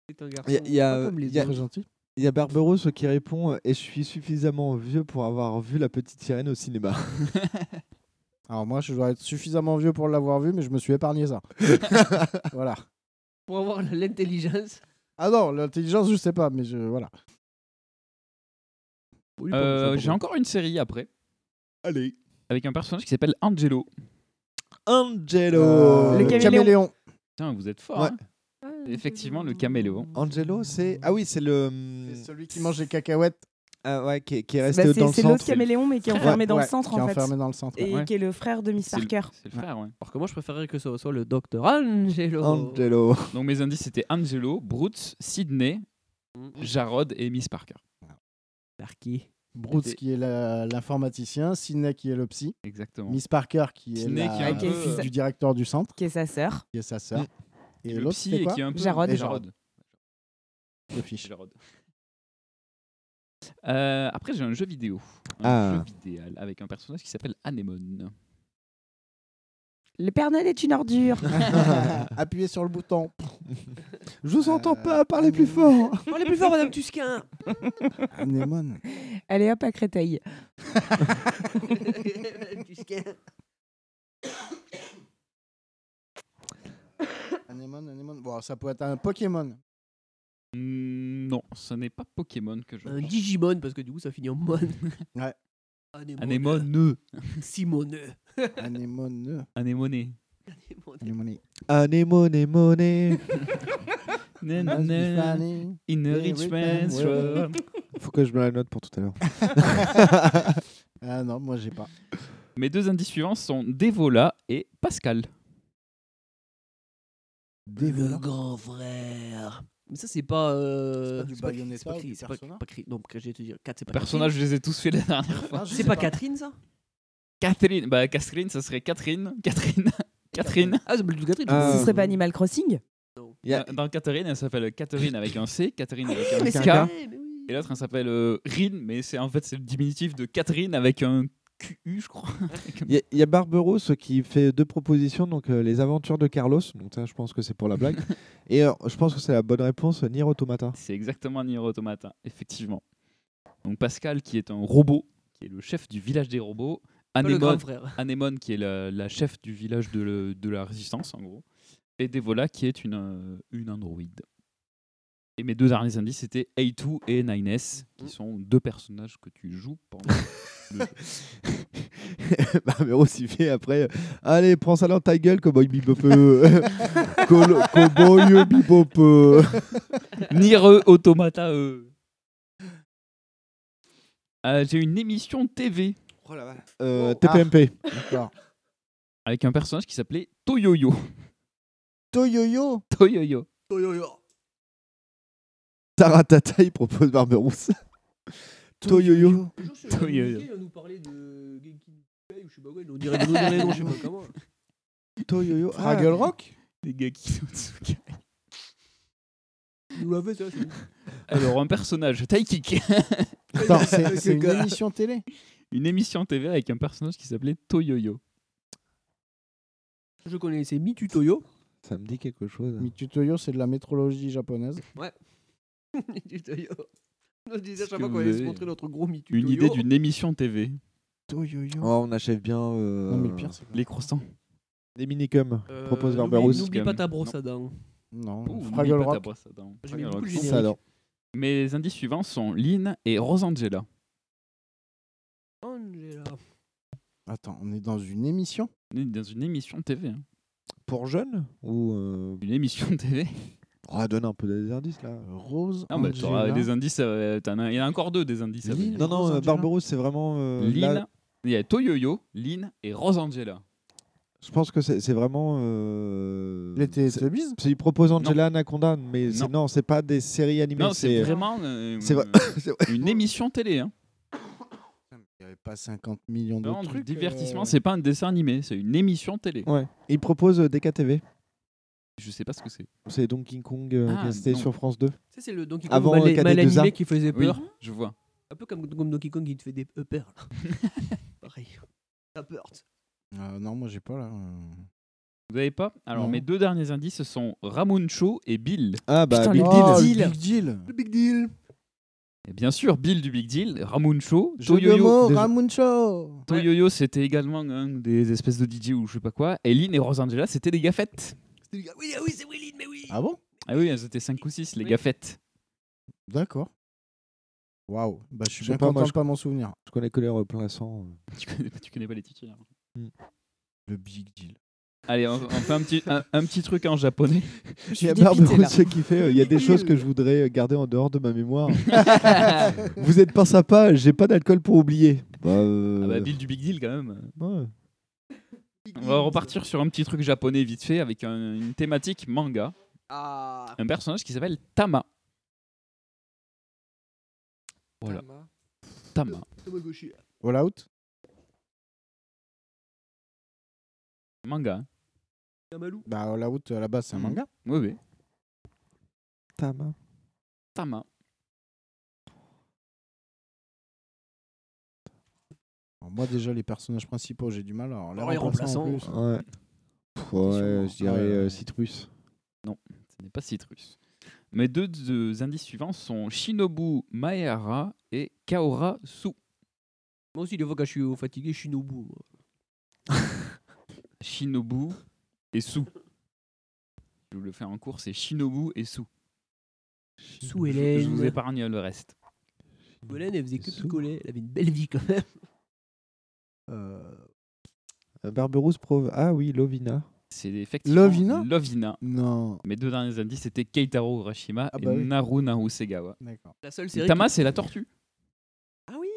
Speaker 4: C'est un garçon.
Speaker 7: Il y a- il y a,
Speaker 4: pas Ah, comme les
Speaker 7: il y a-
Speaker 4: autres.
Speaker 7: Il y a Barberousse qui répond euh, Et je suis suffisamment vieux pour avoir vu la petite sirène au cinéma.
Speaker 6: Alors moi, je dois être suffisamment vieux pour l'avoir vu, mais je me suis épargné <laughs> ça. voilà.
Speaker 4: Pour avoir l'intelligence.
Speaker 6: Ah non, l'intelligence, je sais pas, mais je voilà.
Speaker 8: Euh, J'ai encore une série après.
Speaker 7: Allez.
Speaker 8: Avec un personnage qui s'appelle Angelo.
Speaker 7: Angelo
Speaker 6: Euh, Le le caméléon. caméléon.
Speaker 8: Putain, vous êtes fort.
Speaker 7: Ouais.
Speaker 8: hein. Effectivement, le caméléon.
Speaker 7: Angelo, c'est. Ah oui, c'est le. C'est
Speaker 6: celui qui mange les cacahuètes.
Speaker 7: Ah ouais, qui est, qui est
Speaker 10: Bah,
Speaker 7: resté
Speaker 10: c'est-
Speaker 7: dans le
Speaker 10: c'est
Speaker 7: centre.
Speaker 10: l'autre caméléon, mais qui est
Speaker 7: Ouais,
Speaker 10: enfermé dans le
Speaker 7: ouais,
Speaker 10: centre,
Speaker 7: qui est
Speaker 10: en fait.
Speaker 7: enfermé dans le centre,
Speaker 10: Et
Speaker 7: ouais.
Speaker 10: qui est le frère de Miss Parker.
Speaker 8: C'est le frère, ouais.
Speaker 4: Alors que moi, je préférerais que ce soit le docteur Angelo.
Speaker 7: Angelo.
Speaker 8: Donc mes indices c'était Angelo, Broots, Sydney,
Speaker 4: Mmh.
Speaker 8: Jarod et Miss Parker.
Speaker 4: Parker.
Speaker 6: Brooks
Speaker 8: C'était-
Speaker 6: qui est la- l'informaticien, Sidney qui est le psy,
Speaker 8: Exactement.
Speaker 6: Miss Parker qui est,
Speaker 8: Sidney
Speaker 6: la,
Speaker 8: qui est un
Speaker 6: la
Speaker 8: peu,
Speaker 6: fille
Speaker 8: euh, Mm.
Speaker 6: du directeur du centre,
Speaker 10: qui est sa sœur,
Speaker 6: qui est sa sœur, et,
Speaker 8: le
Speaker 6: l'autre
Speaker 8: psy
Speaker 6: c'est
Speaker 8: et
Speaker 6: quoi
Speaker 8: qui est un peu
Speaker 6: Et
Speaker 8: Et
Speaker 6: Jarod. Le fiche.
Speaker 8: Jarod. Euh, après j'ai un jeu vidéo, un
Speaker 7: Ah.
Speaker 8: jeu vidéo avec un personnage qui s'appelle Anemone.
Speaker 10: Le Père Noël est une ordure.
Speaker 6: <laughs> Appuyez sur le bouton.
Speaker 7: Je vous entends pas, parlez plus fort.
Speaker 4: Parlez plus fort, Madame Tusquin.
Speaker 6: Anémone.
Speaker 10: <laughs> Allez hop à Créteil.
Speaker 4: Madame Tusquin.
Speaker 6: Anémone, anémone. Bon, ça peut être un Pokémon.
Speaker 8: Mm, non, ce n'est pas Pokémon que je.
Speaker 4: Un Digimon, parce que du coup, ça finit en mon.
Speaker 6: Ouais.
Speaker 8: Anémone.
Speaker 4: Simone.
Speaker 6: Anémone.
Speaker 8: Anémone.
Speaker 6: Anémone.
Speaker 7: Anémone, monnaie.
Speaker 8: Na, na,
Speaker 6: Must be
Speaker 8: na,
Speaker 6: <laughs> funny.
Speaker 8: In a
Speaker 6: Every
Speaker 8: rich
Speaker 6: time
Speaker 8: man's
Speaker 6: we-
Speaker 8: world.
Speaker 7: <laughs> Faut que je me la note pour tout à l'heure.
Speaker 6: Ah non, moi j'ai pas.
Speaker 8: Mes deux indices suivants sont Devola et Pascal.
Speaker 4: Le grand frère. Mais ça, c'est pas. euh,
Speaker 6: du
Speaker 4: C'est pas
Speaker 6: Bayonetta
Speaker 4: c'est pas
Speaker 6: ou
Speaker 4: Cri-
Speaker 6: du
Speaker 4: c'est pas-
Speaker 6: Persona
Speaker 4: pas Cri- Non, je vais te dire, 4, c'est pas
Speaker 8: Personnage, je
Speaker 4: Catherine.
Speaker 8: les ai tous fait la dernière <laughs> fois.
Speaker 6: Ah, je
Speaker 4: C'est
Speaker 6: sais
Speaker 4: pas
Speaker 6: pas.
Speaker 4: Catherine, ça
Speaker 8: Catherine, bah Catherine, ça serait Catherine, Catherine, Catherine. Euh,
Speaker 4: Ah, c'est plutôt Catherine.
Speaker 10: Ce serait
Speaker 7: Mmh.
Speaker 10: pas Animal Crossing
Speaker 8: Dans- Dans Catherine, elle s'appelle Catherine avec un C, Catherine avec <laughs> un
Speaker 4: mais c'est
Speaker 8: K.
Speaker 4: vrai, mais
Speaker 8: Et l'autre, elle s'appelle euh, Rin, mais c'est en fait c'est le diminutif de Catherine avec un QU, je crois. <laughs>
Speaker 7: Il y, a- il y a Barberousse qui fait deux propositions, donc euh, les aventures de Carlos, donc ça je pense que c'est pour la blague, <laughs> et euh, je pense que c'est la bonne réponse, euh, Nier Automata. <laughs>
Speaker 8: C'est exactement Nier Automata, effectivement. Donc Pascal, qui est un robot, qui est le chef du village des robots.
Speaker 4: Pas le grand
Speaker 8: Anémone,
Speaker 4: frère.
Speaker 8: Anémone, qui est la, la chef du village de, le- de la résistance, en gros. Et Devola, qui est une, euh, une androïde. Et mes deux derniers indices, c'était A2 et 9S, qui sont deux personnages que tu joues pendant le jeu.
Speaker 7: Barberousse il fait après, euh, allez prends ça dans ta gueule, cowboy bebop, <laughs> euh, col- cowboy bebop. <laughs> euh.
Speaker 8: Nier Automata. euh. Euh, J'ai une émission TV
Speaker 7: Euh,
Speaker 6: Oh.
Speaker 7: TPMP.
Speaker 6: Ah, D'accord.
Speaker 8: avec un personnage qui s'appelait Toyoyo.
Speaker 6: Toyoyo.
Speaker 8: Toyoyo.
Speaker 7: Taratata il propose Barberousse. Toyoyo.
Speaker 8: Toyoyo.
Speaker 4: Il nous parlait de Genki Nukai ou je sais pas quoi, il nous <laughs> dirait de nous donner les noms, je sais pas comment.
Speaker 7: Toyoyo. Ah,
Speaker 6: Fraggle Rock
Speaker 8: Des gars qui sont
Speaker 4: Il nous l'avait, ça. c'est bon.
Speaker 8: Alors, un personnage, Taikik.
Speaker 6: Attends, c'est c'est une émission télé
Speaker 8: une émission TV avec un personnage qui s'appelait Toyoyo.
Speaker 4: Je connais, c'est Mitutoyo.
Speaker 7: Ça me dit quelque chose.
Speaker 6: Mitutoyo, c'est de la métrologie japonaise.
Speaker 4: <laughs> Mitutoyo. On se disait à
Speaker 8: Est-ce
Speaker 4: chaque
Speaker 8: que
Speaker 4: fois qu'on
Speaker 8: vous
Speaker 4: allait se
Speaker 8: avez
Speaker 4: montrer notre gros Mitutoyo.
Speaker 8: Une idée d'une émission TV.
Speaker 6: Toyoyo.
Speaker 7: Oh, on achève bien euh,
Speaker 6: Non, mais le pire, c'est.
Speaker 8: Les croissants.
Speaker 7: les minicums,
Speaker 4: Euh,
Speaker 7: propose
Speaker 4: n'oublie-
Speaker 7: Barberousse.
Speaker 4: N'oublie pas ta brosse
Speaker 8: Non.
Speaker 4: à dents.
Speaker 6: Non,
Speaker 8: Ouh,
Speaker 6: Fraggle
Speaker 8: n'oublie pas ta
Speaker 6: Rock.
Speaker 8: brosse à dents.
Speaker 4: J'ai mis
Speaker 8: Fraggle
Speaker 4: beaucoup
Speaker 8: Rock.
Speaker 4: le
Speaker 7: Ça
Speaker 4: générique.
Speaker 7: alors.
Speaker 8: Mes indices suivants sont Lynn et Rosangela.
Speaker 6: Attends, on est dans une émission
Speaker 8: On est dans une émission TV. hein.
Speaker 7: Pour jeunes ou euh,
Speaker 8: Une émission TV.
Speaker 7: Oh, donne un peu des indices là.
Speaker 6: Euh, Rose.
Speaker 8: <laughs> Non, bah, t'auras des indices. euh, t'en as- Il y en a encore deux des indices. à venir.
Speaker 7: Non, non, euh, Barberousse, c'est vraiment. euh,
Speaker 8: Lynn.
Speaker 7: là,
Speaker 8: Il y a Toyoyo, Lynn et Rose Angela.
Speaker 7: je pense que c'est c'est vraiment. Euh...
Speaker 6: Les
Speaker 7: c'est- c'est- Ils proposent Angela Anaconda, mais c'est-
Speaker 8: Non.
Speaker 7: non, c'est pas des séries animées.
Speaker 8: non, c'est vraiment euh,
Speaker 7: <laughs> c'est vrai-
Speaker 8: une émission télé. hein.
Speaker 6: Il n'y avait pas 50 millions de
Speaker 8: Vraiment, du
Speaker 6: trucs.
Speaker 8: divertissement,
Speaker 6: euh,
Speaker 8: c'est pas un dessin animé, c'est une émission télé.
Speaker 7: Ouais. Ils proposent euh, DKTV.
Speaker 8: Je sais pas ce que c'est.
Speaker 7: C'est Donkey Kong euh,
Speaker 8: Ah,
Speaker 7: qui était
Speaker 8: non.
Speaker 7: sur France 2.
Speaker 4: Ça, c'est le Donkey Kong
Speaker 7: Avant
Speaker 4: mal,
Speaker 7: euh,
Speaker 4: mal
Speaker 7: KD2A.
Speaker 4: animé qui faisait
Speaker 8: Oui,
Speaker 4: peur.
Speaker 8: je vois. <laughs>
Speaker 4: Un peu comme, comme Donkey Kong, il te fait des uppers. là. Pareil. Ça peur.
Speaker 6: euh, non, moi, j'ai pas là. euh.
Speaker 8: Vous avez pas Alors
Speaker 6: Non.
Speaker 8: mes deux derniers indices sont Ramuncho et Bill.
Speaker 7: Ah bah,
Speaker 10: Putain,
Speaker 7: Big
Speaker 10: le
Speaker 7: Deal.
Speaker 6: Oh,
Speaker 10: Deal.
Speaker 6: le Big Deal.
Speaker 7: Le Big Deal.
Speaker 8: Et bien sûr, Bill du Big Deal, Ramuncho,
Speaker 6: Jeu de
Speaker 8: Toyoyo.
Speaker 6: mots,
Speaker 7: déjà-
Speaker 6: Ramuncho.
Speaker 8: Toyoyo, c'était également un des espèces de DJ ou je sais pas quoi. Et Lynn et Rose Angela, c'était des gaffettes.
Speaker 4: Oui, ah oui, c'est Willy, mais oui.
Speaker 6: Ah bon
Speaker 8: Ah oui, elles étaient 5 ou 6, les
Speaker 4: Oui.
Speaker 8: gaffettes.
Speaker 6: D'accord. Waouh. Bah, je suis
Speaker 7: Je sais
Speaker 6: bien
Speaker 7: pas, moi,
Speaker 6: content de
Speaker 7: je-
Speaker 6: pas m'en souvenir.
Speaker 7: Je connais que les euh. remplaçants.
Speaker 8: <laughs> Tu connais, tu connais pas les titulaires.
Speaker 6: Le Big Deal.
Speaker 8: Allez, on, on fait un petit, un, un petit truc en japonais.
Speaker 7: Il y a
Speaker 10: suis dépité,
Speaker 7: Barberousse qui fait euh, il y a des choses que je voudrais euh, garder en dehors de
Speaker 4: <laughs>
Speaker 7: ma mémoire. Vous êtes pas sympa, j'ai pas d'alcool pour oublier. Bah, euh,
Speaker 8: Ah bah, Bill du Big Deal quand même.
Speaker 7: ouais.
Speaker 8: On va repartir sur un petit truc japonais vite fait avec un- une thématique manga.
Speaker 4: Ah.
Speaker 8: Un personnage qui s'appelle Tama. Voilà.
Speaker 4: Tama-
Speaker 8: Tama.
Speaker 4: Tamagoshi.
Speaker 6: All out
Speaker 8: Manga. hein.
Speaker 4: Tamalou.
Speaker 6: Bah, All out, à la base, c'est un
Speaker 8: Mhm.
Speaker 6: manga.
Speaker 8: Oui, oui.
Speaker 7: Tama.
Speaker 8: Tama.
Speaker 6: Alors, moi, déjà, les personnages principaux, j'ai du mal. Alors, les
Speaker 4: Alors, Oh, les
Speaker 6: remplaçants, en
Speaker 4: remplaçants.
Speaker 8: Hein.
Speaker 6: plus.
Speaker 7: Ouais. Pff, ouais, je dirais
Speaker 6: Ouais, ouais,
Speaker 7: euh,
Speaker 6: ouais.
Speaker 7: citrus.
Speaker 8: Ce n'est pas Citrus. Mes deux, deux indices suivants sont Shinobu Maehara et Kaora Su.
Speaker 4: Moi aussi, des fois, quand je suis euh, fatigué, je suis Nobu. moi.
Speaker 8: Shinobu et Su. Je vous le fais en cours, c'est Shinobu et Su.
Speaker 4: Sous
Speaker 8: Je- Je vous
Speaker 4: Hélène.
Speaker 8: épargne le reste.
Speaker 4: Sous Hélène, elle faisait que
Speaker 7: Sous.
Speaker 4: picoler. Elle avait une belle vie quand même. <laughs>
Speaker 6: Euh,
Speaker 7: Euh, Barberousse Prov. Ah oui, Lovina.
Speaker 8: C'est effectivement
Speaker 6: Lovina
Speaker 8: Lovina.
Speaker 6: Non.
Speaker 8: Mes deux derniers indices c'était Keitaro Urashima
Speaker 6: Ah bah
Speaker 8: et
Speaker 6: oui.
Speaker 8: Naru Naru Segawa.
Speaker 4: <laughs>
Speaker 6: D'accord.
Speaker 4: La seule série.
Speaker 8: Tama, c'est la tortue.
Speaker 4: Ah oui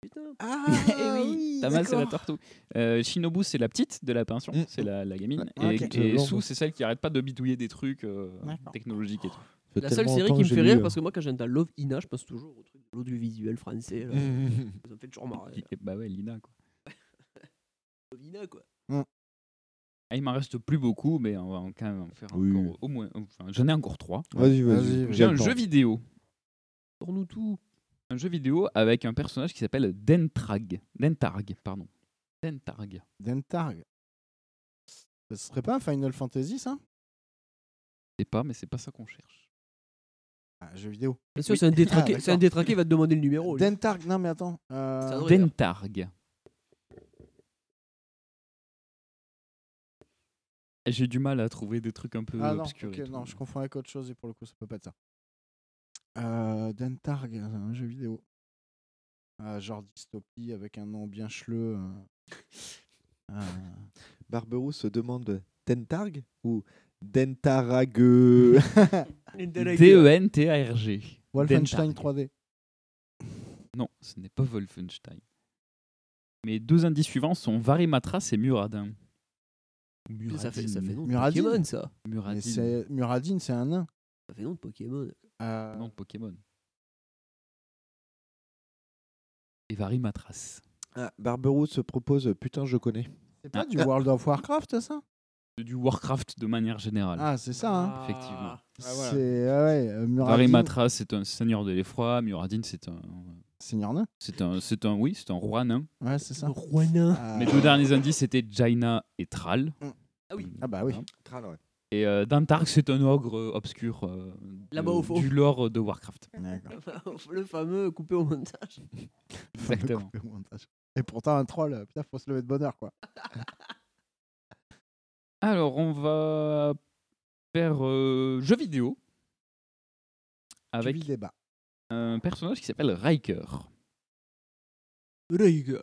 Speaker 4: Putain
Speaker 6: Ah,
Speaker 4: <laughs> Eh oui,
Speaker 8: Tama, c'est la tortue. Euh, Shinobu, c'est la petite de la pension,
Speaker 7: Mm.
Speaker 8: c'est la, la gamine.
Speaker 6: Ouais,
Speaker 8: Et,
Speaker 6: ok. Euh,
Speaker 8: et
Speaker 7: Long.
Speaker 8: Su, c'est celle qui arrête pas de bidouiller des trucs euh,
Speaker 6: D'accord.
Speaker 8: technologiques et tout.
Speaker 7: Ça fait
Speaker 6: Oh,
Speaker 4: La seule
Speaker 7: tellement
Speaker 4: série
Speaker 7: longtemps
Speaker 4: qui me
Speaker 7: que
Speaker 4: fait
Speaker 7: j'ai
Speaker 4: rire
Speaker 7: lu, euh.
Speaker 4: parce que moi, quand j'entends Love Ina, je pense toujours au truc de l'audiovisuel français. là.
Speaker 6: Mm.
Speaker 7: euh.
Speaker 4: Ça me fait toujours marrer.
Speaker 8: Et- et- bah ouais, Lina. Quoi.
Speaker 4: Love Ina, quoi.
Speaker 8: Ah, il m'en reste plus beaucoup, mais on va en- quand même en faire
Speaker 7: Oui.
Speaker 8: encore au moins. Enfin, j'en ai encore trois.
Speaker 7: Vas-y,
Speaker 6: Vas-y,
Speaker 7: vas-y.
Speaker 6: vas-y.
Speaker 7: j'ai
Speaker 8: J'ai
Speaker 7: le
Speaker 8: un
Speaker 7: temps.
Speaker 8: jeu vidéo.
Speaker 4: Tourne-nous tout.
Speaker 8: Un jeu vidéo avec un personnage qui s'appelle Dentrag. Dentarg, pardon. Dentarg.
Speaker 6: Dentarg. Ce serait pas un Final Fantasy, ça
Speaker 8: C'est pas, mais c'est pas ça qu'on cherche.
Speaker 6: ah, Jeu vidéo.
Speaker 4: Bien sûr,
Speaker 8: Oui.
Speaker 4: c'est un détraqué.
Speaker 6: Ah,
Speaker 4: c'est un
Speaker 6: d'accord.
Speaker 4: détraqué, il va te demander le numéro. lui.
Speaker 6: Dentarg, non, mais attends. euh,
Speaker 4: Oh, C'est un drôle, d'ailleurs.
Speaker 8: Dentarg. J'ai du mal à trouver des trucs un peu
Speaker 6: Ah non,
Speaker 8: obscurs. et
Speaker 6: ok,
Speaker 8: tout.
Speaker 6: non, je confonds avec autre chose et pour le coup, ça peut pas être ça. Euh, Dentarg, un jeu vidéo. Euh, genre dystopie avec un nom bien cheleux. euh.
Speaker 8: <laughs>
Speaker 6: Euh,
Speaker 7: Barberousse demande Dentarg ou Dentarague.
Speaker 8: E
Speaker 6: euh.
Speaker 8: D-E-N-T-A-R-G.
Speaker 6: Wolfenstein
Speaker 8: Dentarg.
Speaker 6: 3D.
Speaker 8: Non, ce n'est pas Wolfenstein. Mes deux indices suivants sont Varimatras et Muradin. Ou Muradin.
Speaker 4: Ça fait, ça fait nom de
Speaker 6: Muradin.
Speaker 4: Pokémon, ça.
Speaker 6: Mais
Speaker 8: Muradin.
Speaker 6: c'est- Muradin, c'est un nain.
Speaker 4: Ça fait nom de Pokémon.
Speaker 6: Euh,
Speaker 8: Non, Pokémon. Et Varimatras.
Speaker 7: Ah, Barberousse propose Putain, je connais.
Speaker 6: C'est pas
Speaker 8: Ah.
Speaker 6: du World of Warcraft, ça
Speaker 8: C'est Du Warcraft de manière générale.
Speaker 6: Ah, c'est ça, hein.
Speaker 8: effectivement.
Speaker 4: bah
Speaker 6: C'est. ah ouais, euh, Muradin.
Speaker 8: Varimatras, c'est un seigneur de l'effroi. Muradin, c'est un.
Speaker 6: Seigneur nain.
Speaker 8: C'est un, c'est un, oui, c'est un roi nain.
Speaker 6: Ouais, c'est ça.
Speaker 4: Roinin.
Speaker 6: Euh,
Speaker 8: Mes deux derniers indices, c'était Jaina et Thrall. Euh,
Speaker 4: Ah oui.
Speaker 6: Ah bah oui.
Speaker 8: Et euh, Dantark, c'est un ogre euh, obscur euh, de-
Speaker 4: Là-bas au fond.
Speaker 8: du lore
Speaker 4: <laughs>
Speaker 8: de Warcraft.
Speaker 6: D'accord.
Speaker 4: <laughs> Le fameux coupé au montage.
Speaker 8: Exactement.
Speaker 6: Coupé au montage. Et pourtant, un troll, euh, putain, faut se lever de bonheur, quoi.
Speaker 8: Alors, on va faire euh, jeu vidéo avec
Speaker 6: Avec... le débat.
Speaker 8: un personnage qui s'appelle Riker.
Speaker 4: Riker.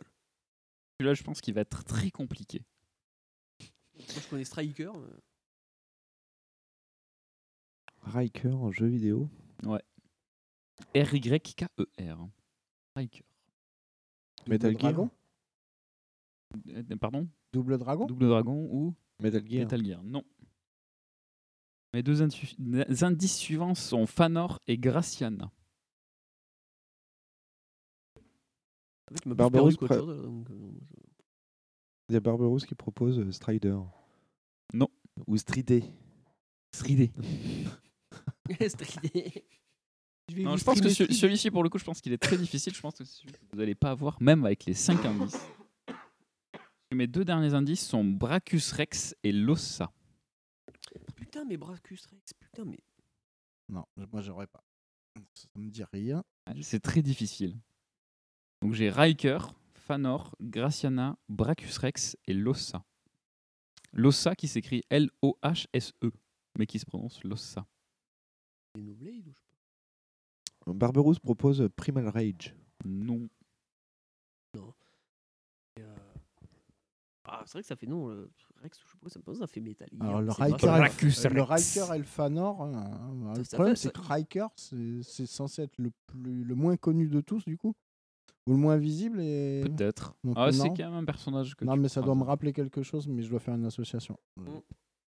Speaker 8: Celui-là, je pense qu'il va être très compliqué.
Speaker 4: Moi, je connais Striker. mais-
Speaker 14: Riker en jeu vidéo.
Speaker 8: Ouais. R-Y-K-E-R. Riker.
Speaker 14: Metal Gear. Dragon
Speaker 8: Euh, Pardon
Speaker 6: Double Dragon
Speaker 8: Double Dragon ou
Speaker 14: Metal Gear.
Speaker 8: Metal Gear, non. Mes deux intu- na- indices suivants sont Fanor et Graciana.
Speaker 4: En fait, il m'a plus
Speaker 14: Barbarous
Speaker 4: perdu qu'autre
Speaker 14: pre-
Speaker 4: chose, là, donc, euh, je-
Speaker 14: Il y a Barberousse qui propose euh, Strider.
Speaker 8: Non.
Speaker 14: Ou Stridé.
Speaker 8: Stridé.
Speaker 4: <laughs> Stridé. vais
Speaker 8: Non,
Speaker 4: vous
Speaker 8: je pense
Speaker 4: streamer
Speaker 8: que ce-
Speaker 4: Stridé.
Speaker 8: celui-ci, pour le coup, je pense qu'il est très difficile. Je pense que celui que vous n'allez pas avoir, même avec les 5 indices. Mes deux derniers indices sont Bracus Rex et Lossa.
Speaker 4: Putain, mais Bracus Rex, putain, mais.
Speaker 6: Non, moi j'aurais pas. Ça me dit rien.
Speaker 8: C'est très difficile. Donc j'ai Riker, Fanor, Graciana, Bracus Rex et Lossa. Lossa qui s'écrit L-O-H-S-E, E, mais qui se prononce Lossa.
Speaker 14: <laughs> Barberousse propose euh, Primal Rage.
Speaker 8: Non.
Speaker 4: euh, Ah, c'est vrai que ça fait non. le Rex, je sais pas, ça me pense, ça fait métal.
Speaker 6: Alors le
Speaker 4: C'est
Speaker 6: Riker,
Speaker 4: grave.
Speaker 6: Alpha, le Riker Alpha Nord, euh, euh, le
Speaker 4: ça
Speaker 6: problème
Speaker 4: fait-
Speaker 6: c'est que Riker c'est c'est censé être le, plus, le moins connu de tous du coup, ou le moins visible. et-
Speaker 8: Peut-être.
Speaker 6: Donc,
Speaker 8: Ah, c'est
Speaker 6: non.
Speaker 8: quand même un personnage que
Speaker 6: Non
Speaker 8: tu
Speaker 6: mais ça
Speaker 8: prends.
Speaker 6: doit me rappeler quelque chose, mais je dois faire une association. Euh,
Speaker 4: Mm.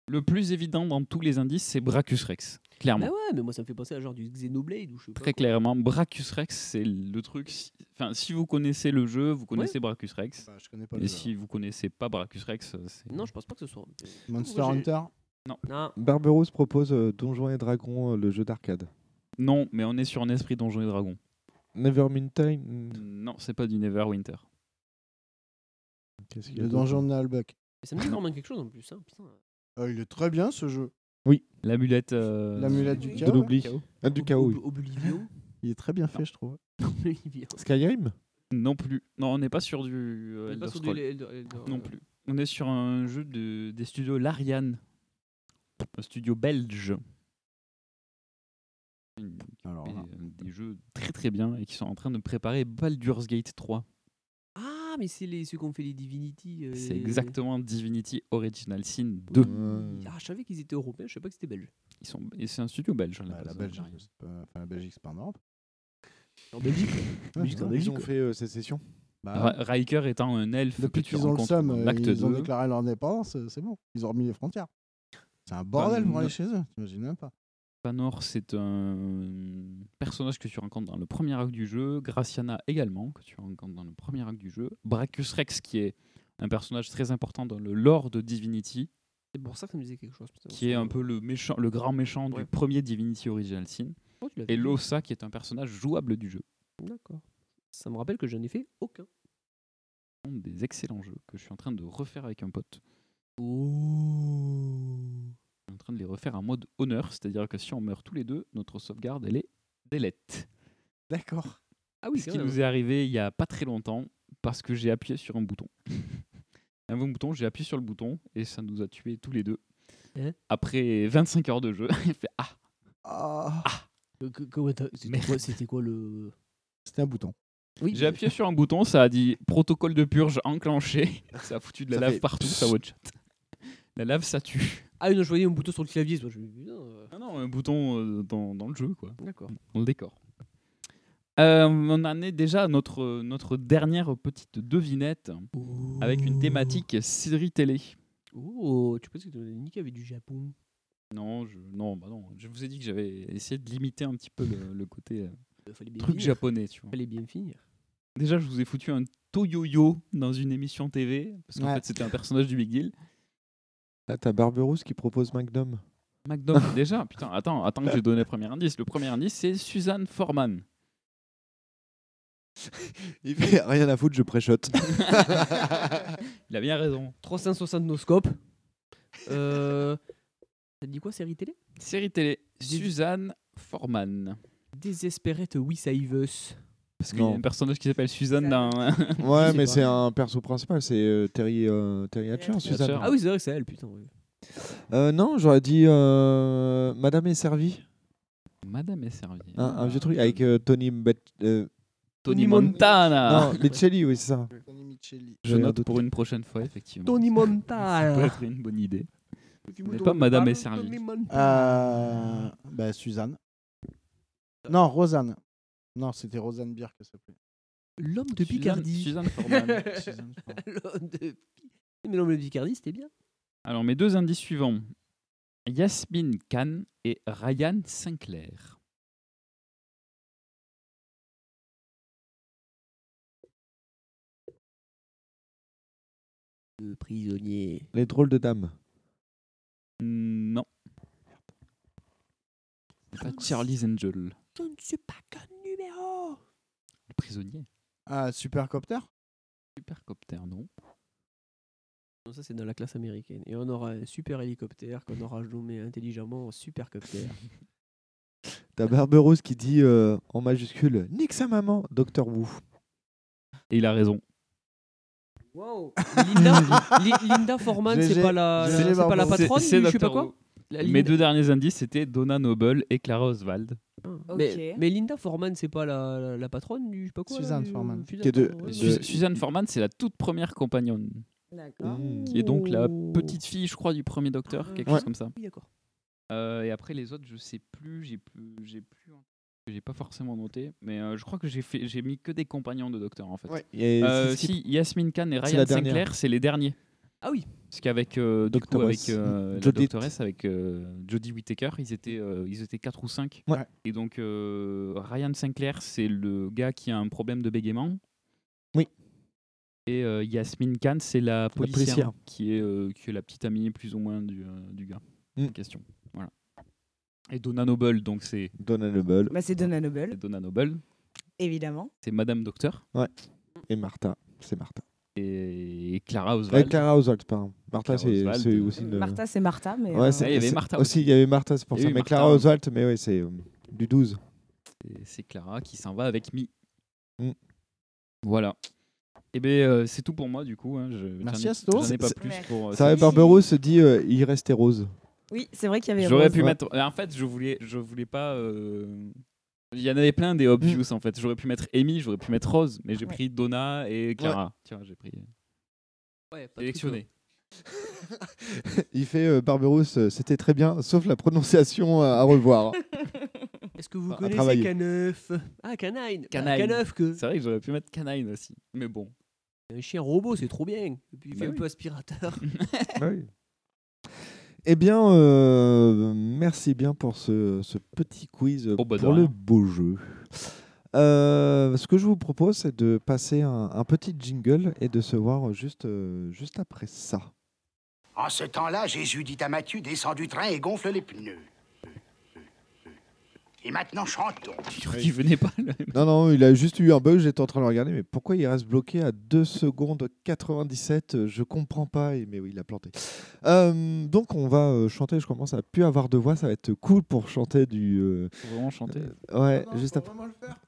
Speaker 8: Le plus évident dans tous les indices, c'est Bracus Rex. Clairement.
Speaker 6: Ah
Speaker 4: Bah ouais, mais moi ça me fait penser à genre du Xenoblade ou je sais pas.
Speaker 8: Très
Speaker 4: quoi.
Speaker 8: clairement, Bracus Rex, c'est le truc. si- Enfin, si vous connaissez le jeu, vous connaissez Bracus Rex.
Speaker 6: bah, je connais pas
Speaker 8: Et
Speaker 6: le jeu.
Speaker 8: si vous connaissez pas Bracus Rex, euh, c'est.
Speaker 4: Non, je pense pas que ce soit.
Speaker 6: Monster Hunter.
Speaker 8: Non.
Speaker 4: Non.
Speaker 14: Barberousse propose euh, Donjons et Dragons, euh, le jeu d'arcade.
Speaker 8: Non, mais on est sur un esprit Donjon et Dragon.
Speaker 14: Nevermintide.
Speaker 8: Non, c'est pas du Neverwinter.
Speaker 14: Qu'est-ce qu'il y a
Speaker 6: Le
Speaker 14: d'autre
Speaker 6: donjon de Nalbuck.
Speaker 4: Mais ça me dit vraiment quelque chose en plus. Hein, putain.
Speaker 6: Euh, il est très bien ce jeu.
Speaker 14: Oui.
Speaker 8: L'amulette. euh,
Speaker 6: L'amulette du
Speaker 8: de
Speaker 6: chaos, là.
Speaker 8: l'oubli.
Speaker 6: Chaos.
Speaker 14: Ah, du chaos. oui.
Speaker 8: <laughs>
Speaker 4: Oblivion.
Speaker 6: Il est très bien fait je trouve.
Speaker 4: Oblivion.
Speaker 14: Skyrim
Speaker 8: Non plus. Non, on n'est pas sur du. euh,
Speaker 4: On est pas
Speaker 8: Elder
Speaker 4: sur du euh.
Speaker 8: Scrolls.
Speaker 4: Elder- Elder-
Speaker 8: Non plus. On est sur un jeu de, des studios Larian. Un studio belge. Une- qui
Speaker 6: Alors
Speaker 8: fait,
Speaker 6: là.
Speaker 8: euh, des jeux très très bien et qui sont en train de préparer Baldur's Gate 3.
Speaker 4: Ah, mais c'est les, ceux qu'on fait les Divinity. euh,
Speaker 8: C'est
Speaker 4: les-
Speaker 8: exactement Divinity Original Sin 2.
Speaker 4: Ah, je savais qu'ils étaient européens, je savais pas que c'était belge.
Speaker 8: Ils sont... Et c'est un studio belge. à la
Speaker 6: Bah,
Speaker 8: base,
Speaker 6: la,
Speaker 8: euh,
Speaker 6: Belgique,
Speaker 8: Larian.
Speaker 6: c'est pas- enfin, la Belgique c'est pas en Europe.
Speaker 4: En Belgique
Speaker 6: Ouais,
Speaker 4: Belgique,
Speaker 6: Ah, c'est
Speaker 4: en
Speaker 6: vrai.
Speaker 4: Belgique.
Speaker 14: Ils ont fait euh, sécession.
Speaker 6: Bah,
Speaker 8: Ra- Riker étant un elfe
Speaker 6: Depuis
Speaker 8: que tu
Speaker 6: qu'ils ont le
Speaker 8: rencontres
Speaker 6: SAM,
Speaker 8: dans
Speaker 6: euh,
Speaker 8: l'acte
Speaker 6: ils ont
Speaker 8: 2.
Speaker 6: déclaré leur indépendance, euh, c'est bon. Ils ont remis les frontières. C'est un bordel pour aller
Speaker 8: non.
Speaker 6: chez eux, t'imagines même pas.
Speaker 8: Fanor, c'est un personnage que tu rencontres dans le premier acte du jeu. Graciana également, que tu rencontres dans le premier acte du jeu. Bracus Rex, qui est un personnage très important dans le lore de Divinity,
Speaker 4: C'est pour ça que ça me disait quelque chose. putain.
Speaker 8: qui est un peu le, méchant, le grand méchant
Speaker 4: Ouais.
Speaker 8: du premier Divinity Original Sin.
Speaker 4: Oh, tu l'as fait.
Speaker 8: Et Losa, qui est un personnage jouable du jeu.
Speaker 4: D'accord. Ça me rappelle que je n'en ai fait aucun.
Speaker 8: Des excellents jeux que je suis en train de refaire avec un pote. Je suis en train de les refaire en mode honneur, c'est-à-dire que si on meurt tous les deux, notre sauvegarde, elle est délette.
Speaker 6: D'accord.
Speaker 4: Ah oui,
Speaker 8: ce
Speaker 4: c'est
Speaker 8: qui
Speaker 4: vrai,
Speaker 8: nous
Speaker 4: ouais.
Speaker 8: est arrivé il y a pas très longtemps parce que j'ai appuyé sur un bouton. <laughs> un bon bouton, j'ai appuyé sur le bouton et ça nous a tués tous les deux.
Speaker 4: Hein
Speaker 8: Après 25 heures de jeu, <laughs> il fait ah,
Speaker 4: Euh, Que- que- que- ouais, t'as- C'était quoi, c'était quoi le.
Speaker 6: C'était un bouton.
Speaker 4: Oui,
Speaker 8: j'ai appuyé sur un bouton, ça a dit protocole de purge
Speaker 4: <laughs>
Speaker 8: enclenché, ça a foutu de la
Speaker 14: Ça
Speaker 8: lave
Speaker 14: fait
Speaker 8: partout, ça watch La lave ça tue.
Speaker 4: Ah, une, je voyais un bouton sur le clavier. Moi, je me dis, putain, euh,
Speaker 8: Ah non, un bouton euh, dans, dans le jeu quoi,
Speaker 4: D'accord.
Speaker 8: dans le décor. Euh, on en est déjà à notre, notre dernière petite devinette avec une thématique série télé.
Speaker 4: Oh, tu penses que tu avais niqué avec du Japon
Speaker 8: Non, je, non, bah non. Je vous ai dit que j'avais essayé de limiter un petit peu le, le côté euh,
Speaker 4: Euh, Fallait bien
Speaker 8: truc
Speaker 4: finir.
Speaker 8: japonais, tu vois.
Speaker 4: Fallait bien finir.
Speaker 8: Déjà, je vous ai foutu un Toyoyo dans une émission TV, parce qu'en
Speaker 6: Ouais.
Speaker 8: fait, c'était un personnage du Big Deal.
Speaker 14: Là, Ah, t'as Barberousse qui propose Magnum.
Speaker 8: McDonald's, <laughs> déjà, putain, attends, attends que j'ai donné le premier indice. Le premier indice, c'est Suzanne Forman.
Speaker 14: Il fait <laughs> rien à foutre, je préchote.
Speaker 8: Il a bien raison.
Speaker 4: 360 nos scopes. Euh. <laughs> Ça te dit quoi, série télé
Speaker 8: Série télé, Suzanne Forman.
Speaker 4: Désespérette Wissaivus.
Speaker 8: <laughs> Parce qu'il y a
Speaker 14: Non.
Speaker 8: un personnage qui s'appelle Suzanne dans.
Speaker 14: ouais,
Speaker 4: sais
Speaker 14: mais
Speaker 4: pas.
Speaker 14: c'est un perso principal, c'est euh, Terry, euh, Terry Hatcher,
Speaker 8: Hatcher.
Speaker 14: Suzanne.
Speaker 4: Ah oui, c'est vrai que c'est elle, putain. ouais.
Speaker 14: Euh, non, j'aurais dit euh, Madame est servie.
Speaker 8: <laughs> Madame est servie.
Speaker 14: Un, un vieux truc avec euh, Tony. Bet- euh,
Speaker 8: Tony
Speaker 4: Mon-
Speaker 8: Montana.
Speaker 14: non, Bocelli, oui, c'est ça.
Speaker 6: Tony Micheli.
Speaker 8: Je note pour une prochaine fois, effectivement.
Speaker 4: Tony Montana.
Speaker 8: Ça peut être une bonne idée.
Speaker 4: Tu
Speaker 8: Vous
Speaker 4: me
Speaker 8: n'êtes pas
Speaker 4: donnes
Speaker 8: Madame
Speaker 4: pas
Speaker 8: est
Speaker 4: le
Speaker 8: servie.
Speaker 4: Tony Montana.
Speaker 6: Euh, bah, Suzanne. Non, Rosanne. Non, c'était Rosanne Beer que ça s'appelait.
Speaker 4: Euh, L'homme de
Speaker 8: Suzanne-
Speaker 4: Picardie.
Speaker 8: Suzanne
Speaker 6: <laughs>
Speaker 8: Forman. Suzanne
Speaker 4: <laughs> L'homme de Pi- Mais l'homme de Picardie, c'était bien.
Speaker 8: Alors, mes deux indices suivants. Yasmine Khan et Ryan Sinclair.
Speaker 4: Le prisonnier.
Speaker 7: Les drôles de dames.
Speaker 8: Non. C'est Pas Charlie's Angel,
Speaker 4: Je ne suis pas qu'un numéro.
Speaker 8: le prisonnier.
Speaker 6: Ah, Supercopter
Speaker 8: Supercopter, non.
Speaker 4: Non, ça, c'est dans la classe américaine. Et on aura un super hélicoptère qu'on aura nommé intelligemment <laughs> supercoptère.
Speaker 7: T'as Barberousse qui dit euh, en majuscule Nique sa maman, Docteur Wu.
Speaker 8: Et il a raison.
Speaker 4: wow. Linda, Li- Linda Forman, c'est
Speaker 6: GG,
Speaker 4: pas la, c'est
Speaker 6: GG
Speaker 4: pas la
Speaker 6: Barberousse.
Speaker 4: patronne,
Speaker 8: C'est- c'est
Speaker 4: du- je sais pas
Speaker 8: Doctor
Speaker 4: quoi.
Speaker 8: Who.
Speaker 4: La
Speaker 8: Mes
Speaker 4: Linda-
Speaker 8: deux derniers indices, c'était Donna Noble et Clara Oswald.
Speaker 4: Mais, mais Linda Forman, c'est pas la, la, la patronne du je sais pas quoi. là,
Speaker 6: Suzanne
Speaker 4: du-
Speaker 6: Forman.
Speaker 4: Suzanne
Speaker 7: Qui est de-
Speaker 4: Forman, ouais.
Speaker 8: Su- Suzanne Forman, c'est la toute première compagnonne,
Speaker 10: D'accord.
Speaker 7: Mmh.
Speaker 8: qui est donc la petite fille, je crois, du premier docteur, quelque
Speaker 7: Ouais.
Speaker 8: chose comme ça.
Speaker 4: Oh. Oui, d'accord.
Speaker 8: Euh, et après les autres, je sais plus, j'ai plus, j'ai plus, j'ai pas forcément noté, mais euh, je crois que j'ai fait, j'ai mis que des compagnons de docteur en fait.
Speaker 7: Ouais. Et
Speaker 8: Euh,
Speaker 7: c'est-
Speaker 8: si Yasmine Khan et
Speaker 7: c'est
Speaker 8: Ryan
Speaker 7: la dernière.
Speaker 8: Sinclair, c'est les derniers.
Speaker 4: Ah oui.
Speaker 8: Parce qu'avec euh, du coup,
Speaker 7: Doctoress.
Speaker 8: avec euh, la
Speaker 7: Jodie.
Speaker 8: Doctoress, avec euh, Jodie Whittaker, ils étaient euh, ils étaient 4 ou 5.
Speaker 7: Ouais.
Speaker 8: Et donc euh, Ryan Sinclair, c'est le gars qui a un problème de bégaiement.
Speaker 7: Oui.
Speaker 8: Et euh, Yasmine Khan, c'est la policière,
Speaker 7: policière.
Speaker 8: qui est euh, qui est la petite amie plus ou moins du, euh, du gars
Speaker 7: Mm.
Speaker 8: en question. Voilà. Et Donna Noble, donc c'est
Speaker 7: Donna Noble
Speaker 10: Bah, c'est Donna Noble,
Speaker 8: c'est Donna Noble,
Speaker 10: évidemment.
Speaker 8: c'est Madame Docteur
Speaker 7: et Martha. C'est Martha.
Speaker 8: et, et Clara
Speaker 7: Et
Speaker 8: Oswald.
Speaker 7: Clara Oswald, pardon. Martha,
Speaker 8: Clara
Speaker 7: c'est
Speaker 8: Oswald,
Speaker 7: c'est
Speaker 8: euh,
Speaker 7: aussi une.
Speaker 10: Martha, c'est Martha, mais.
Speaker 7: Ouais,
Speaker 10: euh,
Speaker 7: c'est-
Speaker 8: Ouais, il y avait
Speaker 7: c'est-
Speaker 8: Martha
Speaker 7: Aussi, il y avait Martha, c'est pour
Speaker 8: Il y
Speaker 7: ça.
Speaker 8: a eu
Speaker 7: Mais
Speaker 8: Martha,
Speaker 7: Clara
Speaker 8: ouais.
Speaker 7: Oswald, mais ouais, c'est euh, du 12.
Speaker 8: Et c'est Clara qui s'en va avec Mi.
Speaker 7: Mm.
Speaker 8: Voilà. Et bien, c'est tout pour moi, du coup. hein. Je,
Speaker 6: Merci,
Speaker 8: j'en ai-
Speaker 6: Asto.
Speaker 8: J'en ai pas
Speaker 10: C'est-
Speaker 8: plus
Speaker 10: Merci.
Speaker 8: pour. euh,
Speaker 7: Ça
Speaker 8: cette-
Speaker 7: va, Barberousse se dit euh, il restait rose.
Speaker 10: Oui, c'est vrai qu'il y avait.
Speaker 8: J'aurais
Speaker 10: Rose.
Speaker 8: pu
Speaker 10: <laughs>
Speaker 7: Ouais.
Speaker 8: mettre. En fait, je voulais, je voulais pas. euh, Il y en avait plein des
Speaker 7: Mm.
Speaker 8: obvious, en fait. J'aurais pu mettre Amy, j'aurais pu mettre Rose, mais j'ai
Speaker 10: Ouais.
Speaker 8: pris Donna et Clara. Tu vois, j'ai pris. euh,
Speaker 4: Ouais, pas de
Speaker 8: Sélectionné.
Speaker 7: Il fait euh, Barberousse, euh, c'était très bien, sauf la prononciation euh, à, à revoir.
Speaker 10: Ah,
Speaker 4: truc, là. <laughs> Est-ce que vous
Speaker 7: À
Speaker 4: connaissez
Speaker 7: travailler.
Speaker 4: K9 Ah, K9
Speaker 8: K9.
Speaker 4: K9 que.
Speaker 8: C'est vrai que j'aurais pu mettre Canine aussi. Mais bon.
Speaker 4: Un chien robot, c'est trop bien. Et puis il
Speaker 8: Bah
Speaker 4: fait un
Speaker 8: oui.
Speaker 4: peu aspirateur.
Speaker 7: Bah Oui. Eh bien, euh, merci bien pour ce, ce petit quiz
Speaker 8: Oh, bah, de
Speaker 7: pour le
Speaker 8: rien.
Speaker 7: beau jeu. Euh, ce que je vous propose, c'est de passer un, un petit jingle et de se voir juste, euh, juste
Speaker 8: <laughs>
Speaker 7: après ça.
Speaker 15: En ce temps-là, Jésus dit à Matthieu descends du train et gonfle les pneus. Et maintenant, chantons.
Speaker 8: Je <laughs> crois qu'il venait pas. là.
Speaker 7: Non, non, il a juste eu un bug, j'étais en train de le regarder, mais pourquoi il reste bloqué à 2 secondes 97 Je comprends pas, et- mais oui, il a planté. Euh, donc on va euh, chanter, je commence à plus avoir de voix, ça va être cool pour chanter du... euh,
Speaker 8: Faut vraiment chanter.
Speaker 6: Euh,
Speaker 7: Ouais,
Speaker 6: bah,
Speaker 7: juste après.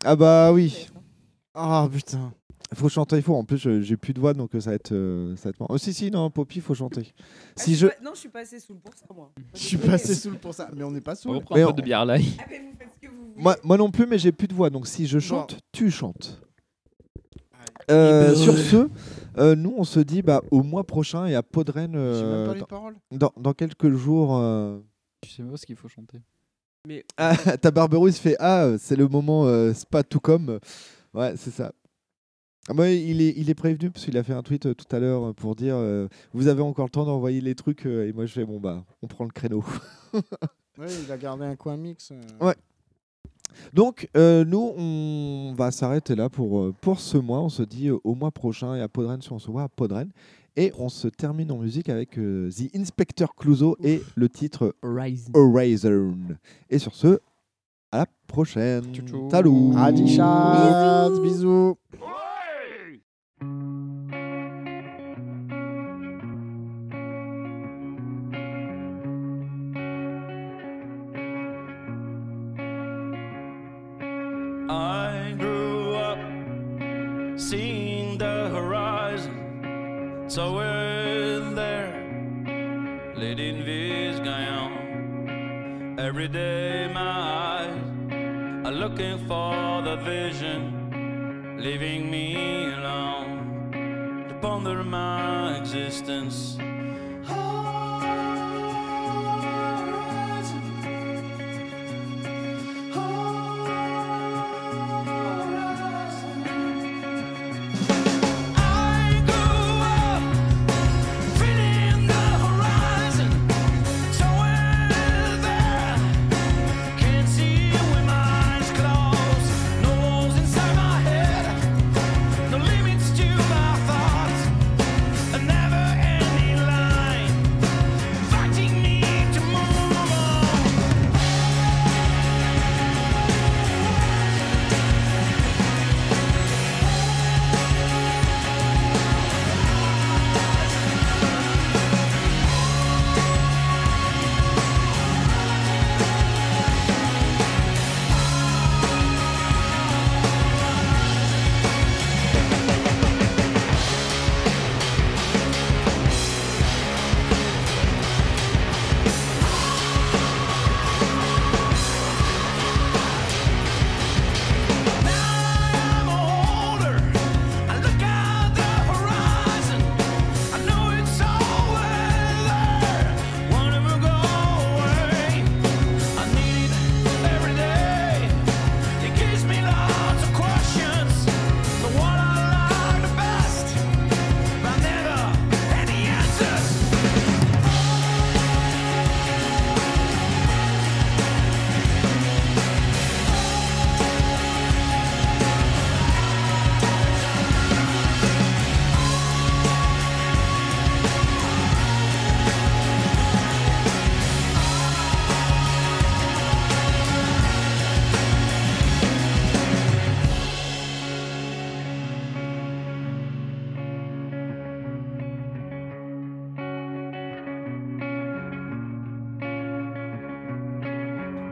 Speaker 7: Ah bah oui Ah putain faut chanter, il faut. En plus, euh, j'ai plus de voix, donc euh, ça va être. euh, ça va être marrant. Oh, si, si, non, Poppy, faut chanter.
Speaker 10: Ah,
Speaker 7: Si je.
Speaker 10: suis pas- Non, je suis pas assez saoule pour ça, moi.
Speaker 6: Je suis passé sous le pour ça. Mais on n'est pas
Speaker 8: On
Speaker 6: sous.
Speaker 8: reprend
Speaker 7: Mais
Speaker 8: un peu
Speaker 7: on-
Speaker 8: de bière là.
Speaker 10: Ah, mais vous faites ce que vous voulez.
Speaker 7: Moi, moi non plus, mais j'ai plus de voix. Donc si je chante, tu chantes.
Speaker 6: Ah,
Speaker 7: Euh, sur ce, euh, nous on se dit bah, au mois prochain et à Podren
Speaker 6: J'ai même pas
Speaker 7: euh,
Speaker 6: les paroles.
Speaker 7: dans, dans quelques jours. euh,
Speaker 8: Je sais même pas ce qu'il faut chanter.
Speaker 4: Mais
Speaker 7: Ah, <laughs> ta Barberousse fait Ah, euh, c'est le moment, euh, c'est pas tout comme. Ouais, c'est ça. Ah, bah, il, est, il est prévenu parce qu'il a fait un tweet euh, tout à l'heure euh, pour dire euh, Vous avez encore le temps d'envoyer les trucs. euh, et moi je fais Bon, bah, on prend le créneau. <laughs>
Speaker 6: Ouais, il a gardé un coin mix. euh.
Speaker 7: Ouais. Donc, euh, nous, on va s'arrêter là pour, euh, pour ce mois. On se dit euh, au mois prochain et à Podren, si on se voit à Podren. Et on se termine en musique avec euh, The Inspector Clouseau et le titre
Speaker 4: Rise.
Speaker 7: Horizon. Et sur ce, à la prochaine.
Speaker 8: Tchou tchou.
Speaker 7: Salut.
Speaker 6: Adichard, bisous.
Speaker 16: I grew up seeing the horizon, so we're there, lit in this gaillon. Every day, my eyes are looking for the vision, leaving me alone.
Speaker 1: squander my existence.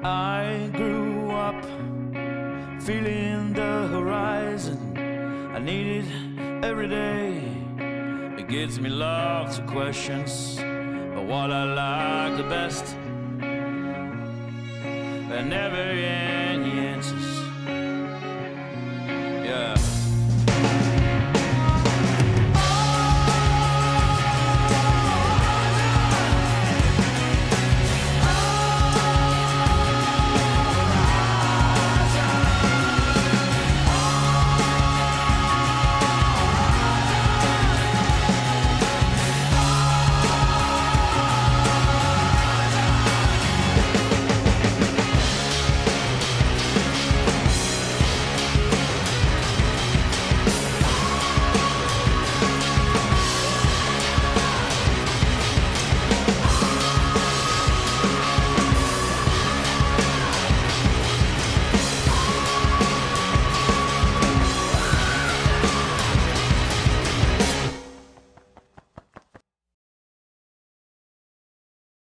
Speaker 1: I grew up feeling the horizon. I need it every day. It gives me lots of questions but what I like the best. There never any answers.